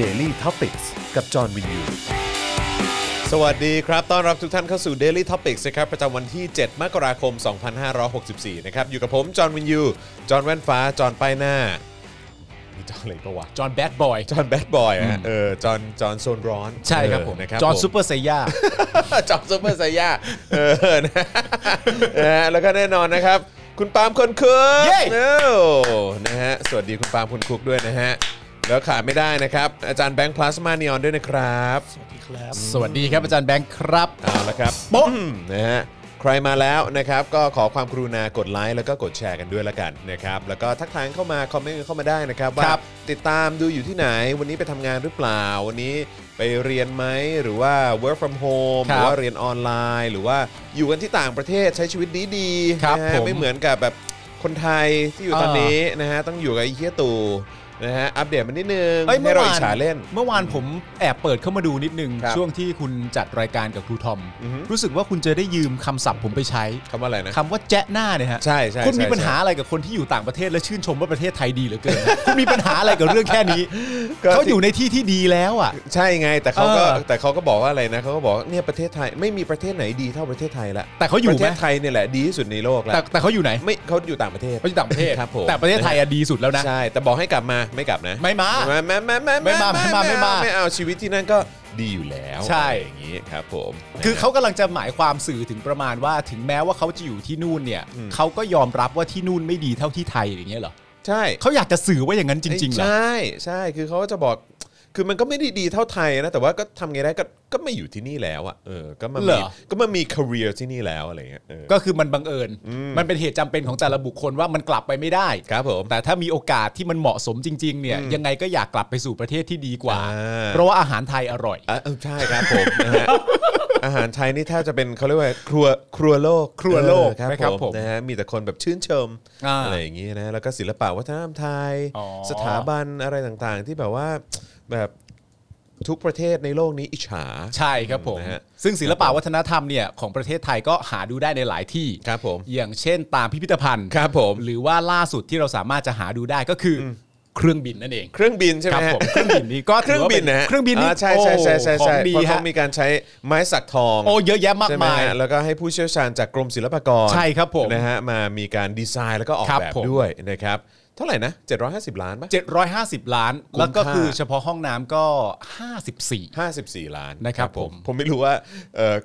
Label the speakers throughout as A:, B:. A: Daily t o p i c กกับจอห์นวินยู
B: สวัสดีครับ ต้อนรับทุกท่านเข้าสู่ Daily Topics นะครับ ประจำวันที่ 7 มกราคม 2564 นะครับ อยู่กับผม จอห์นวินยู จอห์นแว่นฟ้า จอห์นป้ายหน้า มีจอห์นอะไรปะวะ
C: จอห์นแบดบอย
B: จอห์นแบดบอยอะเออ จอห์น จอห์นโซนร้อน
C: ใช่ครับ
B: เออ
C: ผม
B: นะครับ
C: จอห์น
B: ผม
C: ซูเปอร์ไซย่า
B: จอบซุปเปอร์ไซย่าเออ นะนะฮะแล้วก็แน่นอนนะครับ คุณปาล์มคนคุก
C: เย้
B: เอ้านะฮะสวัสดีคุณปาล์มคนคุกด้วยนะฮะ แล้วขาดไม่ได้นะครับ อาจารย์แบงค์พลาสมาเนียนด้วยนะครับ
C: สวัสดีครับอาจารย์แบงค์ครับ
B: เอาละครับ
C: โป๊ะ
B: อืมนะฮะใครมาแล้วนะครับ ก็ขอความกรุณากดไลค์แล้วก็กดแชร์กันด้วยละกันนะครับแล้วก็ทักทายเข้ามาคอมเมนต์เข้ามาได้นะครับว่าติดตามดูอยู่ที่ไหน วันนี้ไปทำงานหรือเปล่า วันนี้ไปเรียนไหมหรือว่า work from home ห
C: ครับ
B: รือว่า เรียนออนไลน์หรือว่าอยู่กันที่ต่างประเทศใช้ชีวิตดี
C: ครับ
B: ๆนะฮะ
C: ผม
B: ไม่เหมือนกับแบบคนไทยที่อยู่
C: เออ
B: ตอนนี้นะฮะต้องอยู่กับไอ้เฮียตู่นะฮะอัปเดตมันนิดนึง
C: อ้ย
B: ให้เราอิจฉาเล่น
C: เมื่อวานผมแอบเปิดเข้ามาดูนิดนึง
B: ครับ
C: ช่วงที่คุณจัดรายการกับครูทอม
B: อือฮึ
C: รู้สึกว่าคุณจะได้ยืมคำศัพท์ผมไปใช้
B: คำว่าอะไรนะ
C: คำว่าแจ๊ะหน้าเนี่ยฮะ
B: ใช่ใช่
C: คุณมี
B: ใช่
C: ปัญหาอะไรกับคนที่อยู่ต่างประเทศและชื่นชมว่าประเทศไทยดีเหลือเกิน คุณมีปัญหาอะไรกับเรื่องแค่นี้เขาอยู่ในที่ที่ดีแล้วอ่ะ
B: ใช่ไงแต่เขาก็
C: เออ
B: แต่เขาก็บอกว่าอะไรนะเขาก็บอกว่าเนี่ยประเทศไทยไม่มีประเทศไหนดีเท่าประเทศไทยละ
C: แต่เขาอยู่ไหม
B: ประเทศไทยเนี่ยแหละดีที่สุดในโลกละ
C: แต่แต่เขาอยู่ไหน
B: ไม่เขาอยู่ต่างประเทศ
C: เขาอยู่ต่างประเทศ
B: ครับผม
C: แต่ประเทศไทยอะดีสุดแล้วนะ
B: ใช่แต่บอกให้กลับมาไม่กลับนะ
C: ไม่มา
B: ไม่ไม่ไม่
C: ไม่มาไม่มาไม่มา
B: ไม่เอาชีวิตที่นั่นก็ดีอยู่แล้ว
C: ใช่
B: อะไรอย่างนี้ครับผม
C: คือเขากำลังจะหมายความสื่อถึงประมาณว่าถึงแม้ว่าเขาจะอยู่ที่นู่นเนี่ยเขาก็ยอมรับว่าที่นู่นไม่ดีเท่าที่ไทยอย่างเงี้ยเหรอ
B: ใช่
C: เขาอยากจะสื่อว่าอย่างนั้นจริงๆเหรอ
B: ใช่ใช่คือเขาก็จะบอกคือมันก็ไม่ได้ดีเท่าไทยนะแต่ว่าก็ทำไงได้ก็ก็มาอยู่ที่นี่แล้วอ่ะเออก็มา
C: เหร
B: มี
C: อ
B: ก็มามี career ที่นี่แล้วอะไรเงี้ยเออ
C: ก็คือมันบังเอิญ มันเป็นเหตุจำเป็นของแต่ละบุคคลว่ามันกลับไปไม่ได้
B: ครับผม
C: แต่ถ้ามีโอกาสที่มันเหมาะสมจริง ๆ เนี่ย ยังไงก็อยากกลับไปสู่ประเทศที่ดีกว่า
B: อ่า
C: เพราะว่าอาหารไทยอร่อย
B: อ่ะเออใช่ครับผมนะฮะอาหารไทยนี่แทบจะเป็นเขาเรียกว่าครัวครัวโลก
C: ครัวโลก
B: เออ
C: นะ
B: ค
C: ครั
B: รับบ ผ
C: ผม ม
B: นะฮะมีแต่คนแบบชื่นชม
C: อ่า
B: อะไรอย่างนี้นะแล้วก็ศิลปะวัฒนธรรมไทย
C: อ๋อ
B: สถาบันอะไรต่างๆ ที่แบบว่าแบบทุกประเทศในโลกนี้อิจฉา
C: ใช่ครับผม
B: นะฮะ
C: ซึ่งศิลปะวัฒนธรรมเนี่ยของประเทศไทยก็หาดูได้ในหลายที่
B: ครับผม
C: อย่างเช่น ตามพิพิธภัณฑ์
B: ครับผม
C: หรือว่าล่าสุดที่เราสามารถจะหาดูได้ก็คืออเครื่องบินนั่นเอง
B: เครื่องบินใช่ไห
C: ครั
B: ม
C: บ
B: ฮะ
C: ผมเครื่องบินนี่ก็
B: เครื่องบินนะฮะ
C: เครื่องบินนี่
B: าใช่ใช่ใช่ใช่
C: โอ้ขอ
B: ใช่
C: งดี
B: เพราะเขา
C: ฮะ
B: มีการใช้ไม้สักทอง
C: โอ้เยอะแยะมาก
B: ใช่ไหม
C: มาย
B: ฮะแล้วก็ให้ผู้เชี่ยวชาญจากกรมศิลปากร
C: ใช่ครับผม
B: นะฮะมามีการดีไซน์แล้วก็ออก
C: ครับ
B: แบบ
C: ผม
B: ด้วยนะครับเท่าไหร่นะ 750 ล้านปะ
C: 750 ล้าน
B: คุ้ม
C: แล้วก็คือ
B: ค่า
C: เฉพาะห้องน้ำก็ 54
B: 54 ล้าน
C: นะครับผม
B: ผมไม่รู้ว่าเออ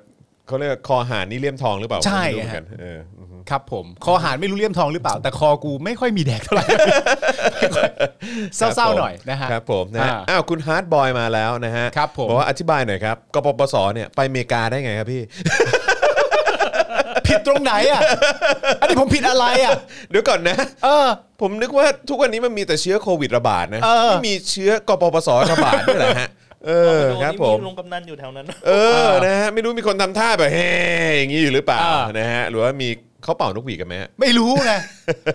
B: เขาเรียกว่าคอหารนี่เลี่ยมทองหรือเปล่า
C: ใช่
B: ผมไม่รู้เหมือนกัน
C: ฮะ
B: เอออือฮึ
C: ครับผม คอหารไม่รู้เลี่ยมทองหรือเปล่า แต่คอกูไม่ค่อยมีแดกเท่าไหร่ เศร้าๆหน่อยนะฮะ
B: ครับผมนะฮะ
C: อ่า
B: อ้าวคุณฮาร์ดบอยมาแล้วนะฮะ
C: ครับผม
B: อกว่าอธิบายหน่อยครับกปปสเนี่ยไปอเมริกาได้ไงครับ พี่
C: ผิดตรงไหนอ่ะ อันนี้ผมผิดอะไรอ่ะ
B: เดี๋ยวก่อนนะ
C: เออ
B: ผมนึกว่าทุกวันนี้มันมีแต่เชื้อโควิดระบาดนะ
C: เออ
B: ไม่มีเชื้อกปปสระบาดด้วยเหรอฮะ เออครับผม
D: ลงกำนันอยู่แถวนั้น
B: เออนะฮะไม่รู้มีคนทำท่าแบบเฮ้อย่างนี้อยู่หรือเปล่า
C: อ่าน
B: นะฮะหรือว่ามีเขาเป่านกหวีดกันไหมฮะ
C: ไม่รู้ไง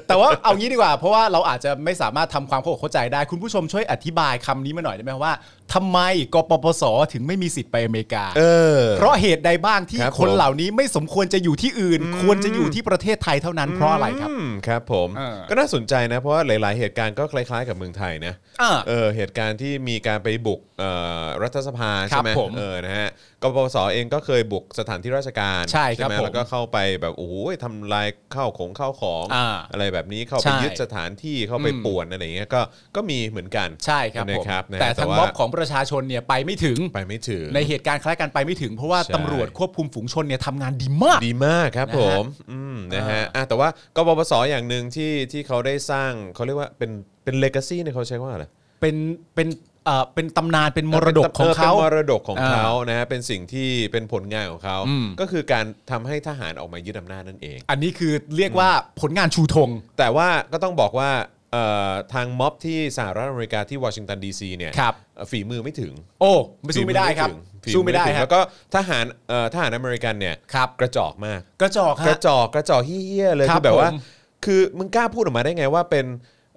C: แต่ว่าเอางี้ดีกว่า เพราะว่าเราอาจจะไม่สามารถทำความเข้าอกเข้าใจได้ คุณผู้ชมช่วยอธิบายคำนี้มาหน่อยได้ไหมว่าทำไมกปปสถึงไม่มีสิทธิ์ไปอเมริกา
B: เออ
C: เพราะเหตุใดบ้างที่
B: ครับผม
C: คนเหล่านี้ไม่สมควรจะอยู่ที่อื่น ควรจะอยู่ที่ประเทศไทยเท่านั้นเพราะอะไรครับ
B: อืมครับผม
C: เออ
B: ก็น่าสนใจนะ เพราะว่าหลาย ๆ เหตุการณ์ก็คล้าย ๆ กับเมืองไทยนะ
C: อ่า
B: เออเหตุการณ์ที่มีการไปบุกเอ่อรัฐสภาใช่ไหม
C: ครับผม
B: เออนะฮะกปปสเองก็เคยบุกสถานที่ราชการ
C: ใช่ครับ
B: ไหม
C: ผม
B: แล้วก็เข้าไปแบบโอ้โหทำลายข้าวของข้าวของ
C: อ่า
B: อะไรแบบนี้เข้า
C: ใช่
B: ไปยึดสถานที่เข้าไป
C: อืม
B: ป่วนอะไรอย่างเงี้ยก็ก็มีเหมือนกัน
C: ใช่ครับผม
B: นะครับนะฮะ
C: แต่ทาง
B: ว่า
C: ม็อบของประชาชนเนี่ยไปไม่ถึง
B: ไปไม่ถึง
C: ในเหตุการณ์คล้ายกันไปไม่ถึง เพราะว่า
B: ใช่
C: ตำรวจควบคุมฝูงชนเนี่ยทำงานดีมาก
B: ดีมากครับ
C: นะฮะ
B: ผมอืมนะฮะอ่ะแต่ว่ากปปสอย่างหนึ่งที่ที่เขาได้สร้างเขาเรียกว่าเป็นเป็นเลกาซีเนี่ยเขาใช้ว่าอะไร
C: เป็นเป็นเอ่อเป็นตำนานเป็นมรดกของเขา
B: ป็นมรดกของ
C: อ่า
B: เขานะฮะเป็นสิ่งที่เป็นผลงานของเขา
C: อืม
B: ก็คือการทำให้ทหารออกมายึดอำนาจนั่นเอง
C: อันนี้คือเรียกว่าผลงานชูธง
B: แต่ว่าก็ต้องบอกว่าเอ่อทางม็อบที่สหรัฐอเมริกาที่วอชิงตันดีซีเนี่ย
C: ครับ
B: เอ่อฝีมือไม่ถึง
C: โอ้ไม่สู้ไม่ได้ครับ
B: ฝีอถึง
C: สู้ไม่ได้
B: ฝี
C: ค
B: อ
C: รั
B: ถึง
C: บ
B: แล้วก็ทหารเอ่อทหารอเมริกันเนี่ย
C: ครับ
B: กระจอกมาก
C: กระจอก
B: ก
C: ฮะ
B: ระจอกกระจอกเฮี้ยๆเลย
C: ครั
B: คื
C: บ
B: อแบบว่า
C: ผม
B: คือมึงกล้าพูดออกมาได้ไงว่าเป็น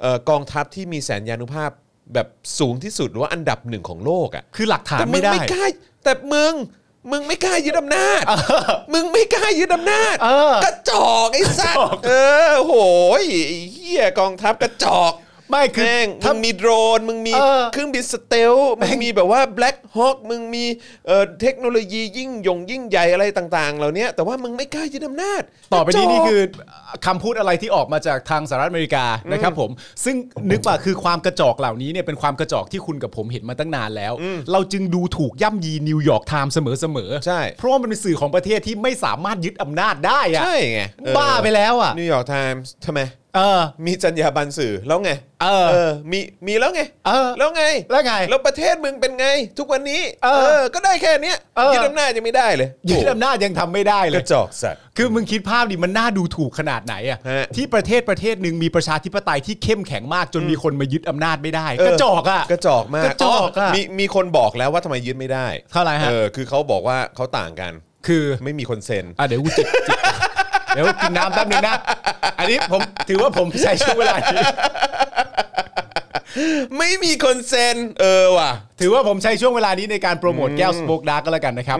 B: เอ่อกองทัพที่มีแสนยานุภาพแบบสูงที่สุดหรือว่าอันดับหนึ่งของโลกอ่ะ
C: คือหลักฐาน
B: แต่มึ
C: ไม่
B: ง
C: ได้
B: ไม่กล้าแต่มึง มึงไม่กล้ายึดอำนาจ มึงไม่กล้ายึดอำนาจ
C: เออก
B: ระจอกไอ้สัตว์เออโหยไอ้เหี้ยกองทัพกระจอก
C: ไม่คือ
B: แม่งมึ
C: ถ้า
B: งมีโดรน มึงมี
C: เออ
B: เครื่องบินสเตลล์มึงมีแบบว่าแบล็ k ฮอ k มึงมีเอ่อเทคโนโลยียิ่งยงยิ่งใหญ่อะไรต่างๆ เหล่านี้แต่ว่ามึงไม่กล้ายึดอำนาจ
C: ต่อไปนี้
B: กระจก
C: นี่คือคำพูดอะไรที่ออกมาจากทางสหรัฐอเมริกานะครับผม ซึ่งนึกว่าคือความกระจอกเหล่านี้เนี่ยเป็นความกระจอกที่คุณกับผมเห็นมาตั้งนานแล้ว เราจึงดูถูกย่ำยีนิวยอร์กไทม์เสมอๆ
B: ใช่
C: เพราะว่ามันเป็นสื่อของประเทศที่ไม่สามารถยึดอำนาจได้อะ
B: ใช่ไงเออ
C: บ้าไปแล้วอ่ะ
B: นิวยอร์กไทมส์ทำไม
C: เออ
B: มีจรรยาบรรณสื่อแล้วไง
C: เออ
B: มีมีแล้วไง
C: เออ
B: แล้วไง
C: แล้วไง
B: แล้วประเทศมึงเป็นไง ทุกวันนี้
C: เออ
B: ก็ได้แค่เนี้ย
C: เออ
B: ยึดอำนาจยังไม่ได้เลย
C: ยึดอำนาจยังทำไม่ได้เล
B: ก
C: ย
B: ระจอกสัตว์
C: คือมึงคิดภาพดิมันน่าดูถูกขนาดไหนอะ
B: ฮะ
C: ที่ประเทศประเทศหนึ่งมีประชาธิปไตยที่เข้มแข็งมากจนมีคนมายึดอำนาจไม่ได้กระจอกอะ
B: กระจอกมาก
C: กระจอกอะ
B: มีมีคนบอกแล้วว่าทำไมยึดไม่ได้
C: เท่าไหร่ฮะ
B: เออคือเขาบอกว่าเขาต่างกัน
C: คือ
B: ไม่มีคนเซ็น
C: อ่ะเดี๋ยวกูจิบจิบเดี๋ยวกินน้ำแป๊บนึงนะ อันนี้ผมถือว่าผมใช้ช่วงเวลานี้
B: ไม่มีคนเซ็นเออว่ะ
C: ถือว่าผมใช้ช่วงเวลานี้ในการโปรโมทแก้วสโปกดาร์กก็แล้วกันนะครับ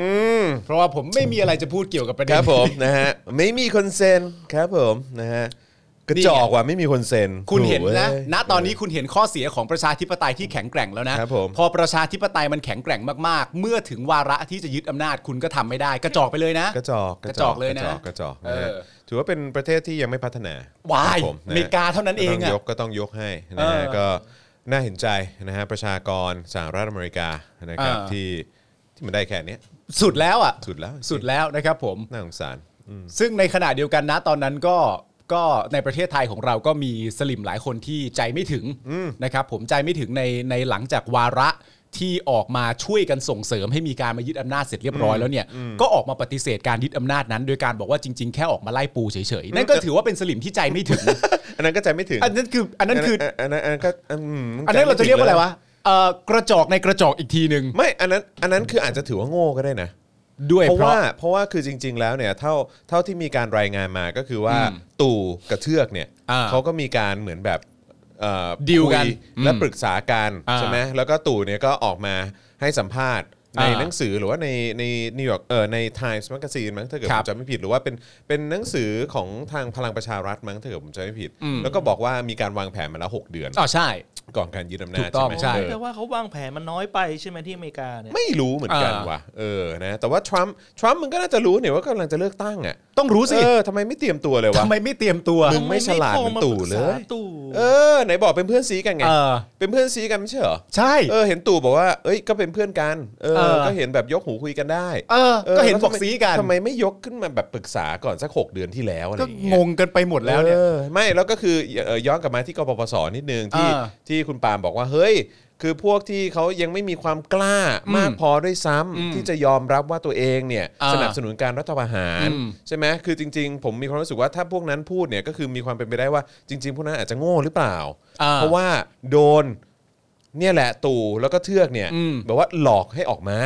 C: เพราะว่าผมไม่มีอะไรจะพูดเกี่ยวกับประเด็
B: คน รับผม นะฮะไม่มีคนเซ็นครับผมนะฮะกระจอกว่ะไม่มีคนเซ็น
C: คุณเห็น
B: โอ้โ
C: นะ ณ ตอนนี้
B: เ
C: คุณเห็นข้อเสียของประชาธิปไตยที่แข็งแกร่งแล้วนะ
B: ครับผม
C: พอประชาธิปไตยมันแข็งแกร่งมากๆ เมื่อถึงวาระที่จะยึดอำนาจคุณก็ทำไม่ได้ กระจอกไปเลยนะ
B: ว้ยกระจอก
C: กระจอกเลยนะ
B: กรจอกกระจอก
C: เอ
B: นะ
C: อ
B: ฮะถือว่าเป็นประเทศที่ยังไม่พัฒนาว
C: าย
B: ครับผะฮะ
C: อเมริกาเท่านั้นเองอะ
B: ก็ต้ยกก็ต้องยกให้นะฮะ
C: เออ
B: ก็น่าเห็นใจนะฮะประชากรสหรัฐอเมริกานะครับ
C: เออ
B: ที่ที่มันได้แค่เนี้ย
C: สุดแล้วอ่ะ
B: สุดแล้วจริงๆ
C: สุดแล้วนะครับผม
B: น่าสงสาร
C: ซึ่งในขณะเดียวกันนะตอนนั้นก็ก็ในประเทศไทยของเราก็มีสลิมหลายคนที่ใจไม่ถึงนะครับผมใจไม่ถึงในในหลังจากวาระที่ออกมาช่วยกันส่งเสริมให้มีการมายึดอำนาจเสร็จเรียบร้อยแล้วเนี่ยก็ออกมาปฏิเสธการยึดอำนาจนั้น โดยการบอกว่าจริง ๆ แค่ออกมาไล่ปูเฉยๆนั่นก็ถือว่าเป็นสลิมที่ใจไม่ถึง
B: อันนั้นก็ใจไม่ถึง
C: อันนั้นคืออันนั้นคือ
B: อันนั้นอันนั้นก็อืม
C: อันนั้นเราจะเรียกว่าอะไรวะเอ่อกระจอกในกระจอกอีกทีหนึ่ง
B: ไม่อันนั้นอันนั้นคืออาจจะถือว่าโง่ก็ได้นะ
C: ด้วย
B: เพ
C: เพ
B: ราะ
C: ราะ
B: ว่าเพราะว่าคือจริง ๆ แล้วเนี่ยเท่าเท่าที่มีการรายงานมาก็คือว่า
C: อืม
B: ตู่กับเทือกเนี่ย
C: อ่า
B: เขาก็มีการเหมือนแบบเอ่อ
C: ดีลกัน
B: คุย
C: อืม
B: และปรึกษากัน
C: อ่า
B: ใช่ไหมแล้วก็ตู่เนี่ยก็ออกมาให้สัมภาษณ์ใน
C: อ่า
B: หนังสือหรือว่าในในนิวยอร์กเอ่อในไทมส์แมกซีนมั้งถ้าเกิด
C: ค
B: ผ
C: รั
B: ม
C: บ
B: จำไม่ผิดหรือว่าเป็นเป็นหนังสือของทางพลังประชารัฐมั้งถ้าเกิดผมจำไม่ผิด
C: อืม
B: แล้วก็บอกว่ามีการวางแผนมาแล้วหกเดือน
C: อ๋อใช่
B: ก่อนการยึดอำนาจ
C: ถูกต้อง
B: ไหม
C: ใช่
B: เออ
D: แต่ว่าเขาวางแผนมันน้อยไปใช่ไหมที่อเมริกาเนี่ย
B: ไม่รู้เหมือนกัน
C: อ่า
B: ว่ะเออนะแต่ว่าทรัมป์ทรัมป์มันก็น่าจะรู้เนี่ยว่ากำลังจะเลือกตั้งอ่ะ
C: ต้องรู้สิ
B: เออทำไมไม่เตรียมตัวเลยวะ
C: ทำไมไม่เตรียมตัว
B: มึง ไม่ฉลาดเหมือนตู่เลย
D: ทำไมไม่โทรมาปรึกษาตู่
B: เออไหนบอกเป็นเพื่อนซีกันไง
C: เออ
B: เป็นเพื่อนซีกันไม่ใช่เหรอ
C: ใช่
B: เออเห็นตู่บอกว่าเอ้ยก็เป็นเพื่อนกันเออ
C: เออ
B: ก็เห็นแบบยกหูคุยกันได้
C: เออ ก็เห็น
B: แล้ว
C: บ
B: ทำ
C: อก
B: ไม
C: ซีกัน
B: ทำไมไม่ยกขึ้นมาแบบปรึกษาก่อนสัก 6 เดือนที่แล้วอะไร
C: ก็
B: อย่างเงี้ย
C: งงกันไปหมดแล้วเนี่ย
B: ออไม่แล้วก็คือเอ่อย้อนกลับมาที่กปปสนิดนึงที่
C: เออ
B: ที่คุณปาล์มบอกว่าเฮ้ย คือพวกที่เขายังไม่มีความกล้ามาก
C: อืม
B: พอด้วยซ้ำ
C: อืม
B: ที่จะยอมรับว่าตัวเองเนี่ย
C: เออ
B: สนับสนุนการรัฐประหาร
C: อืม
B: ใช่ไหมคือจริง ๆ ผมมีความรู้สึกว่าถ้าพวกนั้นพูดเนี่ยก็คือมีความเป็นไปได้ว่าจริง ๆ พวกนั้นอาจจะโง่หรือเปล่า
C: อ่
B: เพราะว่าโดนเนี่ยแหละตู่แล้วก็เทือกเนี่ย
C: อืม
B: แบบว่าหลอกให้ออกมา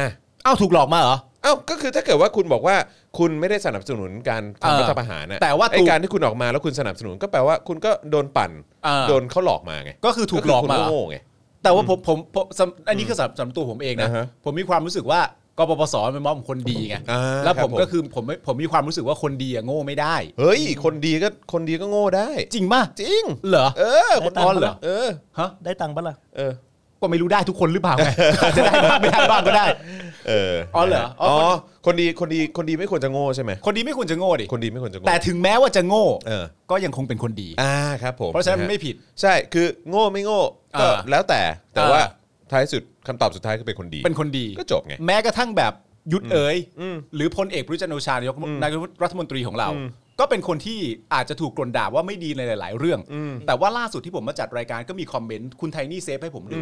C: อ้าวถูกหลอกมาเหรอ
B: เอ้าก็คือถ้าเกิดว่าคุณบอกว่าคุณไม่ได้สนับสนุนการ
C: เออ
B: ทำรัฐประหารนะ
C: แต่ว่าตู่
B: ไอการที่คุณออกมาแล้วคุณสนับสนุนก็แปลว่าคุณก็โดนปั่น
C: เออ
B: โดนเขาหลอกมาไง
C: ก็คือถูกหลอก
B: คุณ
C: มา
B: โง่ไง
C: แต่ว่าผมผมผมสำอันนี้คือสำหรับสำหรับตัวผมเองนะ
B: อ่าฮะ
C: ผมมีความรู้สึกว่ากปปสเป็นม็อบของคนดีไง
B: อ่า
C: แล้วผม
B: ครับผม
C: ก็คือผมไม่ผมมีความรู้สึกว่าคนดีอะโง่ไม่ได้
B: เฮ้ยคนดีก็คนดีก็โง่ได้
C: จริงป่ะ
B: จริง
C: เหรอ
B: เออคนอ่อนเหรอเออ
C: ฮะ
D: ได้ตังค์ปะล่ะ
B: เออ
C: ก็ไม่รู้ได้ทุกคนหรือเปล่าไง อาจจะได้บ้างไม่ได้บ้างก็ได้
B: เออ
C: อเหรออ๋
B: อ๋
C: อ
B: อ
C: อ๋
B: คนดีคนดีคนดีไม่ควรจะโง่ใช่ไหม
C: คนดีไม่ควรจะโง่ดิ
B: คนดีไม่ควรจะโง่
C: แต่ถึงแม้ว่าจะโง่
B: เออ
C: ก็ยังคงเป็นคนดี
B: อ่าครับผม
C: เพราะฉะนั้นมันไม่ผิด
B: ใช่ คือโง่ไม่โง่
C: เอ
B: ก็
C: อ
B: แล้วแต่ แต่
C: เออ
B: ว่าท้ายสุดคำตอบสุดท้ายคือเป็นคนดี
C: เป็นคนดี
B: ก็จบไง
C: แม้กระทั่งแบบยุทธเอ๋ยหรือพลเอกประยุทธ์จันทร์โอชานายกนายกรัฐมนตรีของเรา ก็เป็นคนที่อาจจะถูกกลนด่าว่าไม่ดีในหลาย ๆ เรื่อง แต่ว่าล่าสุดที่ผมมาจัดรายการก็มีคอมเมนต์คุณไทนี่เซฟให้ผมดู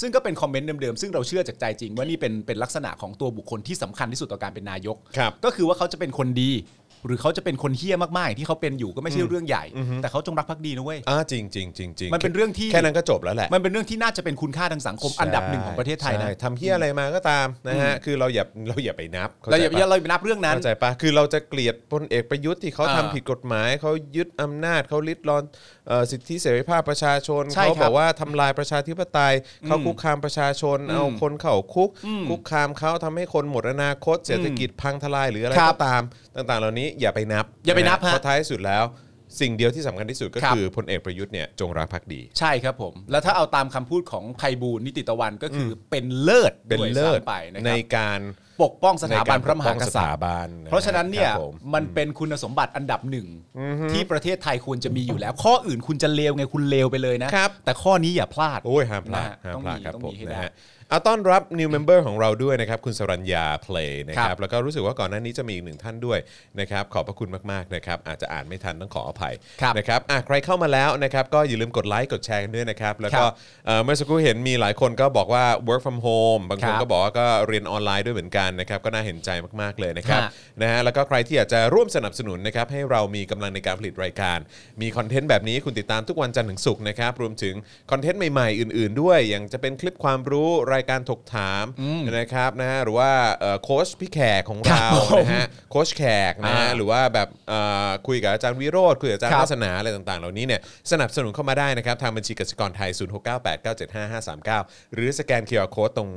C: ซึ่งก็เป็นคอมเมนต์เดิม ๆ ซึ่งเราเชื่อจากใจจริงว่านี่เป็นเป็นลักษณะของตัวบุคคลที่สำคัญที่สุดต่อการเป็นนายก
B: ครับ
C: ก็คือว่าเขาจะเป็นคนดี หรือเขาจะเป็นคนเฮี้ยมากๆอย่างที่เขาเป็นอยู่ก็ไม่ใช่เรื่องใหญ่ แต่เขาจงรักภักดีนะเว้ย
B: อ่าจริงจริงจริงจริง
C: มันเป็นเรื่องที่
B: แค่นั้นก็จบแล้วแหละ
C: มันเป็นเรื่องที่น่าจะเป็นคุณค่าทางสังคมอันดับหนึ่งของประเทศไทยนะ
B: ใช่ทำเฮียอะไรมาก็ตามนะฮะ คือเราอย่าเราอย่าไปนับข้
C: เราอย่า
B: ใจปะ
C: อย่าเราอย่าไปนับเรื่องนั้น
B: เข้าใจปะคือเราจะเกลียดพลเอกประยุทธ์ที่เขา
C: อ่า
B: ทำผิดกฎหมาย เขายึดอำนาจเขาลิดรอนเอ่อสิทธิเสรีภาพประชาชน
C: ใช่
B: เขา
C: ครับ
B: อบ กว่าทำลายประชาธิปไตย เขาคุกคามประชาชน เอาคนเข้าคุก คุกคามเขาทำให้คนหมดอนาคต เศรษฐกิจพังทลายหรืออะไร
C: ครั
B: ก็
C: บ
B: ตามต่างๆ เหล่านี้อย่าไปนับ
C: อย่าไปนับ
B: ฮะ
C: ฮะ
B: เพราะท้ายสุดแล้ว สิ่งเดียวที่สำคัญที่สุดก็
C: ครับ
B: คือพลเอกประยุทธ์เนี่ยจงรักภักดี
C: ใช่ครับผม แล้วถ้าเอาตามคำพูดของไพบูลย์นิติตะวันก็คืออเป็นเลิศ
B: เป็น
C: ด้วย
B: เลิศ
C: ซ้ำไปนะค
B: ใน
C: รับ
B: การ
C: ปกป้องสถาบัน
B: ใก
C: พระมหากษัตริ
B: ปป้องสถา
C: ย์
B: บัน
C: เพราะฉะนั้นเนี่ย
B: คบผม
C: มันเป็นคุณสมบัติอันดับหนึ่งที่ประเทศไทยควรจะมีอยู่แล้ว ข้ออื่นคุณจะเลวไงคุณเลวไปเลยนะ
B: ครับ
C: แต่ข้อนี้อย่าพลาด
B: โอ้ยห้ามพลา
C: นะ
B: ด
C: ฮะ
B: ห้ามพลาด
C: ต้องมี
B: ครับ
C: ต้อง
B: ผ
C: มี
B: ม
C: ให้ได้
B: นะฮะเอาต้อนรับ new member ของเราด้วยนะครับ คุณสรัญญาเพลยนะค
C: ค
B: รั
C: รั
B: บบ แล้วก็รู้สึกว่าก่อนหน้านี้จะมีอีกหนึ่งท่านด้วยนะครับขอบพระคุณมากๆนะครับอาจจะอ่านไม่ทันต้องขออภัย
C: ครับ
B: นะครับอ่ะใครเข้ามาแล้วนะครับก็อย่าลืมกดไลค์กดแชร์กันด้วยนะครับแล้วก็
C: ครับ
B: เอ่อเมื่อสักครู่เห็นมีหลายคนก็บอกว่า work from home บาง
C: ค
B: ค
C: รั
B: น
C: บ
B: ก็บอกว่าก็เรียนออนไลน์ด้วยเหมือนกันนะครับก็น่าเห็นใจมากๆเลยนะครับ
C: ฮะ
B: นะฮะแล้วก็ใครที่อยากจะร่วมสนับสนุนนะครับให้เรามีกำลังในการผลิตรายการ มีคอนเทนต์แบบนี้คุณติดตามทุกวันจันทร์ถึงศุกร์นะครับรวมถึงคอนเทนต์ใหม่ๆ อื่น ๆ ด้วย อย่างจะเป็นคลิปความรู้รายการถกถามนะครับนะฮะหรือว่าเอ่อโค้ชพี่แขกของ
C: ค
B: เรา
C: รับผม
B: นะฮะโค้ชแขกนะฮะ
C: อ่า
B: หรือว่าแบบเอ่อคุยกับอาจารย์วิโรธคุยกับอาจารย์วาสนาอะไรต่างๆ เหล่านี้เนี่ยสนับสนุนเข้ามาได้นะครับทางบัญชีกสิกรไทย 0698975539 หรือสแกน QR Code ตรง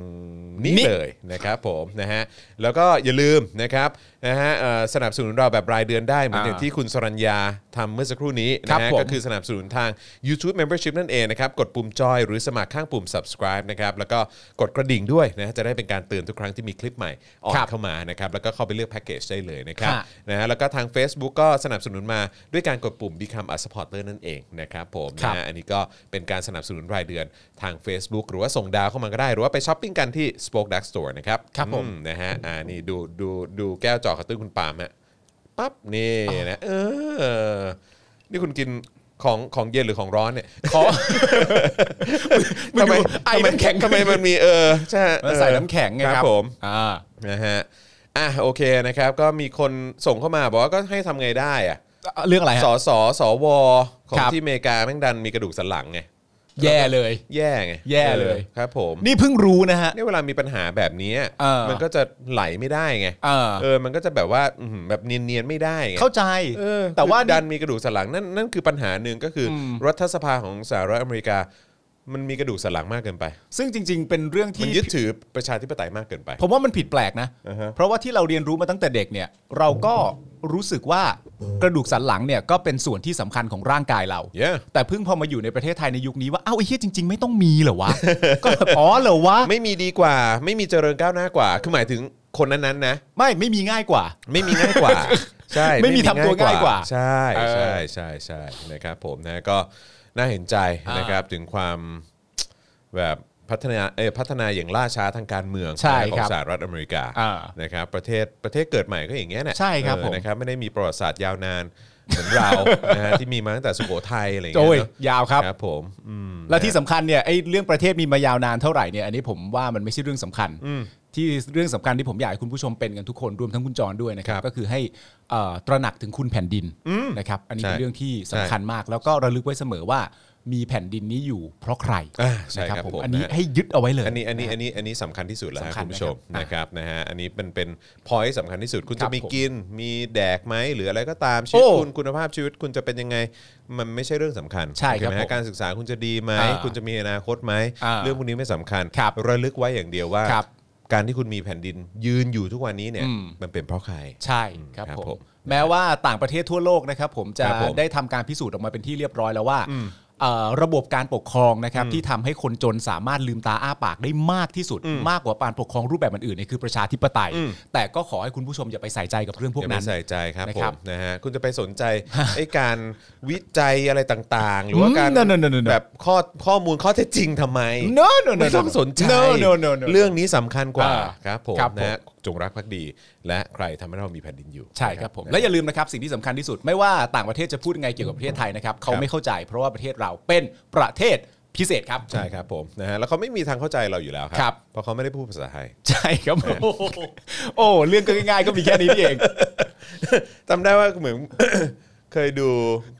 B: นี้
C: นี่
B: เลย เลยนะครับผมนะฮะแล้วก็อย่าลืมนะครับนะฮะเอ่อสนับสนุนเราแบบรายเดือนได้เหมือนอย่างที่คุณสรัญญาทำเมื่อสักครู่นี้
C: ครับ
B: นะฮะ
C: ผม
B: ก็คือสนับสนุนทาง YouTube Membership นั่นเองนะครับกดปุ่มจอยหรือสมัครข้างปุ่ม subscribe นะครับแล้วก็กดกระดิ่งด้วยนะจะได้เป็นการเตือนทุกครั้งที่มีคลิปใหม่ออก
C: ครับ
B: เข้ามานะครับแล้วก็เข้าไปเลือกแพ็กเกจได้เลยนะครับ
C: ค่ะ
B: นะฮะแล้วก็ทาง Facebook ก็สนับสนุนมาด้วยการกดปุ่ม Become a supporter นั่นเองนะครับผมนะฮะ อันนี้ก็เป็นการสนับสนุนรายเดือนทาง Facebook หรือว่าส่งดาวเข้ามาก็ได้ หรือว่าไปช้อปปิ้งกันที่ Spoke Dark Store นะครับ
C: ครับผม
B: อืนะฮะอ่านี่ดูดูดูแก้วจอขาตื้นคุณปาล์มฮะปั๊บ นี่นะเออ นี่คุณกินของของเย็นหรือของร้อนเนี่ย
C: ขอ มึง
B: ทำไม
C: ดูไอ้
B: ทำม
C: น้ำแข็ง
B: ทำไมมันมีเออใช่ฮะ
C: มันใส่น้ำแข็งไง
B: ค
C: ค
B: รั
C: รั
B: บบ ผม
C: อ่า
B: นะฮะอ่ะโอเคนะครับ ก็มีคนส่งเข้ามาบอกว่าก็ให้ทำไงได้อะ
C: เรื่องอะไรฮะ
B: สสสวของ
C: ครับ
B: ที่อเมริกาแม่งดันมีกระดูกสันหลังไง
C: แย่เลย
B: แย่ไง
C: แย่เลย
B: ออครับผม
C: นี่เพิ่งรู้นะฮะ
B: เนี่ยเวลามีปัญหาแบบนี้อ่ะ
C: เออ
B: มันก็จะไหลไม่ได้ไง
C: เออ
B: เออมันก็จะแบบว่าอื้อหือแบบเนียนๆไม่ได้ไง
C: เข้าใจ
B: เออ
C: แต่ว่า
B: คือดันมีกระดูกสันหลังนั่นนั่นคือปัญหาหนึ่งก็คืออ
C: ม
B: รัฐสภาของสหรัฐอเมริกา มันมีกระดูกสันหลังมากเกินไป
C: ซึ่งจริง ๆ เป็นเรื่อง
B: มัน
C: ที่
B: ยึดถือประชาธิปไตยมากเกินไป
C: ผมว่ามันผิดแปลกนะ
B: อ่าฮะ
C: เพราะว่าที่เราเรียนรู้มาตั้งแต่เด็กเนี่ย เราก็รู้สึกว่ากระดูกสันหลังเนี่ยก็เป็นส่วนที่สำคัญของร่างกายเรา
B: Yeah
C: แต่เพิ่งพอมาอยู่ในประเทศไทยในยุคนี้ว่า เอ้าไอ้เหี้ยจริง ๆ ไม่ต้องมีเหรอวะ ก็แบบอ๋อเหรอวะ
B: ไม่มีดีกว่า ไม่มีเจริญก้าวหน้ากว่า คือหมายถึงคนนั้นๆนะ
C: ไม่ไม่มีง่ายกว่า
B: ไม่มีง่ายกว่า ใช่
C: ไม่มีทำตัวง่ายกว่า
B: ใช่
C: เออ
B: ใช่ใช่ใช่นะครับผมนะก็น่าเห็นใจ
C: อ่าน
B: นะครับถึงความแบบพัฒนาเอยพัฒนาอย่างล่าช้าทางการเมือง
C: ใช่
B: ขอ
C: ครั
B: ง
C: บ
B: สหรัฐอเมริกา
C: อ่า
B: นะครับประเทศประเทศเกิดใหม่ก็อย่างเงี้ยแหละ
C: ใช่ครับ
B: เออ
C: ผม
B: นะครับไม่ได้มีประวัติศาสตร์ยาวนานเหมือนเรา นะฮะที่มีมาตั้งแต่สุโขทัยอะไรอย่าง
C: โอ้
B: เงี้
C: ย
B: ยเนอะ
C: ยาวครับ
B: ครับผมอืม
C: และที่สำคัญเนี่ยไอ้เรื่องประเทศมีมายาวนานเท่าไหร่เนี่ยอันนี้ผมว่ามันไม่ใช่เรื่องสำคัญ ที่เรื่องสำคัญที่ผมอยากให้คุณผู้ชมเป็นกันทุกคนรวมทั้งคุณจรด้วยนะครั
B: ครับ บ
C: ก็คือให้เอ่อตระหนักถึงคุณแผ่นดินนะครับอันนี้
B: ใช่
C: เป็นเรื่องที่สำคัญมาก แล้วก็ระลึกไว้เสมอว่ามีแผ่นดินนี้อยู่เพราะใคร
B: อ่าใช่
C: นะครับ ผม
B: ผม
C: อันนี้
B: นะฮะ
C: ให้ยึดเอาไว้เลย
B: อันนี้อันนี้อันนี้อันนี้สำคัญที่สุดแล้วฮะ
C: สำคัญ
B: คุณผู้ชมนะ
C: นะ
B: ค
C: ครั
B: รั
C: บบ
B: นะฮะอันนี้เป็นเป็นพอยต์สำคัญที่สุด คุณ
C: ครั
B: จะ
C: บ
B: มี
C: ผม
B: กินมีแดกไหมหรืออะไรก็ตามชีวิต
C: โอ้
B: คุณคุณภาพชีวิตคุณจะเป็นยังไง มันไม่ใช่เรื่องสำคัญ
C: ใช่ครับ
B: โอ
C: ผ
B: เไหมฮะ
C: ม
B: การศึกษาคุณจะดีไหม
C: อ่า
B: คุณจะมีอนาคตไหม
C: อ่า
B: เรื่องพวกนี้ไม่สำคัญ
C: ครับ
B: ระลึกไว้อย่างเดียวว่า
C: ครับ
B: การที่คุณมีแผ่นดินยืนอยู่ทุกวันนี้เนี่ย
C: อืม
B: มันเป็นเพราะใคร
C: ใช่ครับ
B: ครับ
C: ผ
B: ผม
C: มแม้ว่าต่างประเทศทั่วโลกนะครับผมจะ
B: ครับผม
C: ได้ทำการพิสูจน์ออกมาเป็นที่เรียบร้อยแล้วว่าเอ่อระบบการปกครองนะครับที่ทำให้คนจนสามารถลืมตาอ้าปากได้มากที่สุด มากกว่าการปกครองรูปแบบอื่นๆเนี่ยคือประชาธิปไตย
B: อืม
C: แต่ก็ขอให้คุณผู้ชมอย่าไปใส่ใจกับเรื่องพวก
B: อย่า
C: นั้
B: ไป
C: น
B: ใส่ใจครับ
C: นะ
B: ผ
C: ครับ
B: มนะฮะคุณจะไปสน ใจ ไอ้การวิจัยอะไรต่างๆ หรือว่าการ
C: อืม no, no, no, no, no
B: แบบข้อข้อมูลข้อเท็จจริงทำไม
C: no no no
B: ไม่ต้องสนใจ
C: no no no no
B: เรื่องนี้สำคัญกว่า
C: อ่า
B: ครับผม
C: ครับผม
B: นะฮะจงรักภักดี และใครทำให้เรามีแผ่นดินอยู่
C: ใช่ครับผม
B: นะ
C: และอย่าลืมนะครับสิ่งที่สำคัญที่สุดไม่ว่าต่างประเทศจะพูดยังไงเกี่ยวกับประเทศไทยนะครับเขา
B: ครับ
C: ไม่เข้าใจ เพราะว่าประเทศเราเป็นประเทศพิเศษครับ
B: ใช่ครับผมนะฮะแล้วเขาไม่มีทางเข้าใจเราอยู่แล้วค
C: ครั
B: รับ เพราะเขาไม่ได้พูดภาษาไทย
C: ใช่ครับผมโอ้เรื่องก็ง่ายๆก็มีแค่นี้นี่เอง
B: จำได้ว่าเหมือน เคยดู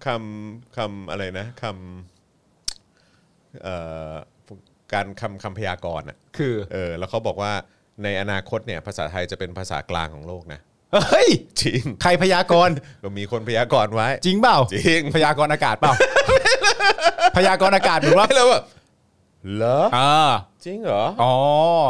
B: คำคำอะไรนะคำเอ่อการคำคำพยากรณ์อะ
C: คือ
B: เออแล้วเขาบอกว่าในอนาคตเนี่ยภาษาไทยจะเป็นภาษากลางของโลกนะ
C: เฮ้ย
B: จริง
C: ใครพยากรณ์
B: ก็มีคนพยากรณ์ไว้
C: จริงเปล่า
B: จริง
C: พยากรณ์อากาศเปล่า พยากรณ์อากาศเหมือนว่า
B: ให้เราแบบ เหรอ
C: อ่า
B: จริงเหรอ
C: อ๋อ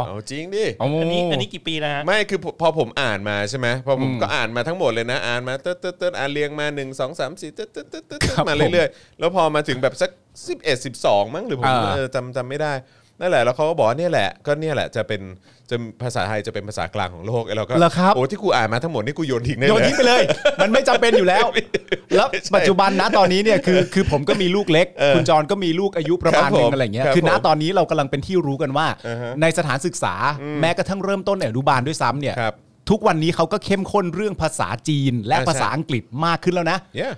B: เอาจริงดิ
C: อ๋อ
D: อั
C: อั
D: นนี้อันนี้กี่ปีแล้วฮะ
B: ไม่คือพอผมอ่านมาใช่ไหมพอผม
C: อืม
B: ก็อ่านมาทั้งหมดเลยนะ อ่านมาเติร์ดเติร์ดเติร์ดอ่านเรียงมา1 2 3 4เติร์ดเติร์ดเติร์ดเติร์ด
C: ครับผม
B: มาเรื่อยๆ แล้วพอมาถึงแบบสัก 11 12 มั้งหรือผม
C: อ่า
B: เออจำจำไม่ได้นั่นแหละแล้วเขาก็บอกว่าเนี่ยแหละก็เนี่ยแหละจะเป็นจะภาษาไทยจะเป็นภาษากลางของโลกไอ้เราก็
C: เหรอครับ
B: โอ้ที่กูอ่านมาทั้งหมดนี่กูโยนทิ้งได้
C: โยน
B: เลย
C: ทิ้งไปเลย มันไม่จำเป็นอยู่ แล้ว แล้วปัจจุบันนะตอนนี้เนี่ยคือคือผมก็มีลูกเล็ก
B: เออ
C: คุณจรก็มีลูกอายุประมาณ
B: ครับ
C: หนึ
B: ผม
C: งอะไรเงี้ย
B: ครับ
C: คือณ
B: ผม
C: ตอนนี้เรากำลังเป็นที่รู้กันว่า
B: อ่าฮะ
C: ในสถานศึกษาแม้กระทั่งเริ่มต้นในอนุบาลด้วยซ้ำเนี่ย
B: ครับ
C: ทุกวันนี้เขาก็เข้มข้นเรื่องภาษาจีนและ
B: อ่าใช่
C: ภาษาอังกฤษมากขึ้นแล้วนะ
B: Yeah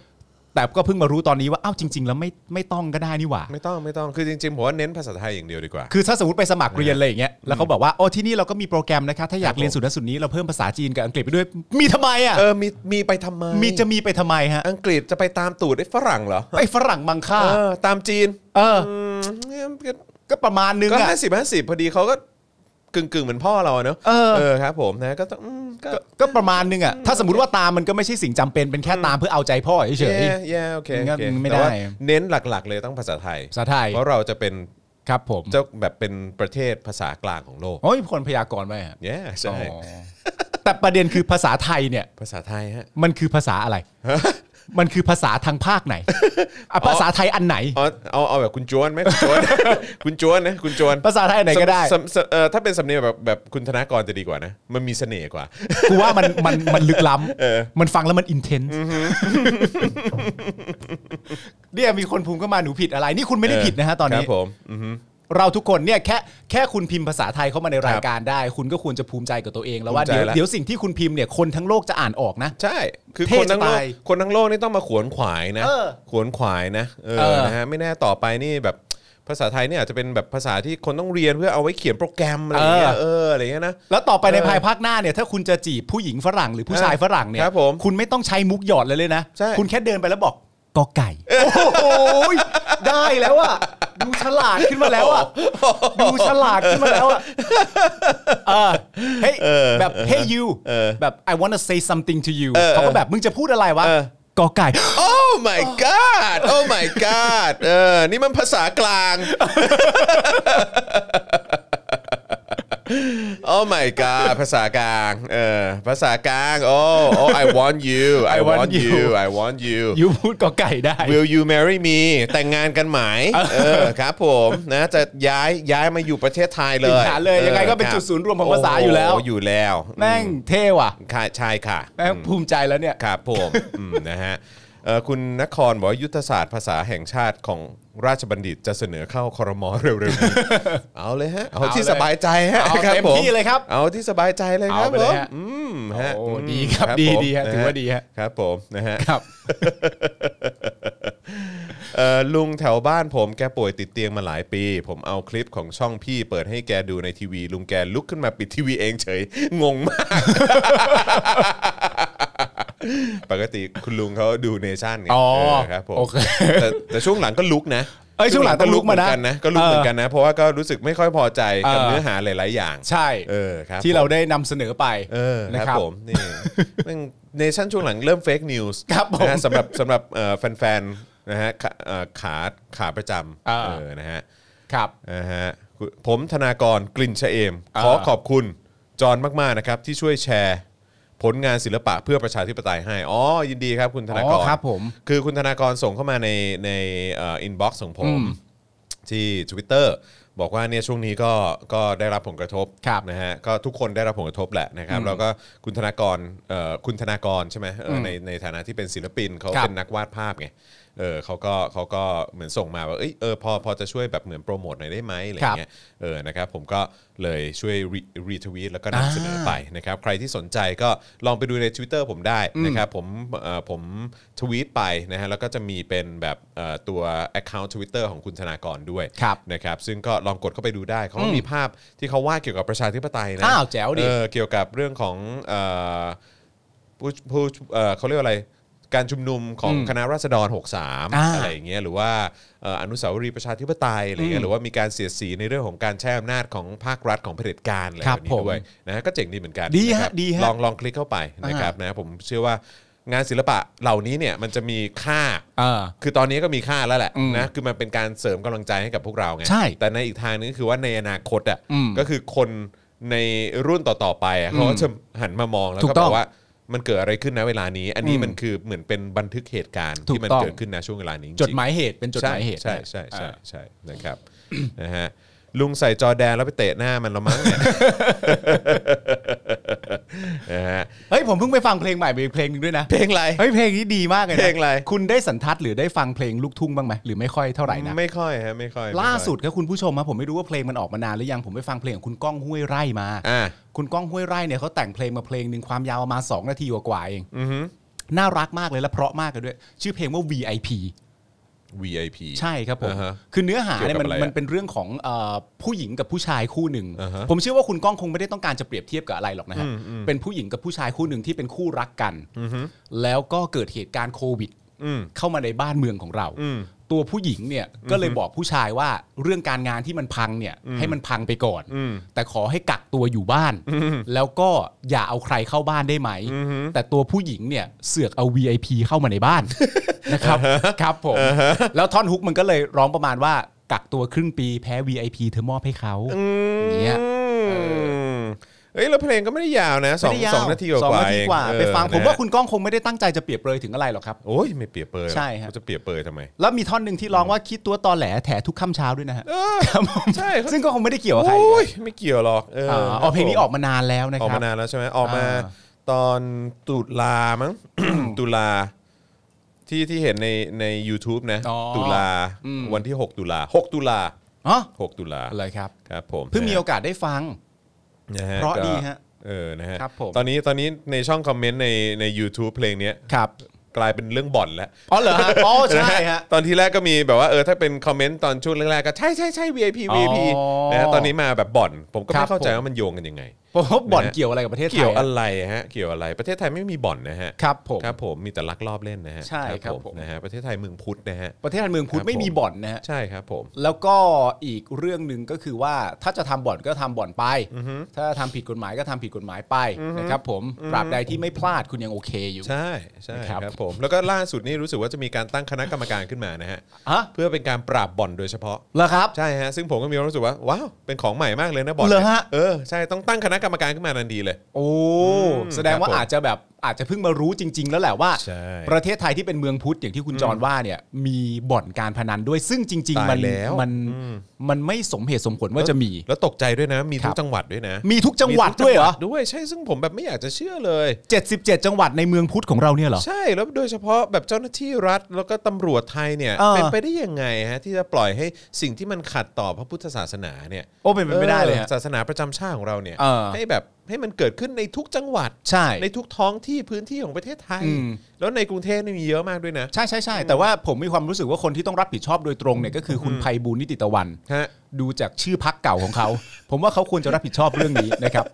C: แต่ก็เพิ่งมารู้ตอนนี้ว่าอ้าวจริง ๆ แล้วไม่ไม่ต้องก็ได้นี่หว่า
B: ไม่ต้องไม่ต้องคือจริงๆผมว่าเน้นภาษาไทยอย่างเดียวดีกว่า
C: คือถ้าสมมติไปสมัครเรียนอะไรอย่างเงี้ยแล้วเขาบอกว่าโอ้ที่นี่เราก็มีโปรแกรมนะคะถ้าอยาก
B: ครับผม
C: เรียนสุดนั้นสุดนี้เราเพิ่มภาษาจีนกับอังกฤษไปด้วย มีทำไมอ่ะ
B: เออมีมีไปทำไม
C: มีจะมีไปทำไมฮะ
B: อังกฤษจะไปตามตูดไอ้ฝรั่งเหรอ
C: ไอ้ฝรั่งมังค่า
B: เออตามจีน
C: เออ
B: อืมเนี่ยก็
C: ก็ประมาณนึง
B: ก็
C: อะ
B: ห้าสิบห้าสิบพอดีเขาก็กึ่งกึ่งๆเหมือนพ่อเราเนอะ
C: เออ
B: ครับผมนะก็ต้องอืมก็
C: ก็ก็ประมาณนึงอะถ้าสมมติว่าตามมันก็ไม่ใช่สิ่งจำเป็นเป็นแค่ตามเพื่อเอาใจพ่อเฉย
B: yeah yeah โอเคโอเค
C: งั้นไม่
B: แต่ว่า
C: ได้
B: เน้นหลักๆ เลยต้องภาษาไทย
C: ๆภาษาไทย
B: เพราะเราจะเป็น
C: ครับผม
B: เจ้าแบบเป็นประเทศภาษากลางของโลก
C: โอ้ยคนพยากรณ์ไว้อะ
B: แย่
C: อ๋
B: ใช่
C: อแต่ประเด็นคือภาษาไทยเนี่ย
B: ภาษาไทยฮะ
C: มันคือภาษาอะไร มันคือภาษาทางภาคไหนอ่ะภาษาไทยอันไหน
B: เอาเอาเอาแบบคุณจวนไหมคุณจวน คุณจวนนะคุณจวน
C: ภาษาไทยอันไหนก็ได้
B: สำสำเอ่อถ้าเป็นสำเนียงแบบแบบคุณธนากรจะดีกว่านะ มันมีเสน่ห์กว่า
C: กูว่ามันมันมันลึกล้ำมันฟังแล้วมันอินเทนส์เนี่ยมีคนภูมิก็มาหนูผิดอะไร นี่คุณไม่ได้ผิดนะฮะตอน
B: ค
C: นี้
B: รับผมอือฮึ
C: เราทุกคนเนี่ยแค่แค่คุณพิมพ์ภาษาไทยเข้ามาในราย
B: ครับ
C: การได้ คุณก็ควรจะภูมิใจกับตัวเองแล้วว่า
B: ภูมิ
C: เดี๋ยว
B: ใจแล้ว
C: เดี๋ยวสิ่งที่คุณพิมพ์เนี่ยคนทั้งโลกจะอ่านออกนะ
B: ใช่ คือ
C: เท่
B: คนทั้งโลก
C: จะตาย
B: คนทั้งโลกนี่ต้องมาขวนขวายนะ
C: เออ
B: ขวนขวายนะเอ
C: เอ
B: อ
C: อ
B: นะฮะไม่แน่ต่อไปนี่แบบภาษาไทยเนี่ยอาจจะเป็นแบบภาษาที่คนต้องเรียนเพื่อเอาไว้เขียนโปรแกรมอะไรอย่างเงี้ย
C: เออ
B: เอออะไรอย่างเงี้ยนะ
C: แล้วต่อไปใน
B: เออ
C: ภายภาคหน้าเนี่ยถ้าคุณจะจีบผู้หญิงฝรั่งหรือผู้ชายฝรั่งเนี่ย
B: ครับผม
C: คุณไม่ต้องใช้มุกหยอดเลยเลยนะ
B: ใช่
C: คุณแค่เดินไปแล้วบอกกอไก่โอ้โหได้แล้วอะดูฉลาดขึ้นมาแล้วอะดูฉลาดขึ้นมาแล้วอะเออเฮ้ยแบบ hey you แบบ I wanna say something to you เขาก็แบบมึงจะพูดอะไรวะกอไก่
B: โอ้ my god โอ้ my god เออ นี่มันภาษากลาง โอ้ my god ภาษากลาง เออ ภาษากลาง โอ้ โอ้ I want you I
C: I want
B: want you
C: you
B: I want you
C: ยูพูดกอไก่ได้
B: Will you marry me แต่งงานกันไหมเออ ครับผมนะ จะย้ายย้ายมาอยู่ประเทศไทยเลย
C: สิงหาเลยยังไงก็เป็น
B: ออ
C: จุดศูนย์รวมของภาษาอยู่แล้ว
B: โอยู่แล้ว
C: แม่งเท่ว่ะ
B: ค่ะใช่ค่ะ
C: แม่งภูมิใจแล้วเนี่ย
B: ครับ ผมอืมนะฮะเอ่อคุณนครบอกว่ายุทธศาสตร์ภาษาแห่งชาติของราชบัณฑิตจะเสนอเข้าครมเร็ว ๆนี้ เอาเลยฮะ เอาที่
C: เอาเลย
B: สบายใจฮะ
C: เอา
B: ครับ
C: เต็ม
B: ผ
C: ที่เลยครับ
B: เอาที่สบายใจเลยครับ
C: เอาไปเลยฮะ
B: ผมอืมฮะ
C: โอ้ดีครับ
B: อืม
C: ดี
B: ผม
C: ดีฮะ
B: น
C: ถือว่าดีฮะ
B: ครับผมนะฮะ
C: ครับ
B: เอ่อลุงแถวบ้านผมแกป่วยติดเตียงมาหลายปี ผมเอาคลิปของช่องพี่เปิดให้แกดูในทีวี ลุงแกลุกขึ้นมาปิดทีวีเองเฉย งงมาก ปกติคุณลุงเขาดูเนชั่นไง
C: อ๋อ
B: เครับผม
C: โอเค
B: แต่แต่ช่วงหลังก็ลุกนะ
C: เอ้ยช่วงหลังก็ลุกมานะ
B: เหอนนะก็ลุกเหมือนกันนะเพราะว่าก็รู้สึกไม่ค่อยพอใจกับ
C: เออ
B: เนื้อหาหลาย ๆ อย่าง
C: ใช่
B: เออครับ
C: ที่เราได้นำเสนอไป
B: เออ
C: นะครับ
B: ผม นี่แม่งเนชั่นช่วงหลังเริ่มเฟกนิวส์
C: ครับผม
B: นะฮะสำหรับสำหรับเอ่อแฟนๆนะฮะขาเอ่อขาขาประจำ
C: เออ
B: เออนะฮะ
C: ครับ
B: นะฮะคุณผมธนากรกลิ่นชะเอม
C: เออ
B: ขอขอบคุณจอนมาก ๆ นะครับ ที่ช่วยแชร์ ผลงานศิลปะเพื่อประชาธิปไตยให้อ๋อยินดีครับคุณธนาก
C: อ๋
B: ร
C: อครับผม
B: คือคุณธนากรส่งเข้ามาในในเอินบ็อกซ์ของผม ที่ Twitter บอกว่าเนี่ยช่วงนี้ก็ก็ได้รับผลกระทบ
C: ครับ
B: นะฮะก็ทุกคนได้รับผลกระทบแหละนะครับแล้วก็คุณธนากรเอ่อคุณธนากรใช่ไหมเอออในในฐานะที่เป็นศิลปินเขา
C: ครับ
B: เป็นนักวาดภาพไงเออเขาก็เขาก็เหมือนส่งมาว่าเอ้ยเออพอพอจะช่วยแบบเหมือนโปรโมทหน่อยได้ไหมอะไรอย่างเงี้ยเออนะครับผมก็เลยช่วยรีทวีตแล้วก็นำเสนอไปนะครับใครที่สนใจก็ลองไปดูใน Twitter ผมได้นะครับผมเอ่อผมทวีตไปนะฮะแล้วก็จะมีเป็นแบบเอ่อตัว Account Twitter ของคุณธนากรด้วย
C: ครับ
B: นะครับซึ่งก็ลองกดเข้าไปดูได้เขามีภาพที่เขาวาดเกี่ยวกับประชาธิปไตยนะ
C: อ้าวแจ๋วดิ
B: เออเกี่ยวกับเรื่องของเอ่อผู้ผู้เอ่อเขาเรียกว่าอะไร การชุมนุมของคณะราษฎร 63
C: อ่า
B: อะไรอย่างเงี้ยหรือว่าเอ่ออนุสาวรีย์ประชาธิปไตยอะไรเงี้ยหรือว่ามีการเสียดสีในเรื่องของการใช้อำนาจของภาครัฐของเผด็จการอะไร
C: ครั
B: แบบ บนี้ด้วยนะก็เจ๋งดีเหมือนกัน
C: ดีฮะ
B: นครับ
C: ดีฮะ
B: ลองลองคลิกเข้าไปนะครับนะผมเชื่อว่า งานศิลปะเหล่านี้เนี่ยมันจะมีค่า
C: อ่า
B: คือตอนนี้ก็มีค่าแล้วแหละ
C: อืม
B: นะคือมันเป็นการเสริมกำลังใจให้กับพวกเราไง
C: ใช่
B: แต่ในอีกทางนึงคือว่าในอนาคตอ่ะ
C: อืม
B: ก็คือคนในรุ่นต่อๆไปอะเขาก็จะหันมามองแล้ว
C: ถู
B: ก็
C: กต้
B: บ
C: อ
B: อง กว่ามันเกิดอะไรขึ้นนะเวลานี้ อันนี้
C: อืม
B: มันคือเหมือนเป็นบันทึกเหตุการณ์
C: ถูก
B: ที่มัน
C: ต้อง
B: เกิดขึ้นนะช่วงเวลานี้ริงๆ
C: จดหมายเหตุเป็นจดหมายเหตุ
B: ใช่ใช่ใช่
C: อ่า
B: ใช่ใช่นะครับ นะฮะลุงใส่จอแดนแล้วไปเตะหน้ามันละมั้งเนี่ย นะฮะ
C: เฮ้ยผมเพิ่งไปฟังเพลงใหม่ไปเพลงหนึงด้วยนะ
B: เพลงอะไร
C: เฮ้ยเพลงนี้ดีมากเลยนะ
B: เพลงอะไร
C: คุณได้สันทัดหรือได้ฟังเพลงลูกทุ่งบ้างไหมหรือไม่ค่อยเท่าไหร่นะ
B: ไม่ค่อยฮะไม่ค่อยไม่ค่อย
C: ล่าสุดครับคุณผู้ชมครับผมไม่รู้ว่าเพลงมันออกมานานหรือยังผมไปฟังเพลงของคุณก้องห้วยไร่มา
B: อ่า
C: คุณก้องห้วยไร่เนี่ยเขาแต่งเพลงมาเพลงหนึ่งความยาวประมาณ2นาทีกว่าๆเอง
B: อือฮึ
C: น่ารักมากเลยและเพราะมากเลยด้วย ชื่อเพลงว่า VIP
B: VIP
C: ใช่ครับผม
B: อ่าฮะ
C: คือเนื้อหาเนี่ยมัน
B: เกี่ยวกับอะไรอะ
C: มันเป็นเรื่องของเอ่อผู้หญิงกับผู้ชายคู่หนึ่ง
B: อ่าฮะ
C: ผมเชื่อว่าคุณก้องคงไม่ได้ต้องการจะเปรียบเทียบกับอะไรหรอกนะฮะ
B: อืมอืม
C: เป็นผู้หญิงกับผู้ชายคู่หนึ่งที่เป็นคู่รักกัน
B: อือฮึ
C: แล้วก็เกิดเหตุการณ์โควิด
B: อืม
C: เข้ามาในบ้านเมืองของเรา
B: อืม
C: ตัวผู้หญิงเนี่ยก็เลยบอกผู้ชายว่าเรื่องการงานที่มันพังเนี่ยให้มันพังไปก่อน
B: อืม
C: แต่ขอให้กักตัวอยู่บ้าน แล้วก็อย่าเอาใครเข้าบ้านได้ไหม แต่ตัวผู้หญิงเนี่ยเสือกเอา VIP เข้ามาในบ้าน นะครับครับผมแล้วท่อนฮุกมันก็เลยร้องประมาณว่ากักตัวครึ่งปีแพ้ VIP เธอมอบให้เขาอย่างเงี้ย
B: มเอ้ยแล้วเพลงก็ไม่ได้ยาวนะสอง
C: ไม่ได้ย
B: สองนาทีกว่า
C: สองนาทีกว่า
B: เอง
C: ไปฟัง
B: เออ
C: ผมว่า
B: นะฮะ
C: คุณก้องคงไม่ได้ตั้งใจจะเปรียบเปรยถึงอะไรหรอกครับ
B: โอ้ยไม่เปรียบเปรยหรอก
C: ใช่ฮะ
B: เขาจะเปรียบเปรยทำไม
C: แล้วมีท่อนหนึ่งที่ร้องว่าคิดตัวตอแหลแถทุกค่ำเช้าด้วยนะฮะ
B: เออ
C: ครับผม
B: ใช่ครับ
C: ซึ่งก็คงไม่ได้เกี่ยวกับใครนะ
B: โอ้ยไม่เกี่ยวหรอกเออ
C: อา
B: ครับ
C: อ๋อเพลงนี้ออกมานานแล้วนะ
B: ออก
C: ครั
B: มา
C: บ
B: นานแล้วใช่ไหมออกมา
C: อ่า
B: ตอนตุลามั้ง ตุลาที่ที่เห็นในใน u t u b e นะ
C: อ๋อ
B: ตุลา
C: อืม
B: วันที่ 6 ตุลา 6 ตุลา
C: อ๋อ
B: 6 ตุลา
C: อะไรครับ
B: ครับผม
C: เพิ่งมีโอกาสได้ฟัง
B: นะฮะ
C: เพราะ
B: ก็
C: ดีฮะ
B: เออนะฮะ
C: ครับผม
B: ตอนนี้ตอนนี้ในช่องคอมเมนต์ในใน YouTube เพลงเนี้ย
C: ครับ
B: กลายเป็นเรื่องบ่อนแล้ว
C: อ๋อเหรอฮะอ๋อใช่ฮะ
B: ตอนที่แรกก็มีแบบว่าเออถ้าเป็นคอมเมนต์ตอนช่วงแรกๆก็ใช่ใช่ใช่ VIP
C: อ๋อ
B: VIP นะฮะตอนนี้มาแบบบ่อน ผมก็
C: ครั
B: ไม่
C: บ
B: เข้าใจว่ามันโยงกันยังไง
C: ผมว่าบ่อน
B: นะฮะ
C: เกี่ยวอะไรกับประเทศไทย
B: เกี่ยวอะไรฮะเกี่ยวอะไรประเทศไทยไม่มีบ่อนนะฮะ
C: ครับผม
B: ครับผมมีแต่ลักลอบเล่นนะฮะ
C: ใช่ครับผม
B: นะฮะประเทศไทยเมืองพุทธนะฮะ
C: ประเทศไทยเมืองพุท
B: ครั
C: ธ
B: บ
C: ไม่มีบ่อนนะฮะ
B: ใช่ครับผม
C: แล้วก็อีกเรื่องหนึ่งก็คือว่าถ้าจะทำบ่อนก็ทำบ่อนไป ถ้าทำผิดกฎหมายก็ทำผิดกฎหมายไปนะครับผมตราบใดที่ไม่พลาดคุณยังโอเคอยู่
B: ใช่ใช่
C: ครับ
B: ครับผมแล้วก็ล่าสุดนี่รู้สึกว่าจะมีการตั้งคณะกรรมการขึ้นมานะฮะ
C: ฮะ
B: เพื่อเป็นการปราบบ่อนโดยเฉพาะ
C: เหรอครับ
B: ใช่ฮะซึ่งผมก็มีความรู้สึกว่าว้าวเป็นของใหม่มากเลยนะบอล
C: เหรอฮะ
B: เออใช่ต้องตั้งคณะกรรมการขึ้นมาทันทีเลย
C: โอ้
B: ม
C: แสดงว่า
B: ครับผม
C: อาจจะแบบอาจจะเพิ่งมารู้จริง ๆ แล้วแหละว่า
B: ใช่
C: ประเทศไทยที่เป็นเมืองพุทธอย่างที่คุณจรว่าเนี่ยมีบ่อนการพนันด้วยซึ่งจริง ๆ มัน
B: ตายแล้ว
C: มัน
B: อืม
C: มันไม่สมเหตุสมผลว่าจะมี
B: แล้วตกใจด้วยนะ มีทุ
C: ครั
B: ก
C: บ
B: จังหวัดด้วยนะ
C: มีทุกจังหวัดด้วยเหรอ
B: มีทุกจังด้วยใช่ซึ่งผมแบบไม่อยากจะเชื่อเลย
C: 77 จังหวัดในเมืองพุทธของเราเนี่ยเหรอ
B: ใช่แล้วโดยเฉพาะแบบเจ้าหน้าที่รัฐ แล้วก็ตำรวจไทยเนี่ย
C: เออ
B: เป็นไปได้ยังไงฮะที่จะปล่อยให้สิ่งที่มันขัดต่อพระพุทธศาสนาเนี่ย
C: โอ้เป็นไปไม่ได้เลยฮะ
B: ออศาสนาประจำชาติของเราเนี่ย
C: เออ
B: ให้แบบให้มันเกิดขึ้นในทุกจังหวัด
C: ใช่
B: ในทุกท้องที่พื้นที่ของประเทศไทย
C: อืม
B: แล้วในกรุงเทพนี่มีเยอะมากด้วยนะ
C: ใช่ใช่ใช่แต่ว่าผมมีความรู้สึกว่าคนที่ต้องรับผิดชอบโดยตรงเนี่ยก็คือคุณภัยบูลย์นิติตะวัน
B: ฮะ
C: ดูจากชื่อพักเก่าของเขา ผมว่าเขาควรจะรับผิดชอบเรื่องนี้นะครับ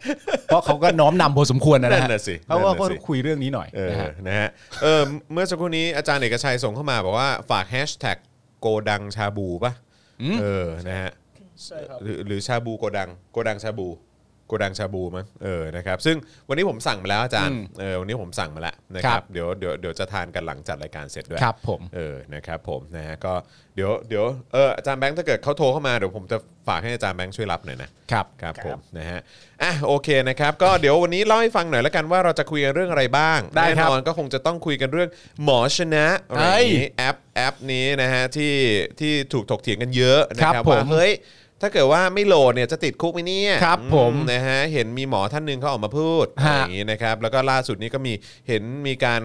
C: เพราะเขาก็น้อมนำพอสมควรนะ
B: นั่
C: นะ
B: นน่ะสิ
C: เขาว่า
B: นั่น
C: ก็
B: น่ะสิ
C: คุยเรื่องนี้หน่อย
B: เออ
C: นะฮะ
B: นะฮะเออเมื่อสักครู่นี้อาจารย์เอกชัยส่งเข้ามาบอกว่าฝากแฮชแท็กโกดังชาบูป่ะ
C: อืม
B: เออนะฮะ
D: ใช่ครับ
B: หรือหรือชาบูโกดังโกดังชาบูโกดังชาบูมั้งเออนะครับซึ่งวันนี้ผมสั่งมาแล้วอาจารย์
C: อืม
B: เออวันนี้ผมสั่งมาแล้วนะ
C: ค
B: ค
C: รั
B: รับบ เดี๋ยวเดี๋ยวเดี๋ยวจะทานกันหลังจัดรายการเสร็จด้วย
C: ครับผม
B: เออนะครับผมนะฮะก็เดี๋ยวเดี๋ยวเอออาจารย์แบงค์ถ้าเกิดเขาโทรเข้ามาเดี๋ยวผมจะฝากให้อาจารย์แบงค์ช่วยรับหน่อยนะครับ ครับผมนะฮะอ่ะโอเคนะครับก็เดี๋ยววันนี้เล่าให้ฟังหน่อยละกันว่าเราจะคุยกันเรื่องอะไรบ้าง
C: ได้ครับ
B: แน่นอนก็คงจะต้องคุยกันเรื่องหมอชนะอะไรอย่างนี้แอปแอปนี้นะฮะที่ที่ถูกถกเถียงกันเยอะนะค
C: ครั
B: รับบ
C: ผม
B: ว่า เฮ้ย ถ้าเกิดว่าไม่โหลดเนี่ยจะติดคุกไหมเนี่ย
C: ครับผม
B: อืนะฮะ เห็นมีหมอท่านหนึ่งเขาออกมาพูด
C: ฮะ
B: อย่างนี้นะครับ แล้วก็ล่าสุดนี้ก็มีเห็นมีการ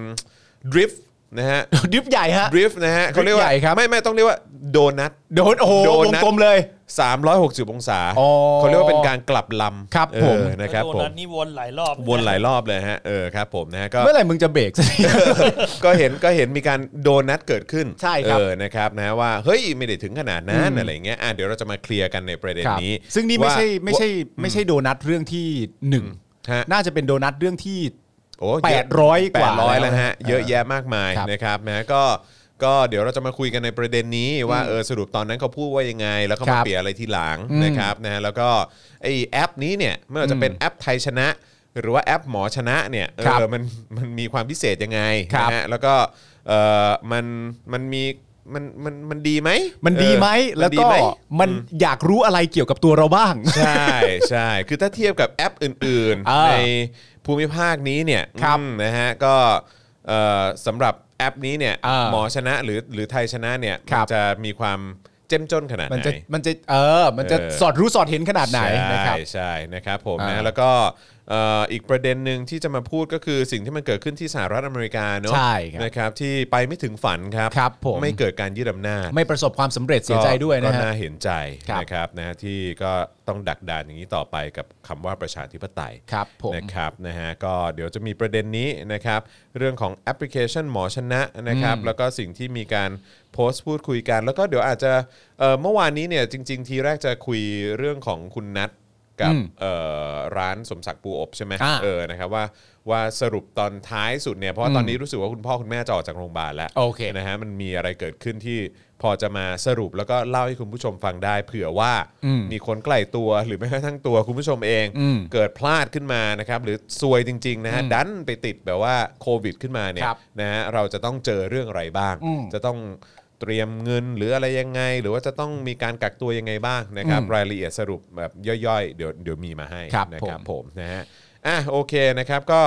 B: ดริฟต์นะ ฮะ
C: ดิฟใหญ่ฮะ
B: ดริฟต์นะฮะเขาเรียกว่า
C: ใหญ่ครับ
B: ไม่ ไม่ต้องเรียกว่าโดนัท
C: โดนโอ้โห
B: โดน
C: วง
B: นะ
C: กลมเลย
B: 360 องศา
C: อ๋อ
B: เขาเรียกว่าเป็นการกลับลำ
C: ครับ
B: เออ
C: ผม
B: นะครับ
D: โด
B: ผม
D: นัทนี่วนหลายรอบ
B: วนหลายรอบเลยฮะ เออครับผมนะฮะก็
C: เมื่อไหร่มึงจะเบรกสักที
B: ก็เห็นก็เห็นมีการโดนัทเกิดขึ้น
C: ใช่ครับ
B: เออนะครับนะว่าเฮ้ยไม่ได้ถึงขนาดนั้น
C: อืม
B: อะไรอย่างเงี้ยอ่ะเดี๋ยวเราจะมาเคลียร์กันในประเด็น
C: ครับ
B: นี้
C: ซึ่งนี่ไม่
B: ว่า
C: ใช่ไม่ใช่ไม่ใช่โดนัทเรื่องที่หนึ่ง
B: ฮะ
C: น่าจะเป็นโดนัทเรื่องที่
B: โอ้
C: 800กว่า
B: แปดร้อย
C: แล้
B: แล้ว
C: ว
B: ฮะ เยอะแยะมากมาย
C: ครับ
B: นะครับนะก็ก็เดี๋ยวเราจะมาคุยกันในประเด็นนี้ว่าเออสรุปตอนนั้นเขาพูดว่ายังไง แล้วเขา
C: ครั
B: มา
C: บ
B: เปลี่ยนอะไรทีหลัง
C: อืม
B: นะครับนะแล้วก็ไอแอปนี้เนี่ยไม่ว่าจะเป็นแอปไทยชนะ หรือว่าแอปหมอชนะเนี่ยเอ
C: ครับ
B: อมันมันมีความพิเศษยังไง
C: ครับ
B: นะฮะแล้วก็เออมันมันมีมันมันมันดีไหม
C: มันดีไหม
B: เออน
C: แล้ว
B: ดี
C: ก็
B: ไห
C: มันอยากรู้อะไรเกี่ยวกับตัวเราบ้าง
B: ใช่ใช่คือถ้าเทียบกับแอปอื่น
C: เอ
B: ๆ
C: อ
B: ในภูมิภาคนี้เนี่ย
C: ครับ
B: อืมนะฮะก็เอ่อสำหรับแอปนี้เนี่ย
C: เออ
B: หมอชนะหรือหรือไทยชนะเนี่ย
C: ครั
B: มั
C: บ
B: นจะมีความเจ้มจนขนาดไหน
C: มันจะมันจะเออ มันจะ
B: เออ
C: สอดรู้สอดเห็นขนาดไหนนะครับ
B: ใช่ใช่นะครับผมนะ
C: อ่า
B: แล้วก็เอ่ออีกประเด็นหนึ่งที่จะมาพูดก็คือสิ่งที่มันเกิดขึ้นที่สหรัฐอเมริกาเนอะ
C: ใช่ครับ
B: นะครับที่ไปไม่ถึงฝันครับ
C: ครับผม
B: ไม่เกิดการยึดอำนาจ
C: ไม่ประสบความสำเร็จเสียใจด้วยนะ
B: ก็
C: ฮะ
B: น่าเห็นใจ
C: ครับ
B: นะครับนะที่ก็ต้องดักดานอย่างนี้ต่อไปกับคำว่าประชาธิปไตย
C: ครับผม
B: นะครับนะฮะก็เดี๋ยวจะมีประเด็นนี้นะครับ เรื่องของแอปพลิเคชันหมอชนะนะครับ
C: อืม
B: แล้วก็สิ่งที่มีการโพสต์พูดคุยกัน แล้วก็เดี๋ยวอาจจะเอ่อเมื่อวานนี้เนี่ยจริง ๆ ทีแรกจะคุยเรื่องของคุณนัทกับ
C: อืม
B: เอ่อร้านสมศักดิ์ปูอบใช่ไหม
C: อ่า
B: เออนะครับว่าว่าสรุปตอนท้ายสุดเนี่ยเพราะว่า
C: อืม
B: ตอนนี้รู้สึกว่าคุณพ่อคุณแม่จะออกจากโรงพยาบาลแล้ว
C: โอเค
B: นะฮะมันมีอะไรเกิดขึ้นที่พอจะมาสรุปแล้วก็เล่าให้คุณผู้ชมฟังได้ เผื่อว่า
C: อืม
B: มีคนใกล้ตัวหรือแม้กระทั่งตัวคุณผู้ชมเอง
C: อืม
B: เกิดพลาดขึ้นมานะครับหรือซวยจริงๆนะฮะ
C: อืม
B: ดันไปติดแบบว่าโควิดขึ้นมาเนี่ย
C: ครับ
B: นะฮะเราจะต้องเจอเรื่องอะไรบ้าง
C: อืม
B: จะต้องเตรียมเงินหรืออะไรยังไง หรือว่าจะต้องมีการกักตัวยังไงบ้างนะครับ
C: อืม
B: รายละเอียดสรุปแบบย่อยๆ เดี๋ยวเดี๋ยวมีมาให้
C: ครับ
B: นะ
C: ผม
B: ผมนะฮะอ่ะโอเคนะครับก็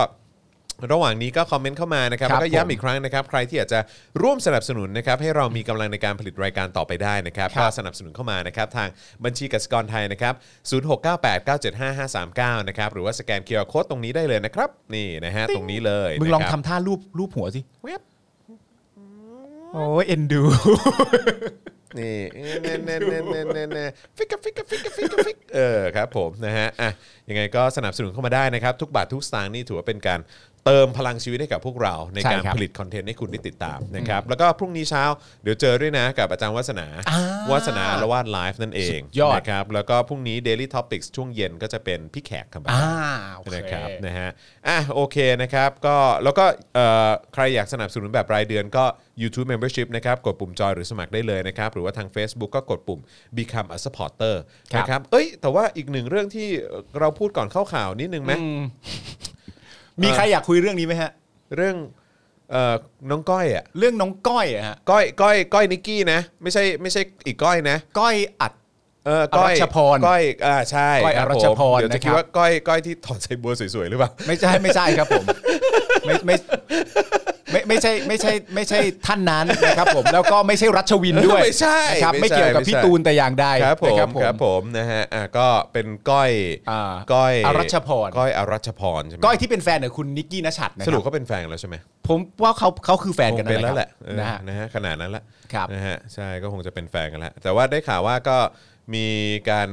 B: ระหว่างนี้ก็คอมเมนต์เข้ามานะครับ
C: ครั
B: แล้
C: บ
B: วก็
C: ผม
B: ย้ำอีกครั้งนะครับ ใครที่อยากจะร่วมสนับสนุนนะครับ ให้เรามีกำลังในการผลิตรายการต่อไปได้นะครับ
C: ครับ
B: ก็สนับสนุนเข้ามานะครับ ทางบัญชีกสิกรไทยนะครับ0698975539นะครับหรือว่าสแกนเคอร์โคดตรงนี้ได้เลยนะครับ นี่นะฮะ
C: ติ๊ง
B: ตรงนี้เลย
C: มึงลอง
B: นะครับ
C: ทำท่ารูปรูปหัวสิ
B: เว็บ
C: โอ้ยเอ็นดู
B: นี่เน่เน่เน่เน่เน่เน่ฟิกกะฟิกกะฟิกกะฟิกกะฟิกเออครับผมนะฮะอ่ะยังไงก็สนับสนุนเข้ามาได้นะครับ ทุกบาททุกสตางค์นี่ถือว่าเป็นการเติมพลังชีวิตให้กับพวกเราใน
C: ใช่
B: การ
C: ครับ
B: ผลิตคอนเทนต์ให้คุณได้ติดตามนะครับแล้วก็พรุ่งนี้เช้าเดี๋ยวเจอด้วยนะกับอาจารย์วัฒนา
C: อ่าว
B: าสนาละวาดไลฟ์นั่นเอ
C: สุ
B: ง
C: ดยอด
B: นะครับแล้วก็พรุ่งนี้ Daily Topics ช่วงเย็นก็จะเป็นพี่แขกคำบา
C: อ่าโอเค
B: นะครับนะฮะอ่ะโอเคนะครับก็แล้วก็เอ่อใครอยากสนับสนุนแบบรายเดือนก็ YouTube Membership นะครับกดปุ่มจอยหรือสมัครได้เลยนะครับ หรือว่าทาง Facebook ก็กดปุ่ม Become a supporter
C: ครับ
B: นะครับเอ้ย แต่ว่าอีกหนึ่งเรื่องที่เราพูดก่อนเข้าข่าวนิดนึงไหม
C: มีใครอยากคุยเรื่องนี้ไหมฮะ
B: เรื่องเอ่อน้องก้อยอ่ะ
C: เรื่องน้องก้อยอะฮะ
B: ก้อยก้อยก้อยนิกกี้นะ ไม่ใช่ไม่ใช่อีกก้อยนะ
C: ก้อยอัด
B: เออก้อย
C: อรัชพร
B: ก้อยอ่าใช่
C: ก้อย
B: คบ
C: อรัชพร
B: ผมเดี๋ยวจะคิด
C: นะครับ
B: ว่าก้อยก้อยที่ถอดใส่บัวสวยๆหรือเปล่า
C: ไม่ใช่ไม่ใช่ครับผม ไม่ไม่ไม่ไม่ใช่ไม่ใช่ไม่ใช่ท่านนั้นนะครับผม แล้วก็ไม่ใช่รัชวินด้วย
B: ไม่ใช่
C: นะครับ
B: ไม่
C: ไม่
B: ใช่
C: เกี่ยวกับ
B: ไม่ใช่
C: พี่ตูนแต่อย่างใด
B: ครับผม
C: นะครับ
B: ผมนะฮะอ่ะก็เป็นก้อย
C: อ่า
B: ก้อย
C: อรัชพร
B: ก้อยอรัชพรใช่ไหม
C: ก้อยที่เป็นแฟนกับคุณนิกกี้นชัดนะค
B: ส
C: รับ
B: รุปเขาเป็นแฟนแล้วใช่ไหม
C: ผมว่าเขาเขาคือแฟน
B: ค
C: กัน
B: งเป็นแล้วแหละ
C: ครับ
B: เออ
C: นะฮะ
B: นะฮะขนาดนั้นละ
C: ครับ
B: นะฮะใช่ก็คงจะเป็นแฟนกันแล้วแต่ว่าได้ข่าวว่าก็มีการ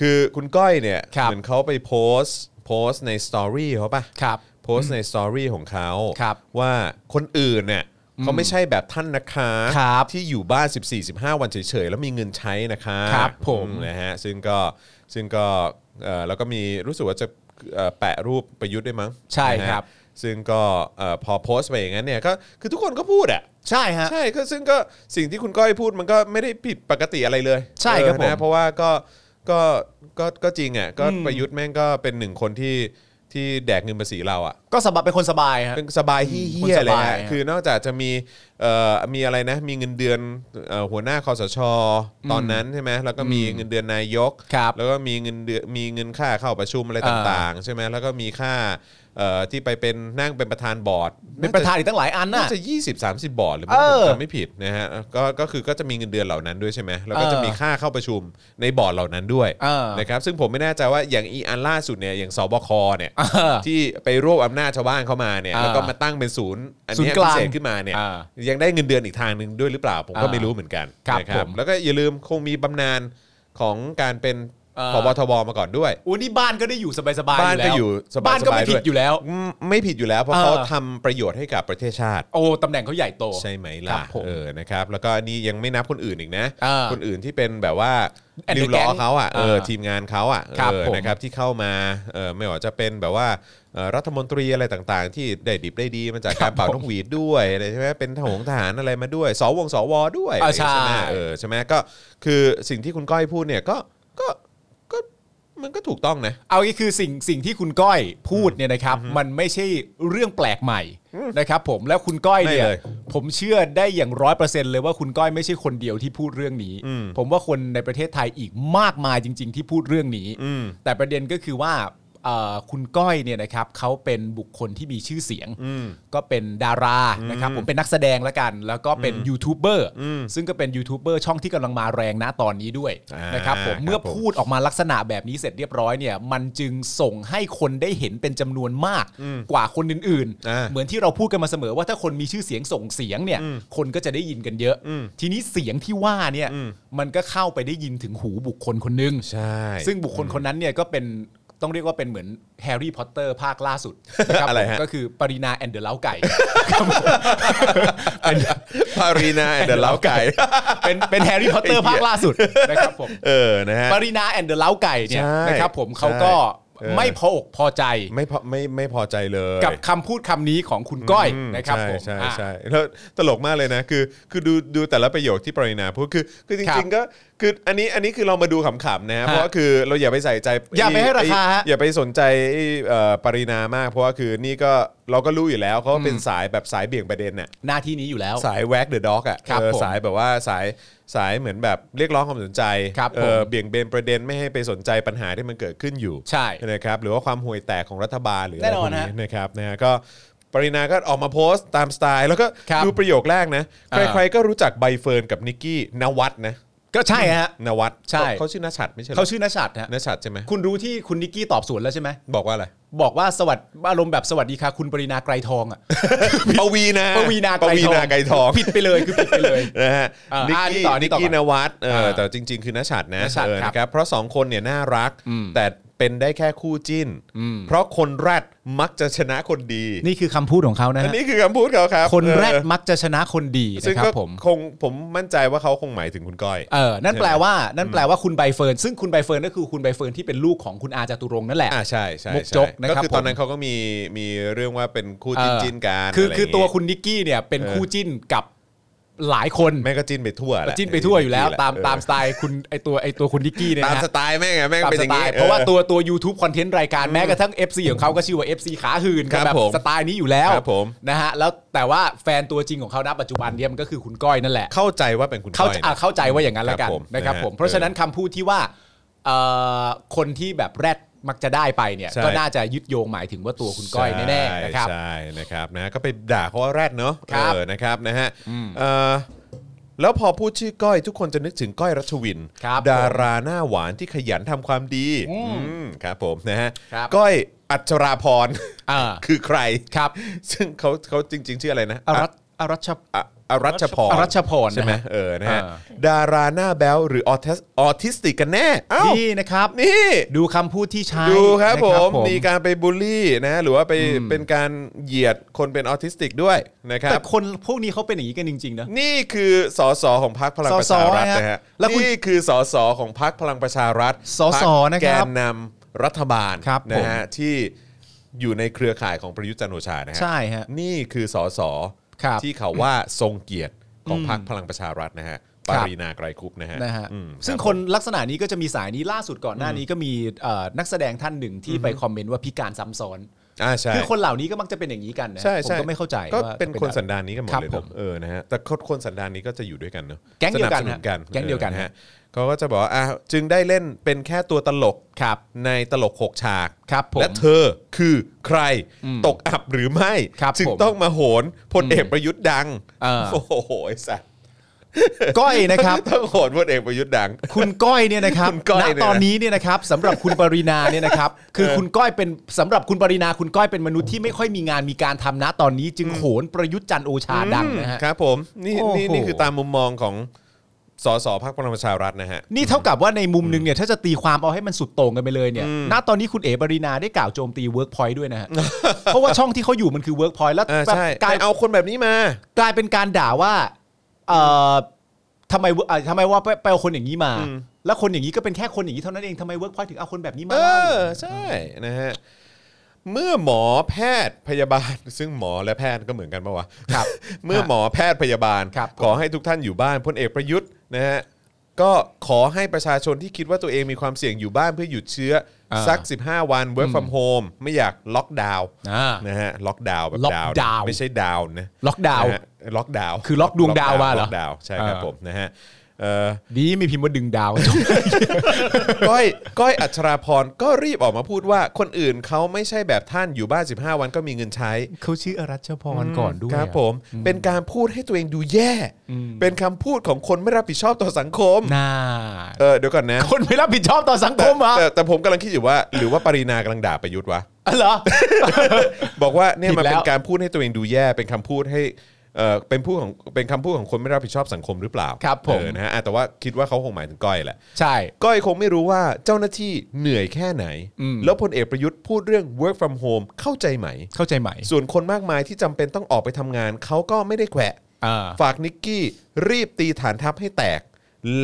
B: คือคุณก้อยเนี่ย
C: ครับ
B: เหมือนเขาไปโพสต์โพสต์ในสตอรี่เขาปะ
C: ครับ
B: โพสต์ในสตอรี่ของเขา
C: ครับ
B: ว่าคนอื่นเนี่ยเขาไม่ใช่แบบท่านนะคะ
C: ครับ
B: ที่อยู่บ้าน 14-15 วันเฉยๆแล้วมีเงินใช้นะคะ
C: ครับผม
B: อืนะฮะซึ่งก็ซึ่งก็เอ่อแล้วก็มีรู้สึกว่าจะเอ่อแปะรูปประยุทธ์ด้วยมั้ง
C: ใช่ครับ
B: นะฮะซึ่งก็เอ่อพอโพสต์ไปอย่างนั้นเนี่ยก็คือทุกคนก็พูดอ่ะ
C: ใช่ฮะ
B: ใช่ก็ซึ่งก็สิ่งที่คุณก้อยพูดมันก็ไม่ได้ผิดปกติอะไรเลย
C: ใช่ครับ
B: เออ
C: ผ
B: นะ
C: ม
B: เพราะว่าก็ก็ก็ก็จริงอ่ะก็ประยุทธ์แม่งก็เป็นหนึ่งคนที่ที่แดกเงินภาษีเราอ่ะ
C: ก็สบายเป็นคนสบายฮะ
B: เป็นสบายเฮี้ย
C: คน
B: ๆ
C: ส
B: เลย
C: บาย
B: ฮะ
C: ฮะ
B: คือนอกจากจะมีเอ่อมีอะไรนะ มีเงินเดือนเอ่อหัวหน้าคอสช ตอนนั้นใช่ไหมแล้วก็มีเงินเดือนนายก
C: ครับ
B: แล้วก็มีเงินเดือนมีเงินค่าเข้าประชุมอะไร
C: อ่า
B: ต่างๆ ใช่ไหมแล้วก็มีค่าเอ่อที่ไปเป็นนั่งเป็นประธานบอร์ด
C: เป็นประธานอีกตั้งหลายอัน
B: น่า
C: น่ะ
B: จะ 20 30 บอร์ดหรือ
C: เออ
B: จำไม่ผิดนะฮะก็ก็คือก็จะมีเงินเดือนเหล่านั้นด้วยใช่ไหมแล้วก็จะ
C: เออ
B: มีค่าเข้าประชุมในบอร์ดเหล่านั้นด้วย
C: เออ
B: นะครับซึ่งผมไม่แน่ใจว่าอย่างอีอันล่าสุดเนี่ยอย่างสบคเนี่ย
C: เออ
B: ที่ไปรวบอำนาจชาวบ้านเข้ามาเนี่ย
C: อ่า
B: แล้วก็มาตั้งเป็นศูนย์อัน
C: ศูน
B: เนี้
C: ย์
B: ย
C: ก
B: พิ
C: ลาง
B: เศษขึ้นมาเนี่ย
C: อ่า
B: ยังได้เงินเดือนอีกทางหนึ่งด้วยหรือเปล่า ผมก็
C: อ่า
B: ไม่รู้เหมือนกัน
C: ครับ
B: นะ
C: ผม
B: แล้วก็อย่าลืมคงมีบำนาญของการเป็น
C: อ่า
B: พบทบมาก่อนด้วย
C: โอ้นี่บ้านก็ได้อยู่สบายสบาย
B: บ้านก็อยู่สบายๆ
C: บ้านก็ไม่ผิด
B: ว
C: อยู่แล้ว
B: อืมไม่ผิดอยู่แล้ว เพราะ
C: เออ
B: เขาทำประโยชน์ให้กับประเทศชาติ
C: โอ้ตำแหน่งเขาใหญ่โต
B: ใช่ไหม
C: ครั
B: ล่ะ
C: บผม
B: เออนะครับแล้วก็อันนี้ยังไม่นับคนอื่นอีกนะ
C: อ่า
B: คนอื่นที่เป็นแบบว่า
C: And the
B: ดิวล้อ
C: gang
B: เขาอ่ะเอออา ทีมงานเขาอ่ะ
C: ครับ
B: เออ
C: ผม
B: นะครับที่เข้ามาเออไม่ว่าจะเป็นแบบว่าเอ่อรัฐมนตรีอะไรต่างๆ ที่ได้ดิบได้ดีมาจากการเป่า
C: ผม
B: นกหวีดด้วยอะไรใช่ไหมเป็นทหงทหารอะไรมาด้วยสวงสวด้วย
C: อ่าใช่
B: ไหมเออใช่ไหมก็คือสิ่งที่คุณก้อยพูดเนี่ยก็ก็ก็ มันก็ถูกต้องนะ
C: เอางี้คือสิ่งสิ่งที่คุณก้อยพูดเนี่ยนะครับ มันไม่ใช่เรื่องแปลกใหม่นะครับ ผมแล้วคุณก้อยเนี่ย
B: ไม่เลย
C: ผมเชื่อได้อย่างร้อยเปอร์เซ็นต์เลยว่าคุณก้อยไม่ใช่คนเดียวที่พูดเรื่องนี้
B: อืม
C: ผมว่าคนในประเทศไทยอีกมากมายจริง ๆ ที่พูดเรื่องนี้
B: อืม
C: แต่ประเด็นก็คือว่าเอ่อคุณก้อยเนี่ยนะครับเขาเป็นบุคคลที่มีชื่อเสียง
B: อืม
C: ก็เป็นดารานะครับผมเป็นนักแสดงแล้วกัน แล้วก็เป็นยูทูบเบอร์
B: อืม
C: ซึ่งก็เป็นยูทูบเบอร์ช่องที่กำลังมาแรงนะตอนนี้ด้วย
B: อ่าน
C: นะครับผม
B: ครับ
C: เมื่อ
B: ผม
C: พูดออกมาลักษณะแบบนี้เสร็จเรียบร้อยเนี่ยมันจึงส่งให้คนได้เห็นเป็นจำนวนมาก
B: อืม
C: กว่าคนอื่น
B: อ่า
C: เหมือนที่เราพูดกันมาเสมอว่าถ้าคนมีชื่อเสียงส่งเสียงเนี่ย
B: อืม
C: คนก็จะได้ยินกันเยอะ
B: อืม
C: ทีนี้เสียงที่ว่าเนี่ย
B: อืม
C: มันก็เข้าไปได้ยินถึงหูบุคคลคนหนึง
B: ใช่
C: ซึ่งบุคคลคนนั้นเนี่ยก็เป็นต้องเรียกว่าเป็นเหมือนแฮร์รี่พอตเตอร์ภาคล่าสุดนะครับ
B: อะไรฮะ
C: ผมก็คือปรินาแอนเดอร์เล้าไก่
B: ปารีนาเดอะเล้าไก่
C: เป็นเป็นแฮร์รี่พอตเตอร์ภาคล่าสุดนะครับผม
B: เออนะฮะ
C: ปรินาแอนเดอร์เล้าไก่เนี่ย
B: ใช่
C: นะครับผมเขา
B: ใช่
C: ก็
B: เออ
C: ไม่พออกพอใจ
B: ไม่พอไม่ไม่พอใจเลย
C: กับคำพูดคำนี้ของคุณก้อยนะครับ
B: ใช่
C: ผม
B: ใช่
C: อ่ะ
B: ใช่แล้วตลกมากเลยนะ คือ คือดูดูแต่ละประโยคที่ปรินาพูดคือคือ
C: ค
B: จ
C: รั
B: ริง
C: บ
B: ๆก็คืออันนี้อันนี้คือเรามาดูขำๆนะ
C: ฮะ
B: ฮะเพราะว่าคือเราอย่าไปใส่ใจ
C: อย่าไปให้ราคาฮะ
B: อย่าไปสนใจไอ้เอ่อปรินามาก เพราะว่าคือนี่ก็เราก็รู้อยู่แล้วเขาเป็น
C: อืม
B: สายแบบสายเบี่ยงประเด็นน่ะ
C: หน้าที่นี้อยู่แล้ว
B: สายแว็กเดอะด็อกอ่ะ
C: ครับ
B: เออ
C: ผม
B: สายแบบว่าสายสายเหมือนแบบเรียกร้องความสนใจ
C: ครับ
B: เออ
C: ผม
B: เบี่ยงเบนประเด็นไม่ให้ไปสนใจปัญหาที่มันเกิดขึ้นอยู่
C: ใช่
B: นะครับหรือว่าความห่วยแตกของรัฐบาลหรืออะ
C: แน่
B: ไร
C: น
B: พ
C: อ
B: วน กนี้
C: ฮะ
B: นะครับนะฮะก็ปรินาก็ออกมาโพสต์ตามสไตล์ แล้วก็
C: ครับ
B: ดูประโยคแรกนะ
C: อ่า
B: ใครๆก็รู้จักใบเฟิร์นกับนิกกี้นวัดนะ
C: ก็ใช่ฮะ
B: นวัด
C: ใช่
B: เขาเขาชื่อนชัดไม่ใช่หร
C: เขาชื่อนชชัดฮะ
B: นชัดใช่ไหม
C: คุณรู้ที่คุณนิกกี้ตอบสวนแล้วใช่ไหม
B: บอกว่าอะไร
C: บอกว่าสวัสดอารมณ์แบบสวัสดีค่ะคุณปรินาไกรทองอ่ะ
B: ปวีนา
C: ปวีนา
B: ป
C: ไกร
B: วี
C: ทอง
B: นาไกรทอง
C: ผิดไปเลยคือผิดไปเลย
B: นะฮะ
C: อ่า
B: นิก
C: อ่านี่ต่อนี่
B: กี้นิก
C: ต่อ
B: กี้นวัดเออ
C: อ่า
B: แต่จริง ๆ คือณชัดนะ
C: ณฉัตร
B: เออ
C: ครับ
B: นะครับเพราะ 2 คนเนี่ยน่ารัก
C: อืม
B: แต่เป็นได้แค่คู่จิ้น
C: อืม
B: เพราะคนแรดมักจะชนะคนดี
C: นี่คือคำพูดของเขานะ
B: อั
C: ฮะ
B: นนี้คือคำพูดเขาครับ
C: คนแรก
B: เออ
C: มักจะชนะคนดี
B: ซึ่ง
C: นะครั
B: ก็
C: บผม
B: คงผมมั่นใจว่าเขาคงหมายถึงคุณก้อย
C: เออ นั่น
B: ใช่ไห
C: แป
B: ม
C: ลว่า นั่นแปลว่าคุณใบเฟิร์น ซึ่งคุณใบเฟิร์นก็คือคุณใบเฟิร์นที่เป็นลูกของคุณอาจาตุรงค์นั่นแหละ
B: อ่าใช่ใช่
C: มุก
B: ใช่
C: จกนะครับ
B: ก็คือตอนนั้น
C: ผม
B: เขาก็มีมีเรื่องว่าเป็นคู่จิ้นจิ้นกั
C: คือ
B: นะไร
C: คือย่าง ตัว
B: งี้
C: คุณนิกกี้เนี่ยเป็น
B: เออ
C: คู่จิ้นกับหลายคน
B: แม่งก็จิ้นไปทั่วแหละ
C: จิ้นไปทั่วอยู่แล้ว
B: นิกกี้หะ
C: ตาม
B: เออ
C: ตามสไตล์คุณไอตัวไอตัวคุณนิกกี้เนี่ย
B: ตาม
C: นะ
B: ส
C: ฮะ
B: ไตล์แม่งไงแม่งเป็นอย่างงี้
C: เพราะว่าตัวตัว YouTube คอนเทนต์รายการแม้กระทั่ง FC ของเขาก็ชื่อว่า FC ขาหืน
B: ครับ
C: แบบ
B: ผม
C: สไตล์นี้อยู่แล้ว
B: ครับผม
C: นะฮะแล้วแต่ว่าแฟนตัวจริงของเขาณปัจจุบันเนี่ยมันก็คือคุณก้อยนั่นแหละ
B: เข้าใจว่าเป็นคุณ
C: เข้า
B: ก้อย
C: ใจอ่ะ
B: นะ
C: เข้าใจว่าอย่างนั้นแล้วกัน
B: ครับผม
C: นะครับผม
B: นะฮะ
C: เพราะฉะนั้นคำพูดที่ว่าเอ่อคนที่แบบแรดมักจะได้ไปเนี่ย
B: ใช่
C: ก็น่าจะยึดโยงหมายถึงว่าตัวคุณก้อยแน่ๆนะครับ
B: ใช่นะครับนะก็ไปด่าเขาว่าแรดเนาะ
C: ครับ
B: เออนะครับนะฮะเอ่อแล้วพอพูดชื่อก้อยทุกคนจะนึกถึงก้อยรัชวิน
C: ครับ
B: ดาราหน้าหวานที่ขยันทำความดี
C: อืม
B: อืมครับผมนะฮะ
C: ครับ
B: ก้อยอัจราพร
C: อ่า
B: คือใคร
C: ครับ
B: ซึ่งเขาเขาจริง ๆ ชื่ออะไรนะ
C: อรัชอรัช
B: อะอรัชพร
C: อรัชพร
B: ใช่ไหม
C: นะฮะ
B: เออนะฮะ
C: เอ
B: ดาราหน้าแบลหรือออทิสออทิสติกกันแน่เอ้า
C: นี่นะครับ
B: นี่
C: ดูคำพูดที่ใช้
B: ดูครับ
C: นะ
B: ผมมีการไปบูลลี่นะหรือว่าไปเป็นการเหยียดคนเป็นออทิสติกด้วยนะครั
C: แต่
B: บ
C: คนพวกนี้เขาเป็นอย่างนี้กันจริงๆนะ
B: นี่คือสสของพรรคพลังประชารัฐนะฮะ
C: สสแล้วคุณ
B: นี่คือสสของพรรคพลังประชารัฐ
C: สส
B: พ
C: นะ
B: แก
C: ครับ
B: นนำรัฐบาล
C: ครับ
B: นะฮะที่อยู่ในเครือข่ายของประยุทธ์จันทร์โอชานะฮะ
C: ใช่ฮะ
B: นี่คือสส
C: ครับ
B: ที่เขาว่าทรงเกียรติของพรรคพลังประชารัฐนะฮะ
C: ครั
B: ปา
C: บ
B: รีนาไกรคุปต์นะฮะ
C: นะฮะ
B: อืม
C: ซึ่ง
B: รับ
C: คนลักษณะนี้ก็จะมีสายนี้ล่าสุดก่อนหน้านี้ก็มีเอ่อนักแสดงท่านหนึ่งที่ไปคอมเมนต์ว่าพิการซ้ำซ้อน
B: อ่าใช่
C: คือคนเหล่านี้ก็มักจะเป็นอย่างนี้กันนะ
B: ใช่
C: ผม
B: ใช่
C: ก็ไม่เข้าใจ
B: ก็
C: ว่า
B: เป็น
C: จะ
B: คน
C: อะไร
B: สันดานนี้กันหมด
C: ครับ
B: เลย
C: ผ
B: นะ
C: ม
B: เออนะฮะแต่คนคนสันดานนี้ก็จะอยู่ด้วยกันเนาะ
C: แก๊งเดียวกัน
B: สบส
C: ฮะแก๊งเดียวกัน
B: ออ
C: ฮะ
B: ฮะเขาก็จะบอกว่าอ่ะจึงได้เล่นเป็นแค่ตัวตลก
C: ครับ
B: ในตลกหกฉาก
C: ครับผม
B: และเธอคือใครตกอับหรือไม่
C: ครับ
B: จึง
C: ผม
B: ต้องมาโหนพลเอกประยุทธ์ดัง
C: เออ
B: โอ้โหไอ้สัส
C: ก้อยนะครับ
B: ต้องโหนพลเอกประยุทธ์ดัง
C: คุณก้อยเนี่ยนะครับ
B: คุณก้อย
C: ณ
B: เนี่ยนะ
C: ตอนนี้เนี่ยนะครับสำหรับคุณปรินาเนี่ย นะครับ คือคุณก้อยเป็นสำหรับคุณปรินาคุณก้อยเป็นมนุษย์ที่ไม่ค่อยมีงานมีการทำนะตอนนี้ จึงโหนประยุทธ์จันทร์โอชาดังนะฮะ
B: ครับผมนี่
C: โอ้โห
B: นี่นี่คือตามมุมมองของสสพรรคพลังประชารัฐนะฮะ
C: นี่เท่ากับว่าในมุมหนึงเนี่ยถ้าจะตีความเอาให้มันสุดโต่งกันไปเลยเนี่ย
B: อืม
C: ณตอนนี้คุณเอ๋ปรินาได้กล่าวโจมตีเวิร์กพอยต์ด้วยนะ ฮะ เพราะว่าช่องที่เขาอยู่มันคือเวิร์กพอยต์แล้ว
B: า
C: แบบ
B: ใช่
C: กลาย
B: แต่เอาคนแบบนี้มา
C: กลายเป็นการด่าว่าเอ่อทำไมเอ่อทำไมว่าไปไปเอาคนอย่างนี้มา
B: อืม
C: แล้วคนอย่างนี้ก็เป็นแค่คนอย่างนี้เท่านั้นเองทำไมเวิร์กพอยถึงเอาคนแบบนี้มา
B: เอ
C: เล่า
B: อใช่นะฮะเมื่อหมอแพทย์พยาบาล ซึ่งหมอและแพทย์ก็เหมือนกันปะวะ
C: ครับ
B: เมื่อหมอแพทย์พยาบาล
C: ครับ
B: ขอให้ทุกท่านอยู่บ้านพลเอกประยุทธ์นะฮะ ก็ขอให้ประชาชนที่คิดว่าตัวเองมีความเสี่ยงอยู่บ้านเพื่อหยุดเชื้ออา สัก 15 วัน work from home ไม่อยากล็อกดาวน์
C: อ่า
B: นะฮะล็อกดาวน์แบบ
C: ล็อก
B: ดาวน์
C: ดาวน์
B: ไม่ใช่ดาวน์นะ
C: ล็อกดาวน์
B: นะฮะล็อกดาวน์
C: คือล็อกดวงดาวน์มาเหรอ
B: ล็อกดาวน์ใช่ครับ
C: อ่า
B: ผมนะฮะเอ่อ
C: ดีไม่พิมพ์ว่าดึงดาว
B: ก้อยก้อยอัชราพรก็รีบออกมาพูดว่าคนอื่นเขาไม่ใช่แบบท่านอยู่บ้าน 15 วันก็มีเงินใช้
C: เขาชื่ออรัชพรก่อนด้วย
B: ครับผม เป็นการพูดให้ตัวเองดูแย่ เป็นคำพูดของคนไม่รับผิดชอบต่อสังคม
C: น่า
B: เออเดี๋ยวก่อนนะ
C: คนไม่รับผิดชอบต่อสังค
B: แต่
C: มเหรอ
B: แต่แต่ผมกำลังคิดอยู่ว่า หรือว่าปรินากำลังด่าประยุทธ์วะ
C: อ๋อเหรอ
B: บอกว่าเนี่ยมัน
C: ผิดแล้ว
B: เป็นการพูดให้ตัวเองดูแย่ เป็นคำพูดให้เออเป็นพูดของเป็นคำพูดของคนไม่รับผิดชอบสังคมหรือเปล่า
C: ครับผม
B: เออนะฮะอ่ะแต่ว่าคิดว่าเขาคงหมายถึงก้อยแหละ
C: ใช่
B: ก้อยคงไม่รู้ว่าเจ้าหน้าที่เหนื่อยแค่ไหน
C: อืม
B: แล้วพลเอกประยุทธ์พูดเรื่อง work from home เข้าใจไหม
C: เข้าใจไหม
B: ส่วนคนมากมายที่จำเป็นต้องออกไปทำงาน เขาก็ไม่ได้แขวะ
C: อ่า
B: ฝากนิกกี้รีบตีฐานทัพให้แตก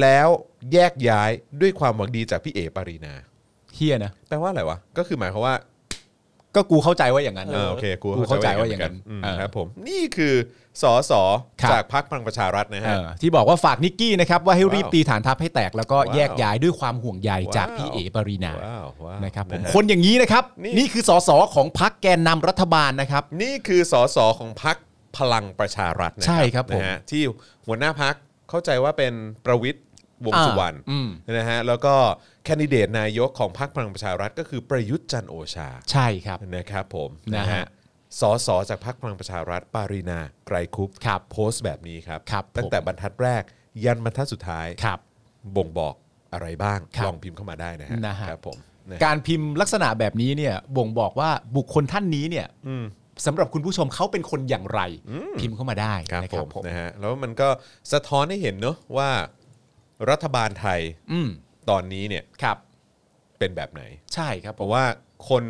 B: แล้วแยกย้ายด้วยความหวังดีจากพี่เอปารีนา
C: เฮียนะ
B: แปลว่าอะไรวะ ก็คือหมายความว่า
C: ก็กูเข้าใจว่าอย่างนั้น
B: เออโอเคกู
C: กูเข้าใจว่าอย่างนั้น
B: เหมื
C: เออ
B: อืมครับผมนี่คือสอสอ
C: ครับ
B: จากพรรคพลังประชารัฐนะ
C: เอ
B: ฮะ
C: อที่บอกว่าฝากนิกกี้นะครับ ว่าให้รีบ
B: ว้าว
C: ตีฐานทัพให้แตกแล้วก็
B: ว้าว
C: แยกย้ายด้วยความห่วงใยจาก
B: ว้าว
C: พี่เอปรีนา
B: ว้าวว้าว
C: นะครับผมคนอย่างนี้นะครับ
B: นี่
C: นี่คือสสของพักแกนนำรัฐบาลนะครับ
B: นี่คือสสของพักพลังประชารัฐนะ
C: ใช่ครับผม
B: นะฮะที่หัวหน้าพักเข้าใจว่าเป็นประวิทย์วงษ์สุวรรณ
C: อ่าอืม
B: นะฮะแล้วก็แคนดิเดตนายกของพักพลังประชารัฐก็คือประยุทธ์จันทร์โอชา
C: ใช่ครับ
B: นะครับผม
C: นะฮะ
B: นะฮะสสจากพักพลังประชารัฐ ปารีนาไกรคุป
C: ครับ
B: โพสต์แบบนี้ครับ
C: ครับ
B: ตั้งแต่บรรทัดแรก ยันบรรทัดสุดท้าย
C: ครับ
B: บ่งบอกอะไรบ้าง
C: ครับ
B: ลองพิมพ์เข้ามาได้นะฮะ
C: นะฮะ
B: ครับผมนะ
C: การพิมพ์ลักษณะแบบนี้เนี่ยบ่งบอกว่าบุคคลท่านนี้เนี่ยสำหรับคุณผู้ชมเขาเป็นคนอย่างไร พิมพ์เข้ามาได้
B: ครับ
C: นะ
B: ผ
C: ครับ
B: ม
C: ผม
B: นะฮะแล้วมันก็สะท้อนให้เห็นเนอะว่ารัฐบาลไทย
C: อืม
B: ตอนนี้เนี่ย
C: ครับ
B: เป็นแบบไหน
C: ใช่ครับ
B: เพ
C: ผม
B: ราะว่าคน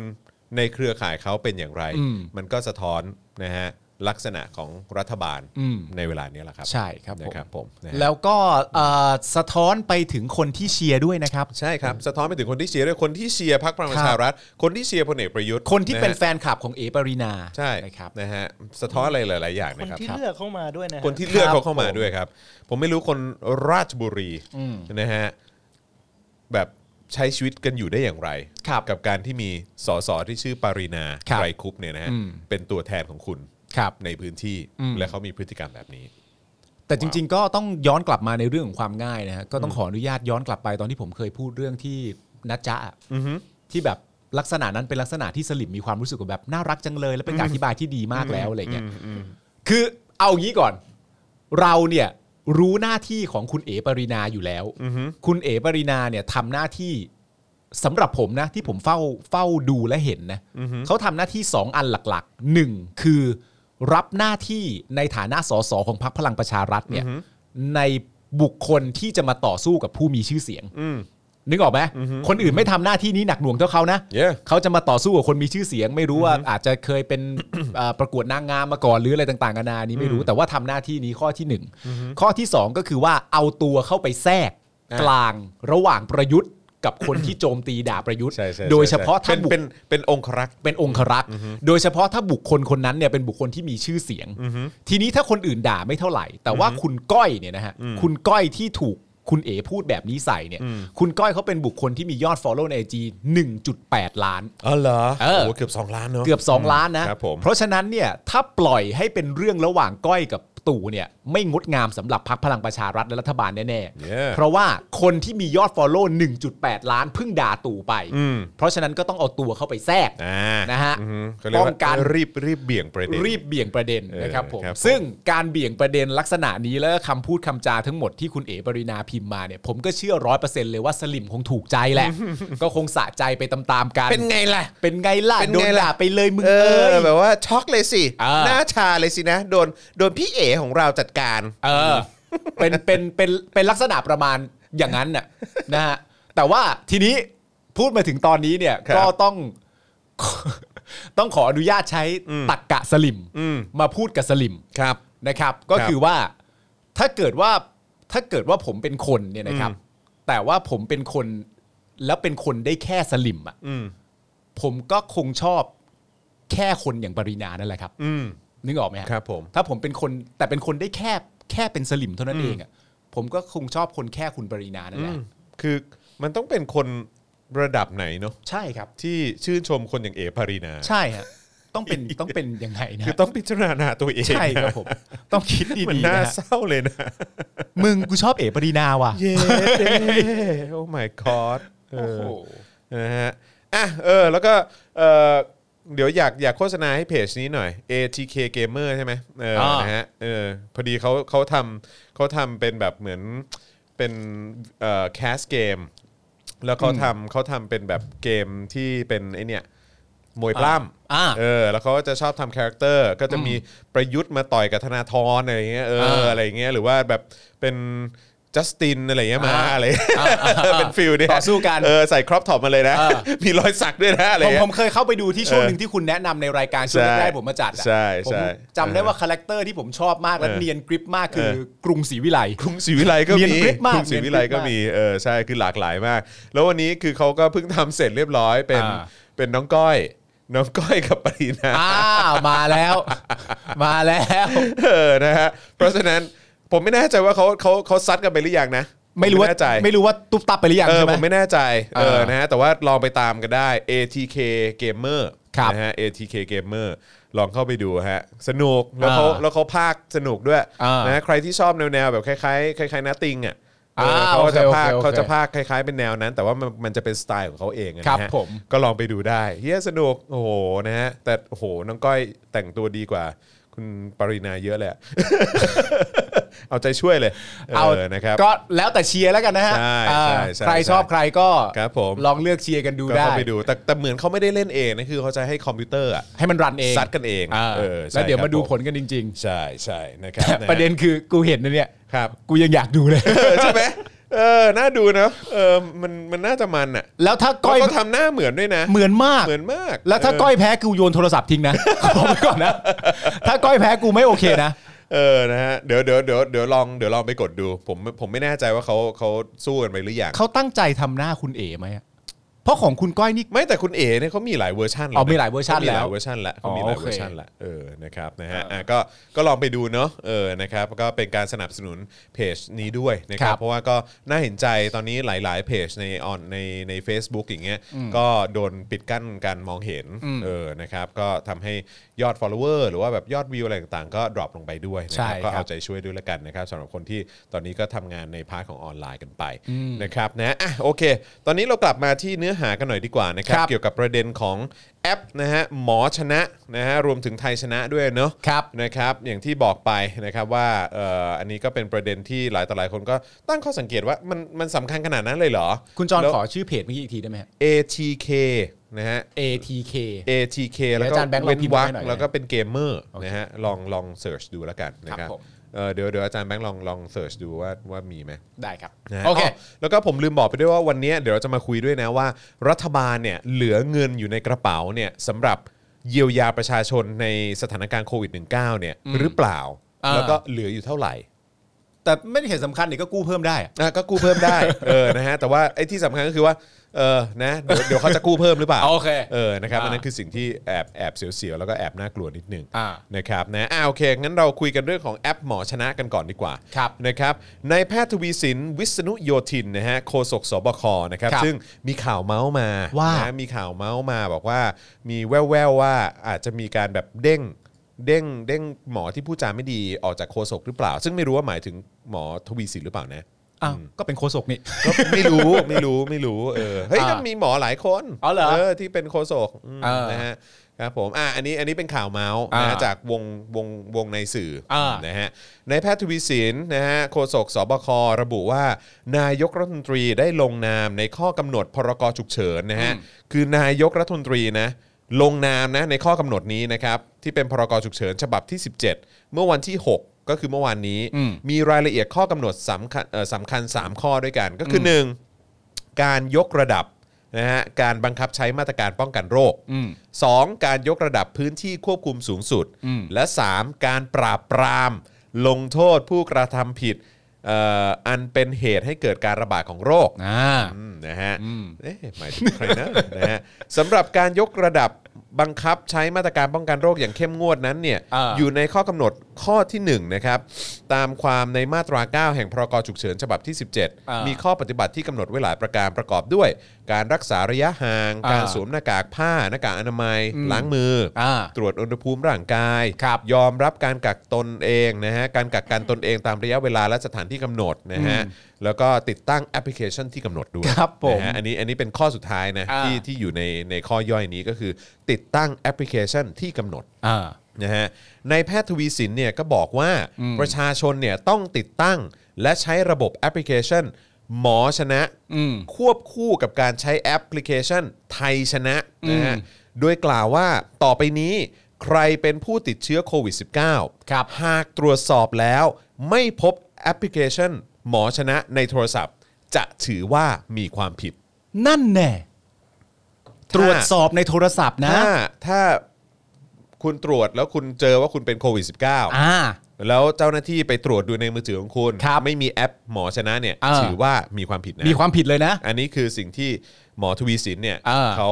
B: ในเครือข่ายเขาเป็นอย่างไร
C: อืม
B: มันก็สะท้อนนะฮะลักษณะของรัฐบาล
C: อืม
B: ในเวลานี้แหละครับ
C: ใช่ครับผม
B: นะครับผมนะฮะ
C: แล้วก็เอ่อสะท้อนไปถึงคนที่เชียร์ด้วยนะครับ
B: ใช่ครับสะท้อนไปถึงคนที่เชียร์ด้วยคนที่เชียร์พรรคพลังประชารัฐ คนที่เชียร์พลเอกประยุทธ์
C: คนที่เป็น
B: นะ
C: แฟ
B: ฮะ
C: นคลับของเอปรีนา
B: ใช่
C: นะครับ
B: นะฮะสะท้อนอะไรหลาย ๆ อย่าง
D: คน
B: นะครับ
D: ที่เลือกเข้ามาด้วยนะฮะ
B: คนที่เลือก
C: ครับ
B: เขาเข้ามา
C: ผม
B: ด้วยครับ ผมไม่รู้คนราชบุรีนะฮะแบบใช้ชีวิตกันอยู่ได้อย่างไร
C: ครับ
B: กับการที่มีสสที่ชื่อปารีนา
C: ครับ
B: ไกรคุปต์เนี่ยนะฮะ
C: อืม
B: เป็นตัวแทนของคุณ
C: ครับ
B: ในพื้นที่
C: อืม
B: และเขามีพฤติกรรมแบบนี้
C: แต่จริง ๆ ก็ต้องย้อนกลับมาในเรื่องของความง่ายนะฮะก็ต้องขออนุญาตย้อนกลับไปตอนที่ผมเคยพูดเรื่องที่นัจจะอะที่แบบลักษณะนั้นเป็นลักษณะที่สลิมมีความรู้สึกว่าแบบน่ารักจังเลย และเป็นการอธิบายที่ดีมากแล้วอะไรเงี้ยคือเอางี้ก่อน เราเนี่ยรู้หน้าที่ของคุณเอ๋ปรินาอยู่แล้วคุณเอ๋ปรินาเนี่ยทำหน้าที่สำหรับผมนะ ที่ผมเฝ้าเฝ้าดูและเห็นนะเขาทำหน้าที่สองอันหลักๆหนึ่งคือรับหน้าที่ในฐานะสสของพรรคพลังประชารัฐเนี่ยในบุคคลที่จะมาต่อสู้กับผู้มีชื่อเสียงนึกออกไหมคนอื่นไม่ทำหน้าที่นี้หนักหน่วงเท่าเขานะ
B: Yeah
C: เขาจะมาต่อสู้กับคนมีชื่อเสียง ไม่รู้ว่าอาจจะเคยเป็น เอ่อประกวดนางงามมาก่อนหรืออะไรต่างๆนานานี้ไม่รู้แต่ว่าทำหน้าที่นี้ข้อที่หนึ่งข้อที่สองก็คือว่าเอาตัวเข้าไปแทรกกลางระหว่างประยุทธ์กับคน ที่โจมตีด่าประยุทธ์
B: ใช่ใช่
C: โดยเฉพาะถ้า
B: เป็น
C: บุค
B: เป็นเป็นองครักษ์
C: เป็นองครักษ์โดยเฉพาะถ้าบุคคลคนนั้นเนี่ยเป็นบุคคลที่มีชื่อเสียง ทีนี้ถ้าคนอื่นด่าไม่เท่าไหร่ แต่ว่าคุณก้อยเนี่ยนะฮะคุณก้อยที่ถูกคุณเอพูดแบบนี้ใส่เนี่ย คุณก้อยเขาเป็นบุคคลที่มียอด follow ใน IG 1.8 ล้าน
B: อ๋อเหรอ
C: เออ
B: โอ้เกือบ 2 ล้านเนาะ
C: เกือบ 2 ล้านนะ
B: ครับผม
C: เพราะฉะนั้นเนี่ยถ้าปล่อยให้เป็นเรื่องระหว่างก้อยกับตู่เนี่ยไม่งดงามสำหรับพักพลังประชารัฐและรัฐบาลแน่
B: Yeah
C: ๆ เพราะว่าคนที่มียอด Follow 1.8 ล้านเพิ่งด่าตู่ไป
B: อืม
C: เพราะฉะนั้นก็ต้องเอาตัวเข้าไปแทรก
B: อ่า
C: นะฮะ
B: อือฮึเขาเรียก
C: ป้อ
B: ว่า
C: งกัน
B: รีบรีบเบี่ยงประเด็น
C: รีบเบี่ยงประเด็น
B: เออ
C: นะครับผม
B: ครับผม
C: ซึ่งการเบี่ยงประเด็นลักษณะนี้และคำพูดคำจาทั้งหมดที่คุณเอ๋ปรินาพิมพ์มาเนี่ยผมก็เชื่อร้อยเปอร์เซ็นต์เลยว่าสลิมคงถูกใจแห ละ ก็คงสะใจไปตามๆกัน
B: เป็นไงล่ะ
C: เป็นไงล่ะ
B: เป็น
C: โดน
B: ไงล่ะ
C: ด่าไปเลยมึง
B: เอ
C: เอ้
B: อย แบบว่าช็อกเลยสิ
C: อ่า
B: หน้าชาเลยสินะโดนโดนพี่เอของเราจัดการ
C: เออ เป็น เป็น เป็น เป็นลักษณะประมาณอย่างนั้นน่ะ นะฮะ แต่ว่าทีนี้พูดมาถึงตอนนี้เนี่ย
B: ครับ
C: ก็ต้อง ต้องขออนุญาตใช้ตักกะสลิม
B: อืม
C: มาพูดกับสลิม
B: ครับ
C: นะครับ ก็คือว่าถ้าเกิดว่าถ้าเกิดว่าผมเป็นคนเนี่ยนะครับ แต่ว่าผมเป็นคนแล้วเป็นคนได้แค่สลิมอ่ะ
B: อืม
C: ผมก็คงชอบแค่คนอย่างปรินานั่นแหละครับ
B: อืม
C: นึกออกไหมครั
B: ครับผม
C: ถ้าผมเป็นคนแต่เป็นคนได้แค่แค่เป็นสลิมเท่านั้นเองอะ ผมก็คงชอบคนแค่คุณปรินานั่นแหละ
B: คือมันต้องเป็นคนระดับไหนเนาะ
C: ใช่ครับ
B: ที่ชื่นชมคนอย่างเอปารีนา
C: ใช่ฮะต้องเป็นต้องเป็นยังไงนะ
B: คือต้องพิจารณาตัวเอง
C: ใช่ครับผม ต้องคิด
B: มัน
C: ดีๆ
B: น่า
C: นะ
B: เศร้าเลยนะ
C: มึงกูชอบเอ๋ปรินาว่ะ
B: เย้โอ้ my god เอ
C: โอ้
B: อ
C: โห
B: นะฮะอ่ะเออ แล้วก็เออเดี๋ยวอยากอยากโฆษณาให้เพจนี้หน่อย ATK Gamer ใช่ไหมเออ
C: อ่าน
B: นะฮะเออพอดีเขาเขาทำเขาทำเป็นแบบเหมือนเป็นเอ่อแคสเกม แล้วเขาทำเขาทำเป็นแบบเกมที่เป็นไอเนี่ยมวยปล้ำ
C: อ่า
B: เออแล้วเขาก็จะชอบทำคาแรคเตอร์ก็จะมีประยุทธ์มาต่อยกับธนาธรอะไรเงี้ยเออ
C: เอออ
B: อะไรเงี้ยหรือว่าแบบเป็นจัสตินอะไรเงี้ยมา
C: อ่า
B: อะไรเป็นฟิลเนี่ย
C: ต่อสู้กัน
B: เออใส่ครอปท็อปมาเลยนะ มีรอยสักด้วยนะอะไร
C: ผม
B: เงี้
C: ผ
B: ย
C: มเคยเข้าไปดูที่ช่วงหนึ่งที่คุณแนะนำในรายการช่วง
B: ใช่
C: แรกๆผมมาจัดอะ
B: ใช่
C: ผ
B: ใช่
C: มจำได้ว่าคาแรคเตอร์ที่ผมชอบมากและ
B: เออ
C: เนียนกริปมากคือ
B: เออ
C: กรุงศรีวิไล
B: กรุงศรีวิไลก็
C: เนียน
B: มี
C: กริ๊บมาก
B: กรุงศรีวิไลก็มีเออใช่คือหลากหลายมาก แล้ววันนี้คือเขาก็เพิ่งทำเสร็จเรียบร้อยเป็น
C: อ่า
B: เป็นน้องก้อยน้องก้อยกับปรีนา
C: อ้าวมาแล้ว มาแล้ว
B: เออ นะฮะ เพราะฉะนั้นผมไม่แน่ใจว่าเขาเขาเขาซัดกันไปหรือยังนะ
C: ไม่รู้ว่า
B: ผแน่ใจ
C: ไม่รู้ว่าตุ๊บตับไปหรือยัง
B: เออ
C: ใช่ไห
B: ผม มไม่แน่ใจ เออ
C: อ่าน
B: นะฮะ แต่ว่าลองไปตามกันได้ ATK Gamer
C: ครับ
B: นะฮะ ATK Gamer ลองเข้าไปดูฮะ สนุก แล้วเขา
C: อ่า
B: แล้วเขาพากย์สนุกด้วย
C: อ่าน
B: นะฮะใครที่ชอบแนวแนวแบบคล้ายๆคล้ายๆนาติงอ่ะเออ
C: อ่า
B: เขาก็จะ
C: โอเค
B: พากย์
C: โอเค
B: เขาจะพากย์คล้าย ๆเป็นแนวนั้น แต่ว่ามันมันจะเป็นสไตล์ของเขาเองอะ
C: ครับ
B: นะฮะ
C: ผม
B: ก็ลองไปดูได้เฮียสนุก โอ้โห นะฮะ แต่โอ้โห น้องก้อยแต่งตัวดีกว่า คุณปรินาเยอะเลยอะ เอาใจช่วยเลย เอ
C: เอา
B: อนะครับ
C: ก็แล้วแต่เชียร์แล้วกันนะฮะ
B: ใช่
C: อ่า
B: ใช่ใช่
C: ใครชอบ
B: ใช่
C: ใครก็
B: ครับผม
C: ลองเลือกเชียร์กันดู
B: ก็
C: ได้
B: เข้าไปดูแต่แต่เหมือนเขาไม่ได้เล่นเองนะคือเขาจะให้คอมพิวเตอร์อะ
C: ให้มันรันเอง
B: ซัดกันเอง
C: อ่า
B: เออใช่
C: แล้วเดี๋ยว
B: ครั
C: มา
B: บ
C: ดู
B: ผ
C: ผลกันจริง
B: ใช่ใช่นะครับ
C: ๆ ประเด็นคือกูเห็นนะเนี่ย
B: ครับ
C: กูยังอยากดูเลย
B: เออใช่ไหมเออน่าดูนะเออมันมันน่าจะมันอ่ะ
C: แล้วถ้า
B: ก้
C: ก้
B: อ
C: อย ย
B: ก็ทำหน้าเหมือนด้วยนะ
C: เหมือนมาก
B: เหมือนมาก
C: แล้วถ้า
B: เ
C: ก้อยแพ้กูโยนโทรศัพท์ทิ้งนะ ขอไปก่อนนะ ถ้าก้อยแพ้กูไม่โอเคนะ
B: เออนะฮะเดี๋ยวเดี๋ยวเดี๋ยวเดี๋ยวลองเดี๋ยวลองไปกดดูผมผมไม่แน่ใจว่าเขาเขาสู้กันไปหรือยัง
C: เขาตั้งใจทำหน้าคุณเอ๋ไหมอะเพราะของคุณก้อยนี่
B: ไม่แต่คุณเอเนี่ยเขามีหลายเวอร์ชันแล้ว
C: อ๋อ
B: นะ
C: มีหลายเวอร์ชัน
B: ขมีหลา
C: แล้
B: ยว เวอร์ชันละ
C: อ๋
B: เขา
C: อ
B: มีหลาย
C: โอเค
B: เวอร์ชันละเออนะครับนะฮะอ่ะก็ก็ลองไปดูเนาะเออนะครับก็เป็นการสนับสนุนเพจนี้ด้วยนะครั
C: ครับ บ
B: เพราะว่าก็น่าเห็นใจตอนนี้หลาย ๆ เพจในออนในใน a c e b o o k อย่างเงี้ยก็โดนปิดกั้นการมองเห็นเออนะครับก็ทำให้ยอด follower หรือว่าแบบยอดวิวอะไรต่างๆ ก็ดรอปลงไปด้วยนะ
C: ใช่
B: ครับ
C: ครับ
B: ก็เอาใจช่วยด้วยละกันนะครับสำหรับคนที่ตอนนี้ก็ทำงานในพาร์ทของออนไลน์กันไปนะครับนะอ่ะโอเค ตอนนี้เรากลับมาที่เนื้อหากันหน่อยดีกว่านะครับ
C: ครับ
B: เกี่ยวกับประเด็นของแอปนะฮะหมอชนะนะฮะรวมถึงไทยชนะด้วยเนาะ
C: ครับ
B: นะครับอย่างที่บอกไปนะครับว่าเอ่ออันนี้ก็เป็นประเด็นที่หลายต่อหลายคนก็ตั้งข้อสังเกตว่ามันมันสำคัญขนาดนั้นเลยเหรอ
C: คุณจอน
B: แล้ว
C: ขอชื่อเพจเมื่อกี้อีกทีได้ไหมฮะ
B: ATK นะฮะ
C: ATK
B: ATK
C: เดี๋ยว
B: แล้วก็
C: อาจารย์แบงค์ลอง
B: เว้น
C: พิมพ์
B: วรรค
C: ให้หน่อยนะ
B: แล้วก็เป็นเกมเมอร์นะฮะลองลองเสิร์ชดูแล้วกันนะค
C: ค
B: รั
C: รับ บผม
B: เอ่อเดี๋ยวเดี๋ยวอาจารย์แบงค์ลองลองเสิร์ชดูว่าว่ามีไหม
C: ได้ครับ
B: นะฮะ
C: โอเค
B: แล้วก็ผมลืมบอกไปด้วยว่าวันนี้เดี๋ยวเราจะมาคุยด้วยนะว่า รัฐบาลเนี่ยเหลือเงินอยู่ในกระเป๋าเนี่ยสำหรับเยียวยาประชาชนในสถานการณ์โควิด -19 เนี่ยหรือเปล่า
C: อ่า
B: แล้วก็เหลืออยู่เท่าไหร่
C: แต่ไม่ได้เห็นสำคัญนี่ก็กู้เพิ่มได้อะ
B: อ่ะก็กู้เพิ่มได้ เออนะฮะแต่ว่าไอ้ที่สำคัญก็คือว่าเออนะเดี๋ยวเดี๋ยวเขาจะกู้เพิ่มหรือเปล่า
C: โอเค
B: เออนะครับอันนั้น
C: อ่า
B: คือสิ่งที่แอบแอบเสียวๆแล้วก็แอบน่ากลัวนิดนึง
C: อ่า
B: นะครับนะอ่าโอเคงั้นเราคุยกันเรื่องของแอปหมอชนะกันก่อนดีกว่า
C: ครับ
B: นะครับนายแพทย์ทวีสินวิษณุโยธินนะฮะโฆษกสบคนะครับ
C: ครับ
B: ซึ่งมีข่าวเมาส์มา
C: ว่า
B: ะมีข่าวเมาส์มาบอกว่ามีแว่วๆว่าอาจจะมีการแบบเด้งเด้งเด้งหมอที่พูดจาไม่ดีออกจากโฆษกหรือเปล่า ซึ่งไม่รู้ว่าหมายถึงหมอทวีสินหรือเปล่านะ
C: อ้าวก็เป็นโคศกนี่
B: ก็ไม่รู้ ไม่รู้ไม่รู้เออเฮ้ย
C: อ่า
B: ก็มีหมอหลายคน
C: อ๋อเหรอ
B: ที่เป็นโฆษกอืม
C: อ่าน
B: นะฮะครับผมอ่ะอันนี้อันนี้เป็นข่าวเมาส์นะฮะ
C: อ่า
B: จากวงวงวงในสื่อ
C: อ่า
B: นะฮะในายแพทย์ทวีสินนะฮะโฆษกสบคระบุว่า นายกรัฐมนตรีได้ลงนามในข้อกำหนดพรกฉุกเฉินนะฮะคือนายกรัฐมนตรีนะลงนามนะในข้อกำหนดนี้นะครับที่เป็นพรกฉุกเฉินฉบับที่ 17 เมื่อวันที่ 6 ก็คือเมื่อวานนี้
C: อืม
B: มีรายละเอียดข้อกำหนดสำคัญเอ่อสำคัญ 3 ข้อด้วยกันก็คือหนึ่งการยกระดับนะฮะการบังคับใช้มาตรการป้องกันโรค
C: อืม
B: 2การยกระดับพื้นที่ควบคุมสูงสุด
C: อืม
B: และ 3 การปราบปราม ลงโทษผู้กระทำผิดเอ่ออันเป็นเหตุให้เกิดการระบาดของโรค
C: อ่า
B: อืมนะฮะ
C: อืม
B: เอ๊ะหมายถึงใครนะ นะฮะสำหรับการยกระดับ บังคับใช้มาตรการป้องกันโรคอย่างเข้มงวดนั้นเนี่ย
C: อ่า
B: ยู่ในข้อกำหนดข้อที่1นะครับตามความในมาตรา 9 แห่งพรกฉุกเฉินฉบับที่
C: อ่า
B: 17
C: มี
B: มีข้อปฏิบัติที่กำหนดไว้หลายประการประกอบด้วย การรักษาระยะห่าง
C: อ่า
B: การสวมหน้ากากผ้าหน้ากากอนามัย
C: อืม
B: ล้างมืออ
C: อ่า
B: ตรวจอุณหภูมิร่างกาย
C: ครับ
B: ยอมรับการกักตนเองนะฮะ การกักกันตนเองตามระยะเวลาและสถานที่กำหนดนะฮะ แล้วก็ติดตั้งแอปพลิเคชันที่กำหนดด้วย
C: ครับผม
B: นะฮะอันนี้อันนี้เป็นข้อสุดท้ายนะ
C: อ่า
B: ที่ที่อยู่ในในข้อย่อยนี้ก็คือ ติดตั้งแอปพลิเคชันที่กำหนด
C: อ่า
B: นะฮะในแพทย์ทวีสินเนี่ยก็บอกว่าประชาชนเนี่ยต้องติดตั้งและใช้ระบบแอปพลิเคชัน หมอชนะ
C: อืม
B: ควบคู่กับการใช้แอปพลิเคชันไทยชนะนะฮะโดยกล่าวว่าต่อไปนี้ใครเป็นผู้ติดเชื้อโควิด -19
C: ครับ
B: หากตรวจสอบแล้วไม่พบแอปพลิเคชัน หมอชนะในโทรศัพท์ จะถือว่ามีความผิด
C: นั่นแน่ตรวจสอบในโทรศัพท์นะ
B: ถ้าถ้าคุณตรวจแล้วคุณเจอว่าคุณเป็นโควิด -19
C: อ่า
B: แล้วเจ้าหน้าที่ไปตรวจดูในมือถือของคุณ
C: ครับ
B: ไม่มีแอปหมอชนะเนี่ย
C: เออ
B: ถือว่ามีความผิดนะ
C: มีความผิดเลยนะ
B: อันนี้คือสิ่งที่หมอทวีสินเนี่ย
C: เออ
B: เขา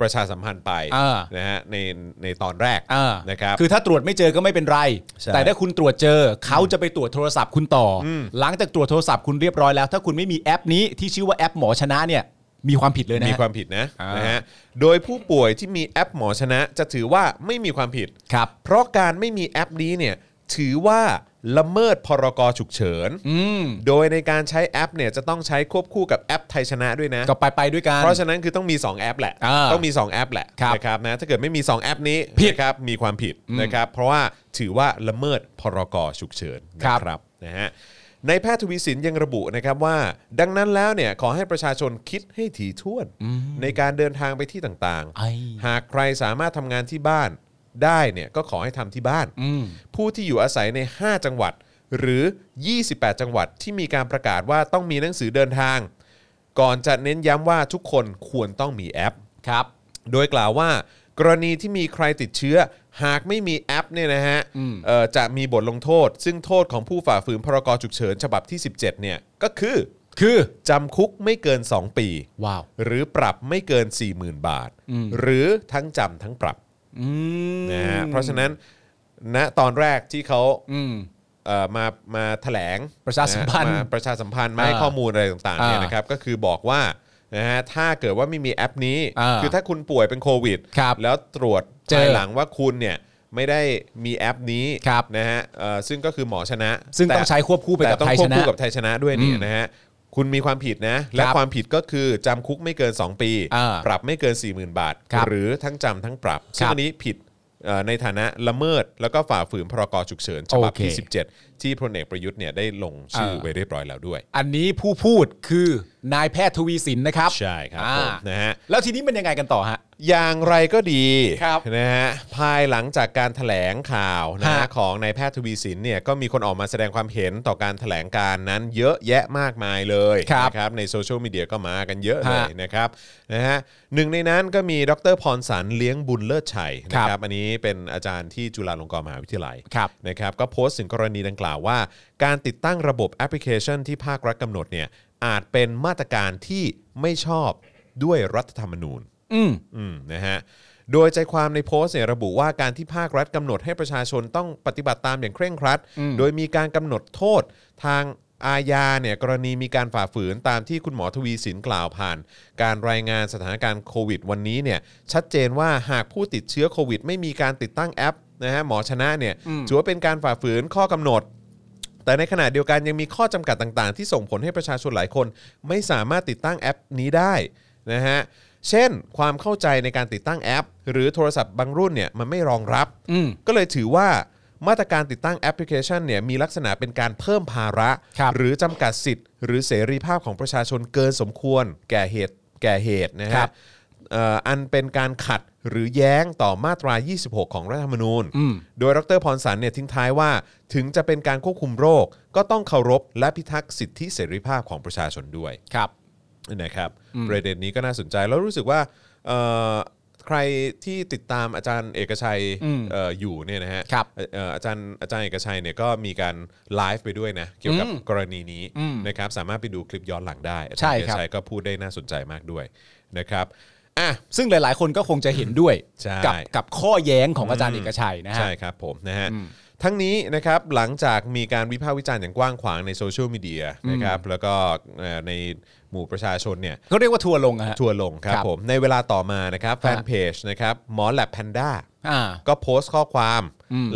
B: ประชาสัมพันธ์ไป
C: เออ
B: นะฮะในในตอนแรก
C: อ่า
B: นะครับ
C: คือถ้าตรวจไม่เจอก็ไม่เป็นไร
B: ใช่
C: แต่ถ้าคุณตรวจเจอเขาจะไปตรวจโทรศัพท์คุณต่ออหลังจากตรวจโทรศัพท์คุณเรียบร้อยแล้ว ถ้าคุณไม่มีแอปนี้ที่ชื่อว่าแอปหมอชนะเนี่ย มีความผิดเลยนะ
B: มีความผิดนะ
C: อ่าน
B: นะฮะโดยผู้ป่วยที่มีแอปหมอชนะจะถือว่าไม่มีความผิด
C: ครับ
B: เพราะการไม่มีแอปนี้เนี่ยถือว่าละเมิดพรกฉุกเฉิน
C: อืม
B: โดยในการใช้แอปเนี่ยจะต้องใช้ควบคู่กับแอปไทยชนะด้วยนะ
C: ก็ไปไปด้วยกัน
B: เพราะฉะนั้นคือต้องมี 2 แอปแหละ
C: อ่า
B: ต้องมี 2 แอปแหละ
C: ครับ
B: นะครับนะถ้าเกิดไม่มี 2 แอปนี้
C: ผิด
B: นะครับมีความผิดนะครับ เพราะว่าถือว่าละเมิดพรกฉุกเฉินนะครับ ครับนะฮะในแพทย์ทวีสินยังระบุนะครับว่า ดังนั้นแล้วเนี่ยขอให้ประชาชนคิดให้ถี่ถ้วน ในการเดินทางไปที่ต่าง
C: ไอ้
B: ๆ หากใครสามารถทำงานที่บ้านได้เนี่ยก็ขอให้ทำที่บ้าน
C: อืม
B: ผู้ที่อยู่อาศัยใน 5 จังหวัด หรือ 28 จังหวัดที่มีการประกาศว่าต้องมีหนังสือเดินทาง ก่อนจะเน้นย้ำว่าทุกคนควรต้องมีแอป
C: ครับ
B: โดยกล่าวว่า กรณีที่มีใครติดเชื้อ หากไม่มีแอปเนี่ยนะฮะ
C: อืม
B: เอ่อจะมีบทลงโทษ ซึ่งโทษของผู้ฝ่าฝืนพรกฉุกเฉินฉบับที่ 17 เนี่ย ก็คือ
C: คือ
B: จำคุกไม่เกิน 2 ปี
C: ว้าว
B: หรือปรับไม่เกิน 40,000 บาท หรือทั้งจำทั้งปรับ
C: อืม
B: นะฮะเพราะฉะนั้นณตอนแรกที่เขา
C: อืม
B: เอ่อมามาถแถลง
C: ประชาสัมพันธ์
B: ะฮะมาประชาสัมพันธ์มาให้
C: อ่า
B: ข้อมูลอะไรต่างๆเนี่ย
C: อ่าน
B: นะครับก็คือบอกว่านะฮะถ้าเกิดว่าไม่มีแอปนี้
C: อ่า
B: คือถ้าคุณป่วยเป็นโควิด
C: ครับ
B: แล้วตรวจ
C: เจอ
B: ภายหลังว่าคุณเนี่ยไม่ได้มีแอปนี้
C: ครับ
B: นะฮะเอ่อซึ่งก็คือหมอชนะ
C: ซึ่งต้องใช้ควบคู่ไปกับ
B: แต่ต้อง
C: ไทย
B: คว
C: ช
B: บ
C: นะ
B: คู่กับไทยชนะด้วยเนี่ย
C: อืม
B: นะฮะคุณมีความผิดนะ และ
C: ครับ
B: ความผิดก็คือจำคุกไม่เกิน 2 ปี
C: อ่า
B: ปรับไม่เกิน 40,000 บาท
C: ครับ
B: หรือทั้งจำทั้งปรับ
C: ค
B: ซึ่
C: รับ
B: งอันนี้ผิดเอ่อในฐานะละเมิด แล้วก็ฝ่าฝืนพรกฉุกเฉินฉบับ
C: โอเค
B: ที่17 7ที่พลเอกประยุทธ์เนี่ยได้ลงชื่อ
C: เออ
B: ไว้เรียบร้อยแล้วด้วย
C: อันนี้ผู้พูดคือนายแพทย์ทวีสินนะครับ
B: ใช่ครับ
C: อ่า
B: ผมนะฮะ
C: แล้วทีนี้มันยังไงกันต่อฮะ
B: อย่างไรก็ดี
C: ครับ
B: นะฮะภายหลังจากการแถลงข่าวนะฮะ
C: ฮะ
B: ของนายแพทย์ทวีสินเนี่ยก็มีคนออกมาแสดงความเห็นต่อการแถลงการนั้นเยอะแยะมากมายเลย
C: ครับ
B: นะครับในโซเชียลมีเดียก็มากันเยอะ
C: ฮะ
B: เลยนะครับนะฮะหนึ่งในนั้นก็มีดรพรสารเลี้ยงบุญเลิศชัยนะ
C: ค
B: ค
C: รั
B: รับบ อันนี้เป็นอาจารย์ที่จุฬาลงกรณ์มหาวิทยาลัย
C: ครับ
B: นะครับก็โพสต์ถึงกรณีดังกล่าวว่า การติดตั้งระบบแอปพลิเคชันที่ภาครัฐกำหนดเนี่ยอาจเป็นมาตรการที่ไม่ชอบด้วยรัฐธรรมนูญ อืมนะฮะ โดยใจความในโพสต์เนี่ยระบุว่าการที่ภาครัฐกำหนดให้ประชาชนต้องปฏิบัติตามอย่างเคร่งครัด โดยมีการกำหนดโทษทางอาญาเนี่ยกรณีมีการฝ่าฝืนตามที่คุณหมอทวีสินกล่าวผ่าน การรายงานสถานการณ์โควิดวันนี้เนี่ยชัดเจนว่าหากผู้ติดเชื้อโควิด ไม่มีการติดตั้งแอปนะฮะหมอชนะเนี่ยถือว่าเป็นการฝ่าฝืนข้อกำหนด แต่ในขณะเดียวกันยังมีข้อจำกัดต่างๆ ที่ส่งผลให้ประชาชนหลายคน ไม่สามารถติดตั้งแอปนี้ได้นะฮะ เช่น ความเข้าใจในการติดตั้งแอป หรือโทรศัพท์บางรุ่นเนี่ยมันไม่รองรับ
C: อืม
B: ก็เลยถือว่ามาตรการติดตั้งแอปพลิเคชันเนี่ยมีลักษณะเป็นการเพิ่มภาระ
C: ครับ
B: หรือจำกัดสิทธิ์ หรือเสรีภาพของประชาชนเกินสมควร แก่เหตุแก่เหตุนะ
C: ครั
B: ฮะ
C: บ
B: เอ่ออันเป็นการขัดหรือแย้งต่อมาตรา 26 ของรัฐธรรมนูญ
C: อืม
B: โดยดรพรสันเนี่ยทิ้งท้ายว่าถึงจะเป็นการควบคุมโรค ก็ต้องเคารพและพิทักษ์สิทธิเสรีภาพของประชาชนด้วย
C: ครับ
B: นะครับประเด็นนี้ก็น่าสนใจแล้วรู้สึกว่าเอ่อใครที่ติดตามอาจารย์เอกชัย
C: อืม
B: เอออยู่เนี่ยนะฮะ
C: ครับ
B: เอ่อเอ่ออาจารย์อาจารย์เอกชัยเนี่ยก็มีการไลฟ์ไปด้วยนะเกี่ยวกับ
C: อืม
B: กรณีนี้นะครับสามารถไปดูคลิปย้อนหลังได้อา
C: ใช่
B: จาร
C: ครับ
B: ย์เอกชัยก็พูดได้น่าสนใจมากด้วยนะครับ อ่ะ
C: ซึ่งหลาย ๆ คนก็คงจะเห็นด้วย
B: ใช่
C: กักับข้อแย้งของอาจารย์เอกชัยนะฮะ
B: ใช่ครับผมนะฮะทั้งนี้นะครับหลังจากมีการวิพากษ์วิจารณ์อย่างกว้างขวางในโซเชียลมีเดียนะครับแล้วก็เอ่อในหมู่ประชาชนเนี่ย
C: เขาเรียกว่าทัวร์ลงอะฮะ
B: ทัวร์ลงครับ
C: ครับ
B: ผมในเวลาต่อมานะครับแฟน
C: ฮะ
B: เพจนะครับหมอแลบแพนด้า
C: อ่า
B: ก็โพสต์ข้อความ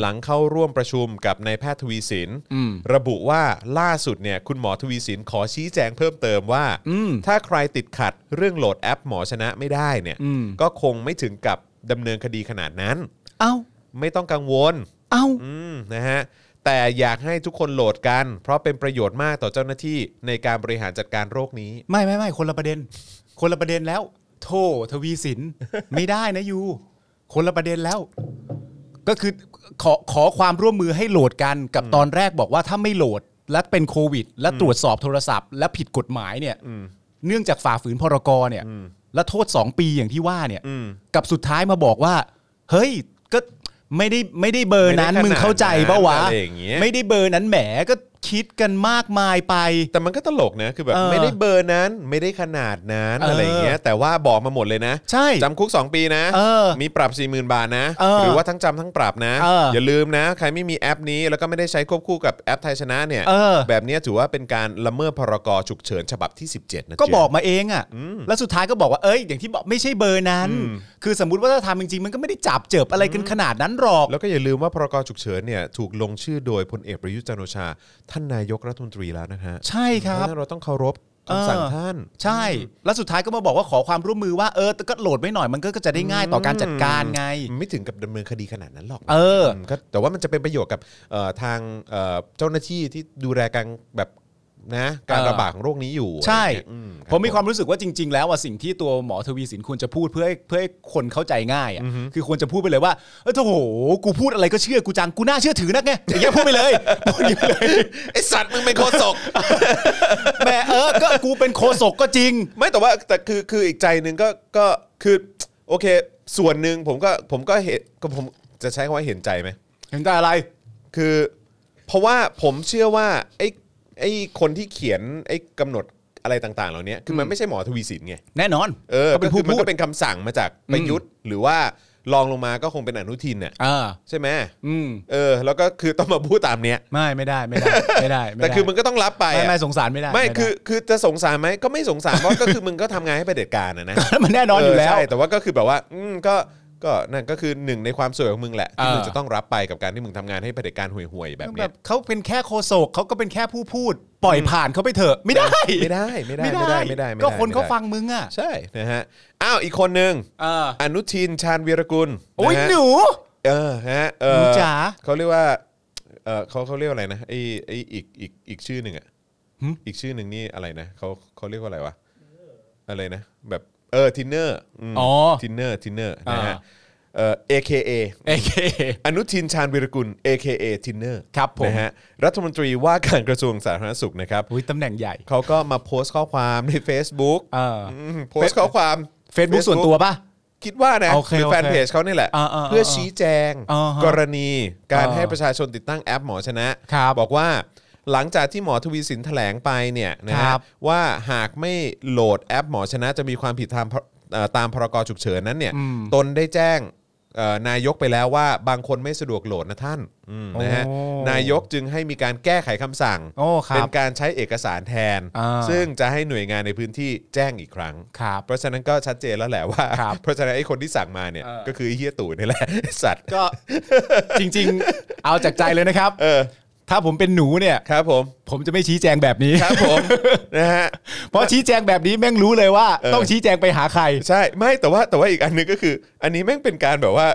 B: หลังเข้าร่วมประชุมกับนายแพทย์ทวีสิน
C: อืม
B: ระบุว่าล่าสุดเนี่ยคุณหมอทวีสินขอชี้แจงเพิ่มเติมว่า
C: อืม
B: ถ้าใครติดขัดเรื่องโหลดแอปหมอชนะไม่ได้เนี่ย
C: อืม
B: ก็คงไม่ถึงกับดำเนินคดีขนาดนั้น
C: เอ้า
B: ไม่ต้องกังวล
C: เอ้า
B: อืมนะฮะแต่อยากให้ทุกคนโหลดกัน เพราะเป็นประโยชน์มากต่อเจ้าหน้าที่ในการบริหารจัดการโรคนี้
C: ไม่ไม่ไม่คนละประเด็น คนละประเด็นแล้ว โททวีสิน ไม่ได้นะยูคนละประเด็นแล้ว ก็คือขอขอความร่วมมือให้โหลดกันกับตอนแรกบอกว่าถ้าไม่โหลดและเป็นโควิด และตรวจสอบโทรศัพท์ และผิดกฎหมายเนี่ยเนื่องจากฝ่าฝืนพรกรเนี่ย และโทษ 2 ปีอย่างที่ว่าเนี่ย
B: อืม
C: กับสุดท้ายมาบอกว่า เฮ้ยก็ไม่ได้ไม่ได้เบอร์นั้น
B: ไม่ได้ขนาด
C: มึงเข้าใจปะวะ
B: นั้นอะไรอย่างเงี้ย
C: ไม่ได้เบอร์นั้นแหมก็คิดกันมากมายไป
B: แต่มันก็ตลกนะคือแบบ
C: เออ
B: ไม่ได้เบอร์นั้นไม่ได้ขนาดนั้น
C: เอออ
B: อะไรอย่างเงี้ยแต่ว่าบอกมาหมดเลยนะ
C: ใช่
B: จำคุก 2 ปีนะ
C: เออ
B: มีปรับ 4 0,000 บาทนะ
C: เออ
B: หรือว่าทั้งจำทั้งปรับนะ
C: เออ
B: อย่าลืมนะ ใครไม่มีแอปนี้แล้วก็ไม่ได้ใช้ควบคู่กับแอปไทยชนะเนี่ย
C: เออ
B: แบบเนี้ยถือว่าเป็นการละเมิดพรกฉุกเฉินฉบับที่ 17 นะ
C: ก็
B: เจ๊
C: บอกมาเองอะ่ะ แล้วสุดท้ายก็บอกว่า เอ้ย อย่างที่บอกไม่ใช่เบอร์นั้น คือสมมติว่าถ้าทำจริงๆ มันก็ไม่ได้จับเจบอะไรกันขนาดนั้นหรอก
B: แล้วก็อย่าลืมว่าพรกฉุกเฉินเนี่ยถูกลงชื่อโดยพลเอกประยุทธ์จันทร์โอชา ท่านนายกรัฐมนตรีแล้วนะฮะ
C: ใช่ครับ
B: เพาะฉะนั้นเราต้องเคารพคำสั่ง
C: เออ
B: ท่าน
C: ใช่ แล้วสุดท้ายก็มาบอกว่าขอความร่วมมือว่า เออ ก็โหลดไว้หน่อย มันก็จะได้ง่ายต่อการจัดการไง
B: ไม่ถึงกับดำเนินคดีขนาดนั้นหรอก
C: เออ
B: มก็แต่ว่ามันจะเป็นประโยชน์กับเอ่อทางเอ่อเจ้าหน้าที่ที่ดูแลการแบบนะการ
C: เออ
B: ระบาดของโรคนี้อยู่
C: ใช่
B: อะไรอย่างเงี้ยอืรับ
C: ผมมีความรู้สึกว่าจริง ๆ แล้วอ่ะสิ่งที่ตัวหมอทวีสินควรจะพูดเพื่อให้เพื่อให้คนเข้าใจง่ายอ่ะคือควรจะพูดไปเลยว่าเออโถโหกูพูดอะไรก็เชื่อกูจังกูน่าเชื่อถือนักไงอย่างเงี้ยพูดไป เลยพูดอย่างนี้ไปเลย
B: ไอสัตว์มึงเป็นโค ศก
C: แหมเออก็กูเป็นโคศกก็จริง
B: ไม่แต่ว่าแต่คือคืออีกใจหนึ่งก็ก็คือโอเค ส่วนหนึ่งผมก็ผมก็เห็นก็ผมจะใช้คำว่าเห็นใจไหม
C: เห็นใจอะไร
B: คือเพราะว่าผมเชื่อว่าไอ้ไอ้คนที่เขียนไอ้กำหนดอะไรต่างๆ เหล่านี้คือมันไม่ใช่หมอทวีสินไง
C: แน่นอน
B: เออ
C: ก็เป็น
B: ก็
C: ผู้
B: คือมัน
C: พูด
B: ก็เป็นคำสั่งมาจากประยุทธ์ หรือว่ารองลงมาก็คงเป็นอนุทินเนี่ย
C: อ่า
B: ใช่ไหม
C: อืม
B: เออ แล้วก็คือต้องมาพูดตามเนี้ย
C: ไม่ไม่ได้ไม่ได้ ไม่ได้
B: แต่คือมึงก็ต้องรับไป
C: ไม่
B: อะ
C: ไม่สงสารไม่ได้
B: ไม่
C: ด้
B: คือ คือจะสงสารไหมก็ไม่สงสารเพราะ ก็คือมึงก็ทำงานให้ประเผด็จการนะนะ
C: มันแน่นอนอยู่แล้ว
B: เใช่แต่ว่าก็คือแบบว่าอืมก็ก็นั่นก็คือหนึ่งในความสวยของมึงแหละที่
C: เออ
B: มึงจะต้องรับไปกับการที่มึงทำงานให้ประเผด็จการห่วยๆแบบ
C: แบ
B: เนี้ย
C: บเขาเป็นแค่โคศกเขาก็เป็นแค่ผู้พูด ปล่อยผ่านเขาไปเถอะไม่ได้
B: ไม่ได้ไม่ได้ไม่ได้ไม่ได้ไม่ได้
C: ก็คนเขา
B: ไม่ได้
C: ฟังมึงอ่ะ
B: ใช่นะฮะอ้าวอีกคนหนึ่ง
C: เออ
B: อนุทินชาญวีรกุล
C: โอ้ย
B: ะฮะ
C: หนู
B: เออฮะเออ
C: หนูจ๋า
B: เขาเรียกว่าเออเขาเขาเรียกว่าอะไรนะไอไออีกอีกอีกชื่อหนึ่งอ่ะ
C: หึ
B: อีกชื่อหนึ่งนี่อะไรนะเขาเขาเรียกว่าอะไรวะอะไรนะ แบบเออทินเนอร์
C: อ๋อ
B: ทินเนอร์ทินเนอร์นะฮะ
C: อ่า
B: เออ AKA
C: เอเค
B: อนุทินชาญวิรกุล AKA ทินเนอร์
C: ครับผม
B: นะฮะรัฐมนตรีว่าการกระทรวงสาธารณสุขนะครับ
C: อุ้ยตำแหน่งใหญ่
B: เขาก็มาโพสต์ข้อความใน Facebook
C: เออ
B: มโพสต์ข้อความ
C: เฟซบุ๊กส่วนตัวป่ะ
B: คิดว่านะ
C: โอเค
B: หรือ
C: โอเค
B: แฟนเพจเขานี่แหละ
C: อ่าอ่า
B: เพื่อชี้แจง
C: อ่าฮะ
B: กรณีการ
C: อ่า
B: ให้ประชาชนติดตั้งแอปหมอชนะ
C: ครับ
B: บอกว่าหลังจากที่หมอทวีสินแถลงไปเนี่ยนะ
C: ค
B: ฮะ
C: รับ
B: ว่าหากไม่โหลดแอปหมอชนะจะมีความผิดตามพเอ่อตามพรกฉุกเฉินนั้นเนี่ย
C: อืม
B: ตนได้แจ้งเอ่อนายกไปแล้วว่าบางคนไม่สะดวกโหลดนะท่านอืมนะฮะ
C: โอ้
B: นายกจึงให้มีการแก้ไขคำสั่ง
C: โอ้ครับ
B: เป็นการใช้เอกสารแทน
C: อ่า
B: ซึ่งจะให้หน่วยงานในพื้นที่แจ้งอีกครั้ง
C: ครับ
B: เพราะฉะนั้นก็ชัดเจนแล้วแหละว่า
C: ครับ
B: เพราะฉะนั้นไอ้คนที่สั่งมาเนี่ย
C: เออ
B: ก็คือไอ้เฮียตู่นี่แหละ สัตว์
C: ก็ จริง ๆ เอาจากใจเลยนะครับ
B: เออ
C: ถ้าผมเป็นหนูเนี่ย
B: ครับผม
C: ผมจะไม่ชี้แจงแบบนี้
B: ครับ ผม นะฮะ
C: เพราะชี้แจงแบบนี้แม่งรู้เลยว่า
B: เออ
C: ต้องชี้แจงไปหาใคร
B: ใช่ไม่แต่ว่าแต่ว่าอีกอันหนึงก็คือ อันนี้แม่งเป็นการแบบว่า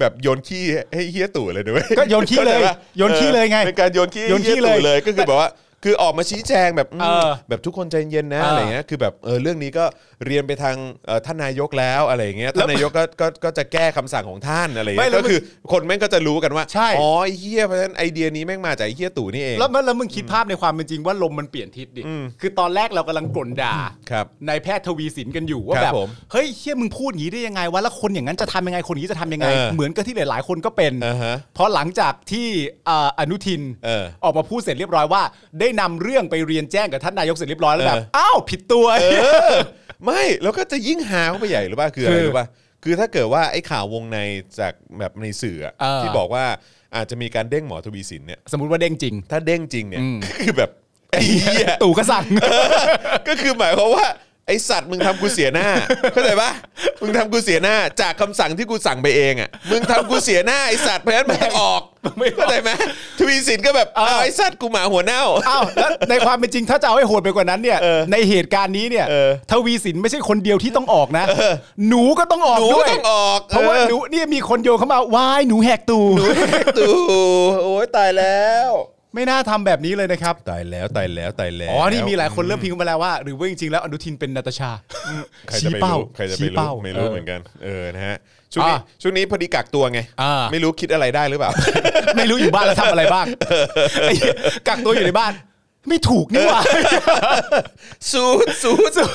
B: แบบโยนขี้ให้เฮียตู่เลยด้วย
C: ก็โยนขี้เลย
B: ข้าใจปะ
C: โยนขี้เลยไง
B: ออเป็นการโยนขี้ให้
C: โยนขี้
B: เฮียตู่
C: เลย
B: เลยก็คือแบบว่า คือออกมาชี้แจงแบบอืม
C: เออ
B: แบบทุกคนใจเย็นนะ
C: เอออ
B: อะไรเงี้ยคือแบบเออเรื่องนี้ก็เรียนไปทางเอ่อท่านนายกแล้วอะไรอย่างเงี้ยท่านนายกก็ก็ก็จะแก้คำสั่งของท่านอะไร
C: ไม่
B: เงี้ย
C: แล้ว
B: ก็คือคนแม่งก็จะรู้กันว่า
C: ใช่
B: อ๋อไอ้เฮียเพราะฉะนั้นไอเดียนี้แม่งมาจากไอ้เฮียตู่นี่เอง
C: แล้วแล้วแล้วมึงคิดภาพในความเป็นจริงว่าลมมันเปลี่ยนทิศดิ คือตอนแรกเรากำลังกล่นด่า
B: ครับ
C: นายแพทย์ทวีสินกันอยู่ว่า
B: ครับ
C: แบบ
B: ผม
C: เฮ้ยเฮียมึงพูดอย่างนี้ได้ยังไงวะแล้วคนอย่างนั้นจะทำยังไงคนอย่างนี้จะทำยังไง
B: เออ
C: เหมือนกับที่หลาย ๆ คนก็เป็น
B: อ่าฮะ
C: เพราะหลังจากที่เอ่ออนุทิน
B: เออ
C: ออกมาพูดเสร็จเรียบร้อยว่า ได้นำเรื่องไปเรียนแจ้งกับท่านนายกเสร็จเรียบร้อยแล้วแบบ
B: เออ
C: อ้าวผิดตัว
B: เออ ไม่แล้วก็จะยิ่งหาเข้าไปใหญ่หรือป่ะคืออะไร
C: คือ
B: หรือป่ะคือถ้าเกิดว่าไอ้ข่าววงในจากแบบในสื่ออะ
C: เออ
B: ที่บอกว่าอาจจะมีการเด้งหมอทวีสินเนี่ย
C: สมมติว่าเด้งจริง
B: ถ้าเด้งจริงเนี่ย
C: อืม
B: คือแบบไอ้เหี้ย
C: ตู่ก็สั่ง
B: ก็คือหมายความว่าไอสัตว์มึงทำกูเสียหน้า เข้าใจปะมึงทำกูเสียหน้าจากคำสั่งที่กูสั่งไปเองอ่ะมึงทำกูเสียหน้าไอสัตว์เพราะฉะนั้นมึงต้องออก
C: ไม่ออก
B: เข้าใจไหมทวีสินก็แบบ
C: เออ
B: เอาไอสัตว์กูหมาหัวเน่า
C: อ้าวแล้วในความเป็นจริงถ้าจะเอาให้โหดไปกว่านั้นเนี่ย
B: เออ
C: ในเหตุการณ์นี้เนี่ย
B: เออ
C: ทวีสินไม่ใช่คนเดียวที่ต้องออกนะ หนูก็ต้องออ
B: ห
C: ก
B: นู
C: ด้วย
B: ต้องออก
C: เพราะว่า
B: ออ
C: หนูเนี่ยมีคนโยงเข้ามาวายหนูแหกตู
B: ตูโอ้ยตายแล้ว
C: ไม่น่าทำแบบนี้เลยนะครับ
B: ตายแล้วตายแล้วตายแล้ว
C: อ๋อ นี่มีหลายคนเริ่มพิมพ์มาแล้วว่า หรือว่าจริงๆ แล้วอนุทินเป็นนาตาชา
B: ใครจะไปรู้ใครจะไปรู้ไม่รู้เหมือนกัน เออ นะฮะ ช่วงนี้
C: อ่ะ
B: ช่วงนี้พอดีกักตัวไง
C: อ่า
B: ไม่รู้คิดอะไรได้หรือเปล่า
C: ไม่รู้อยู่บ้านแล้วทำอะไรบ้างไอ้เหี้ยกักตัวอยู่ในบ้าน ไม่ถูกนี่หว่า
B: สูดสูดสู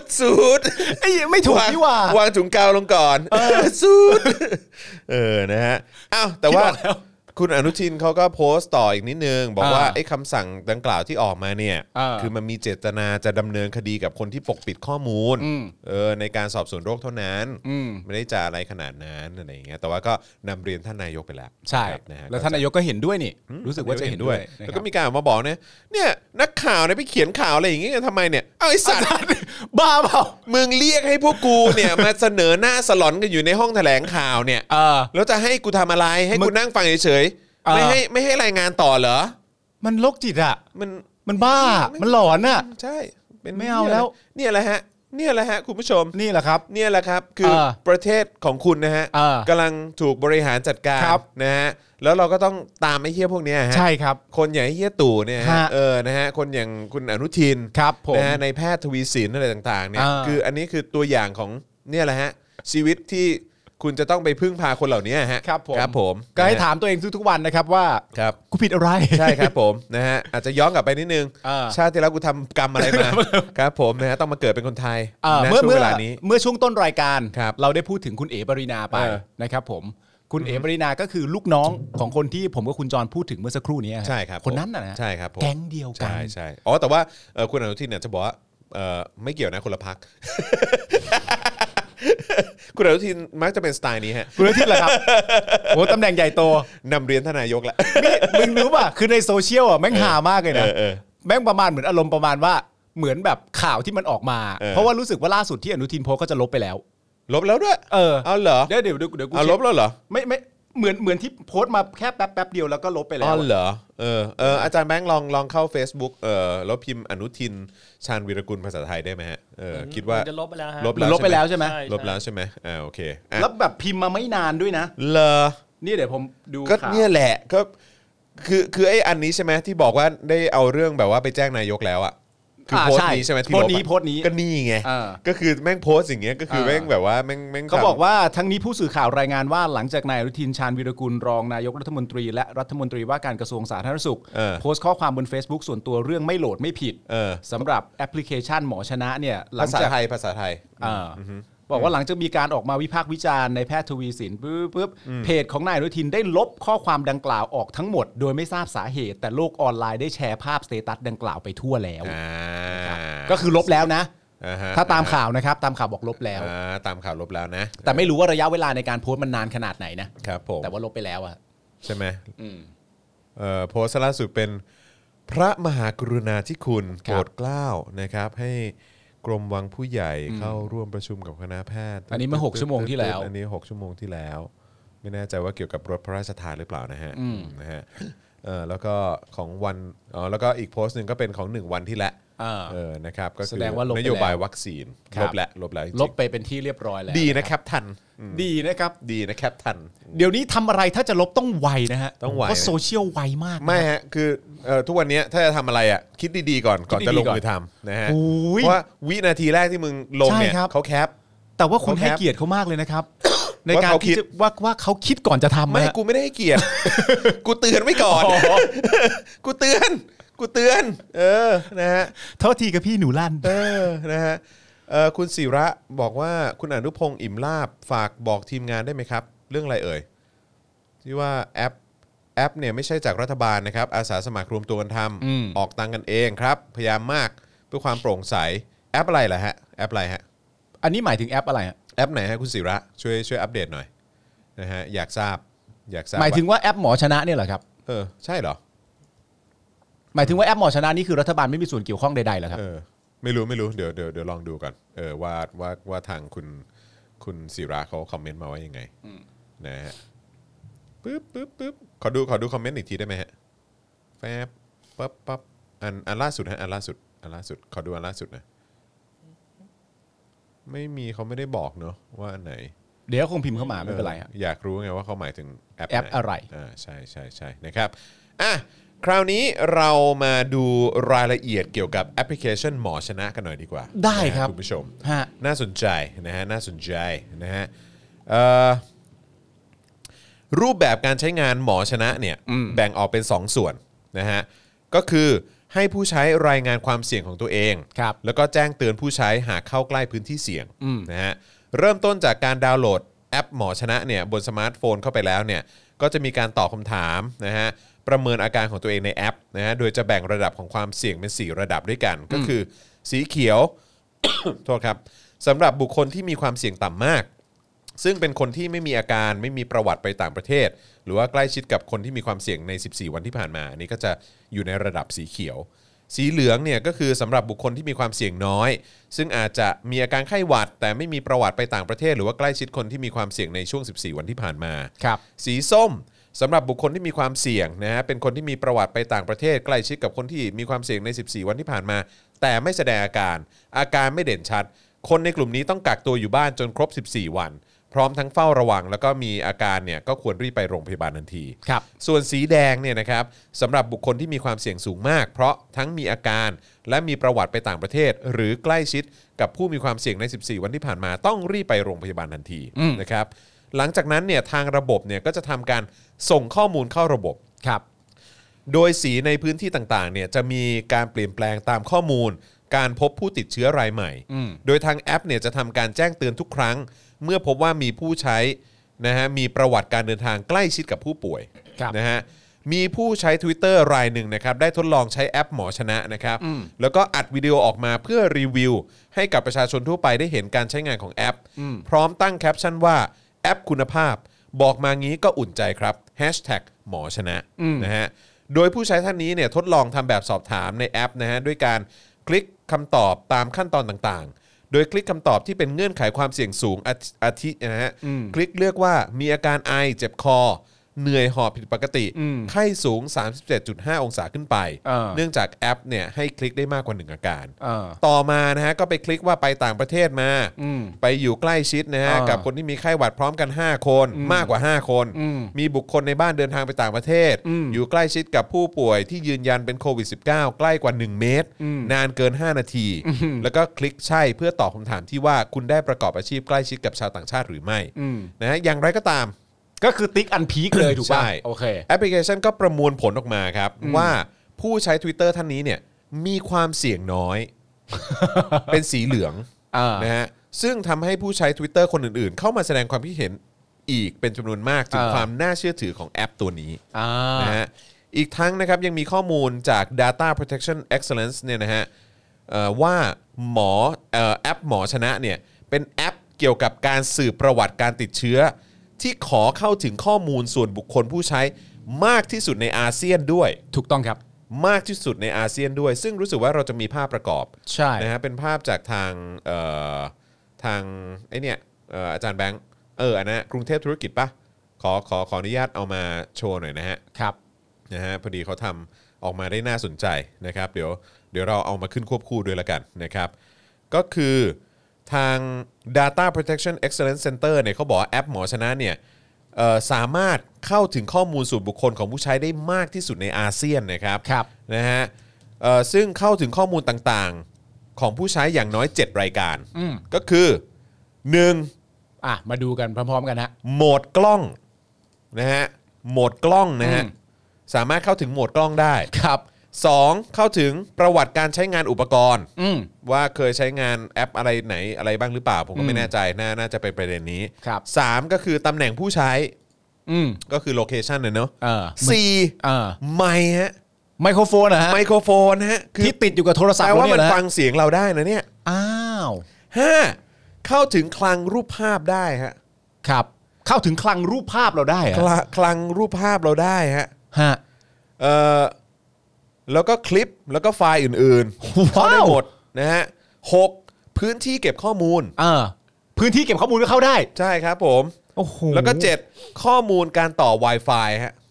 B: ดสูด
C: ไอ้เหี้ยไม่ถูก
B: วาง
C: นี่หว่า
B: วางถุงกาวลงก่อน สูด เออ นะฮะ อ้าว แต่ว่า
C: คิดออกแล้ว
B: คุณอนุทินเขาก็โพสต์ต่ออีกนิดนึง บอกว่า
C: อ่า
B: ไอ้คำสั่งดังกล่าวที่ออกมาเนี่ย
C: อ่า
B: คือมันมีเจตนาจะดำเนินคดีกับคนที่ปกปิดข้อมูล
C: อืม
B: เออ ในการสอบสวนโรคเท่านั้น
C: อืม
B: ไม่ได้จะอะไรขนาดนั้นอะไรอย่างเงี้ยแต่ว่าก็นำเรียนท่านนายกไปแล้ว
C: ใช่
B: ครับนะฮะ
C: แล้วท่านนายกก็เห็นด้วยนี่ รู้สึกว่าจะเห็นด้วย
B: แล้วก็มีการออกมาบอกเนี่ยเนี่ยนักข่าวเนี่ยไปเขียนข่าวอะไรอย่างเงี้ยทำไมเนี่ยเอาไอ้สัตว์
C: บ้าเปล่า
B: มึงเรียกให้พวกกูเนี่ย มาเสนอหน้าสลอนกันอยู่ในห้องแถลงข่าวเนี่ย
C: เออ
B: แล้วจะให้กูทำอะไรให้
C: มึ
B: กู
C: ง
B: นั่งฟังเฉย
C: เอ
B: ๆ
C: อ
B: ไม่ให้ไม่ให้รายงานต่อเหรอ
C: มันโรคจิตอ่ะ
B: มัน
C: มันบ้า มันหลอนอ่ะ
B: ใช่ป็น
C: ไม่เอาแล้ว
B: เนี่ยแหละฮะเนี่ยแหละฮะคุณผู้ชม
C: นี่แหละครับ
B: เนี่ยแหละครับ คือ
C: เออ
B: ประเทศของคุณนะฮะ
C: เออก
B: ำลังถูกบริหารจัดการ
C: ครับ
B: นะฮะแล้วเราก็ต้องตามไอ้เหี้ยพวกเนี้ยฮะ
C: ใช่ครับ
B: คนอย่างไอ้เหี้ยตู่เนี่ยฮะ
C: ฮะ
B: เออนะฮะคนอย่างคุณอนุทิน
C: ครับผม
B: นะฮะในแพทย์ทวีสินอะไรต่างๆเนี่ย
C: เออ
B: คืออันนี้คือตัวอย่างของเนี่ยแหละฮะชีวิตที่คุณจะต้องไปพึ่งพาคนเหล่านี้ฮะ
C: ครับผม
B: ครับผม
C: ก็ให้
B: นะฮะ
C: ถามตัวเองทุกๆวันนะครับว่า
B: ครับ
C: กูผิดอะไร
B: ใช่ครับผม นะฮะอาจจะย้อนกลับไปนิดนึง
C: เออ
B: ชาติที่แล้วกูทำกรรมอะไร มาครับผมนะฮะต้องมาเกิดเป็นคนไทย
C: เอ่อ
B: นะ
C: เมื่อ
B: ช่ว
C: เมื่
B: ง
C: อ
B: เวลานี้
C: เมื่อช่วงต้นรายการ
B: ครับ
C: เราได้พูดถึงคุณเอ๋ปรินาไป
B: เออ
C: นะครับผมคุณเอ๋ปรินาก็คือลูกน้องของคนที่ผมกับคุณจรพูดถึงเมื่อสักครู่นี้ฮะ
B: ใช่ครับ
C: คนนั้นนะนะ
B: ใช่ครับผม
C: แก๊งเดียวกั
B: ใช่
C: น
B: ใช่อ๋อแต่ว่าเอ่อคุณอนุทินเนี่ยจะบอกว่าเอ่อไม่เกี่ยวนะคนละพัก คุณอนุทินมักจะเป็นสไตล์นี้ฮะ
C: คุณอาทิตย์เหรอครับ โอ้ตำแหน่งให ญ่โต
B: นำเรียนทานนายกแหละ
C: มึงรู้ป่ะคือในโซเชียลอ่ะแม่งหามากเลยนะ
B: เออเออ
C: แม่งประมาณเหมือนอารมณ์ประมาณว่าเหมือนแบบข่าวที่มันออกมา
B: เออ
C: เพราะว่ารู้สึกว่าล่าสุดที่อนุทินโพสต์ก็จะลบไปแล้ว
B: ลบแล้วด้วย
C: เออ
B: เอาเหรอ
C: เดี๋ยวเดี๋ยวเดี๋ยวเดี๋ยวกู
B: เอาล
C: เช็
B: บ
C: ค
B: แล้วเหรอ
C: ไม่ไม่เหมือนเหมือนที่โพสต์มาแค่แป๊บแป๊บเดียวแล้วก็ลบไปแล้
B: อ๋อ
C: ว
B: เหรอเออเอออาจารย์แบงค์ลองลองเข้า Facebook เออแล้วพิมพ์อนุทินชาญวีรกุลภาษาไทยได้ไหมฮะเออคิดว่า
D: มันจะลบไปแล้วฮะ
B: ลบ
C: มันลบไปแล้วใช่ไหม
D: ใช่
B: ลบแล้วใช่ไหมอ่าโอเคอ่ะ
C: แล้วแบบพิมพ์มาไม่นานด้วยนะ
B: เหรอ
C: นี่เดี๋ยวผมดู
B: ก็
C: ข่าว
B: เนี่ยแหละก็คือคือไอ้อันนี้ใช่ไหมที่บอกว่าได้เอาเรื่องแบบว่าไปแจ้งนายกแล้วอ่ะคืออา โพส
C: ใช่
B: ต์นี้ใช่ไหมที่
C: โพสต์
B: ลบอะ
C: นี้โพสต์นี้
B: ก็นี่ไง
C: เออ
B: ก็คือแม่งโพสต์อย่างเงี้ยก็คือ
C: เออ
B: แม่งแบบว่าแม่งแม่ง
C: เขา
B: ทำ
C: บอกว่าทั้งนี้ผู้สื่อข่าวรายงานว่าหลังจากนายอนุทินชาญวิรกุลรองนายกรัฐมนตรี และรัฐมนตรีว่าการกระทรวงสาธารณสุข
B: เออ
C: โพสต์ข้อความบน Facebook ส่วนตัวเรื่องไม่โหลดไม่ผิด
B: เออ
C: สำหรับแอปพลิเคชันหมอชนะเนี่ยหลั
B: ภาง ษา
C: จาก
B: ไทยภาษาไทย
C: เอออบอกว่าหลังจากมีการออกมาวิพากษ์วิจารณ์ในแพทย์ทวีสินปุ๊บปุ๊บเพจของนายอนุทินได้ลบข้อความดังกล่าวออกทั้งหมด โดยไม่ทราบสาเหตุ แต่โลกออนไลน์ได้แชร์ภาพสเตตัสดังกล่าวไปทั่วแล้ว
B: อ่า
C: ก็คือลบแล้วนะ
B: อ่ฮะ
C: ถ้าตามข่าวนะครับ ตามข่าวบอกลบแล้ว
B: อ่าตามข่าวลบแล้วนะ
C: แต่ไม่รู้ว่าระยะเวลาในการโพสต์มันนานขนาดไหนนะ
B: ครับผม
C: แต่ว่าลบไปแล้วอะ
B: ใช่ไหมเอ่อโพสต์ล่าสุดเป็นพระมหากรุณาธิคุณโปรดเกล้านะครับ ให้กรมวังผู้ใหญ่เข้าร่วมประชุมกับคณะแพทย์
C: อันนี้เมื่อหกชั่วโมงที่แล้ว
B: อันนี้ 6 ชั่วโมงที่แล้ว ไม่แน่ใจว่าเกี่ยวกับรถพระราชทานหรือเปล่านะฮะนะฮะเออแล้วก็ของวันอ๋อแล้วก็อีกโพสต์หนึ่งก็เป็นของ 1 วันที่แล้ว
C: อ่า
B: เออนะครับก็คือ
C: แสดงว่าลบไป
B: น
C: แล้ว
B: โยบายวัคซีน
C: ครั
B: ล
C: บ
B: บแล้วลบแล้วจริงๆ
C: ลบไปเป็นที่เรียบร้อยแล้ว
B: ดีนะครับทันอืม
C: ดีนะครับ
B: ดีนะครับทัน
C: เดี๋ยวนี้ทำอะไรถ้าจะลบต้องไวนะฮะ
B: ต้องไว
C: เพราะโซเชียลไวมากนะ
B: ไม่ฮะคือเอ่อทุกวันเนี้ยถ้าจะทำอะไรอ่ะคิดดีๆก่อนก่อน
C: คิด
B: จะ
C: ดีๆ
B: ลง
C: ก่อน
B: มือทำนะฮะ
C: โอ้ย
B: เพราะว่าวินาทีแรกที่มึงลงเนี่ย
C: ใช่ครับ
B: เขาแคป
C: แต่ว่าคุณ
B: เขาแคป
C: ให้เกียรติเขามากเลยนะครับ ใน
B: ว่า
C: การ
B: เขาคิ
C: ที่
B: ด
C: จะว่าว่าเขาคิดก่อนจะทำ
B: ไม่
C: นะฮะ
B: กูไม่ได้ให้เกีย รติ กูเตือนไว้ก่อน
C: อ๋อ
B: กูเตือน กูเตือน เออ นะฮะ
C: โทษทีกับพี่หนูลั่น
B: เออ นะฮะเอ่อคุณศิระบอกว่าคุณอนุพงศ์อิ่มลาบฝากบอกทีมงานได้ไหมครับ เรื่องอะไรเอ่ย ที่ว่าแอปแอปเนี่ยไม่ใช่จากรัฐบาลนะครับ อาสาสมัครรวมตัวกันท
C: อืม
B: ำออกตังค์กันเองครับ พยายามมากเพื่อความโปร่งใส แอปอะไรล่ะฮะ แอปอะไรฮะ
C: อันนี้หมายถึงแอปอะไรฮะ
B: แอปไหนฮะคุณศิระช่วยช่วยอัปเดตหน่อยนะฮะอยากทราบอยากทราบ
C: หมายถึงว่าแอปหมอชนะเนี่ยเหรอครับ
B: เออใช่เหรอ
C: หมายถึงว่าแอปหมอชนะนี่คือรัฐบาลไม่มีส่วนเกี่ยวข้องใดๆเหรอครับ
B: เออไม่รู้ไม่รู้เดี๋ยวเดี๋ยวเดี๋ยวลองดูก่อนเออว่าว่าว่าทางคุณคุณศิระเขาคอมเมนต์มาว่ายังไงนะฮะปึ๊บปึ๊บปึ๊บขอดูขอดูคอมเมนต์อีกทีได้ไหมฮะแฟบปั๊บปั๊บอันอันล่าสุดฮะอันล่าสุดอันล่าสุดขอดูอันล่าสุดนะไม่มีเขาไม่ได้บอกเนาะว่าอันไหน
C: เดี๋ยวคงพิมพ์เข้ามาไม่เป็นไรครับ
B: อออยากรู้ไงว่าเขาหมายถึงแอป
C: แอป
B: หน
C: อะไร
B: อ่าใช่ใช่ใช่นะครับอ่ะคราวนี้เรามาดูรายละเอียดเกี่ยวกับแอปพลิเคชันหมอชนะกันหน่อยดีกว่า
C: ได้ครับ
B: นะคุณผู้ชม
C: ฮะ
B: น่าสนใจนะฮะน่าสนใจนะฮะเอ่อรูปแบบการใช้งานหมอชนะเนี่ยแบ่งออกเป็น 2 ส่วนนะฮะก็คือให้ผู้ใช้รายงานความเสี่ยงของตัวเอง
C: ครับ
B: แล้วก็แจ้งเตือนผู้ใช้หากเข้าใกล้พื้นที่เสี่ยงนะฮะเริ่มต้นจากการดาวน์โหลดแอปหมอชนะเนี่ยบนสมาร์ทโฟนเข้าไปแล้วเนี่ยก็จะมีการตอบคำถามนะฮะประเมินอาการของตัวเองในแอปนะฮะโดยจะแบ่งระดับของความเสี่ยงเป็น 4 ระดับด้วยกัน ก็คือสีเขียว โทษครับสำหรับบุคคลที่มีความเสี่ยงต่ำมาก ซึ่งเป็นคนที่ไม่มีอาการไม่มีประวัติไปต่างประเทศ หรือว่าใกล้ชิดกับคนที่มีความเสี่ยงใน 14 วันที่ผ่านมาอันนี้ก็จะอยู่ในระดับสีเขียว สีเหลืองเนี่ยก็คือสำหรับบุคคลที่มีความเสี่ยงน้อย ซึ่งอาจจะมีอาการไข้หวัด แต่ไม่มีประวัติไปต่างประเทศ หรือว่าใกล้ชิดคนที่มีความเสี่ยงในช่วง 14 วันที่ผ่านมา
C: ครับ
B: สีส้มสำหรับบุคคลที่มีความเสี่ยงนะฮะเป็นคนที่มีประวัติไปต่างประเทศ ใกล้ชิดกับคนที่มีความเสี่ยงใน 14 วันที่ผ่านมา แต่ไม่แสดงอาการ อาการไม่เด่นชัด คนในกลุ่มนี้ต้องกักตัวอยู่บ้านจนครบ 14 วัน พร้อมทั้งเฝ้าระวัง แล้วก็มีอาการเนี่ยก็ควรรีบไปโรงพยาบาลทันที
C: ครับ
B: ส่วนสีแดงเนี่ยนะครับสำหรับบุคคลที่มีความเสี่ยงสูงมาก เพราะทั้งมีอาการและมีประวัติไปต่างประเทศ หรือใกล้ชิดกับผู้มีความเสี่ยงใน 14 วันที่ผ่านมา ต้องรีบไปโรงพยาบาลทันทีนะครับหลังจากนั้นเนี่ยทางระบบเนี่ยก็จะทำการส่งข้อมูลเข้าระบบ
C: ครับ
B: โดยสีในพื้นที่ต่างๆ เนี่ยจะมีการเปลี่ยนแปลงตามข้อมูล การพบผู้ติดเชื้อรายใหม่ โดยทางแอปเนี่ยจะทำการแจ้งเตือนทุกครั้ง เมื่อพบว่ามีผู้ใช้นะฮะมีประวัติการเดินทางใกล้ชิดกับผู้ป่วย
C: ครับ
B: นะฮะมีผู้ใช้ Twitter รายหนึ่งนะครับได้ทดลองใช้แอปหมอชนะนะครับแล้วก็อัดวิดีโอออกมาเพื่อรีวิว ให้กับประชาชนทั่วไปได้เห็นการใช้งานของแอป พร้อมตั้งแคปชั่นว่าแอปคุณภาพ บอกมางี้ก็อุ่นใจครับ Hashtag หมอชนะนะฮะ โดยผู้ใช้ท่านนี้เนี่ยทดลองทำแบบสอบถามในแอปนะฮะด้วยการคลิกคำตอบตามขั้นตอนต่างๆ โดยคลิกคำตอบที่เป็นเงื่อนไขความเสี่ยงสูงอาทิอาทินะฮะคลิกเลือกว่ามีอาการไอเจ็บคอ เหนื่อยหอบผิดปกติ ไข้สูง 37.5 องศาขึ้นไป
C: เออ
B: เนื่องจากแอปเนี่ยให้คลิกได้มากกว่า 1 อาการ
C: เออ
B: ต่อมานะฮะก็ไปคลิกว่าไปต่างประเทศมา ไปอยู่ใกล้ชิดนะฮะ
C: อ่ากั
B: กับคนที่มีไข้หวัดพร้อมกัน 5 คนมากกว่า 5 คน มีบุคคลในบ้านเดินทางไปต่างประเทศ อยู่ใกล้ชิดกับผู้ป่วยที่ยืนยันเป็นโควิด -19 ใกล้กว่า 1 เมตร นานเกิน 5 นาที แล้วก็คลิกใช่เพื่อตอบคำถามที่ว่าคุณได้ประกอบอาชีพใกล้ชิดกับชาวต่างชาติหรือไม่
C: อืม
B: นะฮะอย่างไรก็ตาม
C: ก็คือติ๊กอันพีคเลยถูกป่ะ
B: ใช่
C: โอเค
B: แอปพลิเคชันก็ประมวลผลออกมาครับ ว่าผู้ใช้ Twitter ท่านนี้เนี่ยมีความเสี่ยงน้อย เป็นสีเหลือง
C: อ่าน
B: นะฮะซึ่งทำให้ผู้ใช้ Twitter คนอื่นๆ เข้ามาแสดงความคิดเห็นอีกเป็นจำนวนมาก ถึง
C: อ่า
B: ความน่าเชื่อถือของแอปตัวนี้
C: อ่า
B: นะฮะอีกทั้งนะครับยังมีข้อมูลจาก Data Protection Excellence เนี่ยนะฮะเอ่อว่าหมอเออแอปหมอชนะเนี่ยเป็นแอปเกี่ยวกับการสืบประวัติการติดเชื้อ ที่ขอเข้าถึงข้อมูลส่วนบุคคลผู้ใช้มากที่สุดในอาเซียนด้วย
C: ถูกต้องครับ
B: มากที่สุดในอาเซียนด้วย ซึ่งรู้สึกว่าเราจะมีภาพประกอบ
C: ใช่
B: นะฮะเป็นภาพจากทางเอ่อทางไอเนี่ยเอ่ออาจารย์แบงค์เอออันนะกรุงเทพธุรกิจปะขอขอขออนุญาตเอามาโชว์หน่อยนะฮะ
C: ครับ
B: นะฮะพอดีเขาทำออกมาได้น่าสนใจนะครับเดี๋ยวเดี๋ยวเราเอามาขึ้นควบคู่ด้วยละกันนะครับก็คือทาง Data Protection Excellence Center เนี่ยเขาบอกว่าแอปหมอชนะเนี่ยเอ่อสามารถเข้าถึงข้อมูลส่วนบุคคลของผู้ใช้ได้มากที่สุดในอาเซียนนะครับ
C: ครับ
B: นะฮะเอ่อซึ่งเข้าถึงข้อมูลต่างๆของผู้ใช้อย่างน้อย 7 รายการ ก็คือ 1.
C: อ่ะ มาดูกันพร้อมๆกันฮะ
B: โหมดกล้องนะฮะโหมดกล้องนะฮะ
C: อืม
B: สามารถเข้าถึงโหมดกล้องได้
C: ครับ
B: 2. เข้าถึงประวัติการใช้งานอุปกรณ์
C: อืม
B: ว่าเคยใช้งานแอปอะไรไหนอะไรบ้างหรือเปล่า ผมก็ไม่แน่ใจน่าน่าจะเป็นประเด็นนี้
C: ครับ
B: 3. ก็คือตำแหน่งผู้ใช้
C: อืม
B: ก็คือโลเคชันน่ะเนอะ
C: เออ
B: สี่
C: เออ
B: ไมค์ฮะ
C: ไมโครโฟนนะฮะ
B: ไมโครโฟนฮะคือ
C: ที่ติดอยู่กับโทรศัพ
B: แป
C: ท์
B: ลว่า
C: เข
B: มัน
C: เยะฮะ
B: ฟังเสียงเราได้นะเนี่ย
C: อ้าว
B: 5. เข้าถึงคลังรูปภาพได้ฮะ
C: ครับ เข้าถึงคลังรูปภาพเราได้เหร
B: ค
C: อ
B: ละคลังรูปภาพเราได้ฮะ
C: ฮะ
B: เอ่อแล้วก็คลิปแล้วก็ไฟล์อื่นๆเข้าได้หมดนะฮะหกพื้นที่เก็บข้อมูล
C: เออพื้นที่เก็บข้อมูลก็เข้าได้
B: ใช่ครับผม
C: โอ้โห
B: แล้วก็ 7 ข้อมูลการต่อ Wi-Fi ฮะ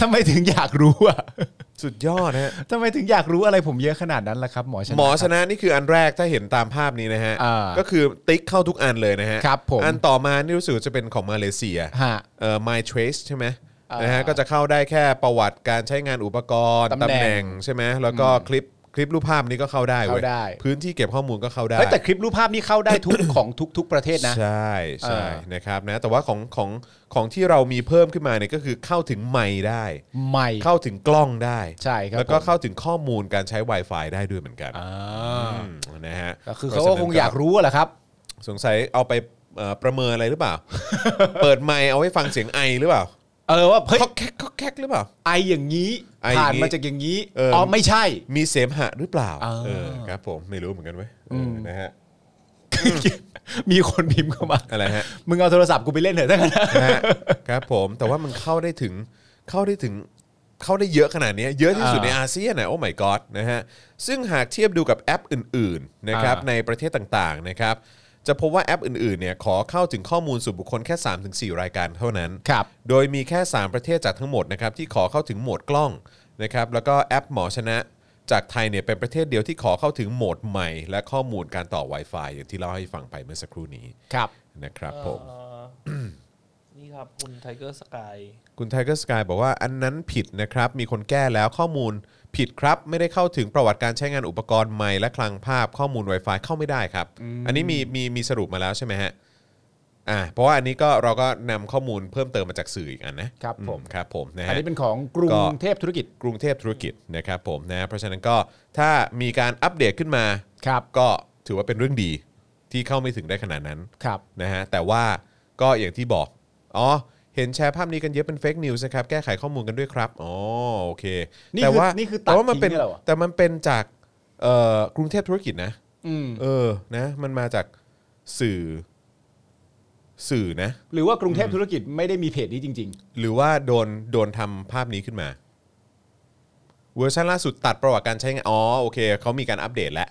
C: ทำไมถึงอยากรู้อะ
B: สุดยอดฮะ
C: ทำไมถึงอยากรู้อะไรผมเยอะขนาดนั้นล่ะครับ หมอชนะ
B: หมอชนะนี่คืออันแรกถ้าเห็นตามภาพนี้นะฮะ
C: อ่า
B: ก็คือติ๊กเข้าทุกอันเลยนะฮะ
C: ครับผม
B: อันต่อมานี่รู้สึกจะเป็นของมาเลเซีย
C: ฮะ
B: เอ่อ My Trace ใช่ไหม
C: อ่าน
B: นะฮะก็จะเข้าได้แค่ประวัติการใช้งานอุปกรณ์
C: ตำแหน่ง
B: ใช่ไหมแล้วก็คลิปคลิปรูปภาพนี้ก็เข้าได้เว้ย
C: เข้าได้
B: พื้นที่เก็บข้อมูลก็เข้าได้
C: เฮ้ยแต่คลิปรูปภาพนี่ เข้าได้ทุก ของทุก ๆ ประเทศนะ
B: ใช่ใช่
C: เออ
B: นะครับนะแต่ว่าของของของที่เรามีเพิ่มขึ้นมาเนี่ยก็คือเข้าถึงไมค์ได้
C: ใหม่
B: เข้าถึงกล้องได้
C: ใช่ครับ
B: แล้วก็
C: ผม
B: เข้าถึงข้อมูลการใช้ Wi-Fi ได้ด้วยเหมือนกัน
C: อ่า
B: อืมนะฮะ
C: ก็คือเขาก็คงอยากรู้อะแหละครับ
B: สงสัยเอาไปเอ่อประเมินอะไรหรือเปล่า เปิดไมค์เอาไว้ฟังเสียงไอหรือเปล่า
C: เออว่าเฮ้ย
B: เขาแคกเขาแคกหรือเปล่า
C: ไออย่างนี้
B: ไออย่างนี้
C: ผ่านมาจากอย่างนี้
B: เอออ๋
C: อ๋อไม่ใช่
B: มีเสมหะหรือเปล่า
C: อ่า
B: เออครับผมไม่รู้เหมือนกันเว้ยเอออนะฮะ
C: มีคนพิมพ์เข้ามา
B: อะไรฮะ
C: มึงเอาโทรศัพท์กูไปเล่นเถอะทั้างนั้นนะ
B: นะฮะครับผมแต่ว่ามันเข้าได้ถึงเข้าได้ถึงเข้าได้เยอะขนาดนี้เยอะที่สุดในอาเซียนนะโอ้ my god นะฮะซึ่งหากเทียบดูกับแอปอื่นๆนะครับในประเทศต่างๆนะครับจะพบว่าแอปอื่นๆเนี่ยขอเข้าถึงข้อมูลส่วนบุคคลแค่ 3-4 รายการเท่านั้น
C: ครับ
B: โดยมีแค่ 3 ประเทศจากทั้งหมดนะครับที่ขอเข้าถึงโหมดกล้องนะครับแล้วก็แอปหมอชนะจากไทยเนี่ยเป็นประเทศเดียวที่ขอเข้าถึงโหมดใหม่ และข้อมูลการต่อ Wi-Fi อย่างที่เล่าให้ฟังไปเมื่อสักครู่นี้
C: ครับ
B: นะครับผม
D: เอ่อนี่ครับคุณไทเกอร์สกาย
B: คุณไทเกอร์สกายบอกว่าอันนั้นผิดนะครับ มีคนแก้แล้วข้อมูลผิดครับ ไม่ได้เข้าถึงประวัติการใช้งานอุปกรณ์ใหม่และคลังภาพข้อมูล Wi-Fi เข้าไม่ได้ครับ อันนี้มีมีมีสรุปมาแล้วใช่ไหมฮะอ่าเพราะว่าอันนี้ก็เราก็นำข้อมูลเพิ่มเติมมาจากสื่ออีกอันนะครับ
C: ผม
B: อืครับผมนะ
C: อัน
B: ฮะ
C: นี้เป็นของกรุ
B: ก็
C: งเทพธุรกิจ
B: กรุงเทพธุรกิจนะครับผมนะเพราะฉะนั้นก็ถ้ามีการอัปเดตขึ้นมา
C: ครับ
B: ก็ถือว่าเป็นเรื่องดีที่เข้าไม่ถึงได้ขนาดนั้น
C: ครับ
B: นะฮะแต่ว่าก็อย่างที่บอก อ๋อ เห็นแชร์ภาพนี้กันเยอะเป็นเฟกนิวส์นะครับ แก้ไขข้อมูลกันด้วยครับ อ๋อ โอเค
C: นี่
B: แต่
C: คือ
B: ว่า
C: นี่คือตัด
B: แต่ว่ามันเป็น
C: ทิ้งเนี่ยเหรอ
B: แต่มันเป็นจากเอ่อกรุงเทพธุรกิจนะ
C: อืม
B: เออนะมันมาจากสื่อสื่อนะ
C: หรือว่ากรุงเทพธุรกิจไม่ได้มีเพจนี้จริง
B: หรือว่าโดนโดนทำภาพนี้ขึ้นมา เวอร์ชันล่าสุดตัดประวัติการใช้งานอ๋อโอเคเขามีการอัปเดตแล้ว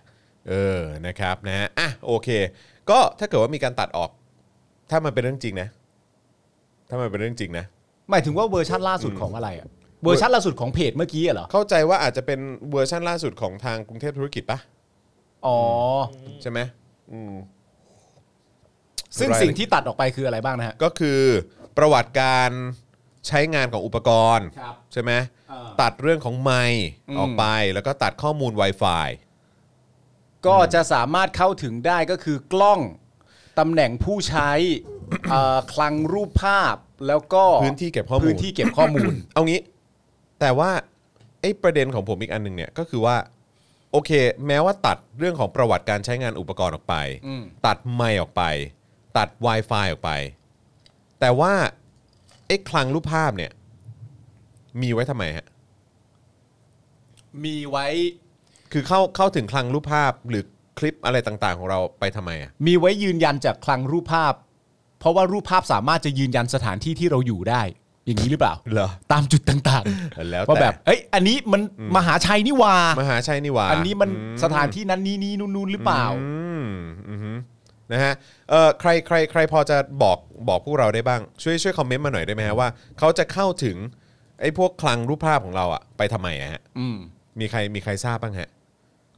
B: เออนะครับนะฮะอ่ะโอเค ก็ถ้าเกิดว่ามีการตัดออก ถ้ามันเป็นเรื่องจริงนะ ถ้ามันเป็นเรื่องจริงนะ
C: ๆ หมายถึงว่าเวอร์ชันล่าสุดของอะไรอะเวอร์ชันล่าสุดของเพจเมื่อกี้อะเหรอ
B: เข้าใจว่าอาจจะเป็นเวอร์ชันล่าสุดของทางกรุงเทพธุรกิจปะ
C: อ๋อ
B: ใช่ไหมอืม
C: ซึ่ง
B: รายละเอียด
C: สิ่งที่ตัดออกไปคืออะไรบ้างนะฮะ
B: ก็คือประวัติการใช้งานของอุปกรณ์
C: ครับ
B: ใช่ไหม
C: เออ
B: ตัดเรื่องของไมค์
C: อืม
B: ออกไปแล้วก็ตัดข้อมูล Wi-Fi
C: ก็จะสามารถเข้าถึงได้ก็คือกล้องตำแหน่งผู้ใช้ เอ่อคลังรูปภาพแล้วก็
B: พื้นที่เก็บข้อมูล
C: พื้นที่เก็บข้อมู ล
B: เอางี้ แต่ว่าไอ้ประเด็นของผมอีกอันหนึ่งเนี่ยก็คือว่า โอเค แม้ว่าตัดเรื่องของประวัติการใช้งานอุปกรณ์ออกไป
C: อืม
B: ตัดไมค์ออกไป ตัด Wi-Fi ออกไป แต่ว่าไอ้คลังรูปภาพเนี่ย มีไว้ทำไมฮะ
C: มีไว้
B: คือเข้าเข้าถึงคลังรูปภาพหรือคลิปอะไรต่างๆ ของเราไปทำไมอ่ะ
C: มีไว้ยืนยันจากคลังรูปภาพ เพราะว่ารูปภาพสามารถจะยืนยันสถานที่ที่เราอยู่ได้ อย่างนี้หรือเปล่า
B: เหรอ
C: ตามจุดต่าง
B: แล้วแต่
C: ว่าแบบเอ้ยอันนี้มันมหาชัยนี่หวาม
B: หาชัยนิวา
C: อันนี้มันสถานที่นั้นนี่นี่นู่นนู่นหรือเปล่า
B: อืมอือฮึนะฮะเอ่อใครใครใครพอจะบอกบอกพวกเราได้บ้าง ช่วยช่วยคอมเมนต์มาหน่อยได้ไหมฮะว่าเขาจะเข้าถึงไอ้พวกคลังรูปภาพของเราอ่ะไปทำไมอะฮะ
C: อืม
B: มีใครมีใครทราบบ้างฮะ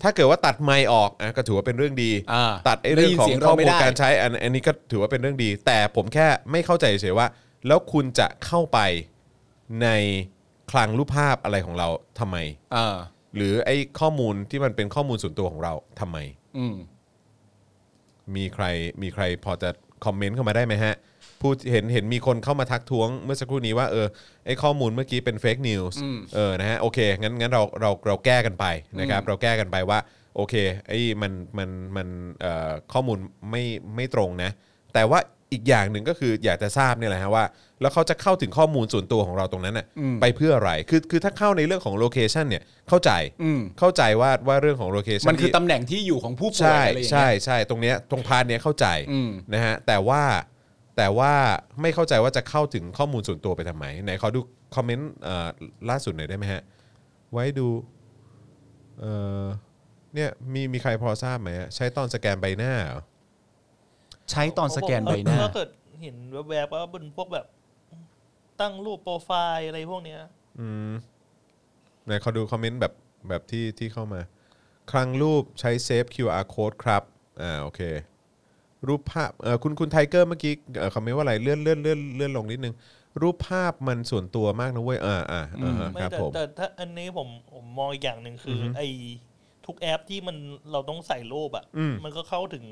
B: ถ้าเกิดว่าตัดไมค์ออกอ่ะก็ถือว่าเป็นเรื่องดี
C: อ่า
B: ตัดไอ้เรื่องขอ
C: ได้ยิน
B: ง
C: เสียง
B: ข้
C: เรา
B: อ
C: ไม่
B: มูล
C: ได้
B: การใช้อันอันนี้ก็ถือว่าเป็นเรื่องดี แต่ผมแค่ไม่เข้าใจเฉยๆว่า แล้วคุณจะเข้าไปในคลังรูปภาพอะไรของเราทำไม
C: เออ
B: หรือไอ้ข้อมูลที่มันเป็นข้อมูลส่วนตัวของเราทำไม
C: อืม
B: มีใครมีใครพอจะคอมเมนต์เข้ามาได้ไหมฮะพูดเห็นเห็นมีคนเข้ามาทักท้วงเมื่อสักครู่นี้ว่าเออไอ้ข้อมูลเมื่อกี้เป็นเฟกนิวส์
C: อืม
B: เออนะฮะโอเคงั้นงั้นเราเราเราแก้กันไปนะครับ เราแก้กันไปว่าโอเคไอ้มันมันมันเอ่อข้อมูลไม่ไม่ตรงนะ แต่ว่า อีกอย่างหนึ่งก็คืออยากจะทราบเนี่ยแหละฮะว่า แล้วเขาจะเข้าถึงข้อมูลส่วนตัวของเราตรงนั้นน่ะไปเพื่ออะไรคือคือถ้าเข้าในเรื่องของโลเคชันเนี่ยเข้าใจ
C: อืม
B: เข้าใจว่าว่าเรื่องของโลเคชัน
C: มันคือตำแหน่งที่อยู่ของผู้ป่วย
B: ใช่
C: อะไรอย่าง
B: ใช่
C: เงี้ย
B: ใช่ตรงเนี้ยตรงพาร์ทเนี้ยเข้าใจ
C: อืม
B: นะฮะแต่ว่าแต่ว่าไม่เข้าใจว่าจะเข้าถึงข้อมูลส่วนตัวไปทำไมไหนขอดูคอมเมนต์เอ่อล่าสุดหน่อยได้ไหมฮะ ไว้ดูเอ่อเนี่ยมีมีใครพอทราบไหมฮะใช้ตอนสแกนใบหน้าเหรอ
C: ใช้ตอนสแกนใบหน้า
D: ถ้าเกิดเห็นแวบๆว่าบนพวกแบบ ตั้งรูปโปรไฟล์อะไรพวกเนี้ย
B: อืมไหนขอดูคอมเมนต์แบบแบบที่ที่เข้ามา ครั้งรูปใช้เซฟ QR code ครับอ่าโอเค รูปภาพเออคุณคุณไทเกอร์เมื่อกี้เอ่อคอมเมนต์ว่าอะไรเลื่อนเลื่อนเลื่อนเลื่อนลงนิดนึง รูปภาพมันส่วนตัวมากนะเว้ยอ่าอ่าอ่าฮะ
D: ไม่
B: ครับ
D: แต่
B: ผม
D: แต่ถ้าอันนี้ผมผมมองอีกอย่างหนึ่งคืออไอ้ทุกแอปที่มันเราต้องใส่รูปอ่ะ
B: อืม
D: มันก็เข้าถึง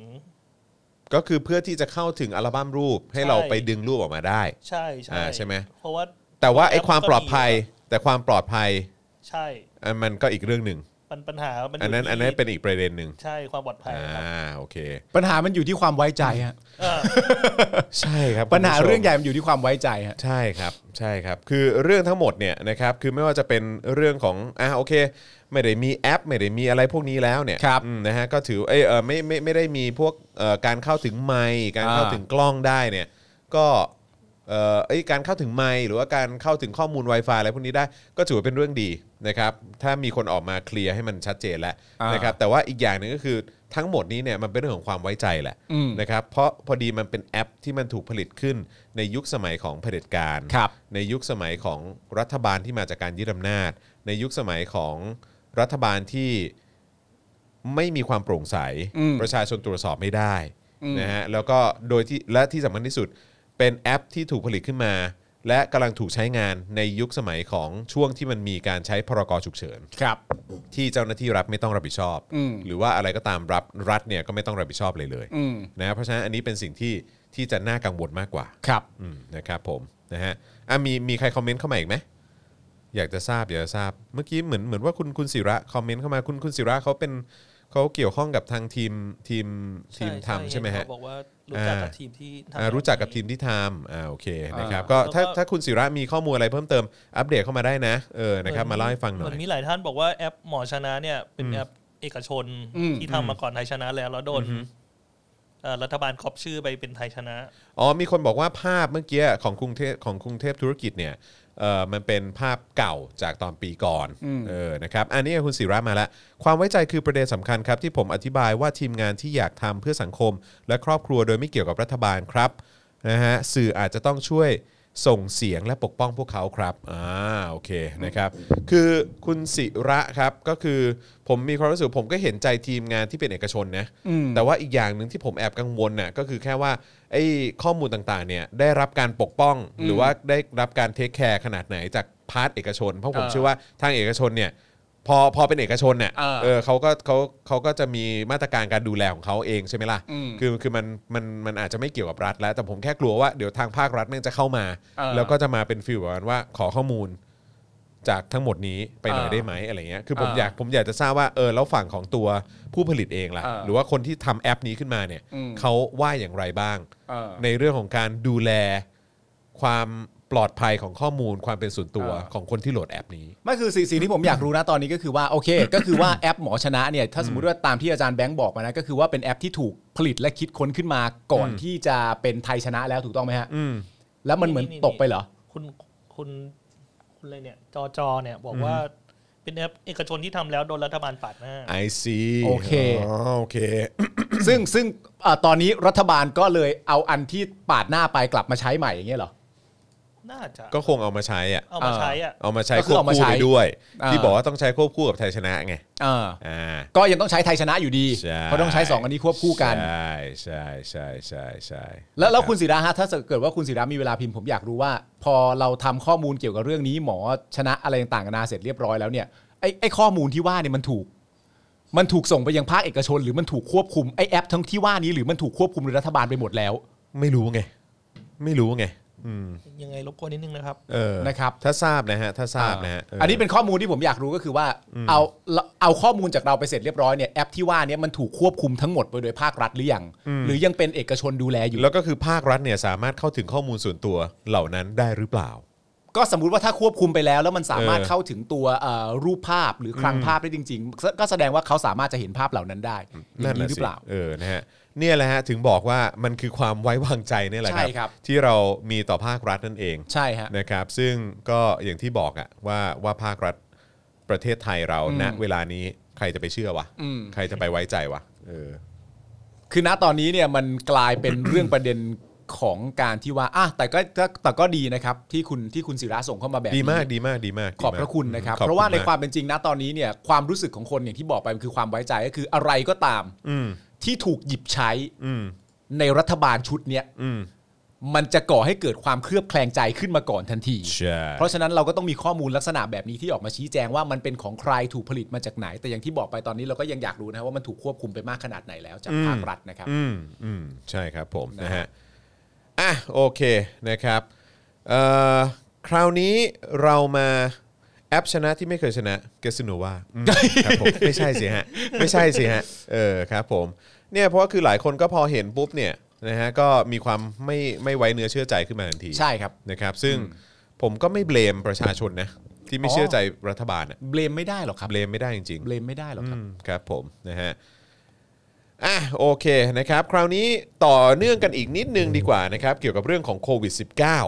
B: ก็คือเพื่อที่จะเข้าถึงอัลบั้มรูปให้เรา
D: ใช่
B: ไปดึงรูปออกมาได้
D: ใช่ใช่
B: อ่าใช่ไหม
D: เพราะว่า
B: แต่ว่าไอ้
D: แอป
B: ความ
D: ก็
B: ปลอด
D: มี
B: ภัย
D: อยู่
B: แต่ความปลอดภัย
D: ใช่
B: อันมันก็อีกเรื่องหนึ่ง
D: ปัญปัญหามัน
B: อันนั้น
D: ยู่ที่
B: อันนั้นเป็นอีกประเด็นหนึ่ง
D: ใช่ความปลอดภัย
B: อ่า
D: ครับ
B: โอเค
C: ปัญหามันอยู่ที่ความไว้ใจฮะ
D: เออ
B: ใช่ครับ
C: ปัญหา
B: คุณผู้ชม
C: เรื่องใหญ่มันอยู่ที่ความไว้ใจฮะ
B: ใช่ครับใช่ครับ คือเรื่องทั้งหมดเนี่ยนะครับคือไม่ว่าจะเป็นเรื่องของอ่ะโอเค ไม่ได้มีแอป ไม่ได้มีอะไรพวกนี้แล้วเนี่ย
C: ครับ
B: อืมนะฮะก็ถือเอยเออไม่ไม่ไม่ได้มีพวกเอ่อการเข้าถึงไมค์การเข้า
C: อ่า
B: ถึงกล้องได้เนี่ยก็เอ่อเอยการเข้าถึงไมค์หรือว่าการเข้าถึงข้อมูล Wi-Fi อะไรพวกนี้ได้ก็ถือว่าเป็นเรื่องดีนะครับถ้ามีคนออกมาเคลียร์ให้มันชัดเจนแล้ว
C: อ่าน
B: นะครับแต่ว่าอีกอย่างหนึ่งก็คือทั้งหมดนี้เนี่ยมันเป็นเรื่องของความไว้ใจแหละ
C: อืม
B: นะครับเพราะพอดีมันเป็นแอปที่มันถูกผลิตขึ้นในยุคสมัยของเผด็จการ
C: ครับ
B: ในยุคสมัยของรัฐบาลที่มาจากการยึดอำนาจ ในยุคสมัยของรัฐบาลที่ไม่มีความโปร่งใส
C: อืม
B: ประชาชนตรวจสอบไม่ได้
C: อืม
B: นะฮะแล้วก็โดยที่และที่สำคัญที่สุดเป็นแอปที่ถูกผลิตขึ้นมา และกำลังถูกใช้งานในยุคสมัยของช่วงที่มันมีการใช้พรกฉุกเฉิน
C: ครับ
B: ที่เจ้าหน้าที่รัฐไม่ต้องรับผิดชอบ
C: อืม
B: หรือว่าอะไรก็ตามรับรัฐเนี่ยก็ไม่ต้องรับผิดชอบเลยเลย
C: อืม
B: นะเพราะฉะนั้นอันนี้เป็นสิ่งที่ที่จะน่ากังวลมากกว่า
C: ครับ
B: อืมนะครับผมนะฮะอ่ะมีมีใครคอมเมนต์เข้ามาอีกไหมอยากจะทราบอยากจะทราบเมื่อกี้เหมือนเหมือนว่าคุณคุณศิระคอมเมนต์เข้ามาคุณคุณศิระเขาเป็นเขาเกี่ยวข้องกับทางทีมทีมทีมทำใช่ไหมฮะ
D: เขาบอกว่ารู้จักกับทีมที่ทำ
B: อ่ารู้จักกับทีมที่ทำอ่าโอเคนะครับ
C: อ่า
B: ก็
D: แล้วก็
B: ถ้าถ้าคุณศิระมีข้อมูลอะไรเพิ่มเติมอัปเดตเข้ามาได้นะเออนะครับ
D: ห
B: มาเล่าให้ฟังหน่
D: เห
B: อ
D: มื
B: ย
D: อนมีหลายท่านบอกว่าแอปหมอชนะเนี่ยเป็นแอปเอกชน
C: อืม
D: ที่ทำมาก่อนไทยชนะแล้วแล้วโดนเอ่อรัฐบาลครอบชื่อไปเป็นไทยชนะ
B: อ๋อมีคนบอกว่าภาพเมื่อกี้ของกรุงเทพของกรุงเทพธุรกิจเนี่ยเออมันเป็นภาพเก่าจากตอนปีก่อนเออนะครับอันนี้คุณศิระมาแล้ว ความไว้ใจคือประเด็นสำคัญครับ ที่ผมอธิบายว่าทีมงานที่อยากทำเพื่อสังคม และครอบครัวโดยไม่เกี่ยวกับรัฐบาลครับนะฮะสื่ออาจจะต้องช่วยส่งเสียงและปกป้องพวกเขาครับอ่าโอเคนะครับคือคุณศิระครับก็คือผมมีความรู้สึกผมก็เห็นใจทีมงานที่เป็นเอกชนนะแต่ว่าอีกอย่างหนึ่งที่ผมแอบกังวลน่ะก็คือแค่ว่า ไอ้ข้อมูลต่างๆเนี่ยได้รับการปกป้องหรือว่าได้รับการเทคแคร์ขนาดไหนจากพาร์ทเอกชน เพราะผม
C: เออ
B: เชื่อว่าทางเอกชนเนี่ยพอพอเป็นเอกชนเนี่ย
C: เออ
B: เออเขาก็เขาเขาก็จะมีมาตรการการดูแลของเขาเองใช่ไหมล่ะ
C: อืม
B: คือคือมันมันมันอาจจะไม่เกี่ยวกับรัฐแล้ว แต่ผมแค่กลัวว่าเดี๋ยวทางภาครัฐแม่งจะเข้ามา
C: เออ
B: แล้วก็จะมาเป็นฟิลแบบว่าขอข้อมูลจากทั้งหมดนี้ไปหน่อย
C: เออ
B: ได้ไหมอะไรเงี้ยคือผม
C: เอออย
B: อากผมอยากจะทราบว่าเออแล้วฝั่งของตัวผู้ผลิตเองล่ะ
C: เออ
B: หรือว่าคนที่ทำแอปนี้ขึ้นมาเนี่ย
C: อืม
B: เขาว่าอย่างไรบ้าง
C: เออ
B: ในเรื่องของการดูแลความปลอดภัยของข้อมูลความเป็นส่วนตัว
C: อ่า
B: ของคนที่โหลดแอปนี้
C: ไม่คือสิ่งสิ่งที่ผมอยากรู้นะตอนนี้ก็คือว่าโอ เค ก็คือว่าแอปหมอชนะเนี่ยถ้าสมมติว่าตามที่อาจารย์แบงค์บอกมานะก็คือว่าเป็นแอปที่ถูกผลิตและคิดค้นขึ้นมาก่อนที่จะเป็นไทยชนะแล้วถูกต้องไหมฮะ
B: อืม
C: แล้วมันเหมือนตกไปเหรอ
D: คุณคุณคุณอะไรเนี่ย จอจอเนี่ยบอกว่าเป็นแอปเอกชนที่ทำแล้วโดนรัฐบาลปาดหน้า
B: I see
C: โอเค
B: อ๋อโอเค
C: ซึ่งซึ่งเอ่อตอนนี้รัฐบาลก็เลยเอาอันที่ปาดหน้าไปกลับมาใช้ใหม่อย่างเงี้ยเหรอ
D: น่าจะ
B: ก็คงเอามาใช้อ่ะ
D: เอามาใช้อ่ะ
B: เอามาใช้
C: ก็
B: ค
C: คือ
B: วบ
C: เอามา
B: คู่
C: ใช้
B: ไปด้วย
C: อ่า
B: ที่บอกว่าต้องใช้ควบคู่กับไทยชนะไง
C: เออ
B: อ่า
C: ก็ยังต้องใช้ไทยชนะอยู่ดี
B: ใช่
C: เพราะต้องใช้สองอันนี้ควบคู่กัน
B: ใช่ใช่ใช่ใช่ใช่
C: แล้วแล้วคุณศิราฮะถ้าเกิดว่าคุณศิรามีเวลาพิมพ์ผมอยากรู้ว่า พอเราทำข้อมูลเกี่ยวกับเรื่องนี้หมอชนะอะไรต่างๆนานาเสร็จเรียบร้อยแล้วเนี่ยไอ้ไอ้ข้อมูลที่ว่าเนี่ยมันถูก มันถูกส่งไปยังภาคเอกชน หรือมันถูกควบคุมไอ้แอปทั้งที่ว่านี้หรือมันถูกควบคุมโดยรัฐบาลไปหมดแล้ว
B: ไม่รู้ไง ไม่รู้ไง
D: ยังไงรบกวนนิดนึงนะครับ
B: เออ
C: นะครับ
B: ถ้าทราบนะฮะถ้าทราบนะฮะ
C: อันนี้เป็นข้อมูลที่ผมอยากรู้ก็คือว่า เอาเอาข้อมูลจากเราไปเสร็จเรียบร้อยเนี่ยแอปที่ว่าเนี่ยมันถูกควบคุมทั้งหมดไปโดยภาครัฐหรือยังหรือยังเป็นเอกชนดูแลอยู่
B: แล้วก็คือภาครัฐเนี่ยสามารถเข้าถึงข้อมูลส่วนตัวเหล่านั้นได้หรือเปล่า
C: ก็สมมุติว่าถ้าควบคุมไปแล้ว แล้วมันสามารถ
B: เออ
C: เข้าถึงตัวเอ่อรูปภาพหรือคลังภาพได้จริงๆก็ก็แสดงว่าเขาสามารถจะเห็นภาพเหล่านั้นได้อย่า
B: นั่น
C: งนี้
B: น่ะ
C: หรือ
B: สิ
C: เปล่า
B: เออนะฮะเนี่ยแหละฮะถึงบอกว่ามันคือความไว้วางใจเนี่ยแหละ
C: ใช่
B: ค
C: ครั
B: รับ ที่เรามีต่อภาครัฐนั่นเอง
C: ใช่ฮะ
B: นะครับซึ่งก็อย่างที่บอกอะว่าว่าภาครัฐประเทศไทยเรา
C: อืม
B: ณเวลานี้ใครจะไปเชื่อวะ
C: อืม
B: ใครจะไปไว้ใจวะเออ
C: คือณตอนนี้เนี่ยมันกลายเป็น เรื่องประเด็นของการที่ว่าอ่ะแต่ก็แต่แต่ก็ดีนะครับที่คุณที่คุณศิระส่งเข้ามาแบบ
B: ดี
C: นี้
B: มากดีมากดีมาก
C: ขอบพระคุณนะครับ
B: ขอ
C: เพราะว่าใน
B: ก
C: ความเป็นจริงณตอนนี้เนี่ยความรู้สึกของคนอย่างที่บอกไปมันคือความไว้ใจก็คืออะไรก็ตาม
B: อืม
C: ที่ถูกหยิบใช้
B: อืม
C: ในรัฐบาลชุดเนี้ย
B: อืม
C: มันจะก่อให้เกิดความเคลือบแคลงใจขึ้นมาก่อนทันที
B: ใช่
C: เพราะฉะนั้นเราก็ต้องมีข้อมูลลักษณะแบบนี้ที่ออกมาชี้แจงว่ามันเป็นของใครถูกผลิตมาจากไหน แต่อย่างที่บอกไปตอนนี้เราก็ยังอยากรู้นะครับว่ามันถูกควบคุมไปมากขนาดไหนแล้วจากภาครัฐนะครับ
B: อืมอืมใช่ครับผมนะฮะอ่ะโอเคนะครับเอ่อคราวนี้เรามาแอปชนะที่ไม่เคยชนะเกสโนวาครับผม ไม่ใช่สิฮะไม่ใช่สิฮะเออครับผมเนี่ยเพราะว่าคือหลายคนก็พอเห็นปุ๊บเนี่ยนะฮะก็มีความไม่ไม่ไว้เนื้อเชื่อใจขึ้นมาทันที
C: ใช่ครับ
B: นะครับซึ่งผมก็ไม่เบลมประชาชนนะที่ไม่
C: อ๋อ
B: เชื่อใจรัฐบาลอะ
C: เบลมไม่ได้หรอกครับ
B: เบลมไม่ได้จริง
C: เบลมไม่ได้หรอก
B: ๆ
C: ครั
B: อื
C: บ
B: มครับผมนะฮะอ่ะโอเคนะครับ คราวนี้ต่อเนื่องกันอีกนิดนึงดีกว่านะครับเกี่ยวกับเรื่องของโควิด -19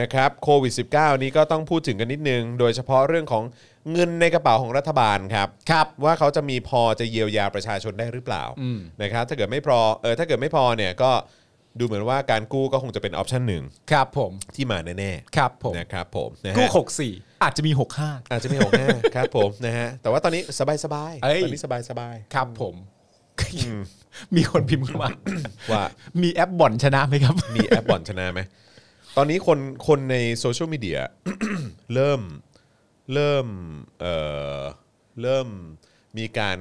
B: นะครับโควิด -19 นี้ก็ต้องพูดถึงกันนิดนึง โดยเฉพาะเรื่องของเงินในกระเป๋าของรัฐบาลครับ
C: ครับ
B: ว่าเขาจะมีพอจะเยียวยาประชาชนได้หรือเปล่า
C: อืม
B: นะครับถ้าเกิดไม่พอเออถ้าเกิดไม่พอเนี่ยก็ดูเหมือนว่าการกู้ก็คงจะเป็นออปชันหนึ่ง
C: ครับผม
B: ที่มาแน่ๆ
C: ครับผม
B: นะครับผมนะฮะ
C: กู้หกสี่อาจจะมีหกห้า
B: อาจจะไม่หกแน่ ครับผมนะฮะแต่ว่าตอนนี้สบายสบายๆ
C: เอ้ย
B: ตอนนี้สบายสบาย
C: ครับผม มีคนพิมพ์เข้ามา
B: ๆว่า
C: มีแอปบ่อนชนะไหมครับ
B: มีแอปบ่อนชนะไหมตอนนี้คนคนในโซเชียลมีเดีย เริ่มเริ่มเอ่อเริ่มมีการ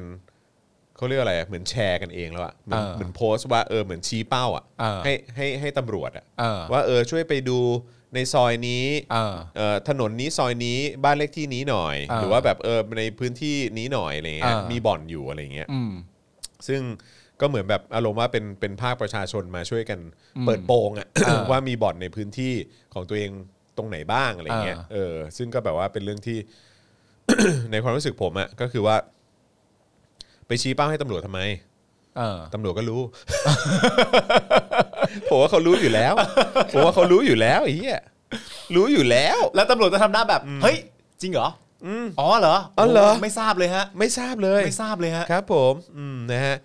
B: เขาเรียกอะไรอะเหมือนแชร์กันเองแล้วอะเหมือน
C: เออ
B: เหมือนโพสต์ว่าเออเหมือนชี้เป้าอะ
C: เออ
B: ให้ให้ให้ตำรวจอะ
C: เออ
B: ว่าเออช่วยไปดูในซอยนี้
C: เออ
B: เอ่อถนนนี้ซอยนี้บ้านเลขที่นี้หน่อย
C: อ่า
B: หรือว่าแบบเออในพื้นที่นี้หน่อยอะไรเงี้ย
C: อ่ามี
B: มีบ่อนอยู่อะไรเงี้ย
C: อืม
B: ซึ่งก็เหมือนแบบอารมณ์ว่าเป็นเป็นภาคประชาชนมาช่วยกันเปิดโปงอะ ว่ามีบ่อนในพื้นที่ของตัวเองตรงไหนบ้างอะไรเงี้ย
C: อ่า
B: เออซึ่งก็แบบว่าเป็นเรื่องที่ ในความรู้สึกผมอะก็คือว่า ไปชี้เป้าให้ตำรวจทำไม
C: เออ
B: ตำรวจก็รู้ ผมว่าเขารู้อยู่แล้วผมว่าเขารู้อยู่แล้วไอ้เหี้ยรู้อยู่แล้ว
C: แล้วตำรวจจะทำหน้าแบบ เฮ้ย จริงเหรอออ๋อเหรอ
B: อ๋อเหรอ
C: ไม่ทราบเลยฮะ
B: ไม่ทราบเลย
C: ไม่ทราบเลยฮะ
B: ครับผม อืม นะฮะ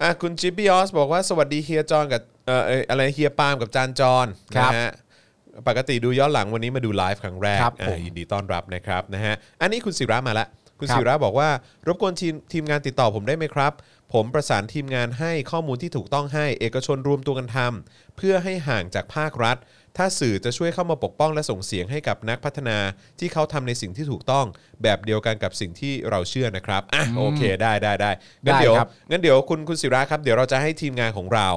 B: อ่ะ คุณจิปปี้ออสบอกว่าสวัสดีเฮียจอนกับ เอ่อเอ่ออะไร เฮียปาล์มกับจานจอน
C: ครั
B: นะ
C: บ
B: ฮะ ปกติดูย้อนหลังวันนี้มาดูไลฟ์ครั้งแรก
C: ครับผม
B: อ่ะยินดีต้อนรับนะครับ นะฮะ อันนี้คุณศิระมาละ คุณศิระบอกว่ารบกวนทีมทีมงานติดต่อผมได้ไหมครับ ผมประสานทีมงานให้ข้อมูลที่ถูกต้องให้ เอกชนรวมตัวกันทำเพื่อให้ห่างจากภาครัฐ ถ้าสื่อจะช่วยเข้ามาปกป้องและส่งเสียงให้กับนักพัฒนาที่เขาทำในสิ่งที่ถูกต้อง แบบเดียวกันกับสิ่งที่เราเชื่อนะครับอ่ะโอเคได้ได้ได้งั้น
C: ได้
B: เดี๋ยว
C: ครับ
B: งั้นเดี๋ยวคุณคุณศิระครับเดี๋ยวเราจะให้ทีมงานของเรา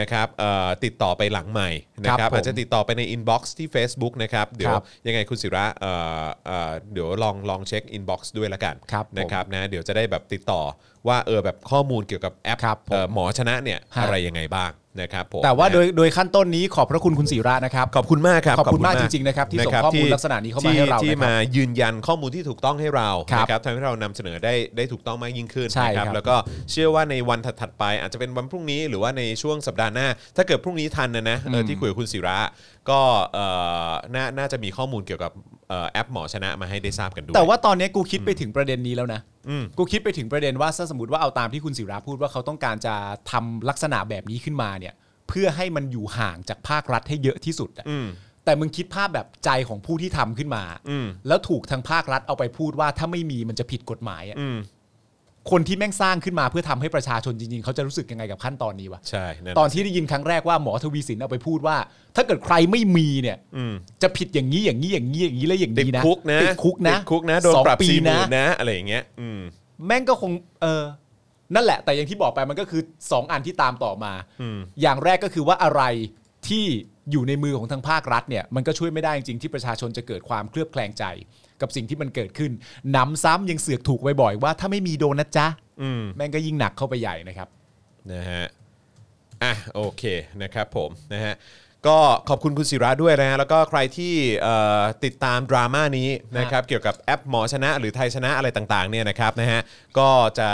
B: นะครับเอ่อติดต่อไปหลังใหม่นะค
C: ค
B: รั
C: รั
B: บบ
C: ผม
B: อาจจะติดต่อไปในอินบ็อกซ์ที่ Facebook นะครับเดี๋ยว
C: ครับ
B: ยังไงคุณศิระเอ่อเอ่อเดี๋ยวลองลองเช็คอินบ็อกซ์ด้วยละกัน
C: ครับผม
B: นะครับนะเดี๋ยวจะได้แบบติดต่อว่าเออแบบข้อมูลเกี่ยวกับแอป
C: ครับผม
B: เอ่อหมอชนะเนี่ย
C: ฮะ
B: อะไรยังไงบ้างนะครับผม
C: แต่ว่า
B: นะ
C: โดยโดยขั้นต้นนี้ขอบพระคุณคุณศิระนะครับ
B: ขอบคุณมากครับ
C: ขอบคุณมากจริงๆนะครับที่ส่งข้อมูล
B: ที่
C: ลักษณะนี้เข้ามาให้เรา
B: ที่ที่
C: นะครับ
B: มายืนยันข้อมูลที่ถูกต้องให้เรา
C: ครับ
B: นะครับทำให้เรานำเสนอได้ได้ถูกต้องมากยิ่งขึ้น
C: ใช่
B: นะครับ
C: ครับ
B: แล้ว แล้วก็เชื่อว่าในวันถัดๆไป อาจจะเป็นวันพรุ่งนี้หรือว่าในช่วงสัปดาห์หน้า ถ้าเกิดพรุ่งนี้ทันนะนะเออที่คุยกับคุณศิระก็เอ่อน่าน่าจะมีข้อมูลเกี่ยวกับเอ่อแอปหมอชนะมาให้ได้ทราบกันด้วย
C: แต่ว่าตอนนี้กูคิดไปถึงประเด็นนี้แล้วนะ
B: อืม
C: กูคิดไปถึงประเด็นว่าถ้าสมมติว่าเอาตามที่คุณศิราพูดว่าเขาต้องการจะทำลักษณะแบบนี้ขึ้นมาเนี่ย เพื่อให้มันอยู่ห่างจากภาครัฐให้เยอะที่สุดอะ
B: อืม
C: แต่มึงคิดภาพแบบใจของผู้ที่ทำขึ้นมา
B: อืม
C: แล้วถูกทางภาครัฐเอาไปพูดว่าถ้าไม่มีมันจะผิดกฎหมายอะ
B: อืม
C: คนที่แม่งสร้างขึ้นมาเพื่อทำให้ประชาชนจริงๆ เขาจะรู้สึกยังไงกับขั้นตอนนี้วะ
B: ใช่นั่น
C: ตอนที่ได้ยินครั้งแรกว่าหมอทวีสินเอาไปพูดว่า ถ้าเกิดใครไม่มีเนี่ย
B: อืม
C: จะผิดอย่างนี้อย่างนี้อย่างนี้อย่างนี้และอย่าง
B: ติด
C: นี้นะ
B: คุกนะ
C: ติดคุกนะ
B: ติดคุกนะโดน
C: สอง
B: ปรับ
C: ปี
B: สี่หมื่
C: นะ
B: นนะ อะไรอย่างเงี้ยอืม
C: แม่งก็คงเออนั่นแหละ แต่อย่างที่บอกไปมันก็คือ 2 อันที่ตามต่อมา
B: อืม
C: อย่างแรกก็คือว่าอะไรท ที่อยู่ในมือของทางภาครัฐเนี่ยมันก็ช่วยไม่ได้จริงๆที่ประชาชนจะเกิดความเคลือบแคลงใจ กับสิ่งที่มันเกิดขึ้นหนำซ้ำยังเสือกถูกบ่อยๆว่าถ้าไม่มีโดนนะจ๊ะ
B: อืม
C: แม่งก็ยิ่งหนักเข้าไปใหญ่นะครับ
B: นะฮะ อ่ะโอเคนะครับผมนะฮะก็ขอบคุณคุณศิระด้วยนะฮะแล้วก็ใครที่เอ่อติดตามดราม่านี้นะครับเกี่ยวกับแอปหมอชนะ หรือไทยชนะอะไรต่างๆเนี่ยนะครับนะฮะก็จะ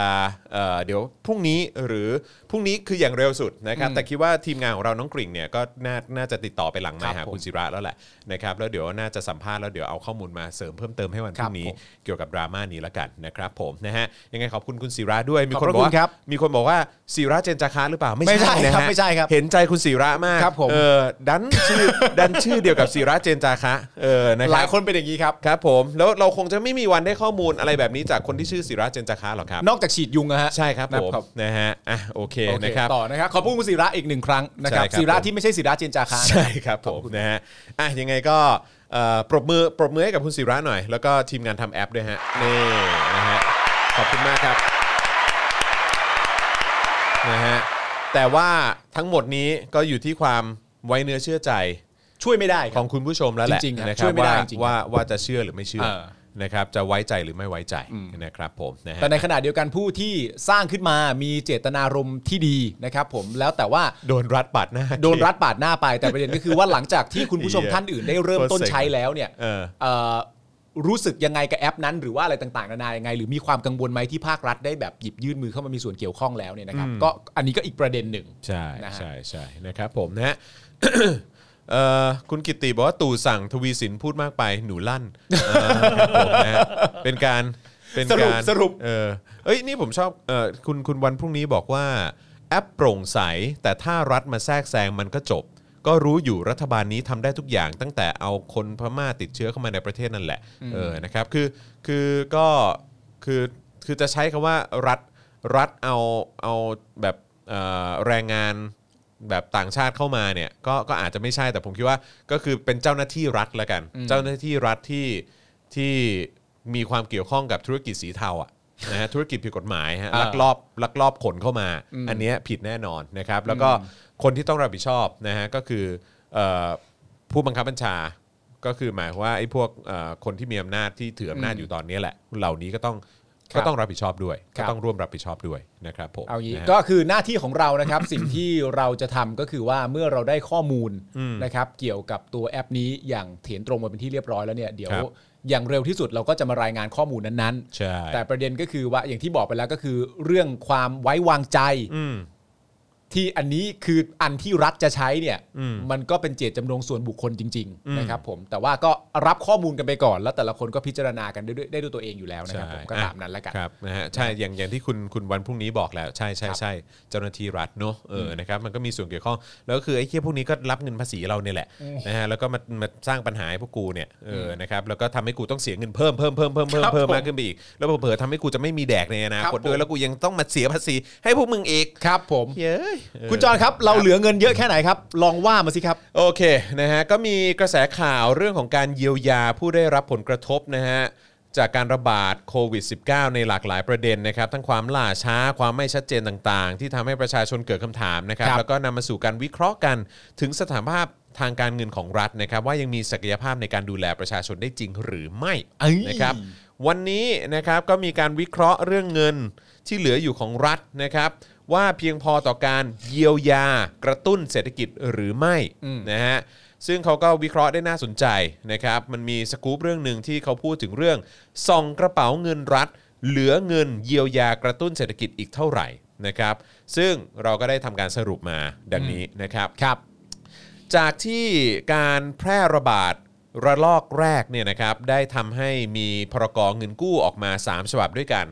B: เอ่อเดี๋ยวพรุ่งนี้หรือพรุ่งนี้คืออย่างเร็วสุดนะครับแต่คิดว่าทีมงานของเราน้องกริ่งเนี่ยก็น่าน่าจะติดต่อไปหลัง
C: ค
B: ไมา
C: รั
B: หา
C: บผม
B: คุณศิระแล้วแหละนะครับแล้วเดี๋ยวน่าจะสัมภาษณ์แล้วเดี๋ยวเอาข้อมูลมาเสริมเพิ่มเติมให้วันพรุ่งนี้
C: ครับผม
B: เกี่ยวกับดราม่านี้ละกันนะครับผมนะฮะยังไงขอบคุณคุณศิระด้วยมี
C: ขอบ
B: คน
C: พระ
B: บอก
C: คุณครั
B: ว่า
C: บ
B: มีคนบอกว่าศิระเจนจาคะหรือเปล่า
C: ไม่ใช่
B: นะ
C: ครั
B: ฮะ
C: บไม่ใช่ครับ
B: เห็นใจคุณศิระมาก
C: ครับผม
B: เออดันชื่อ ดันชื่อเดียวกับศิระเจนจาคะเออนะ
C: ห
B: ครั
C: ลาย
B: บ
C: คนเป็นอย่างนี้ครับ
B: ครับผมแล้วเราคงจะไม่มีวันได้ข้อมูลอะไรแบบนี้จากคนที่ชื่อศิระเจนจาคะหรอกครับ
C: นอกจากฉีดยุงนะฮะ
B: ใช่ครับผม
C: ครับ
B: นะฮะอ่ะโอเค
C: โอเค
B: นะครับ
C: ต่อนะครับขอพูดคุณศิระอีกหนึ่งครั้งนะครับ
B: ใช่ครับ
C: ศิระ
B: ผม
C: ที่ไม่ใช่ศิระเจนจาคา
B: ใช่ครับผมนะฮะอ่ะยังไงก็เอ่อปรบมือปรบมือให้กับคุณศิระหน่อย แล้วก็ทีมงานทำแอปด้วยฮะนี่นะฮะขอบคุณมากครับนะฮะแต่ว่าทั้งหมดนี้ก็อยู่ที่ความไว้เนื้อเชื่อใจ
C: ช่วยไม่ได้ค
B: ข
C: รั
B: อบ งคุณผู้ชมแล้วแหละ
C: จริงๆครับ
B: นะค
C: ช่
B: รั
C: วย
B: บ
C: ไม่ได้
B: ว่า
C: จริงๆ
B: ว่าว่าจะเชื่อหรือไม่เชื่อ
C: เออ
B: นะครับจะไว้ใจหรือไม่ไว้ใจ
C: อืม
B: นะครับผมนะฮะ
C: แต่ในขณะเดียวกันผู้ที่สร้างขึ้นมามีเจตนารมณ์ที่ดีนะครับผมแล้วแต่ว่า
B: โดนรัดปัดหน้า
C: โดนรัดปาดหน้าไปแต่ประเด็นก็คือว่าหลังจากที่คุณผู้ชม
B: เหี้ย
C: ท่านอื่นได้เริ่มต้นใช้แล้วเนี่ย
B: เออ
C: เอ่อรู้สึกยังไงกับแอปนั้น หรือว่าอะไรต่างๆนานายังไง หรือมีความกังวลไหมที่ภาครัฐได้แบบหยิบยื่นมือเข้ามามีส่วนเกี่ยวข้องแล้วเนี่ยนะครับก็อันนี้ก็อีกประเด็นหนึ่ง
B: ใช่
C: นะฮะ
B: ใช่ใช่นะครับผมนะฮะ เอ่อคุณกิตติบอกว่าตู่สั่งทวีสินพูดมากไปหนูลั่นเออครับผมนะฮะเป็นการเป็น
C: สรุป
B: การ
C: สรุป
B: เออเอ้ยนี่ผมชอบเออคุณคุณวันพรุ่งนี้บอกว่า แอปโปร่งใส แต่ถ้ารัฐมาแทรกแซงมันก็จบ ก็รู้อยู่รัฐบาลนี้ทำได้ทุกอย่างตั้งแต่เอาคนพม่าติดเชื้อเข้ามาในประเทศนั่นแหละเออนะครับคือคือก็คือคือจะใช้คำว่ารัฐรัฐเอาเอาแบบเอ่อแรงงาน แบบต่างชาติเข้ามาเนี่ยก็ก็อาจจะไม่ใช่แต่ผมคิดว่าก็คือเป็นเจ้าหน้าที่รัฐละกัน เจ้าหน้าที่รัฐที่ที่มีความเกี่ยวข้องกับธุรกิจสีเทาอ่ะนะฮะธุรกิจผิดกฎหมายฮะ
C: อ่า
B: ลักลอบลักลอบขนเข้ามา อันเนี้ยผิดแน่นอนนะครับ แล้วก็คนที่ต้องรับผิดชอบนะฮะก็คือเอ่อผู้บังคับบัญชา ก็คือหมายความว่าไอ้พวกเอ่อคนที่มีอำนาจที่ถืออำนาจอยู่ตอนนี้แหละ เหล่านี้ก็ต้อง
C: ครับ
B: ก็ต้องรับผิดชอบด้วย
C: ครั
B: ก็
C: บ
B: ต้องร่วมรับผิดชอบด้วยนะครับผม
C: เอางี้
B: นะฮะ
C: ก็คือหน้าที่ของเรานะครับ สิ่งที่เราจะทำก็คือว่าเมื่อเราได้ข้อมูลนะครับเกี่ยวกับตัวแอปนี้อย่างเถียนตรงมาเป็นที่เรียบร้อยแล้วเนี่ยเดี๋ยว
B: ครับ
C: อย่างเร็วที่สุดเราก็จะมารายงานข้อมูลนั้น
B: ใช่
C: ๆ แต่ประเด็นก็คือว่าอย่างที่บอกไปแล้วก็คือ เรื่องความไว้วางใจ
B: อืม
C: ที่อันนี้คืออันที่รัฐจะใช้เนี่ย
B: อืม
C: มันก็เป็นเจตจำนงส่วนบุคคลจริงๆนะครับผมแต่ว่าก็รับข้อมูลกันไปก่อน แล้วแต่ละคนก็พิจารณากันได้ด้วยได้ด้วยตัวเองอยู่แล้วนะครับผมก็
B: อ่ะ
C: ตามนั้นแล้วกัน
B: ครับนะฮะใช่อย่างอย่างที่คุณคุณวันพรุ่งนี้บอกแล้ว ใช่ใช่
C: ครับ
B: ใช่เจ้าหน้าที่รัฐเนอะเออนะครับมันก็มีส่วนเกี่ยวข้อง แล้วก็คือไอ้เคี้ยพวกนี้ก็รับเงินภาษีเราเนี่ยแหละนะฮะแล้วก็มามาสร้างปัญหาให้พวกกูเนี่ยเออนะครับแล้วก็ทำให้กูต้องเสียเงินเพิ่มเพิ่มเพิ่มเพิ่มเพิ่ม
C: ครับ
B: เพิ่ม
C: ผม
B: มากขึ้นไปอีก แล้วเผลอๆทำให้กูจะไม่มีแดกในอนา
C: ครับ
B: คตด้
C: ผ
B: วย
C: ม
B: แล้วกูยังต้องมาเสียภาษีให้พวกมึงอีก
C: ครับผม
B: เย้ยเ
C: คุณจอนครับเราเหลือเงินเยอะแค่ไหนครับลองว่ามาสิครับ
B: โอเคนะฮะก็มีกระแสข่าวเรื่องของการเยียวยาผู้ได้รับผลกระทบนะฮะจากการระบาดโควิด -19 ในหลากหลายประเด็นนะครับ ทั้งความล่าช้าความไม่ชัดเจนต่างๆ ที่ทำให้ประชาชนเกิดคำถามนะครับ
C: ครับ
B: แล้วก็นำมาสู่การวิเคราะห์กันถึงสถานภาพทางการเงินของรัฐนะครับ ว่ายังมีศักยภาพในการดูแลประชาชนได้จริงหรือไม่
C: เอ้ย
B: นะครับวันนี้นะครับก็มีการวิเคราะห์เรื่องเงินที่เหลืออยู่ของรัฐนะครับ ว่าเพียงพอต่อการเยียวยากระตุ้นเศรษฐกิจหรือไม่นะฮะซึ่งเขาก็วิเคราะห์ได้น่าสนใจนะครับมันมีสกู๊ปเรื่องหนึ่งที่เขาพูดถึงเรื่องส่องกระเป๋าเงินรัฐ เหลือเงินเยียวยากระตุ้นเศรษฐกิจอีกเท่าไหร่นะครับ ซึ่งเราก็ได้ทำการสรุปมาดังนี้นะครับ
C: ครับ
B: จากที่การแพร่ระบาดระลอกแรกเนี่ยนะครับได้ทำให้มีพรกองเงินกู้ออกมา 3 ฉบับด้วยกัน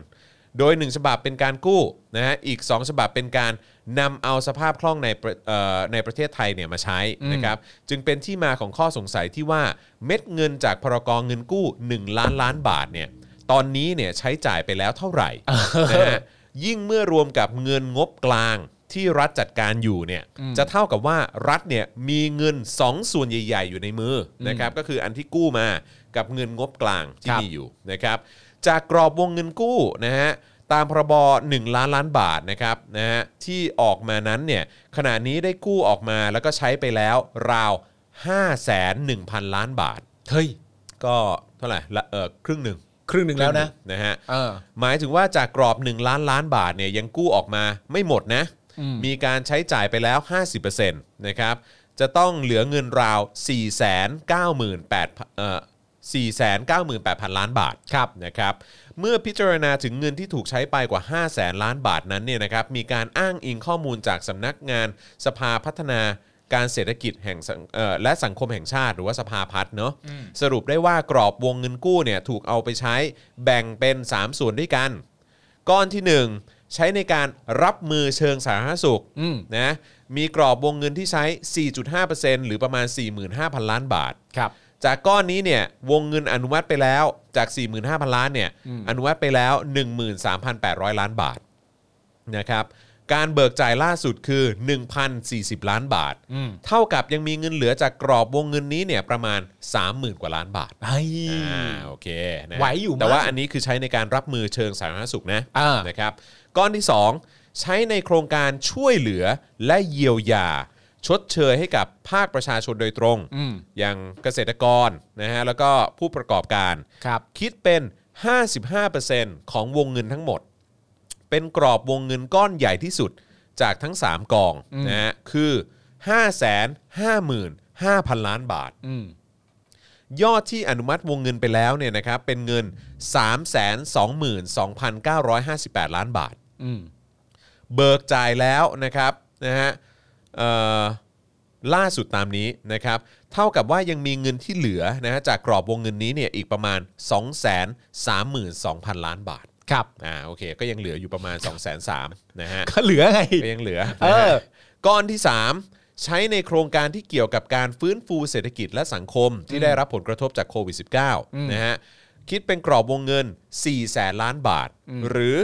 B: โดย 1 ฉบับเป็นการกู้นะฮะอีก 2 ฉบับเป็นการนำเอาสภาพคล่องในประเอ่อในประเทศไทยเนี่ยมาใช้นะครับจึงเป็นที่มาของข้อสงสัยที่ว่าเม็ดเงินจากพรกองเงินกู้ 1 ล้านล้านบาทเนี่ยตอนนี้เนี่ยใช้จ่ายไปแล้วเท่าไหร่ นะฮะยิ่งเมื่อรวมกับเงินงบกลางที่รัฐจัดการอยู่เนี่ยจะเท่ากับว่ารัฐเนี่ยมีเงิน 2 ส่วนใหญ่ ๆ อยู่ในมืออนะครับก็คืออันที่กู้มากับเงินงบกลาง
C: ค
B: ที่
C: รับ
B: มีอยู่นะครับจากกรอบวงเงินกู้นะฮะ ตามพรบ1 ล้านล้านบาทนะครับนะฮะที่ออกมานั้นเนี่ยขณะนี้ได้กู้ออกมาแล้วก็ใช้ไปแล้วราว 5 1 0 0 0 ล้านบาท
C: เฮ้ย
B: ก็เท่าไหร่ละเออครึ่งหนึ่ง
C: ครึ่งหนึ่งแล้วนะ
B: นะฮะ
C: เออ
B: หมายถึงว่าจากกรอบ 1 ล้านล้านบาทเนี่ยยังกู้ออกมาไม่หมดนะ มีการใช้จ่ายไปแล้ว 50%นะครับ จะต้องเหลือเงินราว 4 9 8 0เอ่อ498,000 ล้านบาทครับนะครับ เมื่อพิจารณาถึงเงินที่ถูกใช้ไปกว่า 5 0 0 0 0ล้านบาทนั้นเนี่ยนะครับ มีการอ้างอิงข้อมูลจากสำนักงานสภาพัฒนา การเศรษฐกิจแห่งสังเอ่อและสังคมแห่งชาติหรือว่าสภาพัฒน์เนาะสรุปได้ว่ากรอบวงเงินกู้เนี่ยถูกเอาไปใช้แบ่งเป็น 3 ส่วนด้วยกัน ก้อนที่ 1 ใช้ในการรับมือเชิงสาธารณสุข
C: อืม
B: นะมีกรอบวงเงินที่ใช้ 4.5%หรือประมาณ 45,000 ล้านบาท
C: ครับ
B: จากก้อนนี้เนี่ยวงเงินอนุมัติไปแล้วจาก 45,000 ล้านเนี่ยอนุมัติไปแล้ว 13,800 ล้านบาทนะครับการเบิกจ่ายล่าสุดคือ 1,040 ล้านบาท
C: อืม
B: เท่ากับยังมีเงินเหลือจากกรอบวงเงินนี้เนี่ยประมาณ 30,000 กว่าล้านบาท
C: ไอ้
B: อ่าโอเคนะ
C: ไหวอยู่มั้ย
B: แต่ว่าอันนี้คือใช้ในการรับมือเชิงสาธารณสุขนะ
C: อ่า
B: นะครับก้อนที่ 2 ใช้ในโครงการช่วยเหลือและเยียวยา ชดเชยให้กับภาคประชาชนโดยตรง
C: อืม
B: อย่างเกษตรกรนะฮะแล้วก็ผู้ประกอบการ
C: ครับ
B: คิดเป็น 55%ของวงเงินทั้งหมด เป็นกรอบวงเงินก้อนใหญ่ที่สุดจากทั้ง 3 กองนะฮะคือ 5 5 5 0 0 0 ล้านบาท
C: อืม
B: ยอดที่อนุมัติวงเงินไปแล้วเนี่ยนะครับเป็นเงิน 322,958 ล้านบาท
C: อืม
B: เบิกจ่ายแล้วนะครับนะฮะเอ่อล่าสุดตามนี้นะครับเท่ากับว่ายังมีเงินที่เหลือนะฮะจากกรอบวงเงินนี้เนี่ยอีกประมาณ 2 3 2 0 0 0 ล้านบาท
C: ครับ
B: อ่าโอเคก็ยังเหลืออยู่ประมาณ 2 3 0 0 0นะฮะ
C: ก็เหลือไง
B: ก็ยังเหลือ
C: เออ
B: นะฮะก้อนที่ 3 ใช้ในโครงการที่เกี่ยวกับการฟื้นฟูเศรษฐกิจและสังคมที่ได้รับผลกระทบจากโควิด -19 นะฮะคิดเป็นกรอบวงเงิน 4 แสนล้านบาท หรือ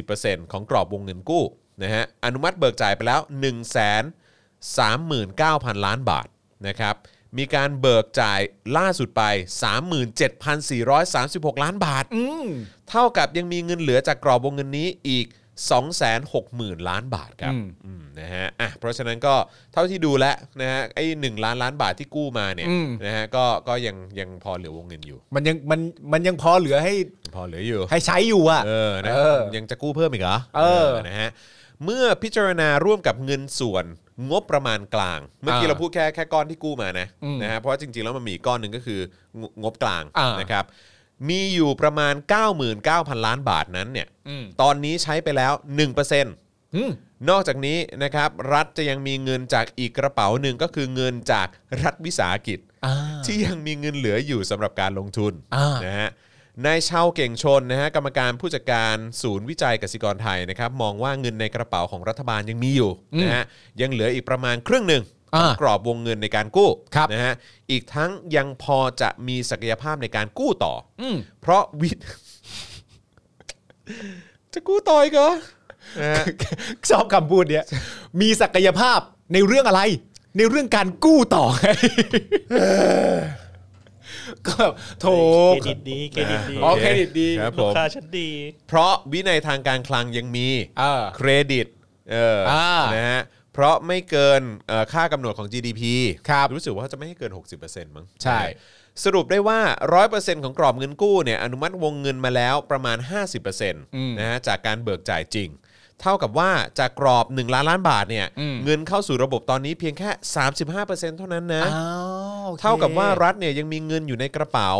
B: 40%ของกรอบวงเงินกู้นะฮะอนุมัติเบิกจ่ายไปแล้ว 1 3 9 0 0 0 ล้านบาทนะครับมีการเบิกจ่ายล่าสุดไป 37,436 ล้านบาท
C: อืม
B: เท่ากับยังมีเงินเหลือจากกรอบวงเงินนี้อีก 260,000 ล้านบาทครับอืมนะฮะอ่ะเพราะฉะนั้นก็เท่าที่ดูแล้วนะฮะไอ้หนึ่งล้านล้านบาทที่กู้มาเนี่ยนะฮะก็ก็ยังยังพอเหลือวงเงินอยู่
C: มันยังมันมันยังพอเหลือให้
B: พอเหลืออยู่
C: ให้ใช้อยู่อ่ะ
B: เออนะ
C: เออ
B: ยังจะกู้เพิ่มอีกเหรอ
C: เออ
B: นะฮะเมื่อพิจารณาร่วมกับเงินส่วนงบประมาณกลาง เมื่อกี้
C: อ่า
B: เราพูดแค่แค่ก้อนที่กู้มานะ
C: อืม
B: นะฮะเพราะจริงๆแล้วมันมีอีกก้อนหนึ่งก็คืองงบกลาง
C: อ่าน
B: นะครับมีอยู่ประมาณ 99,000 ล้านบาทนั้นเนี่ย
C: อืม
B: ตอนนี้ใช้ไปแล้ว 1%น
C: อืม
B: อกจากนี้นะครับรัฐจะยังมีเงินจากอีกกระเป๋าหนึ่งก็คือเงินจากรัฐวิสาหกิจ
C: อ่า
B: ที่ยังมีเงินเหลืออยู่สำหรับการลงทุน
C: อ่า
B: นะฮะนายเชาเก่งชนนะฮะกรรมการผู้จัดการศูนย์วิจัยกสิกรไทยนะครับมองว่าเงินในกระเป๋าของรัฐบาลยังมีอยู่นะฮะยังเหลืออีกประมาณครึ่งหนึ่งของ
C: อ่าก
B: รอบวงเงินในการกู้
C: ครับ
B: นะฮะอีกทั้งยังพอจะมีศักยภาพในการกู้ต่อ
C: อืม
B: เพราะวิท จะกู้ต่ออีกเหรอนะฮะ
C: ชอบคำพูดเนี้ยมีศักยภาพในเรื่องอะไร ในเรื่องการกู้ต่อไงก็โถ
D: เครดิตดีเครดิตดี
C: อ๋อเครดิตดี
B: ครับผ
D: ลูก
B: ม
D: ค้าฉันดี
B: เพราะวินัยทางการคลังยังมี
C: เออ
B: เครดิตเออ
C: อ่าน
B: นะฮะเพราะไม่เกินเอ่อค่ากำหนดของ GDP
C: ครับ
B: รู้สึกว่าเขาจะไม่ให้เกิน 60%มั้ง
C: ใช่
B: สรุปได้ว่า 100%ของกรอบเงินกู้เนี่ยอนุมัติวงเงินมาแล้วประมาณ 50%นะฮะจากการเบิกจ่ายจริง เท่ากับว่าจากกรอบ 1 ล้านล้านบาทเนี่ยเงินเข้าสู่ระบบตอนนี้เพียงแค่ 35%เท่านั้นนะ
C: อ้าวโอค
B: เท่ากับว่ารัฐเนี่ยยังมีเงินอยู่ในกระเป๋า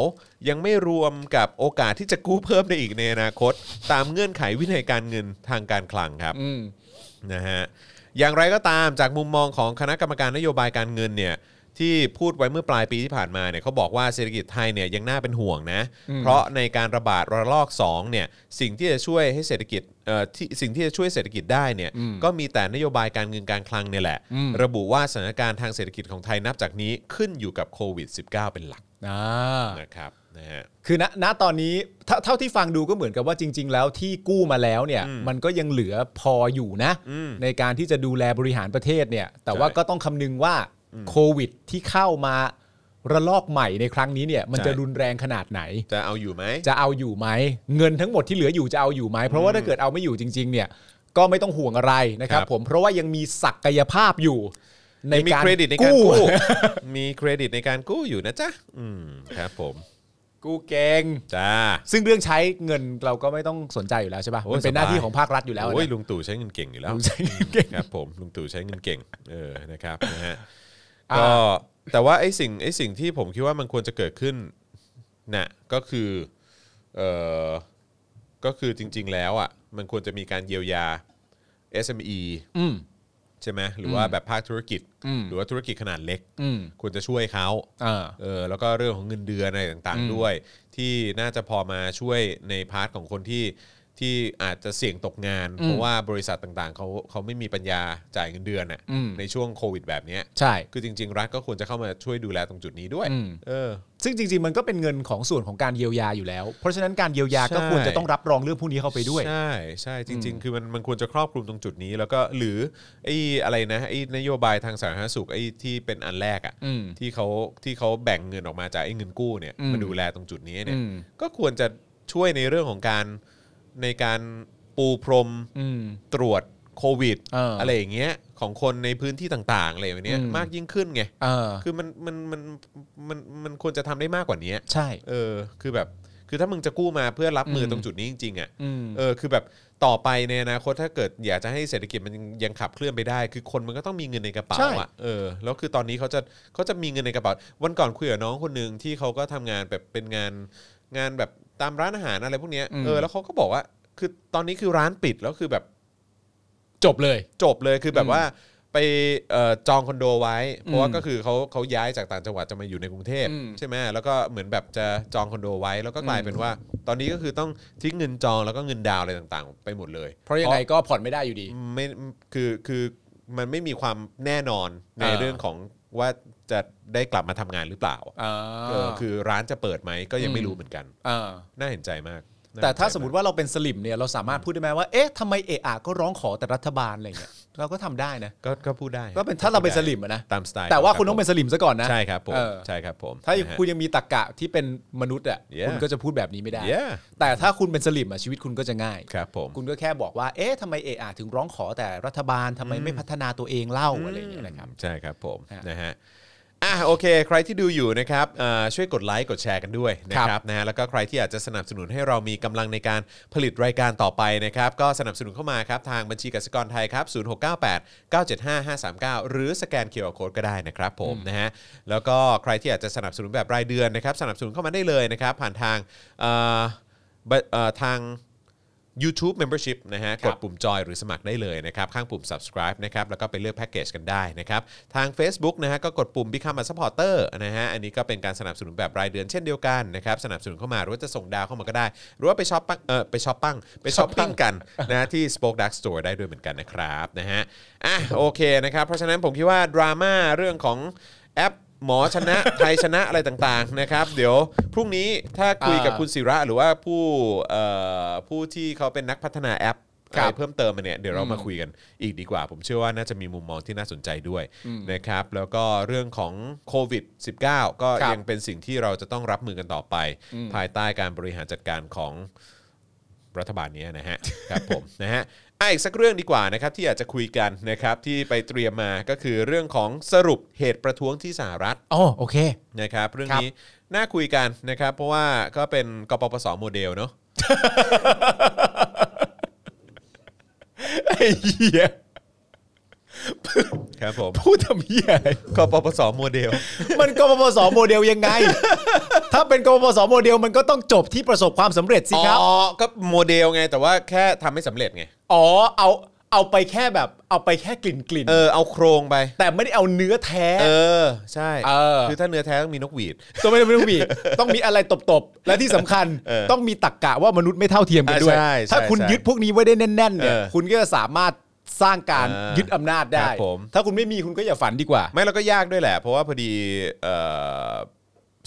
B: ยังไม่รวมกับโอกาสที่จะกู้เพิ่มได้อีกในอนาคต ตามเงื่อนไขวินัยการเงินทางการคลังครับ
C: อืม
B: นะฮะอย่างไรก็ตามจากมุมมองของคณะกรรมการนโยบายการเงินเนี่ยที่พูดไว้เมื่อปลายปีที่ผ่านมาเนี่ยเขาบอกว่าเศรษฐกิจไทยเนี่ยยังน่าเป็นห่วงนะ เพราะในการระบาดระลอก2เนี่ยสิ่งที่จะช่วยให้เศรษฐกิจเอ่อที่สิ่งที่จะช่วยเศรษฐกิจได้เนี่ยก็มีแต่นโยบายการเงินการคลังเนี่ยแหละ
C: อืม
B: ระบุว่าสถานการณ์ทางเศรษฐกิจของไทยนับจากนี้ขึ้นอยู่กับโควิด -19 เป็นหลัก
C: อ่า
B: นะครับนะฮะ
C: คือณณตอนนี้เท่าเท่าที่ฟังดูก็เหมือนกับว่าจริง ๆ แล้วที่กู้มาแล้วเนี่ย มันก็ยังเหลือพออยู่นะ
B: อืม
C: ในการที่จะดูแลบริหารประเทศเนี่ย แต่
B: ใช่
C: ว่าก็ต้องคำนึงว่าโควิดที่เข้ามา ระลอกใหม่ในครั้งนี้เนี่ยมัน
B: ใช่
C: จะรุนแรงขนาดไหน
B: จะเอาอยู่ไหม
C: จะเอาอยู่ไหมเงินทั้งหมดที่เหลืออยู่จะเอาอยู่ไหมเพราะว่าถ้าเกิดเอาไม่อยู่จริง ๆ เนี่ย ก็ไม่ต้องห่วงอะไรนะครับ
B: ครับ
C: ผมเพราะว่ายังมีศักยภาพอยู่ ใน
B: มี
C: การ
B: เครดิตในการกู้ มีเครดิตในการกู้อยู่นะจ๊ะ อืมครับผม
C: กู้เก่ง
B: จ้า
C: ซึ่งเรื่องใช้เงินเราก็ไม่ต้องสนใจอยู่แล้วใช่ปะ
B: โอ้ย
C: มันเป็นหน้าที่ของภาครัฐอยู่แล้ว
B: โอ้ย
C: นะ
B: ลุงตู่ใช้เงินเก่งอยู่แล้ว
C: ลุงใช้เงินเก่ง
B: ครับผมลุงตู่ใช้เงินเก่งเออนะครับนะฮะ
C: อ่า
B: ก็แต่ว่าไอ้สิ่งไอ้สิ่งที่ผมคิดว่ามันควรจะเกิดขึ้นน่ะก็คือเออก็คือจริง ๆ แล้วอ่ะมันควรจะมีการเยียวยา SME
C: อืม
B: ใช่ไหมหรือว่าแบบภาคธุรกิจ
C: อืม
B: หรือว่าธุรกิจขนาดเล็ก
C: อืม
B: ควรจะช่วยเขา
C: อ่า
B: เออแล้วก็เรื่องของเงินเดือนอะไรต่าง
C: อืม
B: ๆด้วย ที่น่าจะพอมาช่วยในพาร์ทของคนที่ที่อาจจะเสี่ยงตกงาน
C: อืม
B: เพราะว่าบริษัทต่างๆเขาเขาไม่มีปัญญาจ่ายเงินเดือนน่ะ
C: อืม
B: ในช่วงโควิดแบบเนี้ย
C: ใช่
B: คือจริง ๆ รัฐก็ควรจะเข้ามาช่วยดูแลตรงจุดนี้ด้วย
C: อืม
B: เออ
C: ซึ่งจริง ๆ มันก็เป็นเงินของส่วนของการเยียวยาอยู่แล้ว เพราะฉะนั้นการเยียวยาก็
B: ใช่
C: ควรจะต้องรับรองเรื่องพวกนี้เข้าไปด้วย
B: ใช่ใช่จริง ๆ คือมันมันควรจะครอบคลุมตรงจุดนี้ แล้วก็หรือไอ้อะไรนะไอ้นโยบายทางสาธารณสุขไอ้ที่เป็นอันแรกอ่ะ
C: อืม
B: ที่เขาที่เขาแบ่งเงินออกมาจากไอ้เงินกู้เนี่ย
C: อืม
B: มาดูแลตรงจุดนี้เนี่ย
C: อืม
B: ก็ควรจะช่วยในเรื่องของการในการปูพรม
C: อืม
B: ตรวจโควิด
C: เอออ
B: ไรอย่างเงี้ยของคนในพื้นที่ต่างๆอะไรแบบเนี้ย
C: อืม
B: มากยิ่งขึ้นไง
C: อ่า
B: คือมันมันมันมันมันควรจะทำได้มากกว่านี้
C: ใช่
B: เออคือแบบคือถ้ามึงจะกู้มาเพื่อรับมืออ
C: ม
B: ตรงจุดนี้จริงๆอ่ะ
C: อืม
B: เออคือแบบต่อไปในอนาคตถ้าเกิดอยากจะให้เศรษฐกิจมันยังยังขับเคลื่อนไปได้ คือคนมันก็ต้องมีเงินในกระเป๋า
C: ใช่
B: อ่ะเออแล้วคือตอนนี้เขาจะเขาจะมีเงินในกระเป๋า วันก่อนคุยกับน้องคนหนึ่งที่เขาก็ทำงานแบบเป็นงานงานแบบตามร้านอาหารอะไรพวกเนี้ยเออแล้วเขาก็บอกว่าคือตอนนี้คือร้านปิดแล้วคือแบบ
C: จบเลย
B: จบเลยคือแบบว่าไปเอ่อจองคอนโดไว้ เพราะว่า
C: อืม
B: ก็คือเขาเขาย้ายจากต่างจังหวัดจะมาอยู่ในกรุงเทพ
C: อืม
B: ใช่ไหมแล้วก็เหมือนแบบจะจองคอนโดไว้ แล้วก็กลายเป็นว่า ตอนนี้ก็คือต้องทิ้งเงินจองแล้วก็เงินดาวน์อะไรต่างๆ ไปหมดเลย
C: เพราะยังไงก็ผ่อนไม่ได้อยู่ดี
B: ไม่คือคือมันไม่มีความแน่นอนใน
C: อ่า
B: เรื่องของว่าจะได้กลับมาทำงานหรือเปล่า
C: อ่า
B: เออคือร้านจะเปิดไหมก็ยังไม่
C: อืม
B: รู้เหมือนกัน
C: อ่า
B: น่าเห็นใจมากน่เห็นใจ
C: แต่ถ้าสมมติว่าเราเป็นสลิมเนี่ยเราสามารถพูดได้ไหมว่า เอ๊ะทำไมเอะอะก็ร้องขอแต่รัฐบาลอะไรเงี้ย เราก็ทำได้นะ
B: ก็ก็พูดได้
C: ก็เป็นถ้าเราเป็นสลิมอะนะ
B: ตามสไตล์
C: แต่ว่า
B: รับ
C: คุณต้องเป็นสลิมซะก่อนนะ
B: ใช่ครับผม
C: เออ
B: ใช่ครับผม
C: ถ้า
B: นะฮะ
C: คุณยังมีตรกกะที่เป็นมนุษย์อ่ะ
B: Yeah
C: คุณก็จะพูดแบบนี้ไม่ได้
B: Yeah
C: แต่ถ้าคุณเป็นสลิมอ่ะชีวิตคุณก็จะง่าย
B: ครับผม
C: คุณก็แค่บอกว่า เอ๊ะทำไมเอะอะถึงร้องขอแต่รัฐบาลทำไมไม่พัฒนาตัวเองเล่าอะไรอย่างเงี้ยนะครับ
B: ใช่ครับผม
C: ฮะ
B: นะฮะอ่ะโอเค ใครที่ดูอยู่นะครับอ่าช่วยกดไลค์กดแชร์กันด้วยนะค
C: ครั
B: รับบ นะฮะแล้วก็ใครที่อยากจะสนับสนุนให้เรามีกำลังในการผลิตรายการต่อไปนะครับ ก็สนับสนุนเข้ามาครับ ทางบัญชีกสิกรไทยครับ 0698 975 539 หรือสแกนเคอร์โคดก็ได้นะครับผมนะฮะแล้วก็ใครที่อยากจะสนับสนุนแบบรายเดือนนะครับ สนับสนุนเข้ามาได้เลยนะครับ ผ่านทางเอ่อบัเอ่อทาง YouTube Membership นะฮะ
C: ค
B: ก
C: รับ
B: ด ปุ่มจอยหรือสมัครได้เลยนะครับ ข้างปุ่ม subscribe นะครับ แล้วก็ไปเลือกแพ็กเกจกันได้นะครับ ทาง Facebook นะฮะก็กดปุ่ม Become a supporter นะฮะอันนี้ก็เป็นการสนับสนุนแบบรายเดือนเช่นเดียวกันนะครับ สนับสนุนเข้ามาหรือว่าจะส่งดาวเข้ามาก็ได้ หรือว่าไปช้อปปังเออไปช้อปปังไปช้อปปิ้งกันนะฮะที่ Spoke Dark Store ได้ด้วยเหมือนกันนะครับนะฮะอ่ะโอเคนะครับ เพราะฉะนั้นผมคิดว่าดราม่าเรื่องของแอปหมอชนะ ไทยชนะอะไรต่างๆนะครับเดี๋ยวพรุ่งนี้ถ้าคุยกับ
C: อ่า
B: คุณศิระหรือว่าผู้เอ่อผู้ที่เขาเป็นนักพัฒนาแอป
C: ครับ
B: อะไรเพิ่มเติมมาเนี่ยเดี๋ยวเรามาคุยกันอีกดีกว่า ผมเชื่อว่าน่าจะมีมุมมองที่น่าสนใจด้วยนะครับแล้วก็เรื่องของโควิด -19 ก็
C: ครับ
B: ยังเป็นสิ่งที่เราจะต้องรับมือกันต่อไป ภายใต้การบริหารจัดการของรัฐบาลเนี้ยนะฮะ ครับผม นะฮะอ่ะอีกสักเรื่องดีกว่านะครับที่อยากจะคุยกันนะครับที่ไปเตรียมมาก็คือเรื่องของสรุปเหตุประท้วงที่สหรัฐ
C: ๋อโอเค
B: นะครับเรื่อง
C: ครับ
B: นี้น่าคุยกันนะครับ เพราะว่าก็เป็นกปปสโมเดลเนาะ
C: ไอ้เหี้ย
B: ครับ ผม
C: พูดทำเหี้ยอะไร
B: กปปสโมเดล
C: มันกปปสโมเดลยังไง ถ้าเป็นกปปสโมเดลมันก็ต้องจบที่ประสบความสำเร็จสิครับ
B: อ๋อ ก็โมเดลไง แต่ว่าแค่ทำไม่สำเร็จไง
C: อ๋อ เอาเอาไปแค่แบบ เอาไปแค่กลิ่นกลิ่นๆ
B: เออ เอาโครงไป
C: แต่ไม่ได้เอาเนื้อแท้
B: เออ ใช่
C: เออ
B: คือถ้าเนื้อแท้ต้องมีนกหวีด
C: ต้องไม่ได้ไม่ต้องมีต้องมีอะไรตบๆ และที่สำคัญ
B: เออ
C: ต้องมีตักกะว่ามนุษย์ไม่เท่าเทียมกันด้วย
B: อ่าใช่ใช่
C: ถ้าคุณ
B: ใช่
C: ยึดพวกนี้ไว้ได้แน่นๆเนี่ย
B: เออ
C: คุณก็จะสามารถสร้างการ
B: อ่ายึ
C: ยึดอำนาจได้
B: ครับผม
C: ถ้าคุณไม่มีคุณก็อย่าฝันดีกว่า
B: ไม่แล้วก็ยากด้วยแหละ เพราะว่าพอดีเอ่อ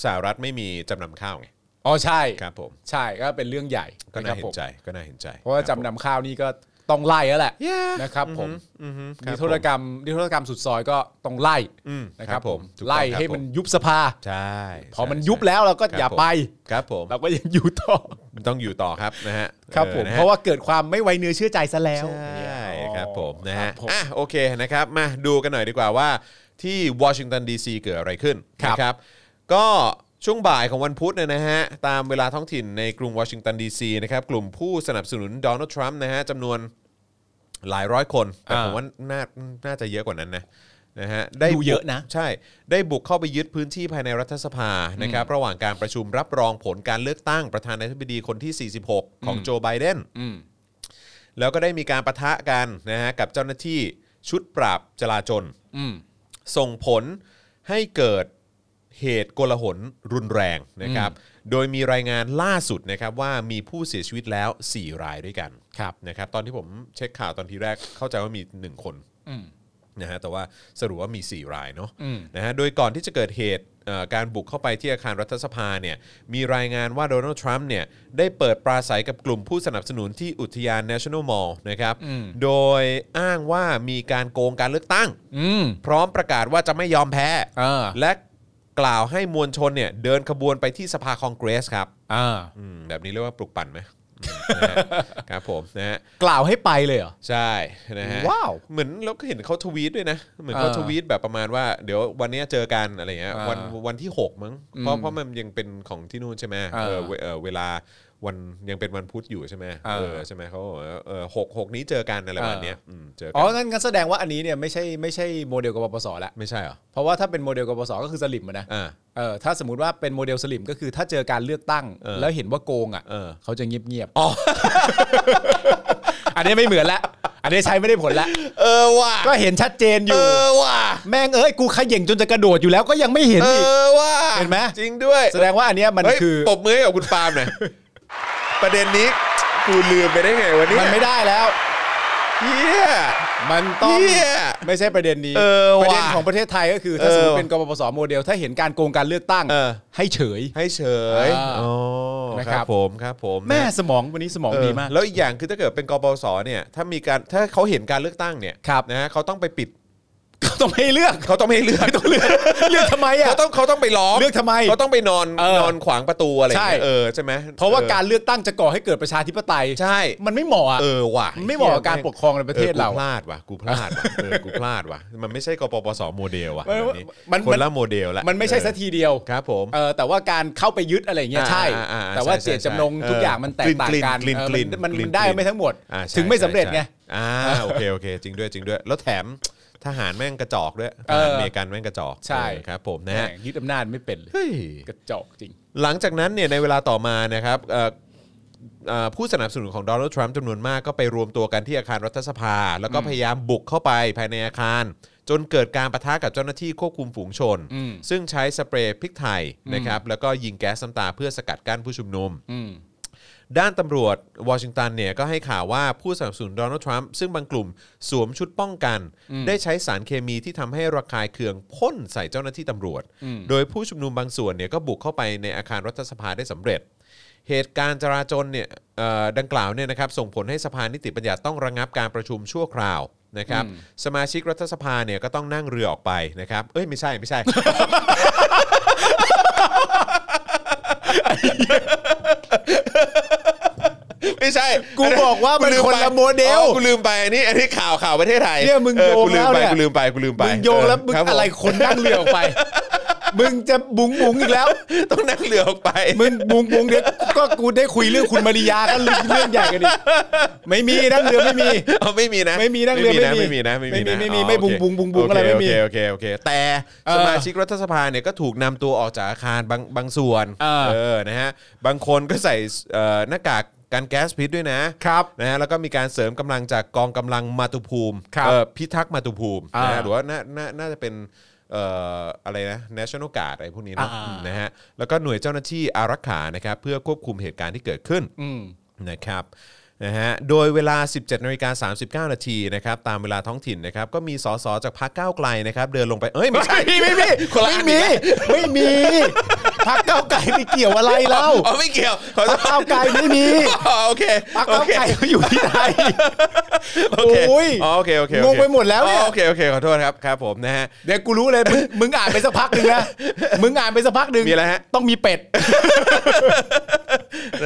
B: สหรัฐไม่มีจำนำข้าวไง
C: อ๋อใช่
B: ครับผม
C: ใช่ก็เป็นเรื่องใหญ่
B: ก็
C: ค
B: น่า
C: รับ
B: เห็
C: ผม
B: นใจ ก็น่าเห็นใจ
C: เพราะว่า
B: คบผม
C: จำนำข้าวนี่ก็ ต้องไล่แล้วแหละ
B: Yeah
C: นะครับผม
B: อือฮึค
C: นิ
B: บ
C: รโทษกรรมนิรโทษกรรมสุดซอยก็ต้องไล่
B: อืม
C: นะครับผม
B: ถูกต้อง
C: ไล่
B: ครับ
C: ให้มัน
B: ผ
C: ยุบสภา
B: ใช่
C: พอมัน
B: ใช่
C: ยุบแล้วเราก็
B: ครับ
C: อย่า
B: ผม
C: ไป
B: ครับผม
C: เราก็ยังอยู่ต่อ
B: ต้องอยู่ต่อครับนะฮะ
C: ครับ
B: ออ
C: ผม
B: นฮ
C: เพราะว่าเกิดความไม่ไว้เนื้อเชื่อใจซะแล้ว
B: ใช่ครับผมนะ
C: ครั
B: ฮะ
C: บผม
B: อ่ะโอเคนะครับมาดูกันหน่อยดีกว่าว่าที่วอชิงตันดีซีเกิดอะไรขึ้น
C: ครับ
B: นะครับก็ช่วงบ่ายของวันพุธเนยนะฮะตามเวลาท้องถิ่นในกรุงวอชิงตันดีซีนะครับกลุ่มผู้สนับสนุนโดนัลด์ทรัมป์นะฮะจำนวนหลายร้อยคนแต่
C: อ่า
B: ผมว่าน่าน่าจะเยอะกว่านั้นนะนะฮะได้
C: ดูเยอะนะ
B: บุกใช่ ได้บุกเข้าไปยึดพื้นที่ภายในรัฐสภานะครับระหว่างการประชุมรับรองผลการเลือกตั้งประธานาธิบดีคนที่ 46 ของโจไบเดน
C: อืม
B: แล้วก็ได้มีการประทะกันนะฮะกับเจ้าหน้าที่ชุดปราบจลาจล
C: อืม
B: ส่งผลให้เกิดเหตุโกลาหลรุนแรงนะครับ โดยมีรายงานล่าสุดนะครับว่ามีผู้เสียชีวิตแล้ว 4 รายด้วยกัน
C: ครับ
B: นะครับ ตอนที่ผมเช็คข่าวตอนทีแรกเข้าใจว่ามี 1 คน
C: อืม
B: นะฮะแต่ว่าสรุปว่ามี 4 รายเนาะ
C: อืม
B: นะฮะโดยก่อนที่จะเกิดเหตุเอ่อการบุกเข้าไปที่อาคารรัฐสภาเนี่ยมีรายงานว่าโดนัลด์ทรัมป์เนี่ยได้เปิดปราศัยกับกลุ่มผู้สนับสนุนที่อุทยาน National Mall นะครับ
C: อืม
B: โดยอ้างว่ามีการโกงการเลือกตั้ง
C: อืม
B: พร้อมประกาศว่าจะไม่ยอมแพ้
C: อ่า
B: และกล่าวให้มวลชนเนี่ยเดินขบวนไปที่สภาคองเกรสครับ
C: อ่า
B: อืมแบบนี้เรียกว่าปลุกปั่นไหมอืมนะฮะ ครับผมนะฮะ
C: กล่าวให้ไปเลยเหรอ
B: ใช่นะฮะ
C: ว้าว
B: เหมือนเราก็เห็นเขาทวีตด้วยนะ เหมือนเขา
C: เออ
B: ทวีตแบบประมาณว่า เดี๋ยววันเนี้ยเจอกันอะไรเงี้ย
C: อ่า
B: วันวันที่ 6 มั้งเพ
C: อื
B: ราะ
C: ม
B: เพราะมันยังเป็นของที่นู่นใช่ไหม
C: เออ
B: เออเวเออเวลาวันยังเป็นวันพุธอยู่ใช่ไหม
C: เออ
B: เออใช่ไหมเขาบอกว่าเออหกหกนี้เจอกันอะไรประมาณเนี้ยมเจอกั
C: อ๋องั้นงั้นแสดงว่าอันนี้เนี่ยไม่ใช่ไม่ใช่โมเดลกบปสละ
B: ไม่ใช่เหรอ
C: เพราะว่าถ้าเป็นโมเดลกบปสก็คือสลิมอะนะ
B: อ่า
C: เออถ้าสมมติว่าเป็นโมเดลสลิมก็คือถ้าเจอการเลือกตั้ง
B: เออ
C: แล้วเห็นว่าโกงอ่ะ
B: เออ
C: เขาจะเงียบเงียบอ๋อ อันนี้ไม่เหมือนละอันนี้ใช้ไม่ได้ผลละ
B: เออว่ะ
C: ก็เห็นชัดเจนอ
B: เอยู่ อว่ะ
C: แม่งเอ้ยกูเขย่งจนจะกระโดดอยู่แล้วก็ยังไม่เห็น
B: เอ
C: อีก
B: อว่ะ
C: เห็นไหม
B: จริงด้วย
C: แสดงว่าอันเนี้ยมัน
B: เฮ้ย
C: คือ
B: ปรบมือให้กับคุณปาล์ม หน่อย ประเด็นนี้กูลืมไปได้ไงวันนี้
C: มันไม่ได้แล้ว
B: เฮีย
C: มัน
B: เ
C: ต้อง
B: ฮีย
C: ไม่ใช่ประเด็นนี้
B: เออ
C: ป
B: ว่ะ
C: ระเด็นของประเทศไทยก็คือถ้าสมมติ
B: เออ
C: เป็นกบปสโมเดล ถ้าเห็นการโกงการเลือกตั้ง
B: เออ
C: ให้เฉย
B: ให้เฉย
C: อ่า
B: อ๋อ
C: นะ
B: ค
C: ครั
B: รับบ ผมครับผม
C: แม่
B: นะ
C: สมองวันนี้สมอง
B: เออ
C: ดีมาก
B: แล้วอีกอย่างคือถ้าเกิดเป็นกปสเนี่ยถ้ามีการถ้าเขาเห็นการเลือกตั้งเนี่ย
C: ครับ
B: นะฮะเขาต้องไปปิด
C: เขาต้องให้เลือก
B: เขาต้องไม่ให้เลือก
C: ต้องเลือกเลือกทำไมอ่ะ
B: เขาต้องเขาต้องไปล้อม
C: เลือกทำไม
B: เขาต้องไปนอน
C: เออน
B: อนขวางประตูอะไรอย่างเงี้ย
C: ใช่
B: เออใช่ไหม
C: เพราะว่า
B: ออ
C: การเลือกตั้งจะก่อให้เกิดประชาธิปไตย
B: ใช่
C: มันไม่เหมาะอะ
B: เออว่ะ
C: มันไม่เหมาะกับการปกครองในประเทศเรา
B: กูพลาดว่ะกูพลาดว่ะเออกูพลาดว่ะมันไม่ใช่กปปสโมเดลว่ะ
C: มัน
B: แบบนี้
C: มัน
B: คนละโมเดลละ
C: มันไม่ใช่สักทีเดียว
B: ครับผม
C: เออแต่ว่าการเข้าไปยึดอะไรเงี้ย
B: อ่า
C: ใช่
B: อ่าอ่า
C: แต่ว่า
B: ใช่ใช่
C: เจตจำนง
B: ใช่
C: ทุกอย่างมันแตกต่างกัน
B: กลิ่นกลิ่น
C: เออมัน
B: กลิ่
C: มัน นได้
B: กลิ่น
C: ไม่ทั้งหมด
B: อ่าใช่
C: ถึงไม่สำเร็จไง
B: ใช่ใช่อ่าโอเคโอเค จริงด้วยจริงด้วย แล้วแถมทหารแม่งกระจอกด้วยท
C: เออ
B: หารอเมริกันแม่งกระจอก
C: ใช่
B: เออครับผมนะ
C: แห
B: ฮะ
C: ม่ยึดอำนาจไม่เป็นเลย
B: เฮ้ย
C: กระจอกจริง
B: หลังจากนั้นเนี่ยในเวลาต่อมานะครับเอ่อเอ่อผู้สนับสนุนของโดนัลด์ทรัมป์จำนวนมากก็ไปรวมตัวกันที่อาคารรัฐสภา แล้วก็พยายามบุกเข้าไปภายในอาคาร จนเกิดการประทะกับเจ้าหน้าที่ควบคุมฝูงชน
C: อืม
B: ซึ่งใช้สเปรย์พริกไทยนะครับแล้วก็ยิงแก๊สน้ำตาเพื่อสกัดกั้นผู้ชุมนุม
C: อืม
B: ด้านตำรวจวอชิงตันเนี่ยก็ให้ข่าวว่าผู้สนับสนุนโดนัลด์ทรัมป์ซึ่งบางกลุ่มสวมชุดป้องกัน ได้ใช้สารเคมีที่ทำให้ระคายเคืองพ่นใส่เจ้าหน้าที่ตำรวจ
C: อืม
B: โดยผู้ชุมนุมบางส่วนเนี่ยก็บุกเข้าไปในอาคารรัฐสภาได้สำเร็จ เหตุการณ์จราจรเนี่ยเอ่อดังกล่าวเนี่ยนะครับส่งผลให้สภานิติบัญญัติต้องระงงับการประชุมชั่วคราวนะครับสมาชิกรัฐสภาเนี่ยก็ต้องนั่งเรือออกไปนะครับเอ้ยไม่ใช่ไม่ใช่ ไม่ใช่
C: กูบอกว่ามัน
B: ลืไป
C: คนละโมเดล
B: อ๋อกูลืมไปอันนี้อันนี้ข่าวข่าวประเทศไทย
C: เนี่ยมึง
B: ออ
C: โยง
B: กูม
C: แล้ว
B: ไป
C: เนี่ย
B: กูลืมไปกูลืมไป
C: มึงโยงแล้วมึง
B: ครับผ
C: อะไรคนนั่งเรืออ อกไป มึงจะบุงบุงอีกแล้ว
B: ต้องนั่งเรือออกไป
C: มึงบุงบุงเดี๋ยวก็กูได้คุยเรื่องคุณมาริยาก็เรื่องเรื่องใหญ่กันดิไม่มีนั่งเรือไม่มี
B: เอา ไม่มีนะ
C: ไม่มีนั่งเรือไม่
B: ไม่
C: มี
B: มีนะไม่มีนะ
C: ไม่มี
B: อ๋อ
C: ไม่มีไม่บุ้ง
B: โอเค
C: บุ้งบุ้งบุ้งอะไรไม่มี
B: โอเคโอเคโอเค แต่
C: เออ
B: สมาชิกรัฐสภาเนี่ยก็ถูกนำตัวออกจากอาคารบางบางส่วน
C: เออ
B: นะฮะบางคนก็ใส่เอ่อหน้ากากกันแก๊สพิษด้วยนะครับ นะฮะแล้วก็มีการเสริมกำลังจากกองกำลังมาตุภูมิ
C: ครับ
B: เอ่อพิทักษ์มาตุภูมิ
C: อ่า
B: นะฮะหรือว่าน่าน่าน่าจะเป็นเอ่ออะไรนะ national guard อะไรพวกนี้เนอะ
C: อ่า
B: อืมนะฮะแล้วก็หน่วยเจ้าหน้าที่อารักขานะครับเพื่อควบคุมเหตุการณ์ที่เกิดขึ้น
C: อืม
B: นะครับ นะฮะโดยเวลา 17นาฬิกา39 นาทีนะครับตามเวลาท้องถิ่นนะครับก็มีสสจากพรรคก้าวไกลนะครับเดินลงไปเอ้ย ไม่ใช่
C: ไม่มีไม่มี
B: คนละอั
C: ไม่
B: น
C: มีไม่ มีพักเก้าวไก่ไปเกี่ยวอะไรเล่า
B: อ๋อไม่เกี่ยวขอ
C: พั
B: โท
C: ก
B: ษ
C: เก้าวไก่ไม่มี
B: อ๋อโอเค
C: พัก
B: โอ
C: เก้าว
B: เค
C: ไก่เขาอยู่ที่ไหน
B: โอเค
C: โอ้ย
B: อ๋อโอเคโอเคโอเค
C: งงไปหมดแล้วเนี่ย
B: อ๋อโอเคโอเคขอโทษครับครับผมนะฮะ
C: เดี๋ยวกูรู้เลยมึงมึงอ่านไปสักพักหนึ่ง นะมึงอ่านไปสักพักหนึ่ง
B: มีอะไรฮะ
C: ต้องมีเป็ด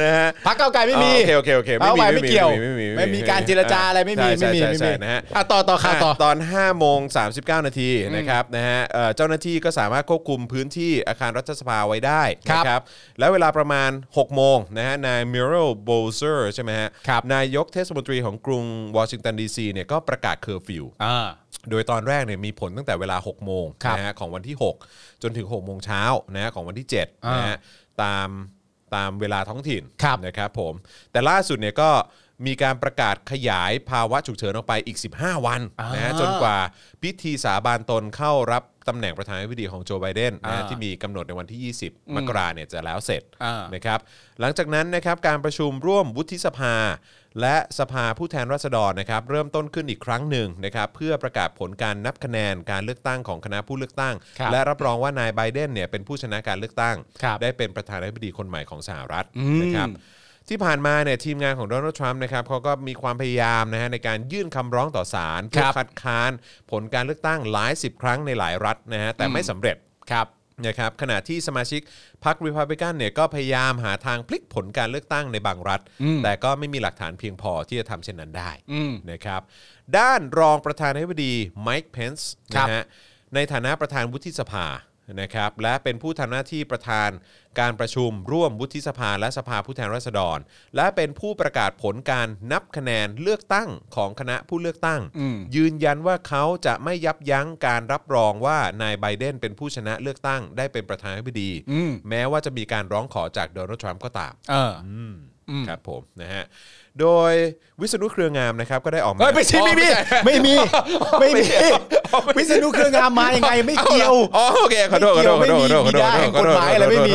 B: นะฮะ
C: พักเก้าวไก่ไม่มี
B: อ๋อโอเคโอเคโอเค
C: เอาไปไม่เกี่ยว
B: ไม่มี
C: ไม่มีการเจรจาอะไรไม่มี
B: ใช่
C: ไม่มี
B: ใช่
C: ไม่
B: ใช่
C: มี
B: ใช่นะฮะ
C: อ่ะต่อต่อข่าวต่อ
B: ตอน5โมง39 นาทีนะครับนะฮะเอ่อเจ้าหน้าที่ก็สามารถควบคุมพื้นที่อาคารรัฐสภาไว้ได้
C: ครับ
B: นะครับแล้วเวลาประมาณ 6 โมงนะฮะนายมิเรลโบเซอร์ใช่ไหมฮะ
C: ครับ
B: นายกเทศมนตรีของกรุงวอชิงตันดีซีเนี่ยก็ประกาศเคอร์ฟิว
C: อ่า
B: โดยตอนแรกเนี่ยมีผลตั้งแต่เวลา 6 โมง
C: ครับ
B: นะฮะของวันที่ 6 จนถึง 6 โมงเช้านะฮะของวันที่7
C: อ่าน
B: นะฮะตามตามเวลาท้องถิ่น
C: ครับ
B: นะครับผม แต่ล่าสุดเนี่ยก็มีการประกาศขยายภาวะฉุกเฉินออกไปอีก 15 วัน
C: อ่าน
B: นะฮะจนกว่าพิธีสาบานตนเข้ารับตำแหน่งประธานาธิบดีของโจไบเดนนะฮะ
C: อ่า
B: ที่มีกำหนดในวันที่ 20 มกราเนี่ยจะแล้วเสร็จ
C: อ่าน
B: นะครับหลังจากนั้นนะครับการประชุมร่วมวุฒิสภา และสภาผู้แทนราษฎรนะครับเริ่มต้นขึ้นอีกครั้งหนึ่งนะครับเพื่อประกาศผลการนับคะแนนการเลือกตั้งของคณะผู้เลือกตั้ง
C: ครับ
B: และรับรองว่านายไบเดนเนี่ยเป็นผู้ชนะการเลือกตั้ง
C: ครับ
B: ได้เป็นประธานาธิบดีคนใหม่ของสหรัฐ
C: อืม
B: นะครับ ที่ผ่านมาเนี่ยทีมงานของโดนัลด์ทรัมป์นะครับเขาก็มีความพยายามนะฮะในการยื่นคำร้องต่อศาลเพื่อคัดค้านผลการเลือกตั้งหลายสิบครั้งในหลายรัฐนะฮะแต่ไม่สำเร็จครับนะครับขณะที่สมาชิกพรรครีพับลิกันเนี่ยก็พยายามหาทางพลิกผลการเลือกตั้งในบางรัฐ แต่ก็ไม่มีหลักฐานเพียงพอที่จะทำเช่นนั้นได้นะครับด้านรองประธานาธิบดีไมค์เพนส์
C: ครับ
B: นะฮะ ในฐานะประธานวุฒิสภานะครับและเป็นผู้ทำหน้าที่ประธานการประชุมร่วมวุฒิสภาและสภาผู้แทนราษฎร และเป็นผู้ประกาศผลการนับคะแนนเลือกตั้งของคณะผู้เลือกตั้ง
C: อืม
B: ยืนยันว่าเขาจะไม่ยับยั้งการรับรองว่านายไบเดนเป็นผู้ชนะเลือกตั้ง ได้เป็นประธานาธิบดี
C: อืม
B: แม้ว่าจะมีการร้องขอจากโดนัลด์ทรัมป์ก็ตาม
C: เออ อืม
B: ครับผมนะฮะโดยวิษณุเครืองามนะครับก็ได้ออกมา
C: เฮ้ยไม่ใช่ไม่มีไม่มีไม่มีวิษณุเครืองามมายังไงไม่เกี่ยว
B: อ๋อโอเคขอโทษขอโทษขอโทษขอโทษขอโทษขอโทษขอโท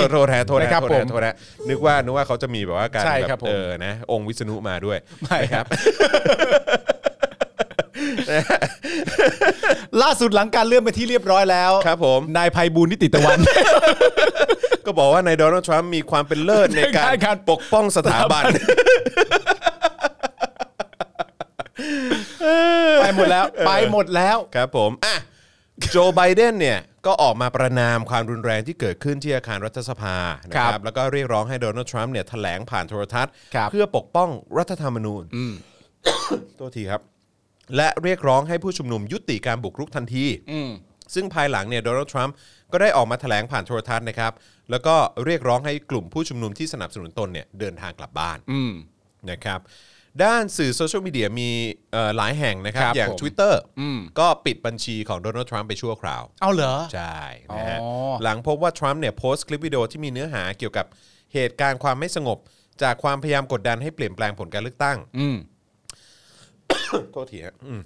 B: ษโทษแทนโทษนะครับผมโทษนะนึกว่านึกว่าเขาจะมีแบบว่าการแบบเออนะ องค์วิษณุมาด้วย
C: ไม่ครับ ล่าสุดหลังการเลื่อนไปนที่เรียบร้อยแล้ว
B: ครับผม
C: นายภัยบูลย์นิติตะวัน
B: ก็บอกว่านายโดนัลด์ทรัมป์มีความเป็นเลิศในการปกป้องสถาบัน
C: ไปหมดแล้ว ไปหมดแล้ว
B: ครับผมอ่ะโจไบเดนเนี่ยก็ออกมาประนามความรุนแรงที่เกิดขึ้นที่อาคารรัฐสภานะค
C: ครั
B: รับบ แล้วก็เรียกร้องให้โดนัลด์ทรัมป์เนี่ยแถลงผ่านโทรทัศน์
C: ครับ
B: เพื่อปกป้องรัฐธรรมนูญ ตัวทีครับ และเรียกร้องให้ผู้ชุมนุมยุติการบุกรุกทันที ซึ่งภายหลังเนี่ยโดนัลด์ทรัมป์ก็ได้ออกมาแถลงผ่านโทรทัศน์นะครับ แล้วก็เรียกร้องให้กลุ่มผู้ชุมนุมที่สนับสนุนตนเนี่ยเดินทางกลับบ้าน
C: อืม
B: นะครับด้านสื่อโซเชียลมีเดียมีเอ่อหลายแห่งนะครับ
C: ครับ
B: อย่าง
C: ผม
B: Twitter
C: อืม
B: ก็ปิดบัญชีของโดนัลด์ทรัมป์ไปชั่วคราว
C: เอาเหรอ
B: ใช่นะฮะ
C: อ๋อ
B: หลังพบว่าทรัมป์เนี่ยโพสต์คลิปวิดีโอที่มีเนื้อหาเกี่ยวกับเหตุการณ์ความไม่สงบ จากความพยายามกดดันให้เปลี่ยนแปลงผลการเลือกตั้ง
C: อืม
B: โทษทีฮะอืม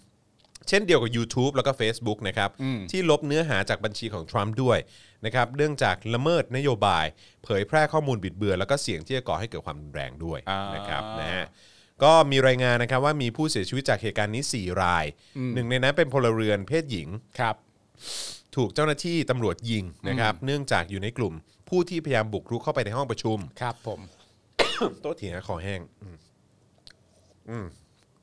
B: เช่นเดียวกับ YouTube แล้วก็ Facebook นะครับที่ลบเนื้อหาจากบัญชีของทรัมป์ด้วยนะครับเนื่องจากละเมิดนโยบาย เผยแพร่ข้อมูลบิดเบือนแล้วก็เสี่ยงที่จะก่อให้เกิดความรุนแรงด้วย
C: อ่าน
B: นะครับนะฮะก็มีรายงานนะครับว่ามีผู้เสียชีวิตจากเหตุการณ์นี้ 4 ราย หนึ่งในนั้นเป็นพลเรือนเพศหญิง
C: ครับ
B: ถูกเจ้าหน้าที่ตำรวจยิงนะครับเนื่องจากอยู่ในกลุ่ม ผู้ที่พยายามบุกรุกเข้าไปในห้องประชุม
C: ครับผม
B: โต๊ะเถียงคอแห้ง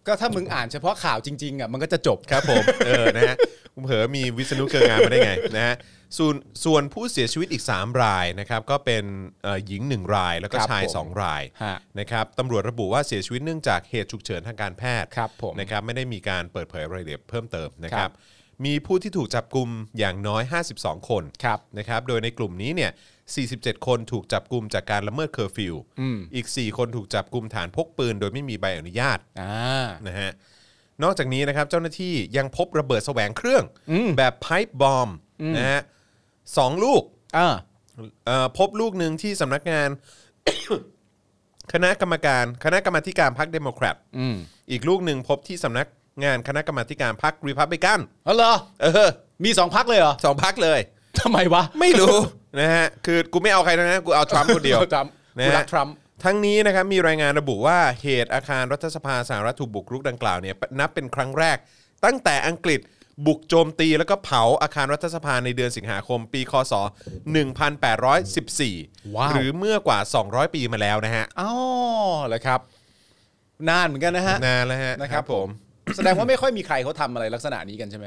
C: ก็ถ้ามึงอ่านเฉพาะข่าวจริงๆอ่ะมันก็จะจบ
B: ครับผมเออนะฮะผมเผลอมีวิษณุเครืองามมาได้ไงนะฮะส่วนส่วนผู้เสียชีวิตอีก 3 รายนะครับก็เป็นเอ่อหญิง 1 รายแล้วก็
C: ครับ
B: ชาย
C: ผม
B: 2 ราย
C: ฮะ
B: นะครับตำรวจระบุว่าเสียชีวิตเนื่องจากเหตุฉุกเฉินทางการแพทย์
C: ครับผม
B: นะครับไม่ได้มีการเปิดเผยรายละเอียดเพิ่มเติมนะค
C: ครั
B: รับบ มีผู้ที่ถูกจับกลุ่มอย่างน้อย 52 คน
C: ครับ
B: นะครับโดยในกลุ่มนี้เนี่ย 47 คนถูกจับกลุ่มจากการละเมิดเคอร์ฟิว
C: อืม
B: อีก 4 คนถูกจับกลุ่มฐานพกปืน โดยไม่มีใบอนุญาต
C: อ่า
B: นะฮะ นอกจากนี้นะครับเจ้าหน้าที่ยังพบระเบิดแสวงเครื่อง แบบไพ p ์บอมนะฮะสองลูก
C: อ่า
B: เอ่อพบลูกหนึ่งที่สำนักงาน คณะกรรมการคณะกรรมาธิการพรรคเดโมแครต
C: อืม
B: อีกลูกหนึ่งพบที่สำนักงานคณะกรรมาธิการพรรครีพับลิกัน
C: เอาเหรอ
B: เออ
C: มีสองพักเลยเหรอ
B: สองพรรคเลย
C: ทำไมวะ
B: ไม่รู้ นะฮะ คือกูไม่เอาใครทั้งนะกูเอาทรัมป์คนเดียว
C: อาทรัมป์
B: นะ
C: กูรั
B: ฮะ
C: กทรัมป์
B: ท ทั้งนี้นะครับมีรายงานระบุว่าเหตุอาคารรัฐสภาสหรัฐถูกบุกรุกดังกล่าวเนี่ยนับเป็นครั้งแรก ตั้งแต่อังกฤษบุกโจมตีแล้วก็เผาอาคารรัฐสภาในเดือนสิงหาคมปี คศ 1814
C: ว้าว
B: หรือเมื่อกว่า 200 ปีมาแล้วนะฮะ
C: อ๋อเหรอครับ นานเหมือนกันนะฮะ
B: นานแล้วฮะ
C: นะครับผม แสดงว่าไม่ค่อยมีใครเขาทำอะไรลักษณะนี้กันใช่ไหม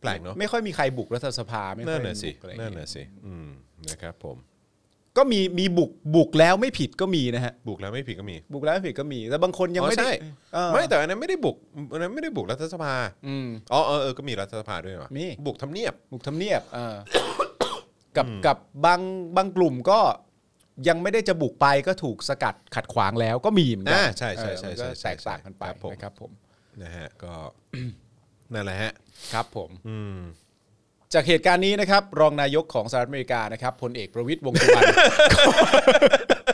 B: แปลกเนาะ
C: ไม่ค่อยมีใครบุกรัฐสภาไม่ค่
B: นั่
C: อน ย
B: น่ะสิ
C: บุกอะไรอย่าง
B: นั่น
C: เงี้ย
B: น่ะสิอืมนะครับผม
C: ก็มีมีบุกบุกแล้วไม่ผิดก็มีนะฮะ
B: บุกแล้วไม่ผิดก็มี
C: บุกแล้วไม่ผิดก็มี แต่บางคนยัง
B: อ๋อ
C: ไม่ได้
B: ใช่
C: เออ
B: ไม่แต่อันนั้นไม่ได้บุกอันนั้นไม่ได้บุกรัฐสภา
C: อืม
B: อ๋อเออเออก็มีรัฐสภาด้วยเหรอ
C: มี
B: บุกทำเนียบ
C: บุกทำเนียบเออกับกับบางบางกลุ่มก็ยังไม่ได้จะบุกไปก็ถูกสกัดขัดขวางแล้วก็มีเหมือนกั
B: อ่าใช่ใช่ใช่
C: เออมัน
B: ใช่
C: ก็แตก
B: ใช่
C: ต่างกันไป
B: ครับผม
C: นะครับผม
B: นะฮะก็ นั่นแหละฮะ
C: ครับผม
B: อืม
C: จากเหตุการณ์นี้นะครับ รองนายกของสหรัฐอเมริกานะครับพลเอกประวิตยวงษ์สุว รรณ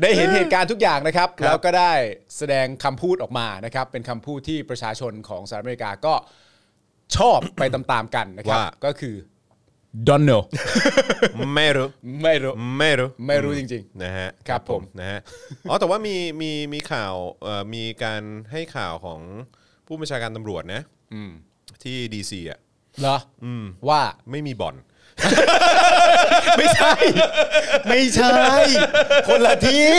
C: ได้เห็นเหตุการณ์ทุกอย่างนะครับ
B: ครับ
C: แล้วก็ได้แสดงคำพูดออกมานะครับ เป็นคำพูดที่ประชาชนของสหรัฐอเมริกาก็ชอบไปตามๆกันนะครับ ก็คือดอนเนล
B: ไม่รู้
C: ไม่รู้
B: ไม่รู้
C: ไม่รู้จริง
B: ๆนะฮะ
C: ครับผม
B: นะฮะอ๋อแต่ว่ามีมีมีข่าวเอ่อมีการให้ข่าวของผู้บัญชาการตำรวจนะที่ดีซีอ่ะ
C: เหรอว่า
B: ไม่มีบ่อน
C: ไม่ ใช่ ไม่ใช่ คนละที่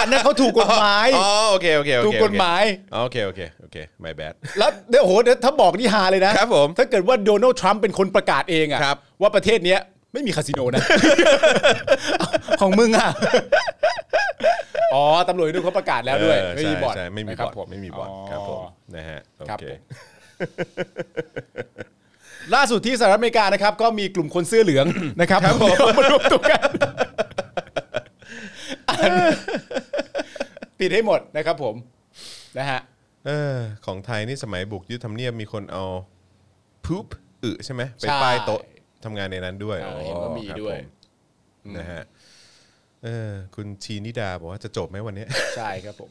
C: อันนั้นเขาถูกกฎหมาย
B: อ๋อโอเคโอเคโอเค
C: ถูกกฎหมาย
B: อ๋อโอเคโอเคโอเค my bad
C: แล้วเดี๋ยวโหเดี๋ยวถ้าบอกนี่ฮาเลยนะครับ
B: ผม
C: ถ้าเกิดว่าโดนัลด์ทรัมป์เป็นคนประกาศเองอะ
B: ครับ
C: ว่าประเทศเนี้ยไม่มีคาสิโน นะ ของมึงอะอ๋อตำรวจดูเขาประกาศแล้วด้วย
B: เออ
C: ไม่มี
B: ใช่
C: บอด
B: ใช่ไม่มี
C: นะ
B: บ่อน
C: ครัผ
B: ไม่มีบ่อนครับผมนะฮะโอ
C: ครับ
B: เค
C: ผม ล่าสุดที่สหรัฐอเมริกานะครับ ก็มีกลุ่มคนเสื้อเหลื อง นะครับผมมารวมตัวกันอันปิดให้หมดนะครับผมนะฮะ
B: เออของไทยนี่สมัยบุกยึดทำเนียบมีคนเอาพุ๊บอึใช่ไหมไป
C: ใช่
B: ป้ายโต๊ะทำงานในนั้นด้วย
C: อ่า
B: อ๋อ
C: เห็นว่ามี
B: ครับ
C: ด้วย
B: ผนะฮะเออคุณชีนิดาบอกว่าจะจบไหมวันเนี้ย
C: ใช่ครับผม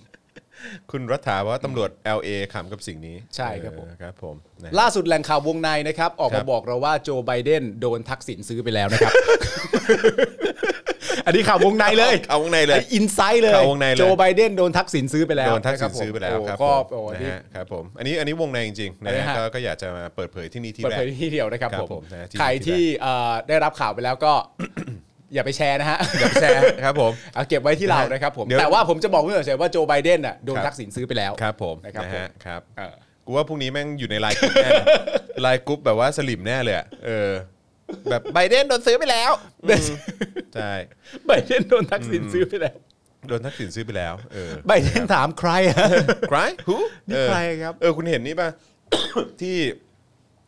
B: คุณรัฐาบอกว่าตำรวจ LA ขำกับสิ่งนี้
C: ใช่ครับผม
B: เออครับผมนะ
C: ล่าสุดแหล่งข่าววงในนะครับ ออกมาบอกเราว่าโจไบเดนโดนทักษิณซื้อไปแล้วนะครับ อันนี้ข่าววงในเลย
B: เอาวงในเลย
C: ไอินไซต์เลย
B: ข่าววงในเลย
C: โจไบเดนโดนทักษิณซื้อไปแล้ว
B: โดนทักษิ
C: ะ
B: ณ
C: ครับผม
B: ซื้อไปแล้วครับ
C: โอ้ก็
B: ผ
C: โอ้
B: มนะ
C: นี่
B: ฮะครับผมอันนี้อันนี้วงในจริงๆนะ
C: อะไร
B: ฮะ
C: ฮะ
B: ก็ก็อยากจะมาเปิดเผยที่นี่ที่
C: เปิด
B: แรก
C: เผยที่เดียวนะครับ
B: ครับ
C: ผ
B: ผม
C: ม
B: นะที่
C: ใครที่เอ่อได้รับข่าวไปแล้วก็ อย่าไปแชร์นะฮะ
B: แชร์ครับผม
C: เอาเก็บไว้ที่เรานะครับผม
B: เดี๋ยว
C: แต่ว่าผมจะบอกเพื่อนเฉยๆว่าโจไบเดนอ่ะโดน
B: ครับ
C: ทักษิณซื้อไปแล้ว
B: ครับผม
C: นะครับ
B: นะฮะ
C: ผม
B: ครับ
C: เออ
B: กูว่าพรุ่งนี้แม่งอยู่ในไลน์กรุ๊ปแน่เลยไลน์กรุ๊ปแบบว่าสลิมแน่เลยอะเออ แบบไบเดนโดนซื้อไปแล้ว ใช่
C: ไบเดนโดนทักษิณซื้อไปแล้ว
B: โดนทักษิณซื้อไปแล้วเออ
C: ไบเดนถามใครอะ
B: ใคร who
C: นี่ใครครับ
B: เออคุณเห็นนี่ป่ะ ที่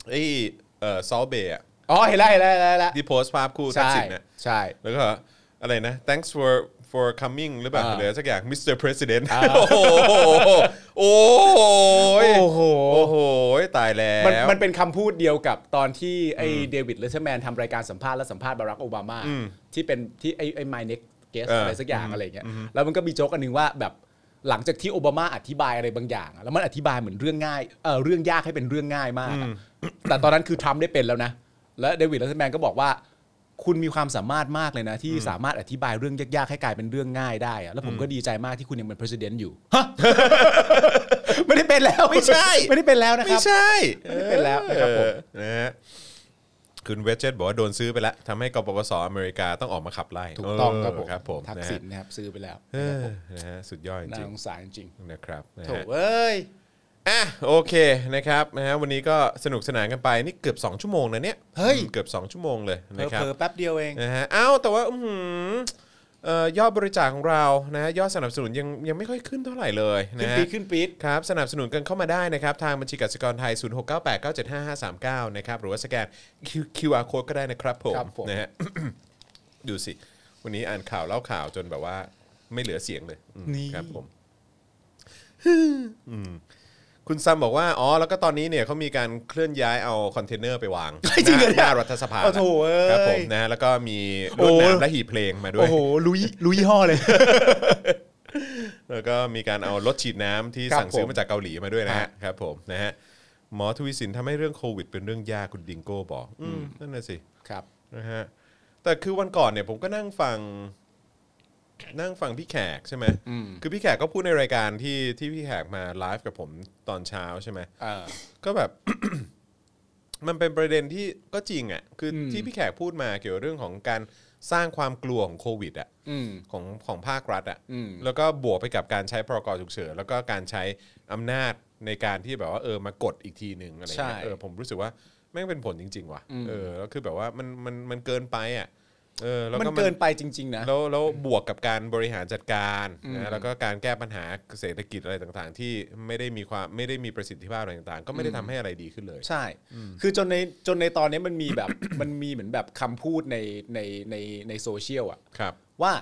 B: ไอ้เออซอลเบย์อะ
C: อ๋อเห็นแล้วเห็นแล้วเห็นแล้วเห็นแล้ว
B: ที่โพสต์ภาพคู่ทัก
C: ใช่
B: ษิณนะ
C: ใช่
B: แล้วก็อะไรนะ thanks for for coming หรือเปล่า
C: อ่า
B: หรือสักอย่าง Mr. President โอ้โห โอ้โห
C: โอ้โห
B: โอ้โห ตายแล้ว
C: มันมันเป็นคำพูดเดียวกับตอนที่ไอเดวิดเลเทอร์แมนทำรายการสัมภาษณ์และสัมภาษณ์บารักโอบามา ที่เป็นที่ไอไอไมเน็กเกส
B: เอออ
C: อะไรสักอย่างอะไรอย่างเงี้ยแล้วมันก็มีโจ๊กอันหนึงว่าแบบหลังจากที่โอบามาอธิบายอะไรบางอย่างอะแล้วมันอธิบายเหมือนเรื่องง่ายเออเรื่องยากให้เป็นเรื่องง่ายมากอะแต่ตอนนั้นคือทรัมป์ได้เป็นแล้วนะ และเดวิดเลเทอร์แมนก็บอกว่า คุณมีความสามารถมากเลยนะ ที่สามารถอธิบายเรื่องยากๆให้กลายเป็นเรื่องง่ายได้อะแล้วผมก็ดีใจมากที่คุณยังเป็นประธานอยู่ฮะ ไม่ได้เป็นแล้ว
B: ไม่ใช่
C: ไม่ได้เป็นแล้วนะค
B: ไม่
C: รับ
B: ใช่
C: ไม่ได้เป็นแล้วนะครับผม
B: เออนะฮะคุณเวจเจตบอกว่าโดนซื้อไปแล้วทำให้กปปสอเมริกาต้องออกมาขับไล่
C: ถูกต้องครับผม
B: เครับผม
C: ทักษิณนะครับซื้อไปแล้ว
B: เออนะฮะสุดยอดจ
C: น่า
B: ริง
C: สงสารจริง
B: ๆนะครับนะ
C: ๆ
B: ฮะ
C: โถเอ้ย
B: อ่ะโอเคนะครับนะฮะวันนี้ก็สนุกสนานกันไปนี่เกือบ 2 ชั่วโมงนะเนี่ย
C: เฮ้ย
B: อืมเกือบ 2 ชั่วโมงเลยนะค
C: เผ
B: รั
C: ล
B: บ
C: อๆแป๊บเดียวเอง
B: นะฮะอ้าวแต่ว่าอื้อหือเอ่อยอดบริจาคของเรานะฮะยอดสนับสนุนยังยังไม่ค่อยขึ้นเท่าไหร่เลย
C: ขึ้
B: นะ
C: น
B: ฮะ
C: ปีดขึ้นปีด
B: ครับสนับสนุนกันเข้ามาได้นะครับ ทางบัญชีกสิกรไทย 0698975539 นะครับ หรือว่าสแกน Q- QR code ก็ได้นะครับผม
C: ครับผม
B: นะ ฮะ ดูสิ วันนี้อ่านข่าวเล่าข่าวจนแบบว่าไม่เหลือเสียงเลยอืม
C: นี่
B: ครับผม คุณซัมบอกว่า อ๋อ แล้วก็ตอนนี้เนี่ยเขามีการเคลื่อนย้ายเอาคอนเทนเนอร์ไปวาง
C: จริงเหรอเนี่ย
B: หน้ารัฐสภา
C: โอ้โถเอ้ย
B: ครับผมนะ แล้วก็มีร
C: โอ้
B: วดหนามและหีบเพลงมาด้ว
C: โอ้
B: ย
C: โหรู้ยี่รู้ยี่ห้อเลย
B: แล้วก็มีการเอารถฉีดน้ำที่
C: ครับ
B: สั่งซื้อ
C: ผม
B: มาจากเกาหลีมาด้วยนะฮะครับผมนะฮะหมอทวีสินทำให้เรื่องโควิดเป็นเรื่องยากคุณดิงโก้บอก อืมนั่นน่ะสิ
C: ครับ
B: นะฮะแต่คือวันก่อนเนี่ยผมก็นั่งฟัง นั่งฟังพี่แขกใช่ไหม
C: อืม
B: คือพี่แขกก็พูดในรายการที่ที่พี่แขกมาไลฟ์กับผมตอนเช้าใช่ไหม
C: เออ
B: ก็แบบ มันเป็นประเด็นที่ก็จริงอะ่ะคืออ
C: ม
B: ที่พี่แขกพูดมาเกี่ยวกับเรื่องของการสร้างความกลัวของโควิดอ่ะ
C: อืม
B: ของของภาครัฐอ่ะ
C: อืม
B: แล้วก็บวกไปกับการใช้พรกฉุกเฉินแล้วก็การใช้อำนาจในการที่แบบว่าเออมากดอีกทีหนึ่งอะไรเงี้ยเออผมรู้สึกว่าแม่งเป็นผลจริง ๆ ว่ะเออแล้วคือแบบว่ามันมันมันเกินไปอ่ะเออแล้ว
C: มัน
B: ก็
C: เกินไปจริง ๆ นะ
B: แล้วแล้วบวกกับการบริหารจัดการนะแล้วก็การแก้ปัญหาเศรษฐกิจอะไรต่างๆ ที่ไม่ได้มีความไม่ได้มีประสิทธิภาพอะไรต่างๆ ก็ไม่ได้ทำให้อะไรดีขึ้นเลย
C: ใช่ คือจนในจนในตอนนี้มันมีแบบ มันมีเหมือนแบบคำพูดในในในในโซเชียลอะ
B: ครับ
C: ว่า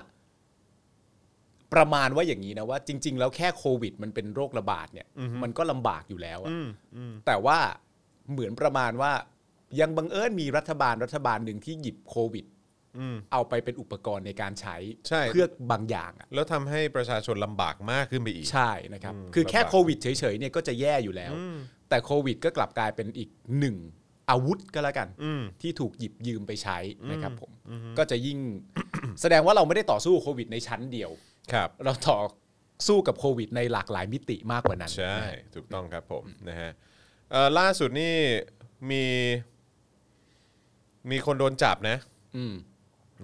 C: ประมาณว่าอย่างนี้นะว่า จริง ๆ แล้วแค่โควิด มันเป็นโรคระบาดเนี่ย มันก็ลำบากอยู่แล้วอะ
B: อืมอืม
C: แต่ว่าเหมือนประมาณว่า ยังบังเอิญมีรัฐบาลรัฐบาลหนึ่งที่หยิบโควิด
B: อืม
C: เอาไปเป็นอุปกรณ์ในการใช้
B: ใช่
C: เพื่อบางอย่างอะ
B: แล้วทำให้ประชาชนลำบากมากขึ้นไปอีก
C: ใช่นะครับ
B: อืม
C: คือแค่
B: ลำบาก
C: โควิดเฉยๆเนี่ยก็จะแย่อยู่แล้ว แต่โควิดก็กลับกลายเป็นอีกหนึ่งอาวุธก็แล้วกัน
B: อืม
C: ที่ถูกหยิบยืมไปใช้นะครับผม ก็จะยิ่ง แสดงว่าเราไม่ได้ต่อสู้โควิดในชั้นเดียว
B: ครับ
C: เราต่อสู้กับโควิดในหลากหลายมิติมากกว่านั้น
B: ใช่ ถูกต้องครับผมนะฮะเอ่อล่าสุดนี่มี มีคนโดนจับนะ
C: อืม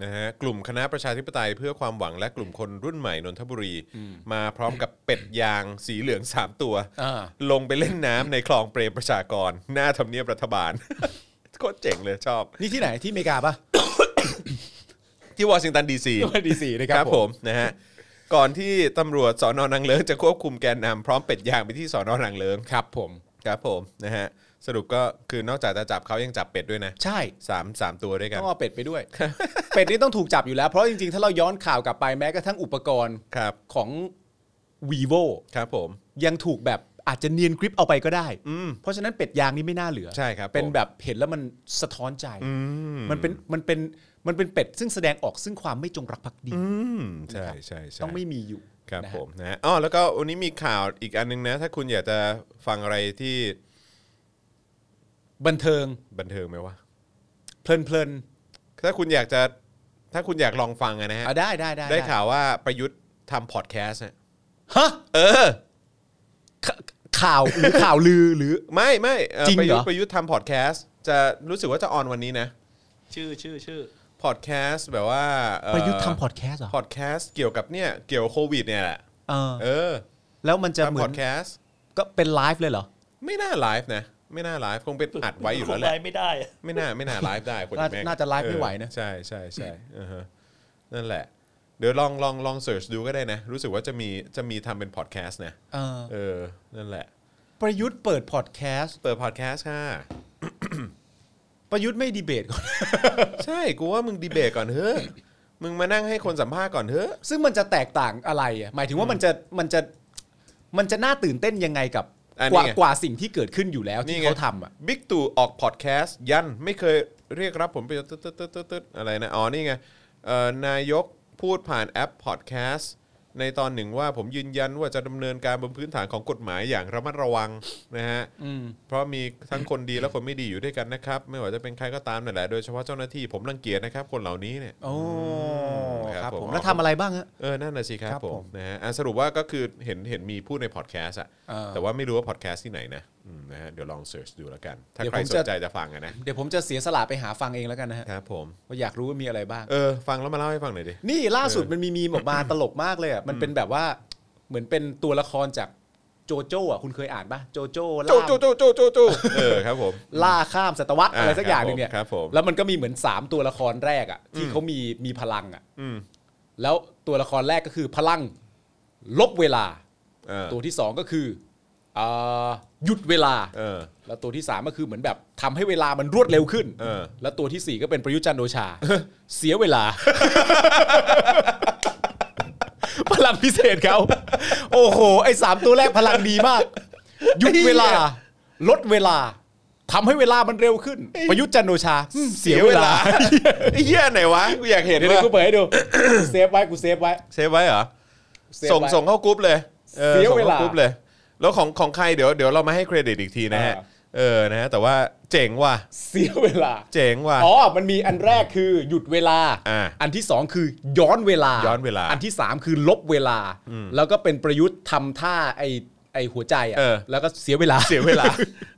B: นะฮะกลุ่มคณะประชาธิปไตยเพื่อความหวังและกลุ่มคนรุ่นใหม่นนทบุรี มาพร้อมกับเป็ดยางสีเหลือง 3 ตัว
C: อ่า
B: ลงไปเล่นน้ำ ในคลองเปรมประชากร หน้าทำเนียบรัฐบาล โคตรเจ๋งเลยชอบ
C: นี่ที่ไหนที่อเมริกาปะ
B: ที่วอชิงตันดีซี
C: ที่ มาดีสีนะค
B: ค
C: รั
B: รั
C: บบ ผ
B: ผม มนะฮะก่อนที่ตำรวจสอนอนังเลิงจะควบคุมแกนนำพร้อมเป็ดยางไปที่สอนอนังเลิง
C: ครับผม
B: ครับผมนะฮะสรุปก็คือนอกจากจะจับเขายังจับเป็ดด้วยนะ
C: ใช่
B: สามสามตัวด้วยกัน
C: ต้องเอาเป็ดไปด้วย เป็ดนี่ต้องถูกจับอยู่แล้ว เพราะจริงๆ ถ้าเราย้อนข่าวกลับไปแม้กระทั่งอุปกรณ์
B: ครับ
C: ของ vivo
B: ครับผม
C: ยังถูกแบบอาจจะเนียนกริปเอาไปก็ได้
B: อืม
C: เพราะฉะนั้นเป็ดยางนี่ไม่น่าเหลือ
B: ใช่ครับ
C: เป็น
B: ผม
C: แบบเห็นแล้วมันสะท้อนใจ
B: อื
C: มันเป็นมันเป็นมันเป็นเป็ดซึ่งแสดงออกซึ่งความไม่จงรักภักดี
B: อืมใช่ใช่ใช่
C: ต้องไม่มีอยู่
B: ครับ
C: นะฮะ
B: ผมนะฮะอ๋อแล้วก็วันนี้มีข่าวอีกอันนึงนะ ถ้าคุณอยากจะฟังอะไรที่
C: บันเทิง
B: บันเทิงไหมวะ
C: เพลินเพลิน
B: ถ้าคุณอยากจะถ้าคุณอยากลองฟังอะนะฮะ
C: อ่ะได้ได้ได้
B: ได้ข่าวว่าประยุทธ์ทำพอดแคสต์ฮะ
C: ฮะ
B: เออ
C: ขข่าวหรือข่าวลือหรือ
B: ไม่ไม่เอ่อ
C: จริง
B: ป
C: เหรอ
B: ระยุทธ์ประยุทธ์ทำพอดแคสต์จะรู้สึกว่าจะออนวันนี้นะ
D: ชื่อชื่อชื่อ
B: พอดแคสต์แบบว่าเ
C: ประยุทธ์ทำพอดแคสต์เหรอ
B: พอดแคสต์เกี่ยวกับเนี่ยเกี่ยวกับโควิดเนี่ยแหละ
C: เออ
B: เออ
C: แล้วมันจะเหมื
B: ทำพ
C: อ
B: อนดแคสต์
C: ก็เป็นไลฟ์เลยเหรอ
B: ไม่น่าไลฟ์นะ ไม่น่าไลฟ์คงเป็นอัดไว้อยู่แล้วแหละ
D: คงไไม่ได้อะ
B: ไม่น่าไม่น่าไลฟ์ได้คน
C: น่า
B: แม่ง
C: น่าจะไลฟ์ไม่
B: เออ
C: ไหวนะ
B: ใช่ใช่ใช่อือฮะนั่นแหละ เดี๋ยวลองลองลองเสิร์ชดูก็ได้นะ รู้สึกว่าจะมีจะมีทำเป็นพอดแคสต์นะ
C: เออ
B: เออนั่นแหละ
C: ประยุทธ์เปิดพอดแคสต์
B: เปิดพอดแคสต์ค่ะ
C: ประยุทธ์ไม่ดีเบตก่อน
B: ใช่กูว่ามึงดีเบตก่อนเฮ้อะมึงมานั่งให้คนสัมภาษณ์ก่อนเฮ้อะ
C: ซึ่งมันจะแตกต่างอะไรอ่ะหมายถึงว่ามันจะมันจะมันจะน่าตื่นเต้นยังไงกับ
B: อัน
C: กว่า
B: นี้ไง
C: กว่าสิ่งที่เกิดขึ้นอยู่แล้วที่
B: นี่ไง
C: เขาทำอ่ะ
B: บิ๊กตู่ออกพอดแคสต์ยันไม่เคยเรียกรับผลประโยชน์ตึ๊ดตึ๊ดตึ๊ดตึ๊ดตึ๊ดอะไรนะ อ๋อ นี่ไงเอ่อนายกพูดผ่านแอปพอดแคสต์ในตอนหนึ่งว่าผมยืนยันว่าจะดำเนินการบนพื้นฐานของกฎหมายอย่างระมัดระวังนะฮะ เพราะมีทั้งคนดีและคนไม่ดีอยู่ด้วยกันนะครับ ไม่ว่าจะเป็นใครก็ตามนั่นแหละโดยเฉพาะเจ้าหน้าที่ผมรังเกียจนะครับ คนเหล่านี้เนี่ย
C: โอ้
B: ค
C: ค
B: รั
C: รั
B: บบ ผ
C: ผม มแล้วทำอะไรบ้างฮะ
B: เออนั่นน่ะสิครับ
C: ครับ
B: ผม
C: ผม
B: นะฮะอ่ะสรุปว่าก็คือเห็นเห็นมีพูดในพอดแคสต์อะ
C: เออ
B: แต่ว่าไม่รู้ว่าพอดแคสต์ที่ไหนนะอืมนะฮะเดี๋ยวลองเสิร์ชดูแล้วกัน ถ้า
C: เดี๋ยว
B: ใคร
C: ผม
B: ส
C: จะ
B: นใจจะฟังอะนะ
C: เดี๋ยวผมจะเสียสละไปหาฟังเองแล้วกันนะฮะ
B: ครับผม
C: ว่าอยากรู้ว่ามีอะไรบ้าง
B: เออฟังแล้วมาเล่าให้ฟังหน่อยดิ
C: นี่ล่าสุด
B: เออ
C: มันมีมีมอ อกมา ตลกมากเลยอ่ะมันเป็นแบบว่าเหมือนเป็นตัวละครจากโจโจ้อ่ะคุณเคยอ่านปะโจโจ้ล่า
B: โจ้โจ้โจ้โจ้โจ้โจ้เออครับผม
C: ล่าข้ามศตวรรษอะไรสักอย่างหนึ่งเนี่ย
B: ครับผม
C: แล้วมันก็มีเหมือนสามตัวละครแรกอ่ะที่เขามีมีพลังอ่ะ
B: อืม
C: แล้วตัวละครแรกก็คือพลังลบเวลา
B: เออ
C: ตัวที่สองก็คือเอ่อหยุดเวลา
B: เออ
C: แล้วตัวที่สามก็คือเหมือนแบบทำให้เวลามันรวดเร็วขึ้น
B: เออ
C: แล้วตัวที่สี่ก็เป็นประยุทธ์จันทร์โอชา เสียเว ลา พลังพิเศษเขาโอ้โห ไอ้สามตัวแรกพลังดีม าก หยุดเวลา ลดเวลาทำให้เวลามันเร็วขึ้น ประยุทธ์จันทร์โอชา เสียเวลา
B: ไอ้เหี้ยไหนวะกูอยากเห็น
C: เดี๋ยว
B: ว่า
C: กูเปิดให้ ดู เซฟไว้กูเซฟไว้
B: เซฟไว้เหรอ
C: เซฟไว้
B: ส่งส่งเข้ากรุ๊ปเลยออ
C: เสียเวลา
B: ส่งข้กรุ๊ปเลย แล้วของของใครเดี๋ยวเดี๋ยวเรามาให้เครดิตอีกทีนะฮะ
C: อ่า
B: เ เออนะฮะแต่ว่าเจ๋งว่ะ
C: เสียเวลา
B: เจ๋งว่ะ
C: อ๋อ มันมีอันแรกคือหยุดเวลา
B: อ่า
C: อันที่สองคือย้อนเวลา
B: ย้อนเวลา
C: อันที่สามคือลบเวลา แล้วก็เป็นประยุทธ์ทำท่าไอไอหัวใจ
B: เออ
C: อะ่ะ แล้วก็เสียเวลา
B: เสียเวลา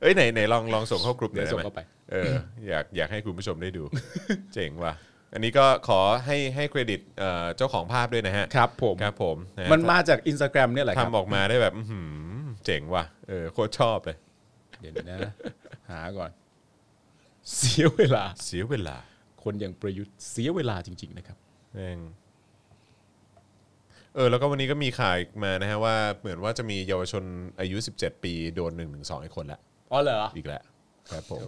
B: เอ้ยไหนไหนลองลองส่งเข้ากลุ่มหน่อย
C: เดี๋ยวส่
B: ด้หม
C: งเข้าไป
B: เอออยากอยากให้คุณผู้ชมได้ดู เจ๋งว่ะ อันนี้ก็ขอให้ให้เครดิตเอ่อเจ้าของภาพด้วยนะฮะ
C: ครับผม
B: ครับผมะฮะ
C: มันมาจากอินสตาแกรมเนี่ยแหละครับ
B: ทำออกมาได้แบบอื้อหือเจ๋งว่ะเออโคตรชอบเลย
C: เดี๋ยวนะ หาก่อน เสียเวลา
B: เสียเวลา
C: คนอย่างประยุทธ์เสียเวลาจริง ๆ นะครับ
B: แม่งเออ แล้วก็วันนี้ก็มีข่าวอีกมานะฮะว่าเหมือนว่าจะมีเยาวชนอายุ 17 ปีโดน1นึอีกคนละ
C: อ๋อเหรอ
B: อีกแล้วครับผม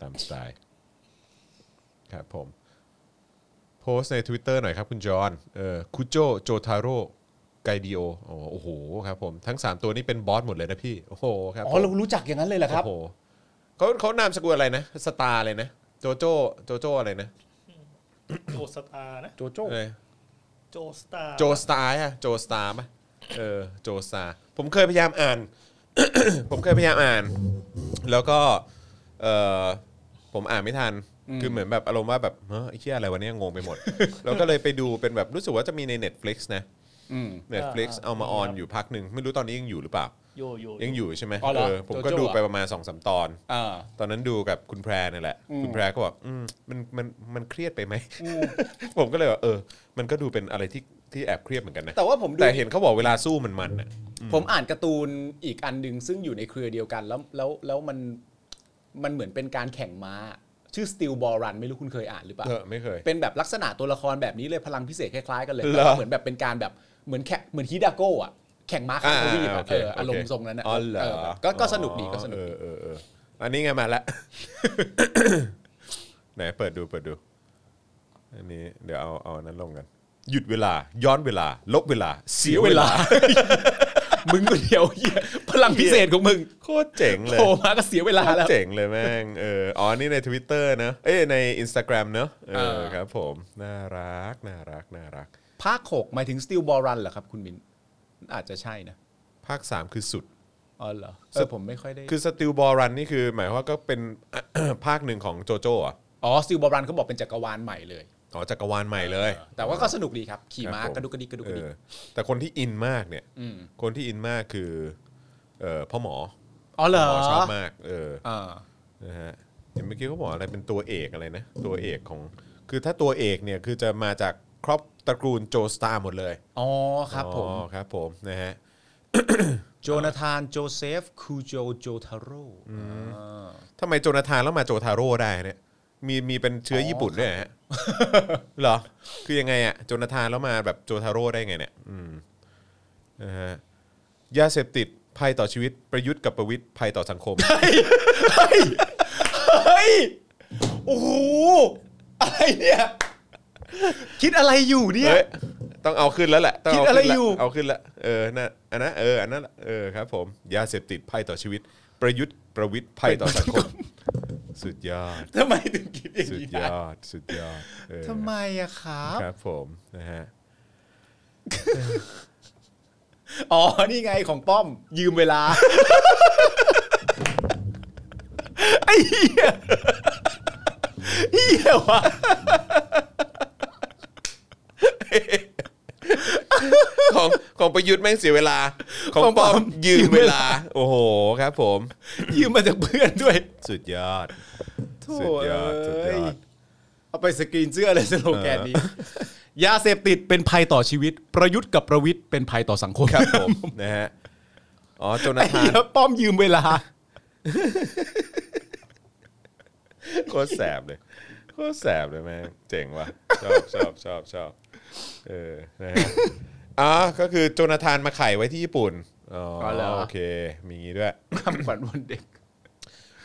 B: ตามสไตล์ครับผม โพสต์ใน Twitter หน่อยครับคุณจอห์นเออคุโจโจทาโร่ไกดีโอโอ้โหครับผม ทั้ง 3 ตัวนี้เป็นบอสหมดเลยนะพี่ โอ้โหครับ
C: อ๋
B: ผ
C: อ
B: ม
C: เรารู้จักอย่างนั้นเลยเหรอครับ
B: โอ้โหเขาเขานามสกุลอะไรนะ สตาร์เลยนะ โจโจโจโจอะไรนะ
D: โจสตาร์นะ
C: โจโจ้
B: เออ
D: โจสตาร์
B: โจสตาร์อะโจสตาร์ปะเออโจสตาร์ผมเคยพยายามอ่าน ผมเคยพยายามอ่าน แล้วก็เออผมอ่านไม่ทัน คือเหมือนแบบอารมณ์ว่าแบบเฮ้ยไอ้เหี้ยอะไรวะเนี่ยงงไปหมด แล้วก็เลยไปดูเป็นแบบรู้สึกว่าจะมีใน Netflix นะ
C: อืม
B: Netflix เอามาออนอยู่พักหนึ่งไม่รู้ตอนนี้ยังอยู่หรือเปล่า
D: โยโยโ
B: ยังอยู่ใช่ไหม
C: อ๋อเหรอ
B: เออผมก็
C: โจโจ้
B: ดู
C: เหรอ
B: ไปประมาณ2อสตอน
C: อ่า
B: ตอนนั้นดูกับคุณแพรนี่แหละ
C: อืม
B: คุณแพรก็บอกอืมมันมันมันเครียดไปไหม ผมก็เลยว่าเออ มันก็ดูเป็นอะไรที่ที่แอบเครียดเหมือนกันนะ
C: แต่ว่าผมดู
B: แต่เห็นเขาบอกเวลาสู้มันมันอ่ะ
C: ผมอ่านการ์ตูนอีกอันหนึ่งซึ่งอยู่ในเครือเดียวกันแล้วแล้วแล้วมันมันเหมือนเป็นการแข่งม้า ชื่อ Steel Ball Run ไม่รู้คุณเคยอ่านหรือเปล่า
B: เออไม่เคย
C: เป็นแบบลักษณะตัวละครแบบนี้เลยพลังพิเศษคล้ายๆกันเลย
B: เหรอ
C: แต่ว่าเหมือนแบบเป็นการแบบเหมือนแข่งเหมือนฮิดาโก้อะแข่งม้าข้ามทวีป
B: า
C: อะ
B: โ
C: เอออารมณ์ทรงนั้น
B: อ๋อเหรอ
C: เแบบก็ก็สนุกดีก็สนุก
B: เอ
C: ดี
B: อเออเอออันนี้ไงมา ละ ไหนเปิดดูเปิดดู อันนี้เดี๋ยวเอาเอาอันนั้นลงกัน หยุดเวลา ย้อนเวลา ลบเวลา เสี
C: เสี
B: ย
C: ย
B: เว
C: เว
B: ลา
C: ลา มึงคนเดียวเหี้ยพลังพิเศษของมึง
B: โคตรเจ๋งเลย
C: โผล่มาก็เสียเวลาแล้ว
B: เจ๋งเลยแม่ง เออ อ๋อ นี่ใน Twitter นะ เอ้ย ใน Instagram เนอะเอ
C: เอ
B: อ
C: อ
B: ครับผม น่ารัก น่ารัก น่ารัก
C: ภาคหกหมายถึง Steel Ball Run เหรอครับคุณมินอาจจะใช่นะ
B: ภาค 3 คือสุด
C: อ๋อเหรอเออผมไม่ค่อยได้
B: คือ Steel Ball Run นี่คือ หมายความว่าก็เป็น ภาคหนึ่งของโจโจ้เหรอ
C: อ๋อซิลบอรันเขาบอกเป็นจักรวาลใหม่เลย
B: อ๋อ จักรวาลใหม่เลย
C: แต่ว่าก็สนุกดีครับ ขี่ม้า
B: ครับผม
C: กระดุกกระดิกกระดุกกระดิก
B: เออแต่คนที่อินมากเนี่ย คนที่อินมากคือ เออพ่อหมอ
C: อ๋อเหรอ
B: พ่อหมอชอบมาก เออ
C: อ่า
B: นะฮะเห็นเมื่อกี้เขาบอกอะไรเป็นตัวเอกอะไรนะ ตัวเอกของ คือถ้าตัวเอกเนี่ย คือจะมาจากครอบตระกูลโจสตาร์หมดเลย
C: อ๋อครับผม
B: อ๋อครับผมนะฮะ
C: โจนาธานโจเซฟคูโจโจทาโร่อ่า
B: ทำไมโจนาธานแล้วมาโจทาโร่ได้เนี่ยมีมีเป็นเชื้อญี่ปุ่นด้วยเหรอฮะ เหรอ คือยังไงอะโจนาธานแล้วมาแบบโจทาโร่ได้ไงเนี่ยอืมนะฮะยาเสพติดภัยต่อชีวิตประยุทธ์กับประวิทย์ภัยต่อสังคม
C: เฮ้ยโอ้โหอะไรเนี่ยคิดอะไรอยู่เนี่ย
B: เฮ้ยต้องเอาขึ้นแล้วแหละต้งเา
C: คิดอะไร
B: ขึ้นแล้ว
C: อยู่
B: เอาขึ้นแล้วเออน่ะอันนั้นเอออันนั้นเออครับ ผมยาเสพติดภัยต่อชีวิต ประยุทธ์ประวิทย์ภัยต่อสังคม สุดยอด
C: ทำไมถึงคิดอย่าง
B: สุด
C: นี้
B: ย
C: ได้
B: อด สุดยอดเออ
C: ทำไมอะครับ
B: ครับผมนะฮะ
C: อ๋อนี่ไงของป้อม ยืมเว ลาไอ้เหี้ยเหี้ยวะ
B: ของของประยุทธ์แม่งเสียเวลา ของ
C: ของ
B: ป
C: ป
B: อ
C: อม
B: มยื
C: ยื
B: ม
C: ม
B: เว
C: เว
B: ลา
C: ลา
B: โอ้โหครับผม
C: ยืมมาจากเพื่อนด้วย
B: สุดยอด
C: โ
B: สุดยอด
C: เ
B: สุดยอด
C: เอาไปสกรีนเสื้อเลยสโลแกนนี้ ยาเสพติดเป็นภัยต่อชีวิต ประยุทธ์กับประวิทย์เป็นภัยต่อสังคม
B: ครับผม นะฮะอ๋อโจนา
C: ไอ้
B: ธา
C: เหี้
B: น
C: ยป้อมยืมเว ลา
B: โคตรแสบเลยโคตรแสบเลยแม่งเจ๋งว่ะชอบ ชอบชอบชอบเออนะฮะอ๋อก็คือโจนาธานมาไข่ไว้ที่ญี่ปุ่นอ๋อ
C: อ๋อเหรอ
B: โอเค มีงี้ด้วย
C: คำขวัญวันเด็ก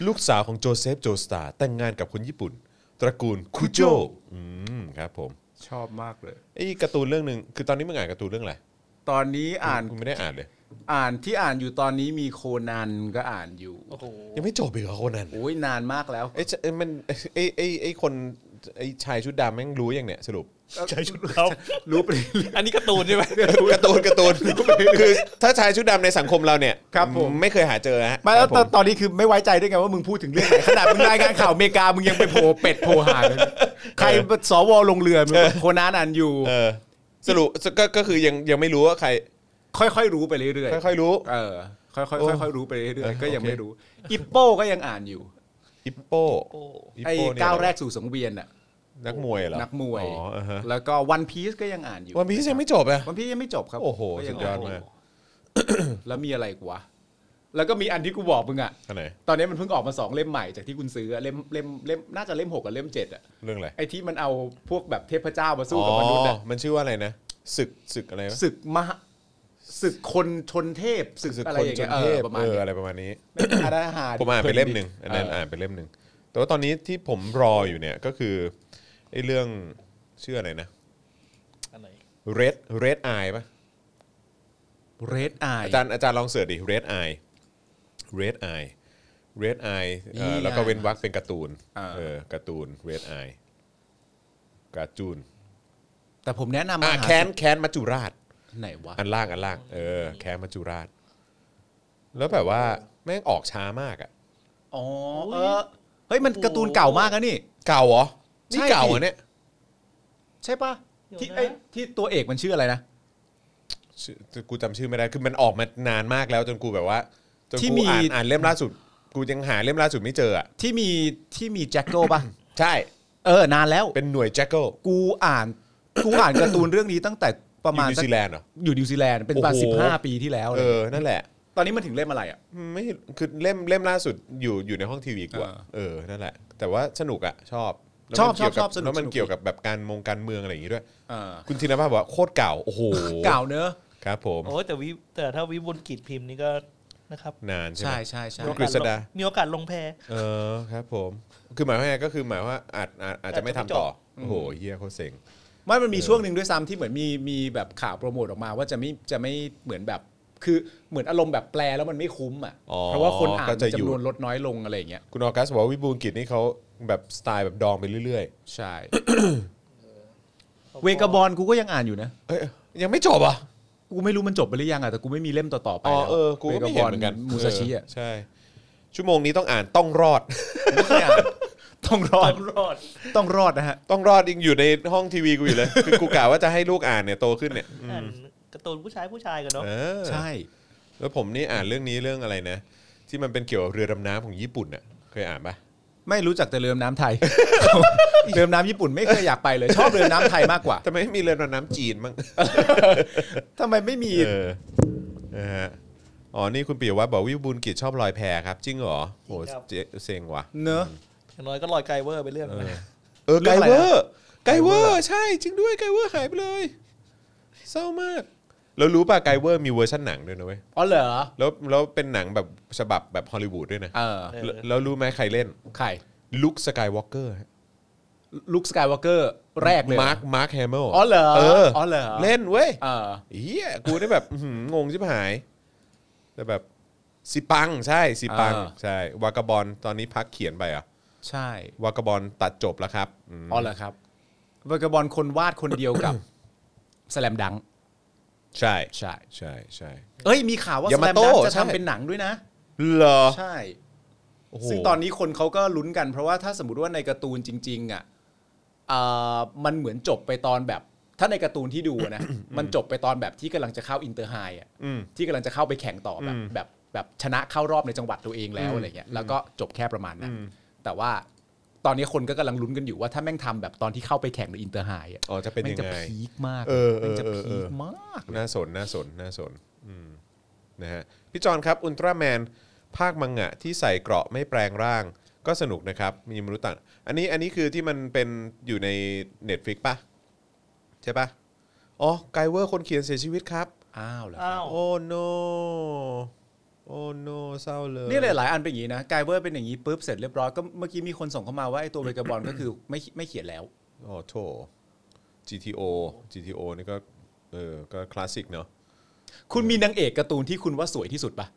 B: ลูกสาวของโจเซฟโจสตาร์แต่งงานกับคนญี่ปุ่น ตระกูลคุโจอืมครับผม
C: ชอบมากเลย
B: ไอ้การ์ตูนเรื่องหนึ่งคือตอนนี้มึงอ่านการ์ตูนเรื่องอะไร
C: ตอนนี้อ่าน
B: กูไม่ได้อ่านเลย
C: อ่านที่อ่านอยู่ตอนนี้มีโคนันก็อ่านอยู่
D: อ้โห
B: ยังไม่จบอีกเหรอโคนัน
C: โอ้ยนานมากแล้ว
B: ไอ้ยจะเอ้ยมันไอ้ไอ้ไอ้ไอ้คน ไอ้ชายชุดดำแม่งรู้ยังเนี่ยสรุป
D: ใช้ชุดเขา
C: รู้ไป
D: อันนี้การะตูนใช่ไหม
B: การ์ตูนการ์ตูนคือถ้าชายชุดดำในสังคมเราเนี่ย
C: ครับผม
B: ไม่เคยหาเจอฮะ
C: มาแล้ว
B: ครับผ
C: ตอนนี้คือไม่ไว้ใจด้วยไงว่ามึงพูดถึงเรื่องไหนขนาดมึงรายงานข่าวอเมริกามึงยังไปโผล่ เป็ดโผล่หางเลยใครสวลงเรือมึงโคนานันอยู่
B: เออสรุปก็ก็คือยังยังไม่รู้ว่าใคร
C: ค่อยๆรู้ไปเรื่อย
B: ค่อยๆรู้
C: ๆเออค่อย
B: โอ้
C: ๆค่อยๆรู้ไปเรื่อยๆก็ยัง
B: โอเค
C: ไม่รู้อิปโป้ก็ยังอ่านอยู่
B: อิปโป้
D: โอ้
B: อิป
C: ไอ้
B: โป้เนี่ย
C: ก้าวแรกสู่สังเวียนน่ะ
B: นักมวยเหรอ
C: นักมวย
B: อ๋ออ่าฮะ
C: แล้วก็วันพีซก็ยังอ่านอยู่
B: วันพีซยังไม่จบอ่ะ
C: วันพีซยังไม่จบครับ
B: โอ้โห
C: ก็
B: สุ
C: ยั
B: ดยอด
C: งาน
B: มาก
C: แล้วมีอะไรอีกูวะแล้วก็มีอันที่กูบอกมึงอ่ะ
B: อันไหน
C: ตอนนี้มันเพิ่งออกมาสองเล่มใหม่จากที่คุณซื้ออะเล่มเล่มเล่มน่าจะเล่มหกกับเล่มเจ็ดอ่ะ
B: เรื่องอะไร
C: ไอ้ที่มันเอาพวกแบบเทพเจ้ามาสู้กับมนุษย์อะ
B: อ๋อมันชื่อว่าอะไรนะศึกศึกอะไรวะ
C: ศึกมหาศึกคนชนเทพศึกอะไรอย่าง
B: ช
C: เงี้ย
B: นเทพ
C: เออประมาณ
B: เออ
C: เนี้ย
B: อะไรประมาณนี้
C: อันนั้นหา
B: ผมอ่านไปเล่มหนึ่งอันนั้น
C: เออ
B: อ่านไปเล่มหนึ่งแต่ว่าตอนนี้ที่ผมรออยู่เนี่ยก็คือไอ้เรื่องชื่ออะไรนะ
D: อันไหน
B: red red eye ป่ะ
C: เรดอาย
B: อาจารย์อาจารย์ลองเสิร์ชดิ red eye red eye red eye เอ่อ
C: นี่ไง
B: แล้วก็เว้นวรรคเป็นการ์ตูน
C: อ่า
B: เออการ์ตูน red eye การ์จูน
C: แต่ผมแนะนำ
B: อ่ะ
C: มาหา
B: แค้นแค้นมัจจุราช
C: ไหนวะ
B: อันล่างอันล่างเออแค้นมัจจุราช แล้วแบบว่าแม่งออกช้ามากอ่ะ
C: อ๋อเออเฮ้ยมันการ์ตูนเก่ามากนะนี่
B: เก่าเหรอนี่
C: ใช่ดิ
B: เก่าเหรอเนี่ย
C: ใช่ปะที่
D: เดี๋ยวนะ
C: ไอ้ที่ตัวเอกมันชื่ออะไรนะ
B: ชื่อกูจำชื่อไม่ได้คือมันออกมานานมากแล้วจนกูแบบว่าจน
C: ที่
B: กู
C: มี
B: อ่านอ่านเล่มล่าสุด กูยังหาเล่มล่าสุดไม่เจออ่ะ
C: ที่มีที่มีแจ็คโก้ปะ
B: ใช่
C: เออนานแล้ว
B: เป็นหน่วยแจ็คเกิล
C: กูอ่านกูอ่านการ์ตูนเรื่องนี้ตั้งแต่ประมาณ
B: นิว
C: สัก
B: ซีแลนด์เหรอ
C: อยู่นิวซีแลนด์เป็นประมาณ
B: โอ้โห
C: สิบห้าปีที่แล้วเล
B: เอย อนั่นแหละ
C: ตอนนี้มันถึงเล่มอะไรอ่ะ
B: ไม่คือเล่มเล่มล่าสุดอยู่อยู่ในห้องทีวีกว่า
C: อ่า
B: เออนั่นแหละ แต่ว่าสนุกอะชอบแล้ว
C: ชอบ
B: มันเกี่ยวกั
C: ชอบชอบสนุก
B: แล้วมัน
C: สนุก
B: เกี่ยวกับแบบการมงการเมืองอะไรอย่างงี้ด้วย
C: เออ
B: คุณธินภาพบอกว่าโคตรเก่าโอ้โห
C: เก่าเนอะ
B: ครับผม
D: โอ้ยแต่วิแต่ถ้าวิบุลกิจพิมพ์นี่ก็นะครับ
B: นานใช่ไห
C: ใช่
B: ม
C: ใช่ใช่
B: คุณกฤษดา
D: โอกาสลงแพ
B: เออครับผม คือหมายว่าไงก็คือหมายว่าอาจอาจอาจจะไม่ทำต่อ
C: อาจจะไม่จบ
B: โอ้โหเฮียโคตรเซ็ง
C: ไม่มันมีช่วงหนึ่งด้วยซ้ำที่เหมือนมีมีแบบข่าวโปรโมทออกมาว่าจะไม่จะไม่เหมือนแบบ คือเหมือนอารมณ์แบบแปลแล้วมันไม่คุ้มอ่ะ
B: อ๋อ
C: เพราะว่าคนอ่าน
B: ก็จะอยู่
C: จำนวนลดน้อยลงอะไรอย่างเงี้ย
B: คุณออกัสบอกว่าวิบูลย์กิจนี่เขาแบบสไตล์แบบดองไปเรื่อย
C: ใช่ เวกาบอลกูก็ยังอ่านอยู่นะ
B: ๆเอ้ยยังไม่จบอ่ะ
C: กูไม่รู้มันจบไปหรือยังอ่ะแต่กูไม่มีเล่มต่อๆไป
B: อ๋อ
C: แล้ว
B: เออกูก็ไม่เห็นเหมือนกัน
C: มูซาชิอ่ะ
B: เใช่ ชั่วโมงนี้ต้องอ่านต้องรอด
C: กูไม่เคยอ่านต้องรอด
D: รอด
C: ต้องรอดนะฮะ
B: ต้องรอดยังอยู่ในห้องทีวีกูอยู่เลย คือกูกะว่าจะให้ลูกอ่านเนี่ยโตขึ้นเนี่ย
D: อ่านการ์ตูนผู้ชายผู้ชายกันเนาะ
B: เออ
C: ใช่
B: แล้วผมนี่อ่านเรื่องนี้เรื่องอะไรนะ ที่มันเป็นเกี่ยวกับเรือดำน้ำของญี่ปุ่นน่ะเคยอ่านปะ
C: ไม่รู้จักแต่เรือดำน้ำไทย เรือดำน้ำญี่ปุ่นไม่เคยอยากไปเลยชอบเรือดำน้ำไทยมากกว่า
B: ทำไมไม่มีเรือดำน้ำจีนมั้ง
C: ทำไมไม่มี
B: เออนะฮะอ๋อนี่คุณปิยวัฒน์บอกวิบูลย์กิจชอบลอยแพครับจริงเหรอโหเจ๊เซ็งว่ะ
C: เนอะ
D: อย่างน้อยก็ลอยไกลเวอร์ไปเรื่องนะ
B: เออ
C: เรื่อ
B: ไก
C: งอะไร
B: เวอ
C: นะ
B: ร์ไกเวอร์ใช่จริงด้วยไกเวอร์หายไปเลยเศร้ามากแล้วรู้ป่ะไกเวอร์มีเวอร์ชันหนังด้วยนะเว้ย
C: อ๋อเหรอ
B: แล้วแล้วเป็นหนังแบบฉบับแบบฮอลลีวูดด้วยนะ
C: เออ
D: เออ
B: แล้วแล้วรู้ไหมใครเล่น
C: ใคร
B: ลุคสกายวอล์กเกอร์
C: ลุคสกายวอล์กเกอร์แรกเลยเหรอ
B: มาร์คมาร์คแฮมเมล
C: อ๋อเหรอ
B: เออ
C: อเหรอ
B: เล่นเว้ย
C: เออ
B: เฮียกูได้แบบ อื้อหืองงชิบหาย แต่แบบสิปังใช่สิปัง ใช่ วากาบอลตอนนี้พักเขียนไปเหรอ่ะ
C: ใช่
B: วากาบอลตัดจบแล้วครับม
C: อ๋อเหรอครับวากาบอลคนวาดคนเดียวกับ แสลมดัง
B: ใช่
C: ใช่
B: ใช่ใช่
C: เอ้ยมีข่าวว่าแสลมดั
B: Yamato
C: งจะ
B: ใช่
C: ทำเป็นหนังด้วยนะ
B: เหรอ
C: ใช่
B: โโห
C: ซึ่งตอนนี้คนเขาก็ลุ้นกัน เพราะว่าถ้าสมมติว่าในการ์ตูนจริง ๆ อ่ะเอ่อมันเหมือนจบไปตอนแบบ ถ้าในการ์ตูนที่ดู อะนะ มันจบไปตอนแบบที่กำลังจะเข้าอินเตอร์ไฮอ่ะ
B: อืม
C: ที่กำลังจะเข้าไปแข่งต่อแบบแบบแบบชนะเข้ารอบในจังหวัดตัวเองแล้วอะไรเงี้ยแล้วก็จบแค่ประมาณนั้น แต่ว่าตอนนี้คนก็กำลังลุ้นกันอยู่ว่าถ้าแม่งทำแบบตอนที่เข้าไปแข่งในอินเตอร์ไฮอ่ะ
B: อ๋อจะเป็นยังไง
C: แม่จะพีคมาก
B: เออเอ
C: แม่
B: อ
C: งจะ
B: เออเอ
C: พี
B: อ
C: คมาก
B: น่าสนน่าสนน่าสนอืมนะฮะพี่จอนครับอุลตร้าแมนภาคมังงะที่ใส่เกราะไม่แปลงร่าง ก็สนุกนะครับ มีมนุษย์ต่างอันนี้อันนี้คือที่มันเป็นอยู่ใน Netflix ปะใช่ปะอ๋อไกเวอร์คนเขียนเสียชีวิตครับ
C: อ้าวเหรอ
D: อ้าว
B: โอ้โนโอ้โนเศร้าเลย
C: นี่หลายๆอันเป็นอย่างนี้นะกายเวอร์เป็นอย่างนี้ปุ๊บเสร็จเรียบร้อยก็เมื่อกี้มีคนส่งเข้ามาว่าไอ้ตัวเบกาบอลก็คือ ไม่ไม่เขียนแล้ว
B: อ๋อโถ GTO GTO นี่ก็เออก็คลาสสิกเนาะ
C: คุณมีนางเอกการ์ตูนที่คุณว่าสวยที่สุดปะ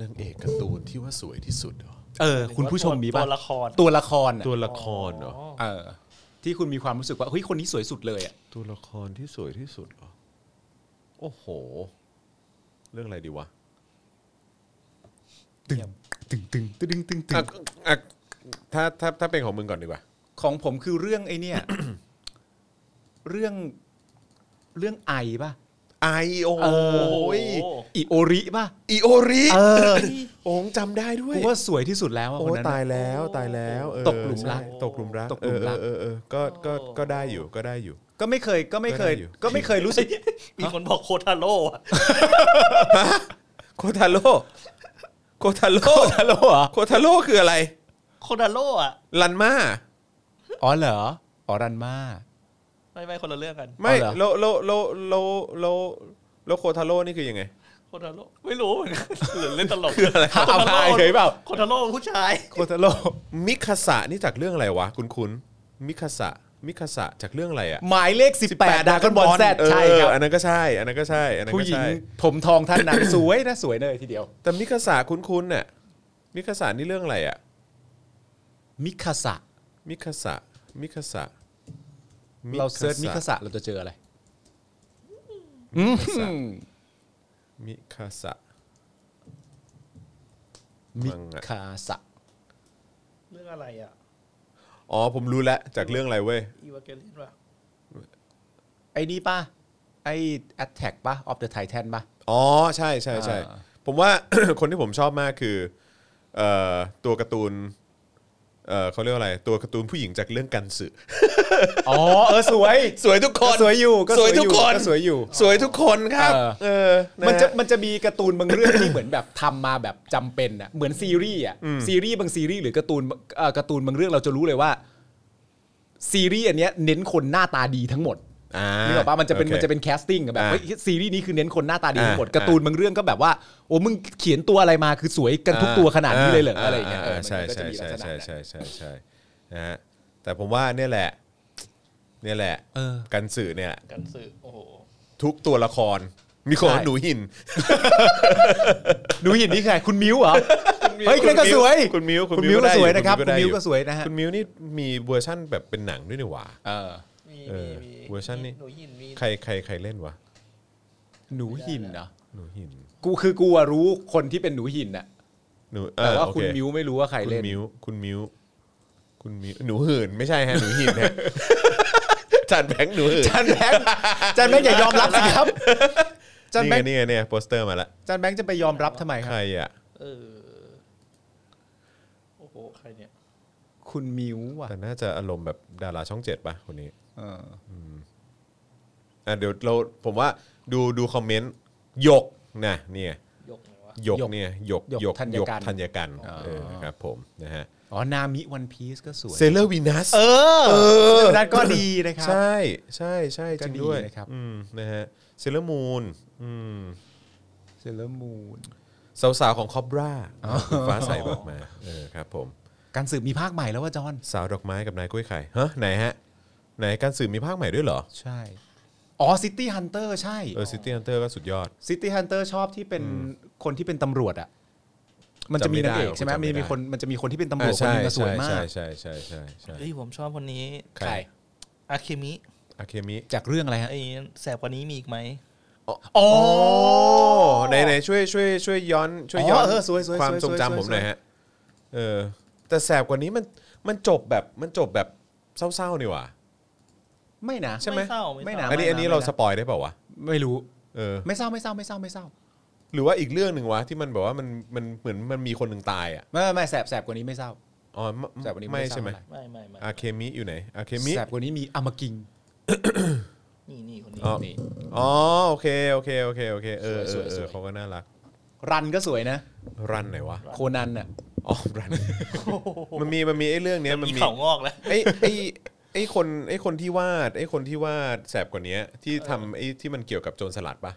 B: นางเอกการ์ตูนที่ว่าสวยที่สุดเหรอ
C: เออ คุณผู้ชมมีปะ
D: ตัวละคร
C: ตัวละครน่ะ
B: ตัวละครเหรอ
D: อ๋อ
C: เออที่คุณมีความรู้สึกว่าเฮ้ยคนนี้สวยสุดเลยอ่ะ
B: ตัวละครที่สวยที่สุดเหรอโอ้โห เรื่องอะไรดีวะ
C: ตึงตึงตึงตึงตึงตึ
B: อ่ะ
C: ง
B: อ่ะถ้าถ้าถ้าเป็นของมึงก่อนดีกว่า
C: ของผมคือเรื่องไอเนี่ย เรื่องเรื่องไอป่ะ
B: ไอโอ
C: เออ
D: โอ้ย
C: อิโอริป่ะ
B: อีโอริ
C: เออ
B: โอ้งจำได้ด้วย
C: กูว่าสวยที่สุดแล้วอะ
B: โอ้
C: คนนั้น
B: ตา
C: อะ
B: ยแล้วตายแล้วเออ
C: ตกหลุมรัก
B: ใช่ตกหลุมรัก
C: ตกหลุมรัก
B: เออเออเออเออก็ก็ก็ได้อยู่ก็ได้อยู่
C: ก็ไม่เคยก็ไม่เคย
B: ก็ได้อยู่
C: ก็ไม่เคยรู้สึก
D: มีคนบอกโคทาโร่อะ
B: โคทาโร่โคทาโร่
C: โค ทาโร่เหรอ
B: โคทาโร่คืออะไร
D: โคทาโร่อะ
B: ลันมา
C: อ๋อเหรออ๋อรันมา
D: ไม่ไม่คนละเรื่องกัน
B: ไม่
C: อ๋อเหรอ
B: โลโลโลโลโลโลโคทาโร่นี่คือยังไง
D: โคทาโร่ไม่รู้เหมือนกันหรือเล่นตลก
B: คืออะไร
D: โคทา
C: เอา
D: โร่
C: ตายเคยเปล่า
D: โคทาโร่ผู้ชาย
C: โคทาโร่
B: มิคาสะนี่จากเรื่องอะไรวะ คุณคุณมิคาสะมิคาสะจากเรื่องอะไรอ่ะ
C: หมายเลข 18ดากอนบอลแซด
B: เออ
C: ใช่ครับ
B: อันนั้นก็ใช่ อันนั้นก็ใช่ อันนั้น
C: ผู้
B: ก็
C: หญิง
B: ใช่
C: ผมทองท่านนั้น สวยนะสวยเลยทีเดียว
B: แต่มิคาสะคุณคุณน่ะมิคาสะนี่เรื่องอะไรอ่ะ
C: มิคาสะ
B: มิคาสะมิคาสะ
C: เราเซิร์ชมิคาสะเราจะเจออะไร
B: มิคาสะ
C: มิ
B: มังอะ
C: คาสะ
D: เรื่องอะไรอะ
B: อ๋อผมรู้แล้วจากเรื่องอะไรเว้ย
D: อีวาเกลินป่ะ
C: ไอ้นี่ป่ะ ไอ้ Attack ป่ะ of the Titan ป่ะ
B: อ๋อใช่ใช่ใช่
C: อ่า
B: ผมว่า คนที่ผมชอบมากคือเอ่อตัวการ์ตูนเอ่อเขาเรียกว่าอะไร ตัวการ์ตูนผู้หญิงจากเรื่องกันสึ
C: อ๋อ เออ สวย
B: สวยทุกคน
C: สวยอยู่ก็
B: สวยทุก
C: อ
B: คน
C: ก็สวยอยู่
B: สวยทุกคนครับ
C: เออ
B: เออฮ
C: มันจะมันจะมีการ์ตูนบางเรื่อง ที่เหมือนแบบทำมาแบบจำเป็นอ่ะเหมือนซีรีส์อ่ะซีรีส์บางซีรีส์หรือการ์ตูนเอ่อการ์ตูนบางเรื่องเราจะรู้เลยว่า ซีรีส์อันเนี้ยเน้นคนหน้าตาดีทั้งหมด
B: อ่า
C: นึกออกปะมันจะเป็น
B: โอค
C: มันจะเป็นแคสติ้งแบบ
B: อ่า
C: เฮ้ยซีรีส์นี้คือเน้นคนหน้าตาดี
B: อ่า
C: ทั้งหมดการ์ตูนบางเรื่องก็แบบว่าโอ้มึงเขียนตัวอะไรมาคือสวยกันทุกตัวขนาดนี้เลยเหรออะไรอย่างเงี้ยเออ
B: ใช่
C: มันก็จะ
B: ใช่
C: มีลักษ
B: ใช่
C: ณะ
B: ใช่ใช่ใช่ใช่นะฮะแต่ผมว่าเนี่ยแหละ เนี่ยแหละกันสื่อเนี่ย
D: กันสื่อโอ้โห
B: ทุกตัวละคร มีคนหนูหิน
C: หนูเห็นนี่ใครคุณมิ้วเหรอเฮ้ยนั่นก็สวย
B: คุณมิว
C: คุณมิ้วก็สวยนะครับคุณ
B: ได้อ
C: มิ้วก็สวยนะฮะ
B: คุณมิวนี่มีเวอร์ชั่นแบบเป็นหนังด้วยนี่หว่า
C: เออ
D: มี
B: เอ
D: มี
B: อ
D: มี
B: เวอร์ชันนี้
D: หนูยินมี
B: ใครใครใครเล่นวะ
C: หนูหินเนาะ
B: หนูหิน
C: กูคือกูอะรู้คนที่เป็นหนูหินอะ
B: หนูเออ
C: แต่ว่า
B: โอเ
C: คุณมิ้วไม่รู้ว่าใคร
B: คุณ
C: เล่น
B: มิวคุณมิวคุณมิวหนูหื่นไม่ใช่ฮะหนูหิน ฮะ จานแบงค์หนูหื่น
C: จันแบง ค์จันแบงค์อย่ายอมรับสิครับจัน
B: นี่
C: แบ
B: ไง
C: งค์
B: นี่ไงเนี่ยโปสเตอร์มาละ
C: จันแบงค์จะไปยอมรับทำไมค
B: ใค
C: รั
B: ร
C: บ
B: อ่ะ
D: เออ โอ้โห ใครเนี่ย
C: คุณมิ้วอ่ะ
B: แต่น่าจะอารมณ์แบบดาราช่องเจ็ดป่ะคนนี้
C: เออ
B: อ่ะเดี๋ยวเราผมว่าดูดูคอมเมนต์หยกนะเนี่ย
D: ยกเลยวะ
B: หยกเนี่ยหยกหยกธัญกันเออครับผมนะฮะ
C: อ๋อนามิวันพีซก็สวย
B: เซเลอร์วีนัส
C: เออ
B: เออ
C: นั่นก็ดีนะครั
B: ใช่ใช่ใช่
C: ก็
B: จริง
C: ดี
B: ด้วย
C: นะครับ
B: อืมนะฮะเซเลอร์มูนอืม
C: เซเลมูน
B: สาวสาวๆของคอบราคุณฟ้าใสบอกมาเออครับผม
C: การสืบมีภาคใหม่แล้วว่าจอน
B: สาวดอกไม้กับนายกล้วยไข่ฮะไหนฮะ ไหนการสื่อมีภาคใหม่ด้วยเหรอ
C: ใช่ อ๋อซิตี้ฮันเตอร์ใช่
B: เออซิตี้ฮันเตอร์ก็สุดยอด
C: ซิตี้ฮันเตอร์ชอบที่เป็นคนที่เป็นตำรวจอ่ะ มันจะมีนางเอกใช่ไหม
B: จำไม่
C: มี
B: ได้
C: มีคนมันจะมีคนที่เป็นตำรว
B: อ่ะ
C: จคน
B: ใช่
C: หนึงอะสวยมาก
B: ใช่ใช่ใช่ใช่ใช่
D: เฮ้ย ผมชอบคนนี้
B: ใคร
D: อาเคมิ
B: อาเคมิ
C: จากเรื่องอะไรฮะ
D: ไอ้แสบกว่านี้มีอีกไหม
C: อ๋อ
B: ไหนไหนช่วยช่วยช่วยย้อนช่วยย้อน
C: อ๋อเออสวยสวย
B: ความ
C: สวย
B: ทร
C: ส
B: ง
C: วย
B: จำผม
C: สวย
B: หน่อยฮะเออแต่แสบกว่านี้มันมันจบแบบมันจบแบบเศร้าๆนี่หว่า
C: ไม่นะ
B: ใช่ไหม
D: ไม่เศร้าไม่เศร้า
B: อันนี้
C: ไม่ะ
B: อันนี้เรา
C: ไม่ะ
B: สปอยได้เปล่าวะ
C: ไม่รู้
B: เออ
C: ไม่เศร้าไม่เศร้าไม่เศร้าไม่เศร้า
B: หรือว่าอีกเรื่องหนึ่งวะที่มันแบบว่ามันมันเหมือนมันมีคนหนึ่งตายอ่ะ
C: ไม่ไม่ไม่แสบแสบกว่านี้ไม่เศร้า
B: อ๋อไม่
C: แสบกว่านี้
B: ไม่
C: ไม่เศร้า
B: ใช่ไหม
C: อะไร
D: ไม่ไม่ไม่
B: อาเคมิอยู่ไหนอาเคมิ
C: แสบกว่านี้มีอามากิง
D: นี่นี่คนนี้
C: นี่
B: อ๋อโอเคโอเคโอเคโอเคเออเอ
C: สว
B: อย เอ
C: ส
B: อ
C: วย
B: เขาก็น่า รัก
C: รันก็สวยนะ
B: รันไหนวะ
C: โคนันอ่ะ
B: อ๋อรัน มันมีมันมีไอ้เรื่องเนี้ยมัน
D: มี
B: มี
D: เขางอกแล้ว
B: ไอ้ไอ้ไอ้คนไอ้คนที่วาดไอ้คนที่วาดแสบกว่านี้ที่ทำไอ้ที่มันเกี่ยวกับโจรสลัดปะ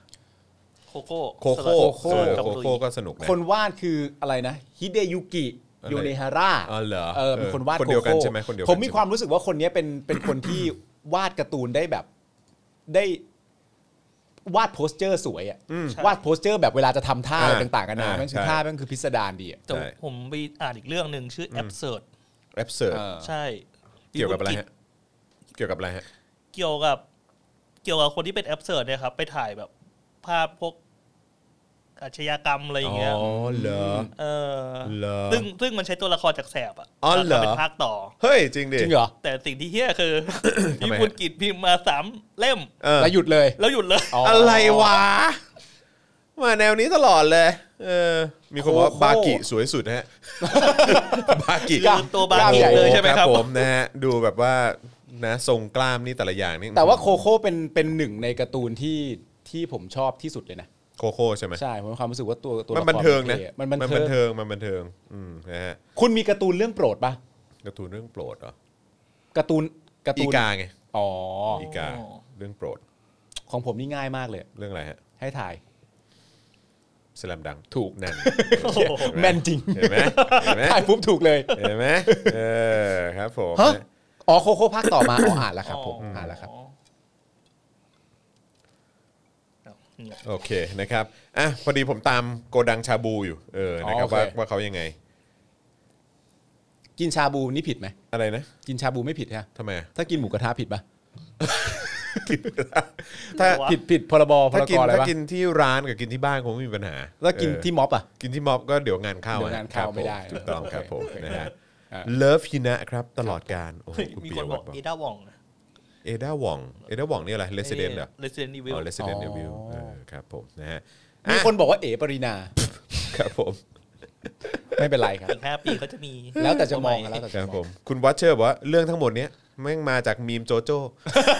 D: โคโค่
B: โคโค่
D: ส
B: เอ
D: ลั
B: อ
D: ดกับ
B: โค
D: ลุย
B: โค่ก็สนุกนะ
C: คนวาดคืออะไรนะฮิเดยุกิ
B: อะไร
C: โยเนฮาร่า
B: อ๋อเหรอ
C: เออเป็นคนวาด
B: คนเดียวกัน
C: โกโก้
B: ใช่ไหมคนเดียวกั
C: ผมมี
B: ใช่ไห
C: ความรู้สึกว่าคนเนี้ยเป็นเป็นคนที่ วาดการ์ตูนได้แบบได้วาดโพสเจอร์สวยอ่ะวาดโพสเจอร์แบบเวลาจะทำท่าอะไรต่างๆกันนะแมันคือท่าแมันคือพิสดารดีอ่ะ
D: แต่ผมไปอ่านอีกเรื่องหนึ่งชื่อ absurd
B: แรปเสิร์ฟ
C: เออ
D: ใช่
B: เกี่ยวกับอะไรฮะเกี่ยวกับอะไรฮะ
D: เกี่ยวกับ เกี่ยวกับคนที่เป็นแอปเสิร์ชเนี่ยครับไปถ่ายแบบ ภาพพวกอาชญากรรมอะไรอย่างเงี้ย
B: อ๋อเหรอ
D: เออ
B: เหรอ
D: ซึ่งซึ่งมันใช้ตัวละครจากแสบอ่ะ
B: อ๋อเหรอ
D: มาเป็นภาคต่อ
B: เฮ้ย จริงดิ
C: จริงเหรอ
D: แต่สิ่งที่เฮี้ยคือ
B: ทำ
D: พี่
B: ไมฮะ
D: บุญกิจพิมพ์มาสามเล่ม
B: เออ
C: แล้วหยุดเลย
D: แล้วหยุดเลย
B: อะไรวะ มาแนวนี้ตลอดเลย เออ มีคนบอกว่า
C: โอ้โห
B: บากิสวยสุดนะฮะ บากิ
D: คือตัวบา
C: ก
D: กิ
C: ล้ามใหญ่
D: เลยใช่ไหมครับ
B: ผมนะฮะ ดูแบบว่านะทรงกล้ามนี่แต่ละอย่างนี่
C: แต่ว่าโคโค่เป็นเป็นหนึ่งในการ์ตูนที่ที่ผมชอบที่สุดเลยนะ
B: โคโค่ใช่ไหม
C: ใช่ผมมีความรู้สึกว่าตัวตัว
B: มัน
C: ละคร
B: บันเทิงนะ
C: ท่มันบัน
B: มั
C: เทิ
B: บั
C: ง
B: นเทิง มันบันเทิง อืมนะฮะ
C: คุณมีการ์ตูนเรื่องโปรดปะ
B: การ์ตูนเรื่องโปรดเหรอ
C: การ์ตูนการ์
B: อี
C: ตูน
B: กาไง
C: อ๋อ
B: อีกา เรื่องโปรด
C: ของผมนี่ง่ายมากเลย
B: เรื่องอะไรฮะ
C: ให้ถ่าย
B: สลัมดัง
C: ถูก
B: นั่น
D: โอ้โห
C: แม่นจริง
B: เห็นไหมเห็นไหม
C: ถ่ายปุ๊บถูกเลย
B: เห็นไหมเออครับผม
C: ฮะอ๋อโคโค่ภาคต่อมาอ๋ออ่านแล้วครับผม
D: อ๋ออ
C: อ่านแล้วครับ
D: เอาเงียบ
B: โอเคนะครับอ่ะพอดีผมตามโกดังชาบูอยู่เออ
C: อ๋อ
B: นะครับ
C: โอเค
B: ว่าว่าเขายังไง
C: กินชาบูนี่ผิดไหม
B: อะไรนะ
C: กินชาบูไม่ผิดใช่ไหม
B: ทำไมอะ
C: ถ้ากินหมูกระทะผิดปะ
B: ถ้า
C: ผิดผิดพรบพ
B: ถ้าร
C: ก
B: กิน
C: อะไร
B: ถ้า
C: ปะ
B: กินที่ร้านกับกินที่บ้านคงไม่มีปัญหา
C: ถ้ากิน
B: เออ
C: ที่ม็อบอ่ะ
B: กินที่ม็อบก็เดี๋ยวงานเข้า
C: เดี๋ยวงานเข้า
B: ครับผ
C: ไม่ได้
B: ถูกต้องครับผม
C: โอเค
B: นะฮะ
C: อ่ะ
B: เลิฟฮินะครับตลอดการโอ้โหคุณ
D: มี
B: เปี
D: ค
B: ย
D: นบ
B: วัฒ
D: อก
B: น์บอก
D: เอด้าว่องนะ
B: เอด้าวองเอด้าวองนี่อะไรเลสเดนเหรอ
D: เลสเดนดีวิ
B: อ๋
D: ล
B: อเลสเดน
C: อ๋อ
B: เดวิลครับผมนะฮะ
C: มี
B: อ่ะ
C: คนบอกว่าเอ๋ปรินา
B: ครับผม
C: ไม่เป็นไรครับ
D: อีกห้าปีก็จะมี
C: แล้วแต่จะมองแล้วแต่
B: ค
C: จะ
B: รับ
C: ม
B: ผ
C: อง
B: มคุณวัชเชอร์บอกว่าเรื่องทั้งหมดเนี้ยแม่งมาจากมีมโจโจ้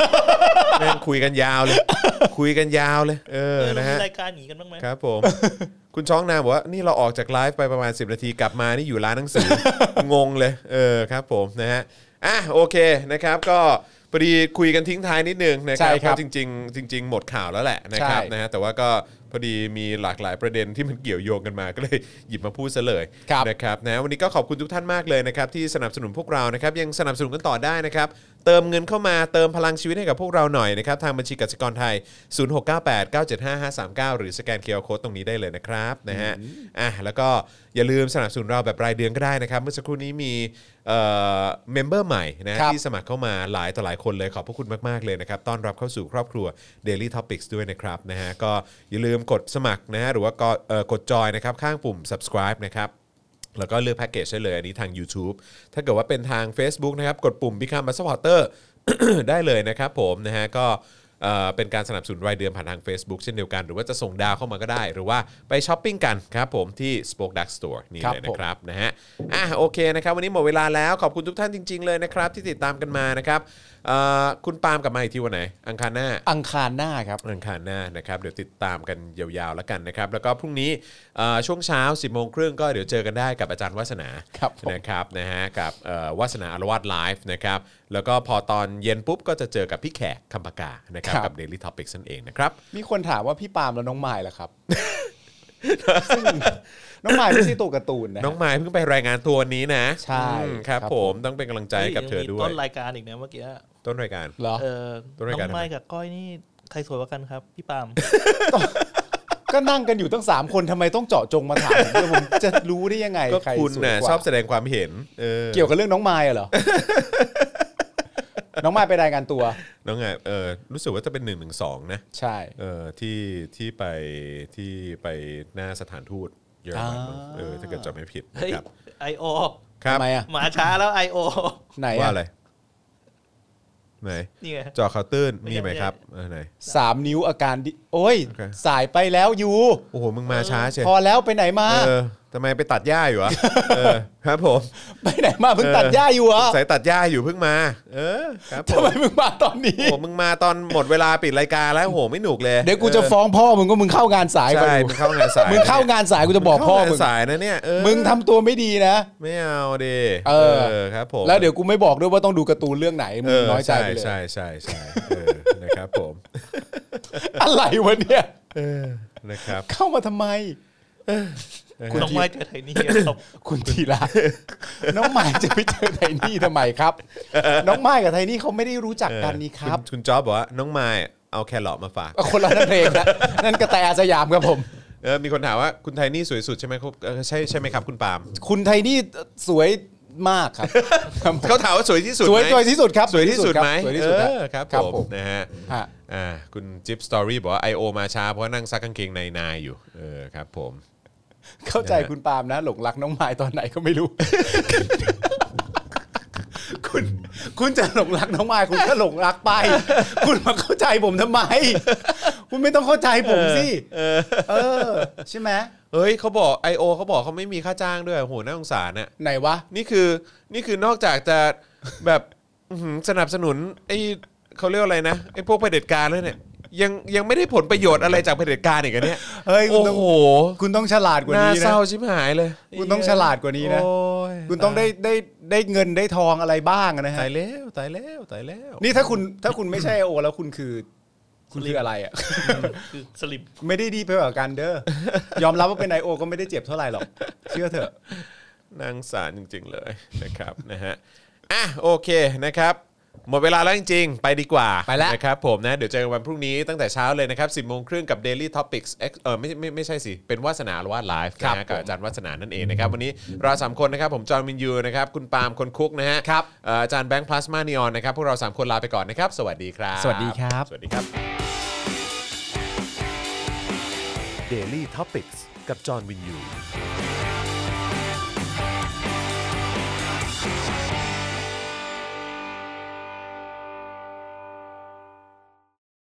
B: แม่งคุยกันยาวเลย คุยกันยาวเลยเออ
D: เออเรา
B: นะ
D: มี
B: ฮะ
D: รายการหนีกันบ้างไหม
B: ครับผม คุณช้องนาบอกว่านี่เราออกจากไลฟ์ไปประมาณ 10 นาทีกลับมานี่อยู่ร้านหนังสื อ งงเลย เออครับผมนะฮะอ่ะโอเคนะครับ ก็พอดีคุยกันทิ้งท้ายนิดนึงนะครับ
C: ใช่ครับ
B: ก็จริง ๆ จริง ๆ หมดข่าวแล้วแหละนะครับ
C: ใช่
B: นะฮะแต่ว่าก็พอดีมีหลากหลายประเด็นที่มันเกี่ยวโยงกันมา ก็เลย หยิบมาพูดซะเลย
C: ครับ
B: นะครับนะวันนี้ก็ขอบคุณทุกท่านมากเลยนะครับที่สนับสนุนพวกเรานะครับยังสนับสนุนกันต่อได้นะครับ เติมเงินเข้ามาเติมพลังชีวิตให้กับพวกเราหน่อยนะครับทางบัญชีกสิกรไทย 0698975539 หรือสแกนเคอร์โคดตรงนี้ได้เลยนะครับนะฮะอ่ะแล้วก็อย่าลืมสนับสนุนเราแบบรายเดือนก็ได้นะครับ เมื่อสักครู่นี้มีเอ่อเมมเบอร์ใหม่นะ
C: ครับ
B: ที่ที่สมัครเข้ามาหลายต่อหลายคนเลยขอบพระคุณมาก ๆ เลยนะครับ ต้อนรับเข้าสู่ครอบครัว Daily Topics ด้วยนะครับนะฮะก็อย่าลืมกดสมัครนะฮะหรือว่ากดเอ่อกดจอยนะครับ ข้างปุ่ม subscribe นะครับ แล้วก็เลือกแพ็กเกจได้เลยอันนี้ทาง YouTube ถ้าเกิดว่าเป็นทาง Facebook นะครับ กดปุ่ม Become a supporter ได้เลยนะครับผมนะฮะก็เอ่อเป็นการสนับสนุนรายเดือนผ่านทาง Facebook เช่นเดียวกัน หรือว่าจะส่งดาวเข้ามาก็ได้ หรือว่าไปช้อปปิ้งกันครับผมที่ Spoke Dark Store นี่
C: ครับ
B: เล
C: ผ
B: ยนะ
C: ม
B: ครับ ครับนะฮะอ่ะโอเคนะครับวันนี้หมดเวลาแล้วขอบคุณทุกท่านจริง ๆเลยนะครับที่ติดตามกันมานะครับเอ่อคุณปาล์มกลับมาอีกทีวันไหน อังคารหน้า
C: อังคารหน้าครับ
B: อังคารหน้านะครับเดี๋ยวติดตามกันยาวๆแล้วกันนะครับแล้วก็พรุ่งนี้เอ่อช่วงเช้า 10บโมงครึ่งก็เดี๋ยวเจอกันได้กับอาจารย์วัฒนา
C: ครับผม
B: นะครับนะฮะกับเอ่อวัฒนาอารวาสไลฟ์นะครับแล้วก็พอตอนเย็นปุ๊บก็จะเจอกับพี่แขกคำปากานะครับ
C: ครับ
B: กับ Daily Topics นั่นเองนะครับ
C: มีคนถามว่าพี่ปาล์มแล้วน้องไมล์ล่ะครับ ซึ่งน้องไมล์ไม่ใช่ตัวการ์ตูนนะ
B: น้องไม้เพิ่งไปรายงานตัววันนี้นะ
C: ใช่
B: อืมครับ
C: ครับ
B: ผมต้องเป็นกำลังใจให้กับเธอด้ว
D: ฮ้
B: ย
D: มีต้นรายการอีกนะเมื่อกี้
B: ต้นรายการ
C: เหรอ
D: เออ
B: ต้นรายการ
D: น้องไม้
B: ทำไม
D: กับก้อยนี่ใครสวยกว่ากันครับ พี่ปาล์ม
C: ก็นั่งกันอยู่ตั้งสามคนทำไมต้องเจาะจงมาถามผมด้วยผมจะรู้ได้ยังไง
B: ก็
C: ใร
B: คุณ
C: สวย
B: น่ะ
C: กว่า
B: ชอบแสดงความเห็นเออ
C: เกี่ยวกับเรื่องน้องไมล์ อะเหรอ น้องไมล์ไปรายงานตัว
B: น้องไงเออรู้สึกว่าจะเป็นหนึ่งหนึ่งสองนะ
C: ใช่
B: เออที่ที่ไปที่ไปหน้าสถานทูตเยอรมัน
C: อ่า
B: เออถ้าเกิดจำไม่ผิดนะ
D: เฮ้ย
B: ครับ
D: ไอโอ
B: ครับ
C: ทำไมอ่ะ
D: หมาช้าแล้วไอโอ
C: ไหน
B: ว่า
C: อ่ะ
B: อะไรไหน
D: นี่ไง
B: จอเคาน์เตื้น
D: ไม่
B: มี
D: ใช่
B: ไหม
D: ไม่ใช่
B: ครับเออไหน
C: สามนิ้วอาการดิโอ้ย
B: โอเค
C: สายไปแล้วอยู่
B: โอ้โหมึงมาช้าเชีย
C: พอแล้วไปไหนมา
B: เออทำไมไปตัดหญ้าอยู่วะเออครับผม
C: ไปไหนมาเพิ่งตัดหญ้าอยู่เหรอ่ะ
B: สายตัดหญ้าอยู่เพิ่งมา เออครับผ
C: ทำ
B: ม
C: ไมมึงมาตอนนี้
B: โอ้โหมึงมาตอนหมดเวลาปิดรายการแล้วโอ้โหไม่หนุกเลย
C: เดี๋ยวกูจะฟ้องพ่อมึงก็มึงเข้างานสายไป
B: ใช่
C: ดู
B: มึงเข้างานสาย
C: มึงเข้างานสายกูจะบอกพ่อมึง
B: เข้างานสายนะเนี่ยเออ
C: มึงทำตัวไม่ดีนะ
B: ไม่เอาดิ
C: เออ
B: ครับผม
C: แล้วเดี๋ยวกูไม่บอกด้วยว่าต้องดูการ์ตูนเรื่องไหนมึ
B: เอง อ
C: น้อยใจ
B: ใช่
C: ไปเลย
B: ใช่ใช่ใช่เออนะครับผม
C: อะไรวะเนี่ย
B: เออนะครับ
C: เข้ามาทำไม
D: คุณน้องไม้เจอไทนี่ครับ
C: คุณธี ระน้องไม้จะไปเจอไทนี่ทำไมครับ น้องไม้กับไทนี่เขาไม่ได้รู้จัก
B: เออ
C: กันนี่ครับ
B: ณคุณจ๊อบบอกว่าน้องไมายเอาแครอทมาฝาก
C: คนละนั่นเพลงนะนั่นกระแตอาสยามครับผม
B: เออมีคนถามว่าคุณไทนี่สวยสุดใช่ไหมครับเออใช่ใช่ไหมครับคุณปาล์ม
C: คุณไทนี่สวย มากครับ
B: เขาถามว่าสวยที่สุด
C: สวย
B: ไหม
C: สวยที่สุดครับ
B: สวยที่สุด
C: ครับ
B: ไหม
C: สวยที่สุด
B: เออครับ
C: ครับ
B: ผ
C: ผม ม
B: นะฮะ
C: ฮะ
B: อ่าคุณจิ๊บสตอรี่บอกว่า I.O. มาช้าเพราะนั่งซักกางเกงในนายอยู่เออครับผม
C: เข้าใจคุณปาล์มนะ หลงรักน้องไม้ตอนไหนก็ไม่ รู้ คุณคุณจะหลงรักน้องไม้คุณก็หลงรักไป คุณมาเข้าใจผมทำไม คุณไม่ต้องเข้าใจผมสิเออ ใช่ไหม
B: เฮ้ยเขาบอก I.O. เขาบอกเขาไม่มีค่าจ้างด้วยโอ้โหน่าสงสารน่ะ
C: ไหนวะ
B: นี่คือนี่คือนอกจากจะแบบอื้อหือสนับสนุนไอ้เขาเรียกว่าอะไรนะไอ้พวกเผด็จการแล้วเนี่ย ยังยังไม่ได้ผลประโยชน์อะไรจากเผด็จการอีกอะเนี่ย
C: เฮ้ยคุณ
B: โอ้
C: ต้อง
B: โห
C: คุณต้องฉลาดกว่า
B: น่า
C: นี้นะ
B: เศร้าชิบหายเลย
C: คุณต้องฉลาดกว่านี้นะ
B: โอ้ย
C: คุณต้องได้ได้ได้เงินได้ทองอะไรบ้างนะฮะ
B: ตายแล้วตายแล้วตายแล้ว
C: นี่ถ้าคุณถ้าคุณไม่ใช่โอแล้วคุณคือ คุณคืออะไรอ่ะ
D: คือสลิม
C: ไม่ได้ดีไปกว่ากันเด้อยอมรับว่าเป็นไอโอก็ไม่ได้เจ็บเท่าไหร่หรอก เชื่อเถอะ
B: นางสารจริง ๆ เลยนะครับนะฮะอ่ะโอเคนะครับ หมดเวลาแล้วจริง ๆ ไปดีกว่า
C: ไปแล้ว
B: นะครับผมนะเดี๋ยวเจอกันวันพรุ่งนี้ตั้งแต่เช้าเลยนะครับ 10โมงครึ่งกับ Daily Topics X เออไม่ไม่ไม่ใช่สิ เป็นวาสนาละวาดไลฟ์นะฮะกับอาจารย์วาสนานั่นเองนะครับ วันนี้เราสามคนนะครับ ผมจอห์นวินยูนะครับ คุณปาล์มคนคุกนะฮะครับอาจารย์แบงค์พลาสมานีออนนะครับ พวกเราสามคนลาไปก่อนนะครับ สวัสดีครับ
C: สวัสดีครับ
B: สวัสดีครับ
A: Daily t o p i c กกับจอห์นวินยู